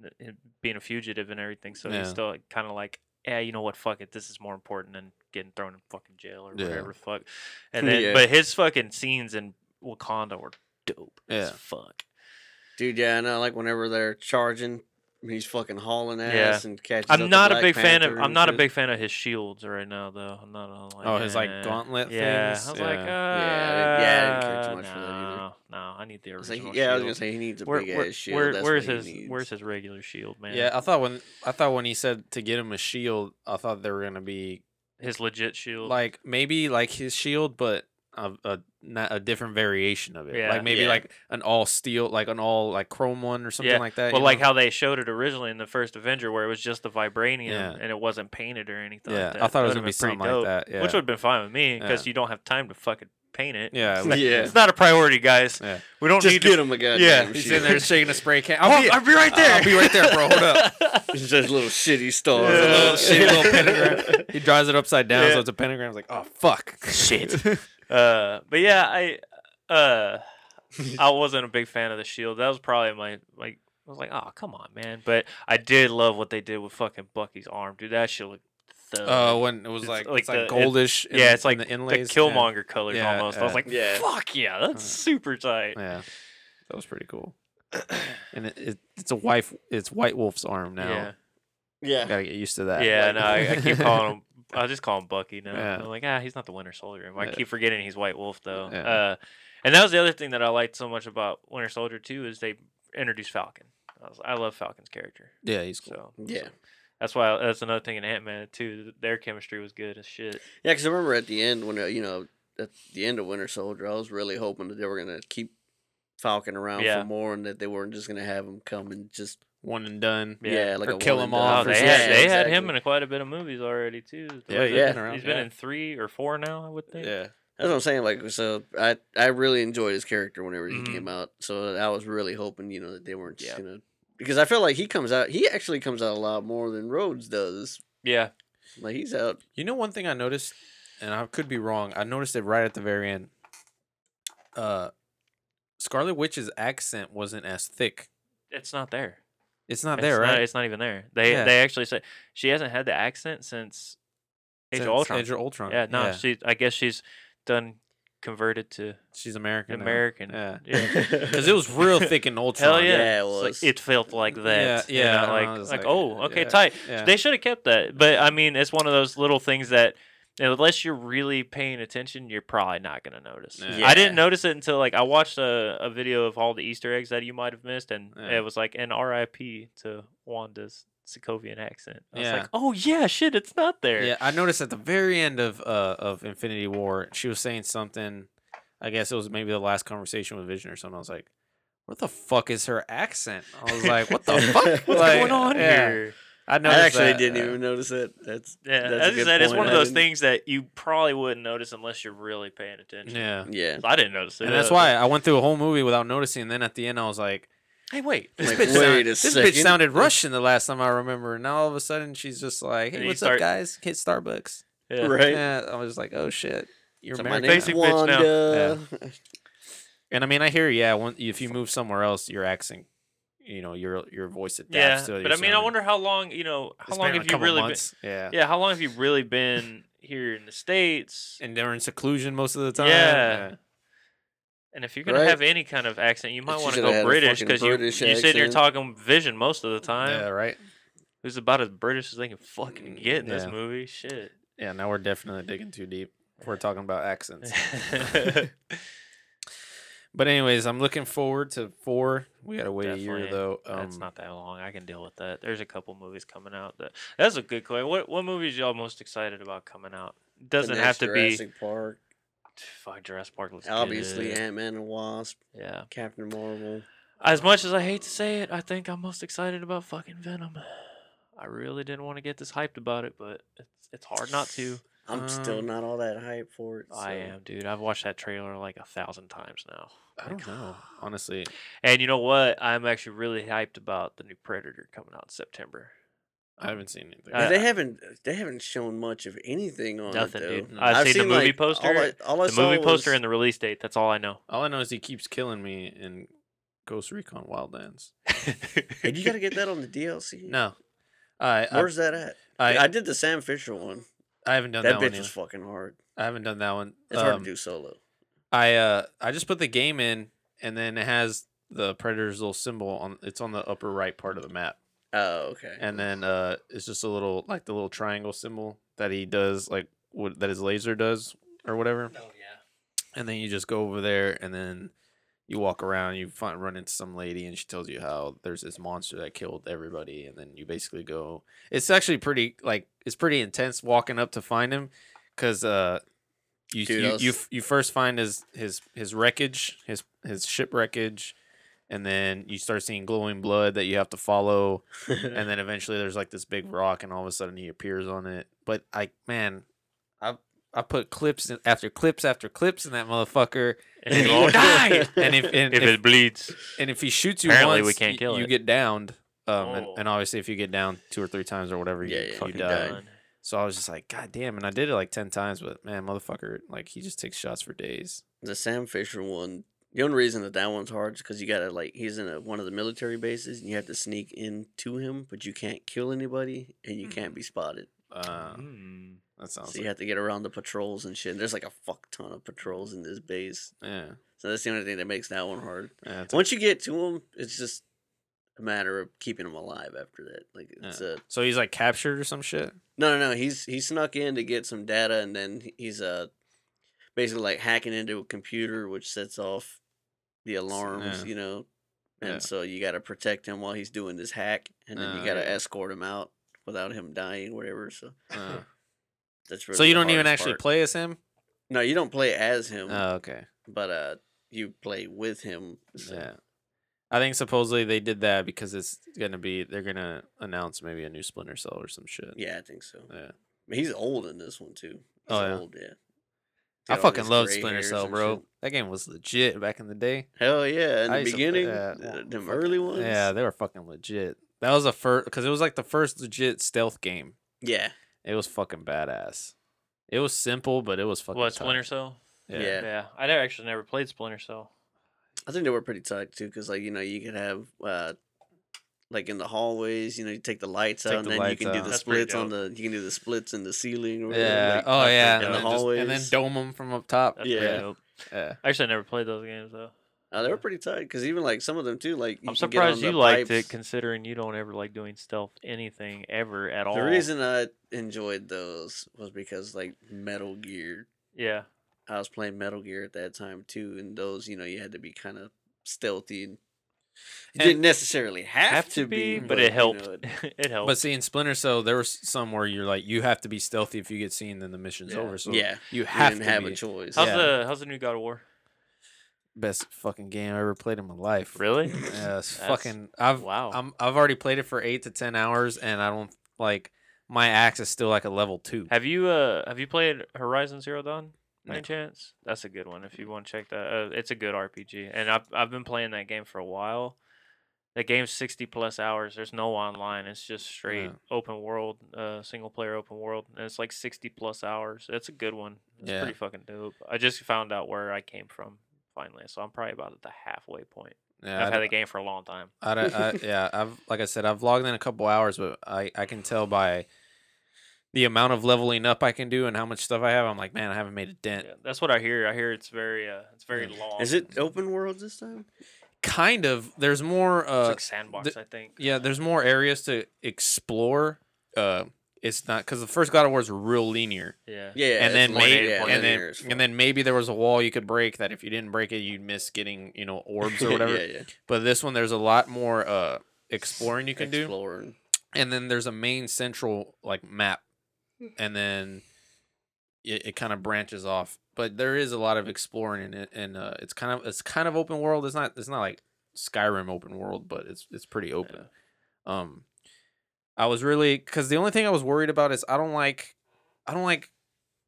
[SPEAKER 3] the him being a fugitive and everything. So
[SPEAKER 1] Yeah.
[SPEAKER 3] he's still kind of like, yeah, you know what? Fuck it. This is more important than getting thrown in fucking jail or
[SPEAKER 1] Yeah.
[SPEAKER 3] whatever. the Fuck. And then,
[SPEAKER 2] Yeah.
[SPEAKER 3] but his fucking scenes in Wakanda were dope as
[SPEAKER 1] Yeah.
[SPEAKER 3] fuck.
[SPEAKER 2] Dude, yeah, I know. Like whenever they're charging, he's fucking hauling ass and catches. up
[SPEAKER 3] I'm
[SPEAKER 2] the
[SPEAKER 3] not a
[SPEAKER 2] Black
[SPEAKER 3] big fan
[SPEAKER 2] Panther
[SPEAKER 3] of. I'm
[SPEAKER 2] and
[SPEAKER 3] not a
[SPEAKER 2] shit.
[SPEAKER 3] big fan of his shields right now, though. I'm not I'm like.
[SPEAKER 1] Oh, his, like,
[SPEAKER 3] eh.
[SPEAKER 1] gauntlet
[SPEAKER 3] yeah,
[SPEAKER 1] things?
[SPEAKER 3] I was
[SPEAKER 1] Yeah.
[SPEAKER 3] like, uh,
[SPEAKER 2] Yeah, I didn't- yeah, I didn't care too much
[SPEAKER 3] no,
[SPEAKER 2] for that either.
[SPEAKER 3] No, I need the
[SPEAKER 2] I
[SPEAKER 3] original.
[SPEAKER 2] was like, yeah, I was gonna
[SPEAKER 3] shield.
[SPEAKER 2] say he needs a
[SPEAKER 3] Where-
[SPEAKER 2] big
[SPEAKER 3] where-
[SPEAKER 2] ass shield.
[SPEAKER 3] where-
[SPEAKER 2] That's
[SPEAKER 3] where's
[SPEAKER 2] what he
[SPEAKER 3] his
[SPEAKER 2] needs.
[SPEAKER 3] Where's his regular shield, man?
[SPEAKER 1] yeah. I thought when I thought when he said to get him a shield, I thought they were gonna be
[SPEAKER 3] his legit shield.
[SPEAKER 1] like maybe like his shield, but a, a not a different variation of it.
[SPEAKER 3] Yeah.
[SPEAKER 1] Like maybe
[SPEAKER 2] Yeah.
[SPEAKER 1] like an all steel, like an all like chrome one or something
[SPEAKER 3] Yeah,
[SPEAKER 1] like that.
[SPEAKER 3] well,
[SPEAKER 1] you
[SPEAKER 3] like
[SPEAKER 1] know?
[SPEAKER 3] how they showed it originally in the first Avenger, where it was just the vibranium
[SPEAKER 1] Yeah.
[SPEAKER 3] and it wasn't painted or anything.
[SPEAKER 1] yeah,
[SPEAKER 3] like that.
[SPEAKER 1] I thought it was
[SPEAKER 3] Would've
[SPEAKER 1] gonna be
[SPEAKER 3] been pretty
[SPEAKER 1] something like
[SPEAKER 3] dope,
[SPEAKER 1] that. Yeah,
[SPEAKER 3] which would have been fine with me because you don't have time to fucking paint it.
[SPEAKER 1] Yeah,
[SPEAKER 3] It's not,
[SPEAKER 2] Yeah.
[SPEAKER 3] it's not a priority, guys.
[SPEAKER 1] Yeah.
[SPEAKER 3] We don't
[SPEAKER 2] Just
[SPEAKER 3] need
[SPEAKER 2] get
[SPEAKER 3] to.
[SPEAKER 2] him a goddamn
[SPEAKER 3] Yeah,
[SPEAKER 1] He's
[SPEAKER 2] shield.
[SPEAKER 1] in there shaking a spray can.
[SPEAKER 3] Oh, I'll be right there.
[SPEAKER 1] I'll be right there, bro. Hold up.
[SPEAKER 2] It's just little shitty stars.
[SPEAKER 1] It's a little
[SPEAKER 3] Yeah.
[SPEAKER 1] shitty little pentagram. He draws it upside down,
[SPEAKER 3] Yeah.
[SPEAKER 1] so it's a pentagram. It's like, oh fuck.
[SPEAKER 3] Shit. Uh, but yeah, I uh, I wasn't a big fan of the shield. That was probably my like. I was like, oh come on, man. But I did love what they did with fucking Bucky's arm, dude. That shit looked. thug.
[SPEAKER 1] Uh, when it was
[SPEAKER 3] It's
[SPEAKER 1] like,
[SPEAKER 3] like
[SPEAKER 1] it's like
[SPEAKER 3] the- it-
[SPEAKER 1] goldish. in-
[SPEAKER 3] yeah, it's
[SPEAKER 1] in
[SPEAKER 3] like
[SPEAKER 1] the inlays.
[SPEAKER 3] the
[SPEAKER 1] Yeah.
[SPEAKER 3] Killmonger colors
[SPEAKER 1] Yeah,
[SPEAKER 3] almost. I was
[SPEAKER 1] yeah.
[SPEAKER 3] like,
[SPEAKER 2] Yeah.
[SPEAKER 3] fuck yeah, that's
[SPEAKER 1] Uh,
[SPEAKER 3] super tight.
[SPEAKER 1] Yeah. that was pretty cool. And it, it, it's a wife. It's White Wolf's arm now.
[SPEAKER 3] Yeah,
[SPEAKER 2] yeah.
[SPEAKER 1] Gotta get used to that.
[SPEAKER 3] yeah.
[SPEAKER 2] like-
[SPEAKER 3] No, I, I keep calling him. I just call him Bucky now.
[SPEAKER 1] Yeah.
[SPEAKER 3] I'm like, ah, he's not the Winter Soldier. anymore." I
[SPEAKER 1] Yeah.
[SPEAKER 3] keep forgetting he's White Wolf though.
[SPEAKER 1] Yeah.
[SPEAKER 3] Uh, and that was the other thing that I liked so much about Winter Soldier too is they introduced Falcon. I, was, I love Falcon's character.
[SPEAKER 1] yeah, he's cool.
[SPEAKER 3] So
[SPEAKER 2] Yeah.
[SPEAKER 3] that's why that's another thing in Ant Man too. Their chemistry was good as shit.
[SPEAKER 2] Yeah, because I remember at the end when uh, you know at the end of Winter Soldier, I was really hoping that they were gonna keep Falcon around
[SPEAKER 3] Yeah.
[SPEAKER 2] for more, and that they weren't just gonna have him come and just
[SPEAKER 1] One and done.
[SPEAKER 2] yeah,
[SPEAKER 3] Yeah.
[SPEAKER 2] like
[SPEAKER 1] Or
[SPEAKER 2] a
[SPEAKER 1] kill
[SPEAKER 2] one
[SPEAKER 1] 'em
[SPEAKER 2] and
[SPEAKER 1] all
[SPEAKER 2] done
[SPEAKER 3] Oh,
[SPEAKER 1] for
[SPEAKER 2] for-
[SPEAKER 3] they
[SPEAKER 1] sure.
[SPEAKER 3] had, they had him
[SPEAKER 2] exactly.
[SPEAKER 3] in quite a bit of movies already too.
[SPEAKER 1] Yeah,
[SPEAKER 3] Like,
[SPEAKER 1] he's
[SPEAKER 2] yeah.
[SPEAKER 1] been around.
[SPEAKER 3] He's been
[SPEAKER 1] yeah.
[SPEAKER 3] in three or four now, I would think.
[SPEAKER 1] Yeah.
[SPEAKER 2] That's what I'm saying. Like, so I I really enjoyed his character whenever he
[SPEAKER 3] Mhm.
[SPEAKER 2] came out. So I was really hoping, you know, that they weren't just
[SPEAKER 3] Yeah.
[SPEAKER 2] gonna because I feel like he comes out. He actually comes out a lot more than Rhodes does.
[SPEAKER 3] Yeah.
[SPEAKER 2] Like he's out.
[SPEAKER 1] You know, one thing I noticed, and I could be wrong. I noticed it right at the very end. Uh, Scarlet Witch's accent wasn't as thick.
[SPEAKER 3] It's not there.
[SPEAKER 1] It's not
[SPEAKER 3] It's
[SPEAKER 1] there,
[SPEAKER 3] not-
[SPEAKER 1] right?
[SPEAKER 3] it's not even there. They
[SPEAKER 1] Yeah.
[SPEAKER 3] they actually said she hasn't had the accent since Age of
[SPEAKER 1] Since
[SPEAKER 3] Ultron.
[SPEAKER 1] Age of Ultron.
[SPEAKER 3] yeah, no, she. I guess she's done converted to
[SPEAKER 1] she's American. now.
[SPEAKER 3] American.
[SPEAKER 1] Yeah.
[SPEAKER 3] Yeah.
[SPEAKER 1] Because it was real thick in Ultron.
[SPEAKER 3] Hell yeah!
[SPEAKER 2] Yeah, it
[SPEAKER 3] It's like-
[SPEAKER 2] was.
[SPEAKER 3] it felt like
[SPEAKER 1] Yeah,
[SPEAKER 3] that. you know,
[SPEAKER 1] yeah, and I
[SPEAKER 3] like
[SPEAKER 1] was
[SPEAKER 3] like,
[SPEAKER 1] like,
[SPEAKER 3] oh, okay,
[SPEAKER 1] yeah,
[SPEAKER 3] tight.
[SPEAKER 1] yeah.
[SPEAKER 3] They should have kept that. But I mean, it's one of those little things that unless you're really paying attention, you're probably not gonna notice.
[SPEAKER 1] Yeah.
[SPEAKER 3] I didn't
[SPEAKER 2] Yeah.
[SPEAKER 3] notice it until like I watched a, a video of all the Easter eggs that you might have missed, and
[SPEAKER 1] Yeah.
[SPEAKER 3] it was like an R.I.P. to Wanda's Sokovian accent. I was
[SPEAKER 1] Yeah.
[SPEAKER 3] like, oh yeah, shit, it's not there.
[SPEAKER 1] Yeah, I noticed at the very end of uh of Infinity War, she was saying something. I guess it was maybe the last conversation with Vision or something. I was like, "What the fuck is her accent?" I was like, "What the fuck?
[SPEAKER 3] What's
[SPEAKER 1] Like,
[SPEAKER 3] going on
[SPEAKER 1] yeah.
[SPEAKER 3] here?
[SPEAKER 1] I
[SPEAKER 2] I
[SPEAKER 1] noticed
[SPEAKER 2] actually
[SPEAKER 1] that,
[SPEAKER 2] didn't
[SPEAKER 1] yeah.
[SPEAKER 2] even notice it. That's
[SPEAKER 3] Yeah,
[SPEAKER 2] That's a
[SPEAKER 3] as I
[SPEAKER 2] good
[SPEAKER 3] said, it's
[SPEAKER 2] point.
[SPEAKER 3] one of
[SPEAKER 2] I
[SPEAKER 3] those
[SPEAKER 2] didn't-
[SPEAKER 3] things that you probably wouldn't notice unless you're really paying attention.
[SPEAKER 1] Yeah,
[SPEAKER 2] yeah.
[SPEAKER 3] I didn't notice it.
[SPEAKER 1] and that's
[SPEAKER 3] Uh,
[SPEAKER 1] why I went through a whole movie without noticing. And then at the end, I was like,
[SPEAKER 3] Hey, wait.
[SPEAKER 1] "This bitch,
[SPEAKER 2] Like, wait
[SPEAKER 1] sound-
[SPEAKER 2] a
[SPEAKER 1] this bitch
[SPEAKER 2] second.
[SPEAKER 1] sounded Russian the last time I remember." And now all of a sudden, she's just like,
[SPEAKER 3] And
[SPEAKER 1] "Hey,
[SPEAKER 3] you
[SPEAKER 1] what's
[SPEAKER 3] start-
[SPEAKER 1] up, guys? Hit Starbucks."
[SPEAKER 3] Yeah.
[SPEAKER 2] Right.
[SPEAKER 1] Yeah, I was like, "Oh shit, you're
[SPEAKER 2] So my
[SPEAKER 1] American."
[SPEAKER 2] name's
[SPEAKER 3] Basic bitch now.
[SPEAKER 2] Wanda.
[SPEAKER 1] And I mean, I hear, yeah. One, if you move somewhere else, your accent, you know, your your voice
[SPEAKER 3] Yeah,
[SPEAKER 1] adapts to it.
[SPEAKER 3] but I mean, I wonder how long you know. How long have you really
[SPEAKER 1] been? Yeah.
[SPEAKER 3] been? Yeah, how long have you really been here in the states?
[SPEAKER 1] And they're in seclusion most of the time.
[SPEAKER 3] Yeah. And if you're gonna
[SPEAKER 2] Right.
[SPEAKER 3] have any kind of accent, you might
[SPEAKER 2] She
[SPEAKER 3] want to
[SPEAKER 2] should've had
[SPEAKER 3] go
[SPEAKER 2] a
[SPEAKER 3] British
[SPEAKER 2] fucking
[SPEAKER 3] because you you
[SPEAKER 2] British
[SPEAKER 3] sit here
[SPEAKER 2] accent.
[SPEAKER 3] talking Vision most of the
[SPEAKER 1] Yeah.
[SPEAKER 3] time.
[SPEAKER 1] Yeah, Right.
[SPEAKER 3] Who's about as British as they can fucking
[SPEAKER 2] Mm,
[SPEAKER 3] get in this
[SPEAKER 1] yeah.
[SPEAKER 3] movie? Shit.
[SPEAKER 1] Yeah. Now we're definitely digging too deep. We're talking about accents. but anyways, I'm looking forward to four. We gotta wait a year
[SPEAKER 3] Definitely.
[SPEAKER 1] though. Um,
[SPEAKER 3] That's not that long. I can deal with that. There's a couple movies coming out. That that's a good question. What what movies y'all most excited about coming out? Doesn't
[SPEAKER 2] The
[SPEAKER 3] have
[SPEAKER 2] next
[SPEAKER 3] to
[SPEAKER 2] Jurassic Park.
[SPEAKER 3] be fuck Jurassic Park. Let's get
[SPEAKER 2] Obviously,
[SPEAKER 3] it.
[SPEAKER 2] Ant Man and Wasp,
[SPEAKER 3] yeah.
[SPEAKER 2] Captain Marvel.
[SPEAKER 3] As much as I hate to say it, I think I'm most excited about fucking Venom. I really didn't want to get this hyped about it, but it's it's hard not to.
[SPEAKER 2] I'm still
[SPEAKER 1] Um,
[SPEAKER 2] not all that hype for it.
[SPEAKER 3] I
[SPEAKER 2] so-
[SPEAKER 3] am, dude. I've watched that trailer like a thousand times now.
[SPEAKER 1] I don't know. Honestly,
[SPEAKER 3] And you know what? I'm actually really hyped about the new Predator coming out in September.
[SPEAKER 1] I haven't seen anything.
[SPEAKER 3] Uh,
[SPEAKER 2] they haven't they haven't shown much of anything on
[SPEAKER 3] Nothing,
[SPEAKER 2] it though.
[SPEAKER 3] dude. I've, seen, the movie
[SPEAKER 2] like,
[SPEAKER 3] poster.
[SPEAKER 2] All I, all I
[SPEAKER 3] the movie
[SPEAKER 2] saw
[SPEAKER 3] poster
[SPEAKER 2] was-
[SPEAKER 3] and the release date. That's all I know.
[SPEAKER 1] All I know is he keeps killing me in Ghost Recon Wildlands.
[SPEAKER 2] Hey, you gotta get that on the DLC.
[SPEAKER 1] No. I I,
[SPEAKER 2] Where's that at? I,
[SPEAKER 1] I,
[SPEAKER 2] did the Sam Fisher one.
[SPEAKER 1] I haven't done
[SPEAKER 2] That,
[SPEAKER 1] that, one.
[SPEAKER 2] bitch
[SPEAKER 1] yet.
[SPEAKER 2] was fucking hard.
[SPEAKER 1] I haven't done that one.
[SPEAKER 2] It's hard
[SPEAKER 1] Um,
[SPEAKER 2] to do solo.
[SPEAKER 1] I uh I just put the game in and then it has the predator's little symbol on it's on the upper right part of the map.
[SPEAKER 2] Oh, okay.
[SPEAKER 1] And then uh it's just a little like the little triangle symbol that he does like what that his laser does or whatever.
[SPEAKER 3] Oh
[SPEAKER 1] And then you just go over there and then you walk around, you find run into some lady and she tells you how there's this monster that killed everybody and then you basically go It's actually pretty like it's pretty intense walking up to find him cuz uh you,
[SPEAKER 2] Dude, I
[SPEAKER 1] you,
[SPEAKER 2] was-
[SPEAKER 1] you f- you first find his his his wreckage, his his ship wreckage, and then you start seeing glowing blood that you have to follow, and then eventually there's like this big rock, and all of a sudden he appears on it. But I man, I I put clips in- after clips after clips in that motherfucker,
[SPEAKER 3] And
[SPEAKER 1] and
[SPEAKER 3] it
[SPEAKER 1] you
[SPEAKER 3] won't-
[SPEAKER 1] die. And if and
[SPEAKER 3] if
[SPEAKER 1] if,
[SPEAKER 3] it bleeds,
[SPEAKER 1] and if he shoots you
[SPEAKER 3] Apparently we
[SPEAKER 1] once,
[SPEAKER 3] can't
[SPEAKER 1] y-
[SPEAKER 3] kill
[SPEAKER 1] you
[SPEAKER 3] it.
[SPEAKER 1] get downed. Um, and,
[SPEAKER 3] Oh.
[SPEAKER 1] and obviously if you get down two or three times or whatever, you,
[SPEAKER 2] Yeah, yeah, you
[SPEAKER 1] fucking
[SPEAKER 3] fucking
[SPEAKER 1] die.
[SPEAKER 2] die.
[SPEAKER 3] done.
[SPEAKER 1] So I was just like, God damn! And I did it like ten times, but man, motherfucker, like he just takes shots for days.
[SPEAKER 2] The Sam Fisher one. The only reason that that one's hard is because you gotta like he's in a, one of the military bases and you have to sneak in to him, but you can't kill anybody and you can't be spotted.
[SPEAKER 1] Uh,
[SPEAKER 2] Hmm.
[SPEAKER 3] Mm.
[SPEAKER 1] that sounds.
[SPEAKER 2] so you
[SPEAKER 1] like,
[SPEAKER 2] have to get around the patrols and shit. And there's like a fuck ton of patrols in this base,
[SPEAKER 1] yeah.
[SPEAKER 2] so that's the only thing that makes that one hard.
[SPEAKER 1] yeah it's-
[SPEAKER 2] Once you get to him, it's just a matter of keeping him alive after that. Like it's
[SPEAKER 1] Yeah.
[SPEAKER 2] a
[SPEAKER 1] so he's like captured or some shit.
[SPEAKER 2] No, no, no. He's he snuck in to get some data, and then he- he's uh basically like hacking into a computer, which sets off the alarms,
[SPEAKER 1] yeah.
[SPEAKER 2] you know. And
[SPEAKER 1] Yeah.
[SPEAKER 2] so you got to protect him while he's doing this hack, and then
[SPEAKER 1] Oh,
[SPEAKER 2] you got to
[SPEAKER 1] yeah.
[SPEAKER 2] escort him out without him dying, whatever. So
[SPEAKER 1] Uh,
[SPEAKER 2] that's really
[SPEAKER 1] so you
[SPEAKER 2] the
[SPEAKER 1] don't even
[SPEAKER 2] hardest
[SPEAKER 1] actually
[SPEAKER 2] part.
[SPEAKER 1] play as him.
[SPEAKER 2] No, you don't play as him,
[SPEAKER 1] Oh, okay.
[SPEAKER 2] but uh, you play with him. so-
[SPEAKER 1] Yeah. I think supposedly they did that because it's gonna be they're gonna announce maybe a new Splinter Cell or some shit.
[SPEAKER 2] yeah, I think so.
[SPEAKER 1] Yeah.
[SPEAKER 2] I mean, he's old in this one too. He's
[SPEAKER 1] Uh Oh, yeah.
[SPEAKER 2] old, yeah.
[SPEAKER 1] I
[SPEAKER 2] Got all
[SPEAKER 1] fucking
[SPEAKER 2] his
[SPEAKER 1] love
[SPEAKER 2] gray
[SPEAKER 1] Splinter
[SPEAKER 2] hairs
[SPEAKER 1] Cell,
[SPEAKER 2] and
[SPEAKER 1] bro.
[SPEAKER 2] shit.
[SPEAKER 1] That game was legit back in the day.
[SPEAKER 2] Hell yeah! In
[SPEAKER 1] I
[SPEAKER 2] the
[SPEAKER 1] used to play
[SPEAKER 2] beginning,
[SPEAKER 1] that.
[SPEAKER 2] the them
[SPEAKER 1] Fucking-
[SPEAKER 2] early ones.
[SPEAKER 1] Yeah, they were fucking legit. That was the first because it was like the first legit stealth game.
[SPEAKER 2] yeah.
[SPEAKER 1] It was fucking badass. It was simple, but it was fucking.
[SPEAKER 3] What
[SPEAKER 1] tough.
[SPEAKER 3] Splinter Cell?
[SPEAKER 1] Yeah.
[SPEAKER 2] Yeah.
[SPEAKER 3] Yeah. I never actually never played Splinter Cell.
[SPEAKER 2] I think they were pretty tight too, because like you know you could have uh, like in the hallways, you know you take the lights
[SPEAKER 1] Take
[SPEAKER 2] out,
[SPEAKER 1] the
[SPEAKER 2] and then
[SPEAKER 1] lights
[SPEAKER 2] you can
[SPEAKER 1] out.
[SPEAKER 2] do the
[SPEAKER 3] That's pretty
[SPEAKER 2] splits on the you can do the splits in the ceiling. Or whatever,
[SPEAKER 1] Yeah.
[SPEAKER 2] like,
[SPEAKER 1] oh yeah.
[SPEAKER 2] in
[SPEAKER 1] And,
[SPEAKER 2] the
[SPEAKER 1] then just- and then
[SPEAKER 2] hallways.
[SPEAKER 1] dome them from up top.
[SPEAKER 3] That's
[SPEAKER 2] Yeah.
[SPEAKER 3] pretty dope.
[SPEAKER 1] Yeah.
[SPEAKER 3] Actually, I never played those games though.
[SPEAKER 2] Uh, they were pretty tight because even like some of them too, like you
[SPEAKER 3] I'm
[SPEAKER 2] could get on
[SPEAKER 3] surprised you
[SPEAKER 2] the
[SPEAKER 3] liked
[SPEAKER 2] pipes.
[SPEAKER 3] it, considering you don't ever like doing stealth anything ever at all.
[SPEAKER 2] The reason I enjoyed those was because like Metal Gear,
[SPEAKER 3] yeah,
[SPEAKER 2] I was playing Metal Gear at that time too, and those you know you had to be kind of stealthy and you
[SPEAKER 1] And-
[SPEAKER 2] didn't necessarily have,
[SPEAKER 3] have to be, but,
[SPEAKER 2] you
[SPEAKER 3] it
[SPEAKER 2] know,
[SPEAKER 3] helped.
[SPEAKER 2] it-
[SPEAKER 3] it helped.
[SPEAKER 1] But seeing Splinter Cell, there was some where you're like, you have to be stealthy if you get seen, then the mission's
[SPEAKER 3] Yeah.
[SPEAKER 1] over. So
[SPEAKER 2] yeah,
[SPEAKER 1] you
[SPEAKER 2] you
[SPEAKER 1] have
[SPEAKER 2] didn't
[SPEAKER 1] to
[SPEAKER 2] have
[SPEAKER 1] be
[SPEAKER 2] a choice.
[SPEAKER 3] how's
[SPEAKER 1] yeah.
[SPEAKER 3] the how's the new God of War?
[SPEAKER 1] best fucking game I ever played in my life.
[SPEAKER 3] Really?
[SPEAKER 1] Yeah, it's
[SPEAKER 3] That's-
[SPEAKER 1] fucking. I've
[SPEAKER 3] wow.
[SPEAKER 1] I'm, I've already played it for eight to ten hours, and I don't like my axe is still like a level two.
[SPEAKER 3] have you uh have you played Horizon Zero Dawn? By
[SPEAKER 1] No.
[SPEAKER 3] any chance? That's a good one. If you want to check that, uh, it's a good RPG, and I've I've been playing that game for a while. That game's sixty plus hours. There's no online. It's just straight
[SPEAKER 1] Yeah.
[SPEAKER 3] open world, uh, single player open world, and it's like sixty plus hours. It's a good one. It's
[SPEAKER 1] Yeah.
[SPEAKER 3] pretty fucking dope. I just found out where I came from finally, so I'm probably about at the halfway point.
[SPEAKER 1] Yeah,
[SPEAKER 3] I've
[SPEAKER 1] I,
[SPEAKER 3] had the game for a long time.
[SPEAKER 1] I, don't- I- yeah, I've like I said, I've logged in a couple hours, but I I can tell by the amount of leveling up I can do and how much stuff I have. I'm like, man, I haven't made a dent.
[SPEAKER 3] Yeah, that's what I hear. I hear it's very uh, it's very
[SPEAKER 1] Yeah.
[SPEAKER 3] long.
[SPEAKER 2] Is it open world this time?
[SPEAKER 1] Kind of. There's more.
[SPEAKER 3] It's
[SPEAKER 1] Uh,
[SPEAKER 3] like sandbox? I think.
[SPEAKER 1] yeah, there's more areas to explore. Uh, it's not because the first God of War is real linear.
[SPEAKER 3] Yeah.
[SPEAKER 2] Yeah,
[SPEAKER 1] and then
[SPEAKER 3] more
[SPEAKER 1] maybe
[SPEAKER 3] data point
[SPEAKER 1] and
[SPEAKER 3] of
[SPEAKER 1] then and then maybe there was a wall you could break that if you didn't break it you'd miss getting you know orbs or whatever
[SPEAKER 2] yeah, yeah.
[SPEAKER 1] but this one there's a lot more uh exploring you can do
[SPEAKER 2] Exploring.
[SPEAKER 1] and then there's a main central like map
[SPEAKER 3] Mm-hmm.
[SPEAKER 1] and then it, it kind of branches off but there is a lot of exploring in it and uh it's kind of it's kind of open world it's not it's not like skyrim open world but it's it's pretty open um i was really because the only thing i was worried about is i don't like i don't like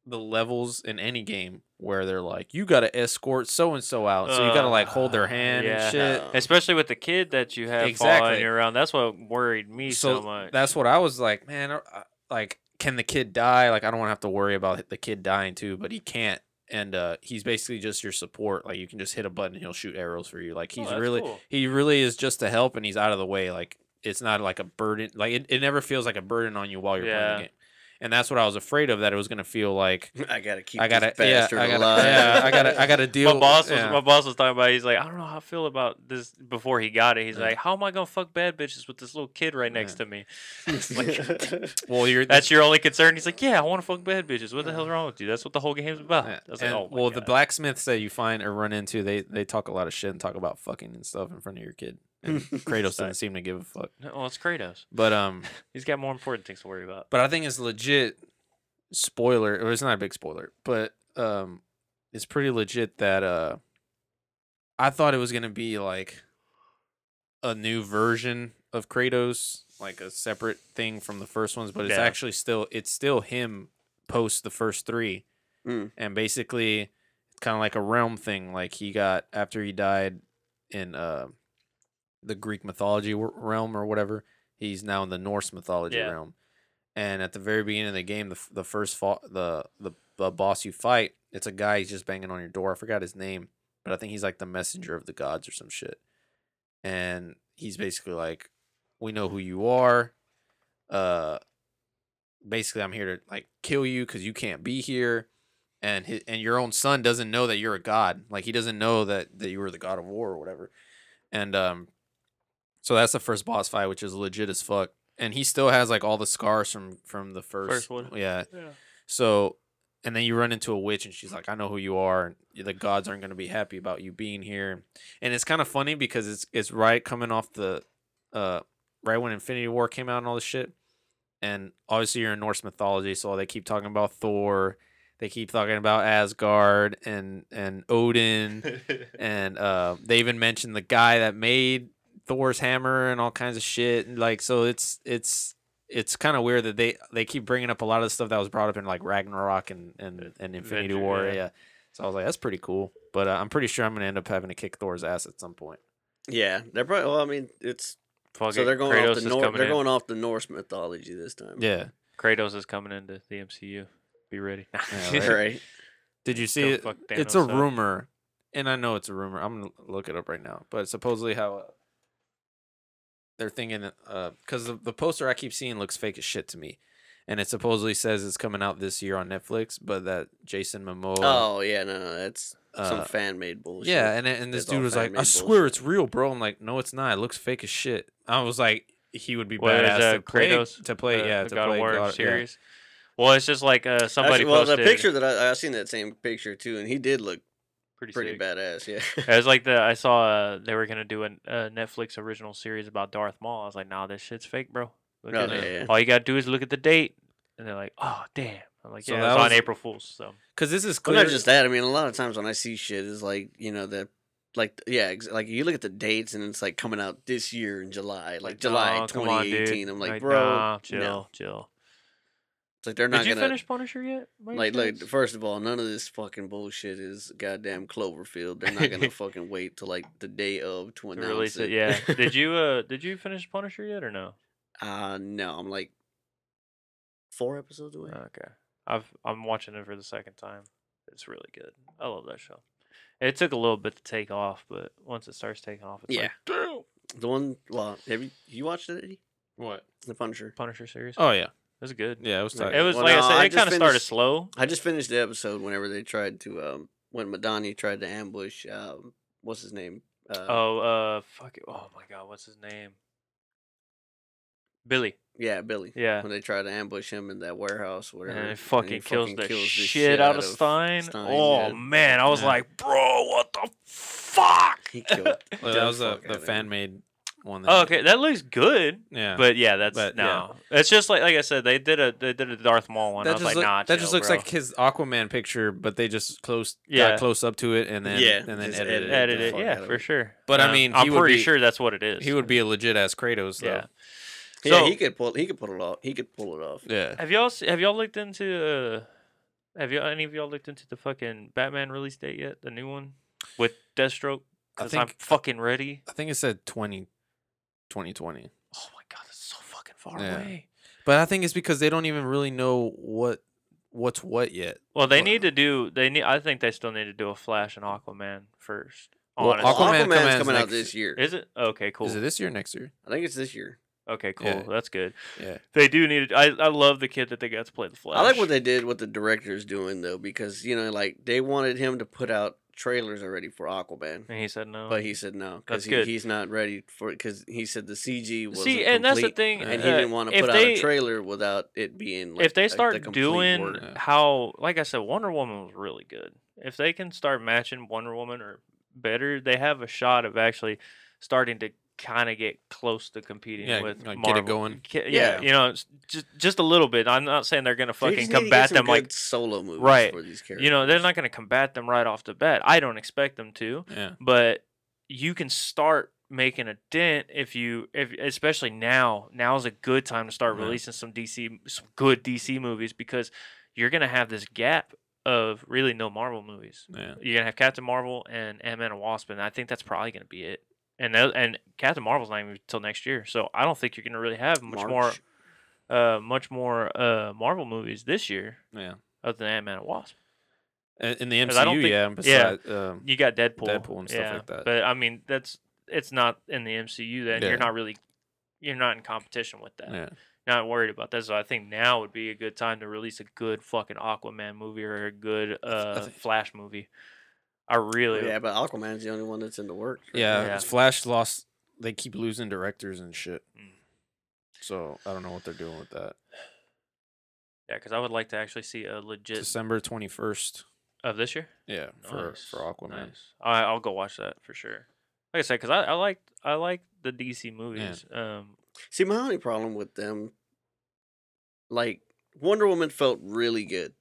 [SPEAKER 1] the levels in any game where they're like you gotta escort so and so out so you gotta like hold their
[SPEAKER 3] Uh,
[SPEAKER 1] hand
[SPEAKER 3] yeah.
[SPEAKER 1] and shit
[SPEAKER 2] Uh,
[SPEAKER 3] Especially with the kid that you have following
[SPEAKER 1] Exactly.
[SPEAKER 3] you around. That's what worried me so,
[SPEAKER 1] so
[SPEAKER 3] much.
[SPEAKER 1] that's what i was like man I- I- like can the kid die like i don't want to have to worry about the kid dying too but he can't and uh he's basically just your support like you can just hit a button and he'll shoot arrows for you like
[SPEAKER 3] Oh,
[SPEAKER 1] he's
[SPEAKER 3] that's
[SPEAKER 1] really
[SPEAKER 3] cool.
[SPEAKER 1] he really is just to help and he's out of the way like it's not like a burden like it, it never feels like a burden on you while you're playing
[SPEAKER 3] Yeah.
[SPEAKER 1] the game and that's what i was afraid of that it was going to feel like
[SPEAKER 2] I gotta keep.
[SPEAKER 1] i gotta
[SPEAKER 2] this
[SPEAKER 1] yeah
[SPEAKER 2] bastard
[SPEAKER 1] i gotta
[SPEAKER 2] alive.
[SPEAKER 1] yeah i gotta i gotta deal
[SPEAKER 3] my boss was
[SPEAKER 1] yeah.
[SPEAKER 3] my boss was talking about. it. He's like, I don't know how I feel about this. Before he got it, he's
[SPEAKER 1] Yeah.
[SPEAKER 3] like, How am I gonna fuck bad bitches with this little kid right next
[SPEAKER 1] Yeah.
[SPEAKER 3] to me?
[SPEAKER 2] Like-
[SPEAKER 1] well you're
[SPEAKER 3] That's your only concern. He's like, Yeah, I want to fuck bad bitches. What the hell's wrong with you? That's what the whole game's about.
[SPEAKER 1] yeah.
[SPEAKER 3] I was like,
[SPEAKER 1] and,
[SPEAKER 3] Oh my
[SPEAKER 1] well the
[SPEAKER 3] God."
[SPEAKER 1] blacksmiths that you find or run into they they talk a lot of shit and talk about fucking and stuff in front of your kid and kratos doesn't seem to give a fuck
[SPEAKER 3] No, well, it's Kratos.
[SPEAKER 1] but um
[SPEAKER 3] He's got more important things to worry about.
[SPEAKER 1] But I think it's legit spoiler, or it's not a big spoiler, but um it's pretty legit that uh I thought it was gonna be like a new version of Kratos, like a separate thing from the first ones, but it's
[SPEAKER 3] Yeah.
[SPEAKER 1] actually still it's still him post the first three.
[SPEAKER 2] Mm.
[SPEAKER 1] and basically it's kind of like a realm thing. Like he got after he died in uh the Greek mythology w- realm or whatever, he's now in the Norse mythology
[SPEAKER 3] Yeah.
[SPEAKER 1] realm. And at the very beginning of the game, the, f- the first fo- the, the the boss you fight, it's a guy he's just banging on your door. I forgot his name, but I think he's like the messenger of the gods or some shit. And he's basically like, "We know who you are. Uh, basically, I'm here to like kill you because you can't be here." And his, and your own son doesn't know that you're a god. Like he doesn't know that that you were the god of war or whatever. And um, so that's the first boss fight, which is legit as fuck. And he still has like all the scars from from the first,
[SPEAKER 3] First one.
[SPEAKER 1] Yeah,
[SPEAKER 3] Yeah.
[SPEAKER 1] so, and then you run into a witch, and she's like, "I know who you are. And the gods aren't going to be happy about you being here." And it's kind of funny because it's it's right coming off the, uh, right when Infinity War came out and all this shit. And obviously, you're in Norse mythology, so they keep talking about Thor. They keep talking about Asgard and and Odin and uh, they even mentioned the guy that made Thor's hammer and all kinds of shit. And like, so it's it's it's kind of weird that they they keep bringing up a lot of the stuff that was brought up in like Ragnarok and and, and Infinity
[SPEAKER 3] Avenger,
[SPEAKER 1] War.
[SPEAKER 3] yeah.
[SPEAKER 1] Yeah. So I was like, that's pretty cool. But uh, I'm pretty sure I'm gonna end up having to kick Thor's ass at some point.
[SPEAKER 2] Yeah, they're probably. Well, I mean, it's
[SPEAKER 3] Fuck
[SPEAKER 2] so
[SPEAKER 3] it,
[SPEAKER 2] they're going
[SPEAKER 3] Kratos
[SPEAKER 2] off
[SPEAKER 3] is
[SPEAKER 2] the Nor-
[SPEAKER 3] coming
[SPEAKER 2] they're
[SPEAKER 3] in.
[SPEAKER 2] going off the Norse mythology this time.
[SPEAKER 1] Yeah.
[SPEAKER 3] Kratos is coming into the MCU. Be ready.
[SPEAKER 1] Yeah, right.
[SPEAKER 2] right.
[SPEAKER 1] Did you see
[SPEAKER 3] Go
[SPEAKER 1] it?
[SPEAKER 3] fuck
[SPEAKER 1] It's a
[SPEAKER 3] Thanos up.
[SPEAKER 1] rumor, and I know it's a rumor. I'm gonna look it up right now. But supposedly, how uh, they're thinking, because the, the poster I keep seeing looks fake as shit to me, and it supposedly says it's coming out this year on Netflix, but that Jason Momoa,
[SPEAKER 2] Oh yeah, no, no that's some
[SPEAKER 1] uh,
[SPEAKER 2] fan made bullshit.
[SPEAKER 1] yeah, and and this
[SPEAKER 2] Oh, It's all
[SPEAKER 1] dude was like, I
[SPEAKER 2] fan-made
[SPEAKER 1] swear
[SPEAKER 2] bullshit."
[SPEAKER 1] it's real, bro. I'm like, no, it's not. It looks fake as shit. I was like, he would be
[SPEAKER 3] What is,
[SPEAKER 1] badass
[SPEAKER 3] uh,
[SPEAKER 1] to play
[SPEAKER 3] Kratos,
[SPEAKER 1] to play,
[SPEAKER 3] the-
[SPEAKER 1] yeah,
[SPEAKER 3] the
[SPEAKER 1] to
[SPEAKER 3] God
[SPEAKER 1] play
[SPEAKER 3] of War
[SPEAKER 1] God- yeah.
[SPEAKER 3] series. Well, it's just like uh, somebody
[SPEAKER 2] Actually, well,
[SPEAKER 3] posted
[SPEAKER 2] the picture that I, I seen that same picture too, and he did look
[SPEAKER 3] pretty,
[SPEAKER 2] pretty
[SPEAKER 3] sick.
[SPEAKER 2] badass. Yeah.
[SPEAKER 3] It was like the I saw uh, they were gonna do a, a Netflix original series about Darth Maul. I was like, nah, this shit's fake, bro. Look
[SPEAKER 2] No,
[SPEAKER 3] at it.
[SPEAKER 2] yeah, yeah.
[SPEAKER 3] All you gotta do is look at the date, and they're like, oh damn. I'm like,
[SPEAKER 1] So
[SPEAKER 3] yeah, it
[SPEAKER 1] that
[SPEAKER 3] was, on
[SPEAKER 1] was-
[SPEAKER 3] April Fool's. So
[SPEAKER 1] Cause this is
[SPEAKER 2] Well,
[SPEAKER 1] clear.
[SPEAKER 2] not just that. I mean, a lot of times when I see shit is like, you know, the like, yeah, ex- like you look at the dates and it's like coming out this year in July, like, July
[SPEAKER 3] "Nah, come on, dude."
[SPEAKER 2] 2018. I'm like, bro,
[SPEAKER 3] nah, chill,
[SPEAKER 2] no.
[SPEAKER 3] chill.
[SPEAKER 2] It's like they're
[SPEAKER 3] Did
[SPEAKER 2] not
[SPEAKER 3] you
[SPEAKER 2] gonna
[SPEAKER 3] finish Punisher yet? by any
[SPEAKER 2] like. Look,
[SPEAKER 3] chance?
[SPEAKER 2] first of all, none of this fucking bullshit is goddamn Cloverfield. They're not gonna fucking wait till like the day of to
[SPEAKER 3] To
[SPEAKER 2] announce
[SPEAKER 3] release
[SPEAKER 2] it.
[SPEAKER 3] it, yeah. did you uh did you finish Punisher yet or no?
[SPEAKER 2] Uh no, I'm like four episodes away.
[SPEAKER 3] Okay. I've I'm watching it for the second time. It's really good. I love that show. It took a little bit to take off, but once it starts taking off, it's
[SPEAKER 2] Yeah.
[SPEAKER 3] like "Damn!"
[SPEAKER 2] the one, well, have you you watched it? Eddie?
[SPEAKER 1] what?
[SPEAKER 2] The Punisher.
[SPEAKER 3] Punisher series.
[SPEAKER 1] Oh yeah,
[SPEAKER 3] It was good.
[SPEAKER 1] yeah. It was. tight.
[SPEAKER 3] It was
[SPEAKER 2] Well,
[SPEAKER 3] like
[SPEAKER 2] no,
[SPEAKER 3] I said,
[SPEAKER 2] I
[SPEAKER 3] it
[SPEAKER 2] just
[SPEAKER 3] kind of started
[SPEAKER 2] finished-
[SPEAKER 3] slow.
[SPEAKER 2] I just finished the episode whenever they tried to um when Madani tried to ambush um what's his name uh,
[SPEAKER 3] Oh, uh, fuck it. Oh my god, what's his name? Billy.
[SPEAKER 2] yeah Billy
[SPEAKER 3] Yeah.
[SPEAKER 2] when they tried to ambush him in that warehouse whatever
[SPEAKER 3] And
[SPEAKER 2] he
[SPEAKER 3] it fucking kills the shit, out of Stein. oh
[SPEAKER 2] yeah.
[SPEAKER 3] man, I was
[SPEAKER 1] Yeah.
[SPEAKER 3] like, bro, what the fuck?
[SPEAKER 2] He killed.
[SPEAKER 1] Well,
[SPEAKER 2] the
[SPEAKER 1] that was a,
[SPEAKER 2] fuck
[SPEAKER 1] the
[SPEAKER 2] outta
[SPEAKER 1] fan
[SPEAKER 2] him.
[SPEAKER 1] made one.
[SPEAKER 3] Oh,
[SPEAKER 1] that-
[SPEAKER 3] okay, that looks good.
[SPEAKER 1] Yeah.
[SPEAKER 3] But yeah, that's
[SPEAKER 1] But, yeah.
[SPEAKER 3] no. It's just like like I said, they did a they did a Darth Maul one. I
[SPEAKER 1] that
[SPEAKER 3] was
[SPEAKER 1] just
[SPEAKER 3] like,
[SPEAKER 1] look-
[SPEAKER 3] nah,
[SPEAKER 1] that
[SPEAKER 3] chill,
[SPEAKER 1] just looks
[SPEAKER 3] bro.
[SPEAKER 1] like his Aquaman picture, but they just close
[SPEAKER 3] Yeah.
[SPEAKER 1] got close up to it and then
[SPEAKER 2] Yeah,
[SPEAKER 1] and then
[SPEAKER 2] just
[SPEAKER 1] edited it.
[SPEAKER 2] edit
[SPEAKER 3] edit
[SPEAKER 2] the
[SPEAKER 3] it,
[SPEAKER 2] fuck
[SPEAKER 3] yeah,
[SPEAKER 2] out of
[SPEAKER 3] for
[SPEAKER 2] it.
[SPEAKER 3] sure.
[SPEAKER 1] But I
[SPEAKER 3] Um,
[SPEAKER 1] mean, he
[SPEAKER 3] I'm
[SPEAKER 1] would
[SPEAKER 3] pretty
[SPEAKER 1] be-
[SPEAKER 3] sure that's what it is.
[SPEAKER 1] He would be a legit ass Kratos though.
[SPEAKER 3] Yeah.
[SPEAKER 2] yeah, he
[SPEAKER 3] So-
[SPEAKER 2] could pull. He could pull it off. He could pull it off.
[SPEAKER 1] Yeah.
[SPEAKER 3] Have y'all se- have y'all looked into uh, have y'all any of y'all looked into the fucking Batman release date yet? The new one with Deathstroke.
[SPEAKER 1] I
[SPEAKER 3] Cause I'm
[SPEAKER 1] think-
[SPEAKER 3] fucking ready.
[SPEAKER 1] I think it said 20, 2020.
[SPEAKER 3] Oh my god, that's so fucking far
[SPEAKER 1] Yeah.
[SPEAKER 3] away.
[SPEAKER 1] But I think it's because they don't even really know what what's what yet.
[SPEAKER 3] Well, they
[SPEAKER 1] Well-
[SPEAKER 3] need to do. They need. I think they still need to do a Flash and Aquaman first.
[SPEAKER 1] Well,
[SPEAKER 3] Honestly.
[SPEAKER 2] Well,
[SPEAKER 1] Aquaman
[SPEAKER 2] Aquaman's
[SPEAKER 1] comes
[SPEAKER 2] coming out
[SPEAKER 1] next-
[SPEAKER 2] this year.
[SPEAKER 3] is it okay? Cool.
[SPEAKER 1] Is it this year or next year?
[SPEAKER 2] I think it's this year.
[SPEAKER 3] Okay, cool.
[SPEAKER 1] Yeah.
[SPEAKER 3] That's good.
[SPEAKER 1] Yeah.
[SPEAKER 3] They do need. To, I I love the kid that they got to play the Flash.
[SPEAKER 2] I like what they did, what the director's doing though, because you know, like they wanted him to put out trailers already for Aquaman,
[SPEAKER 3] And he said no.
[SPEAKER 2] but he said no because
[SPEAKER 3] That's good.
[SPEAKER 2] he's not ready for it. Because he said the CG was
[SPEAKER 3] see, and that's the thing.
[SPEAKER 2] and
[SPEAKER 3] uh,
[SPEAKER 2] he didn't want to
[SPEAKER 3] if
[SPEAKER 2] put out
[SPEAKER 3] they,
[SPEAKER 2] a trailer without it being. Like,
[SPEAKER 3] if they
[SPEAKER 2] like, the
[SPEAKER 3] start
[SPEAKER 2] complete
[SPEAKER 3] doing
[SPEAKER 2] work.
[SPEAKER 1] Yeah.
[SPEAKER 3] how, like I said, Wonder Woman was really good. If they can start matching Wonder Woman or better, they have a shot of actually starting to kind of get close to competing
[SPEAKER 1] Yeah,
[SPEAKER 3] with
[SPEAKER 1] like,
[SPEAKER 3] Marvel.
[SPEAKER 1] get it going.
[SPEAKER 3] Ki- Yeah,
[SPEAKER 2] Yeah.
[SPEAKER 3] you know, it's just just a little bit. I'm not saying they're gonna
[SPEAKER 2] They
[SPEAKER 3] fucking
[SPEAKER 2] just need to get
[SPEAKER 3] combat
[SPEAKER 2] some
[SPEAKER 3] them like
[SPEAKER 2] good solo movies
[SPEAKER 3] Right.
[SPEAKER 2] for these characters.
[SPEAKER 3] you know they're not gonna combat them right off the bat. I don't expect them to
[SPEAKER 1] Yeah.
[SPEAKER 3] but you can start making a dent if you if especially now now is a good time to start
[SPEAKER 1] Yeah.
[SPEAKER 3] releasing some dc some good dc movies because you're gonna have this gap of really no Marvel movies.
[SPEAKER 1] Yeah.
[SPEAKER 3] You're gonna have Captain Marvel and Ant Man and Wasp, and I think that's probably gonna be it. And tho- and Captain Marvel's not even till next year, so I don't think you're gonna really have much
[SPEAKER 2] March.
[SPEAKER 3] more, uh, much more uh Marvel movies this year
[SPEAKER 1] Yeah.
[SPEAKER 3] other than Ant Man and Wasp.
[SPEAKER 1] In in the
[SPEAKER 3] 'Cause I don't
[SPEAKER 1] MCU,
[SPEAKER 3] think-
[SPEAKER 1] yeah.
[SPEAKER 3] yeah.
[SPEAKER 1] Besides, Um,
[SPEAKER 3] You got Deadpool,
[SPEAKER 1] Deadpool and stuff
[SPEAKER 3] yeah,
[SPEAKER 1] like that.
[SPEAKER 3] But I mean, that's it's not in the MCU. Then
[SPEAKER 1] Yeah.
[SPEAKER 3] you're not really, you're not in competition with that.
[SPEAKER 1] yeah.
[SPEAKER 3] Not worried about that. So I think now would be a good time to release a good fucking Aquaman movie or a good uh,
[SPEAKER 1] think-
[SPEAKER 3] Flash movie. I really,
[SPEAKER 2] yeah, but Aquaman's the only one that's in the works. right
[SPEAKER 1] Yeah,
[SPEAKER 2] now.
[SPEAKER 3] Yeah.
[SPEAKER 1] it's Flash lost. They keep losing directors and shit.
[SPEAKER 3] Mm.
[SPEAKER 1] So I don't know what they're doing with that.
[SPEAKER 3] Yeah, because I would like to actually see a legit
[SPEAKER 1] December twenty first.
[SPEAKER 3] of this year
[SPEAKER 1] Yeah, for for
[SPEAKER 3] Nice,
[SPEAKER 1] Aquaman.
[SPEAKER 3] nice. I, I'll go watch that for sure. Like I said, because I, I like I like the DC movies. Um,
[SPEAKER 2] See, my only problem with them, like Wonder Woman, felt really good,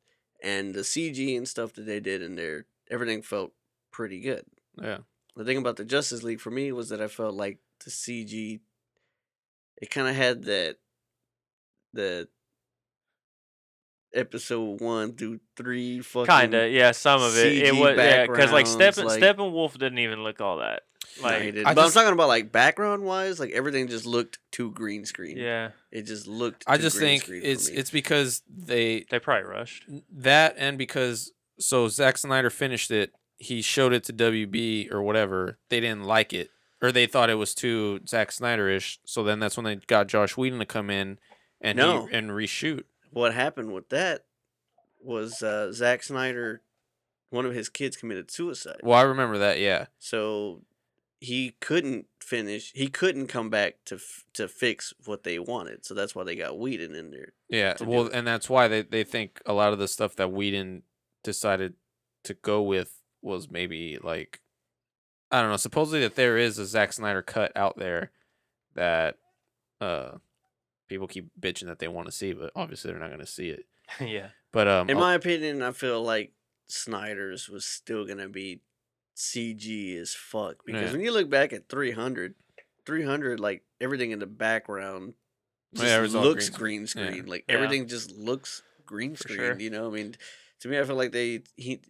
[SPEAKER 2] and the CG and stuff that they did in there, everything felt pretty good.
[SPEAKER 1] Yeah,
[SPEAKER 2] The thing about the Justice League for me was that I felt like the CG, it kind of had that, the episode one through three fucking
[SPEAKER 3] kinda, yeah, some of it. It
[SPEAKER 2] CG
[SPEAKER 3] was yeah, because like
[SPEAKER 2] backgrounds,
[SPEAKER 3] Steppen
[SPEAKER 2] like-
[SPEAKER 3] Steppenwolf didn't even look all that.
[SPEAKER 2] Like,
[SPEAKER 3] Like,
[SPEAKER 1] I
[SPEAKER 2] but
[SPEAKER 1] just-
[SPEAKER 2] I'm talking about like background wise, like everything just looked too green screen.
[SPEAKER 3] yeah,
[SPEAKER 2] it just looked.
[SPEAKER 1] I
[SPEAKER 2] too
[SPEAKER 1] just
[SPEAKER 2] green
[SPEAKER 1] think
[SPEAKER 2] screen for
[SPEAKER 1] it's
[SPEAKER 2] me.
[SPEAKER 1] it's because they
[SPEAKER 3] they probably rushed.
[SPEAKER 1] that and because so Zack Snyder finished it. He showed it to WB or whatever. They didn't like it or they thought it was too Zack Snyder ish. So then that's when they got Josh Whedon to come in and he-
[SPEAKER 2] No.
[SPEAKER 1] and reshoot.
[SPEAKER 2] what happened with that was uh, Zack Snyder, one of his kids committed suicide.
[SPEAKER 1] Well, I remember that. Yeah,
[SPEAKER 2] So he couldn't finish. He couldn't come back to f- to fix what they wanted. So that's why they got Whedon in there.
[SPEAKER 1] Yeah,
[SPEAKER 2] to do
[SPEAKER 1] well,
[SPEAKER 2] it.
[SPEAKER 1] and that's why they, they think a lot of the stuff that Whedon decided to go with was maybe like I don't know. Supposedly that there is a Zack Snyder cut out there that uh people keep bitching that they want to see, but obviously they're not going to see it.
[SPEAKER 3] yeah,
[SPEAKER 1] But um,
[SPEAKER 2] In
[SPEAKER 1] a-
[SPEAKER 2] my opinion, I feel like Snyder's was still gonna be CG as fuck because
[SPEAKER 1] Yeah.
[SPEAKER 2] when you look back at 300, 300 like everything in the background
[SPEAKER 1] Yeah,
[SPEAKER 2] just
[SPEAKER 1] it was all
[SPEAKER 2] looks
[SPEAKER 1] green
[SPEAKER 2] green
[SPEAKER 1] screen.
[SPEAKER 2] screen.
[SPEAKER 1] Yeah.
[SPEAKER 2] Like
[SPEAKER 3] Yeah.
[SPEAKER 2] everything just looks green
[SPEAKER 3] For
[SPEAKER 2] screen.
[SPEAKER 3] sure.
[SPEAKER 2] You know, I mean, to me, I feel like they he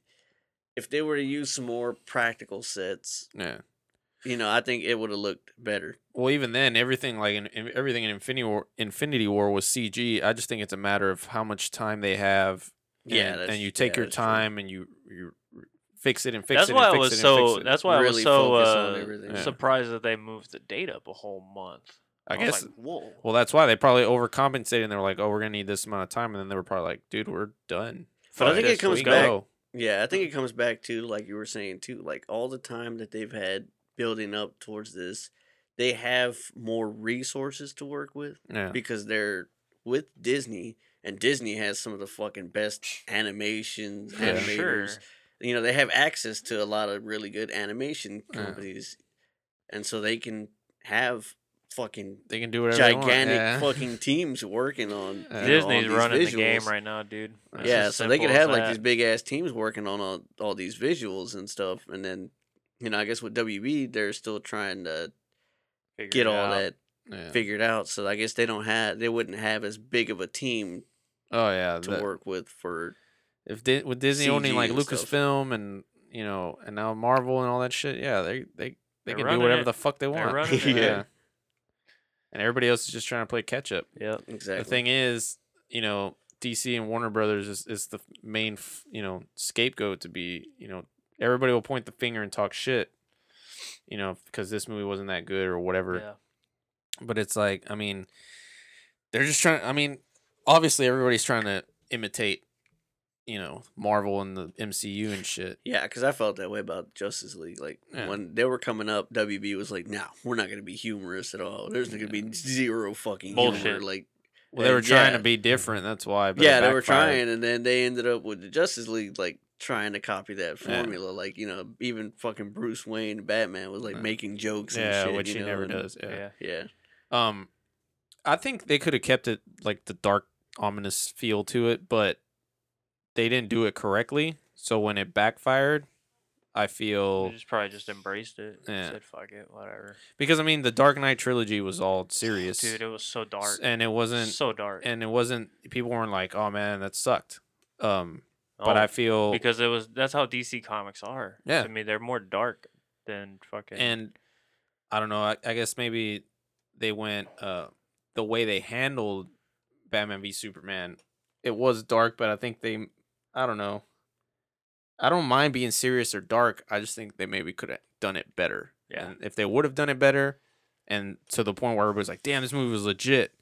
[SPEAKER 2] if they were to use some more practical sets,
[SPEAKER 1] yeah.
[SPEAKER 2] you know, I think it would have looked better.
[SPEAKER 1] Well, even then, everything like in, in- everything in Infinity War, Infinity War was CG. I just think it's a matter of how much time they have. And,
[SPEAKER 2] Yeah, that's-
[SPEAKER 1] and you take
[SPEAKER 2] yeah,
[SPEAKER 1] your
[SPEAKER 2] that's true.
[SPEAKER 1] time and you you fix it and fix
[SPEAKER 3] that's
[SPEAKER 1] it.
[SPEAKER 3] why
[SPEAKER 1] and
[SPEAKER 3] I
[SPEAKER 1] fix
[SPEAKER 3] was
[SPEAKER 1] it and fix
[SPEAKER 3] so.
[SPEAKER 1] it.
[SPEAKER 3] That's why I was
[SPEAKER 2] Really
[SPEAKER 3] so
[SPEAKER 2] focus on
[SPEAKER 3] uh,
[SPEAKER 2] everything.
[SPEAKER 1] Yeah.
[SPEAKER 3] surprised that they moved the date up a whole month.
[SPEAKER 1] I
[SPEAKER 3] was
[SPEAKER 1] guess
[SPEAKER 3] like, whoa.
[SPEAKER 1] Well, that's why they probably overcompensated and they were like, "Oh, we're gonna need this amount of time," and then they were probably like, "Dude, we're done."
[SPEAKER 2] But I
[SPEAKER 1] Fuck
[SPEAKER 2] think
[SPEAKER 1] this,
[SPEAKER 2] it comes
[SPEAKER 1] we
[SPEAKER 2] back-
[SPEAKER 1] go."
[SPEAKER 2] Yeah, I think it comes back to like you were saying too, like all the time that they've had building up towards this, they have more resources to work with.
[SPEAKER 1] Yeah,
[SPEAKER 2] because they're with Disney, and Disney has some of the fucking best animations,
[SPEAKER 1] Yeah.
[SPEAKER 3] For
[SPEAKER 2] animators.
[SPEAKER 3] sure.
[SPEAKER 2] You know, they have access to a lot of really good animation
[SPEAKER 1] Yeah.
[SPEAKER 2] companies, and so they can have fucking
[SPEAKER 1] they can do whatever.
[SPEAKER 2] gigantic
[SPEAKER 1] they want.
[SPEAKER 2] fucking teams working on
[SPEAKER 1] Yeah.
[SPEAKER 2] you know,
[SPEAKER 3] Disney's
[SPEAKER 2] all these
[SPEAKER 3] running the
[SPEAKER 2] visuals.
[SPEAKER 3] game right now, dude. It's
[SPEAKER 2] Yeah,
[SPEAKER 3] as
[SPEAKER 2] so they could
[SPEAKER 3] simple as
[SPEAKER 2] have like
[SPEAKER 3] that.
[SPEAKER 2] these big ass teams working on all, all these visuals and stuff, and then you know, I guess with WB, they're still trying to
[SPEAKER 3] Figure
[SPEAKER 2] get
[SPEAKER 3] it
[SPEAKER 2] all
[SPEAKER 3] out.
[SPEAKER 2] that
[SPEAKER 1] Yeah. Yeah.
[SPEAKER 2] figured out. So I guess they don't have, they wouldn't have as big of a team
[SPEAKER 1] Oh yeah.
[SPEAKER 2] to
[SPEAKER 1] that-
[SPEAKER 2] work with for
[SPEAKER 1] if Di- with Disney owning
[SPEAKER 2] CG
[SPEAKER 1] like
[SPEAKER 2] and stuff.
[SPEAKER 1] Lucasfilm and you know and now Marvel and all that shit, yeah, they they they
[SPEAKER 3] They're
[SPEAKER 1] can do
[SPEAKER 3] running
[SPEAKER 1] whatever
[SPEAKER 3] it.
[SPEAKER 1] the fuck they want.
[SPEAKER 3] running
[SPEAKER 2] it. Yeah.
[SPEAKER 1] And everybody else is just trying to play catch up.
[SPEAKER 3] Yep.
[SPEAKER 2] exactly.
[SPEAKER 1] The thing is, you know, DC and Warner Brothers is, is the main, f- you know, scapegoat to be, you know, everybody will point the finger and talk shit, you know, because this movie wasn't that good or whatever.
[SPEAKER 3] Yeah.
[SPEAKER 1] But it's like, I mean, they're just trying. I mean, obviously, everybody's trying to imitate, you know, Marvel and the MCU and shit.
[SPEAKER 2] yeah, because I felt that way about Justice League. Like
[SPEAKER 1] Yeah.
[SPEAKER 2] when they were coming up, WB was like, "No, we're not going to be humorous at all. There's going to be zero fucking humor."
[SPEAKER 3] Bullshit.
[SPEAKER 2] Like,
[SPEAKER 1] Well, they
[SPEAKER 2] Uh,
[SPEAKER 1] were trying
[SPEAKER 2] yeah.
[SPEAKER 1] to be different. That's why. But it
[SPEAKER 2] yeah, they were
[SPEAKER 1] backfired.
[SPEAKER 2] trying, and then they ended up with the Justice League like trying to copy that
[SPEAKER 1] Yeah.
[SPEAKER 2] formula. Like you know, even fucking Bruce Wayne, Batman was like
[SPEAKER 1] Yeah.
[SPEAKER 2] making jokes. and
[SPEAKER 1] Yeah,
[SPEAKER 2] shit,
[SPEAKER 1] which
[SPEAKER 2] you
[SPEAKER 1] he
[SPEAKER 2] know,
[SPEAKER 1] never
[SPEAKER 2] and-
[SPEAKER 1] does.
[SPEAKER 3] Yeah.
[SPEAKER 1] yeah.
[SPEAKER 2] Yeah,
[SPEAKER 1] Um, I think they could have kept it like the dark, ominous feel to it, but they didn't do it correctly. So when it backfired, I
[SPEAKER 3] They
[SPEAKER 1] feel
[SPEAKER 3] just probably just embraced it. and
[SPEAKER 1] Yeah.
[SPEAKER 3] Said fuck it, whatever.
[SPEAKER 1] because I mean the Dark Knight trilogy was all serious,
[SPEAKER 3] Dude, it was so dark.
[SPEAKER 1] and it wasn't,
[SPEAKER 3] so dark.
[SPEAKER 1] and it wasn't. People weren't like, "Oh man, that sucked." Um, But
[SPEAKER 3] Oh,
[SPEAKER 1] I feel
[SPEAKER 3] because it was that's how DC comics are.
[SPEAKER 1] Yeah.
[SPEAKER 3] to me they're more dark than fucking.
[SPEAKER 1] and I don't know. I, I guess maybe they went uh the way they handled Batman v Superman. It was dark, but I think they. I don't know. I don't mind being serious or dark. I just think they maybe could have done it better.
[SPEAKER 3] Yeah.
[SPEAKER 1] And if they would have done it better, and to the point where everybody's like, "Damn, this movie was legit,"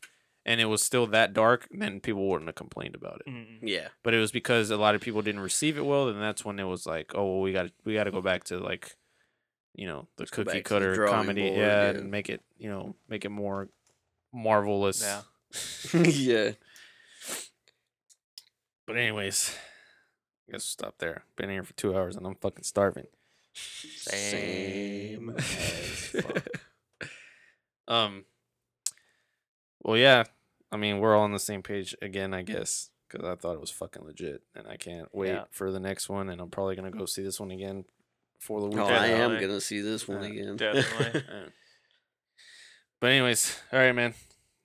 [SPEAKER 1] and it was still that dark, then people wouldn't have complained about it.
[SPEAKER 3] Mm, mm.
[SPEAKER 2] Yeah.
[SPEAKER 1] But it was because a lot of people didn't receive it well, and that's when it was like, "Oh, well, we got we got to go back to like, you know, the
[SPEAKER 2] go
[SPEAKER 1] cookie
[SPEAKER 2] back to the
[SPEAKER 1] cutter
[SPEAKER 2] drawing
[SPEAKER 1] comedy,
[SPEAKER 2] board,
[SPEAKER 1] yeah,
[SPEAKER 2] yeah.
[SPEAKER 1] and make it you know make it more marvelous."
[SPEAKER 3] Yeah.
[SPEAKER 2] yeah.
[SPEAKER 1] But anyways, I guess we'll stop there. Been here for two hours and I'm fucking starving.
[SPEAKER 3] Same
[SPEAKER 2] as fuck.
[SPEAKER 1] um. Well, yeah. I mean, we're all on the same page again, I guess, because I thought it was fucking legit, and I can't wait
[SPEAKER 3] Yeah.
[SPEAKER 1] for the next one. And I'm probably gonna go see this one again for the
[SPEAKER 2] Oh,
[SPEAKER 1] weekend. Um,
[SPEAKER 2] I am
[SPEAKER 3] Definitely.
[SPEAKER 2] gonna see this one
[SPEAKER 1] Yeah,
[SPEAKER 2] again.
[SPEAKER 3] definitely.
[SPEAKER 1] Uh, But anyways, all right, man.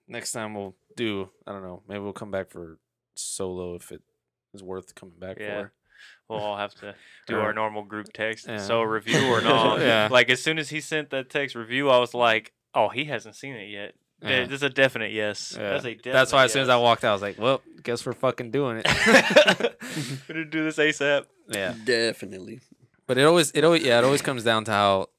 [SPEAKER 1] Next time we'll do. I don't know. Maybe we'll come back for solo if it is worth coming back
[SPEAKER 3] Yeah.
[SPEAKER 1] for.
[SPEAKER 3] We'll all have to do
[SPEAKER 1] Or-
[SPEAKER 3] our normal group text.
[SPEAKER 1] Yeah.
[SPEAKER 3] So review or not?
[SPEAKER 1] Yeah.
[SPEAKER 3] Like as soon as he sent that text review, I was like, oh, he hasn't seen it yet.
[SPEAKER 1] Yeah.
[SPEAKER 3] Th- That's a definite yes.
[SPEAKER 1] Yeah.
[SPEAKER 3] That's a definite.
[SPEAKER 1] Uh-huh. That's why as
[SPEAKER 3] yes.
[SPEAKER 1] soon as I walked out, I was like, "Well, guess we're fucking doing it."
[SPEAKER 3] we need to do this ASAP.
[SPEAKER 1] yeah,
[SPEAKER 2] Definitely.
[SPEAKER 1] but it always, it always, yeah, it always comes down to how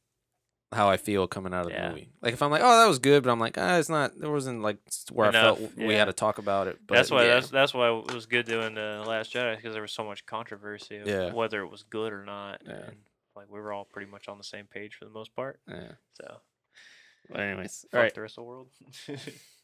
[SPEAKER 1] how I feel coming out of the
[SPEAKER 3] Yeah.
[SPEAKER 1] movie. Like if I'm like, "Oh, that was good," but I'm like, "Ah, it's not." There wasn't like s- where I felt
[SPEAKER 3] Enough,
[SPEAKER 1] we
[SPEAKER 3] yeah.
[SPEAKER 1] had to talk about it. But
[SPEAKER 3] that's why
[SPEAKER 2] yeah.
[SPEAKER 3] that's that's why it was good doing the Last Jedi because there was so much controversy of
[SPEAKER 1] Yeah.
[SPEAKER 3] whether it was good or not.
[SPEAKER 1] Yeah.
[SPEAKER 3] And, like we were all pretty much on the same page for the most part.
[SPEAKER 1] Yeah.
[SPEAKER 3] So
[SPEAKER 1] But anyways,
[SPEAKER 3] fuck
[SPEAKER 1] all right.
[SPEAKER 3] the rest of the world.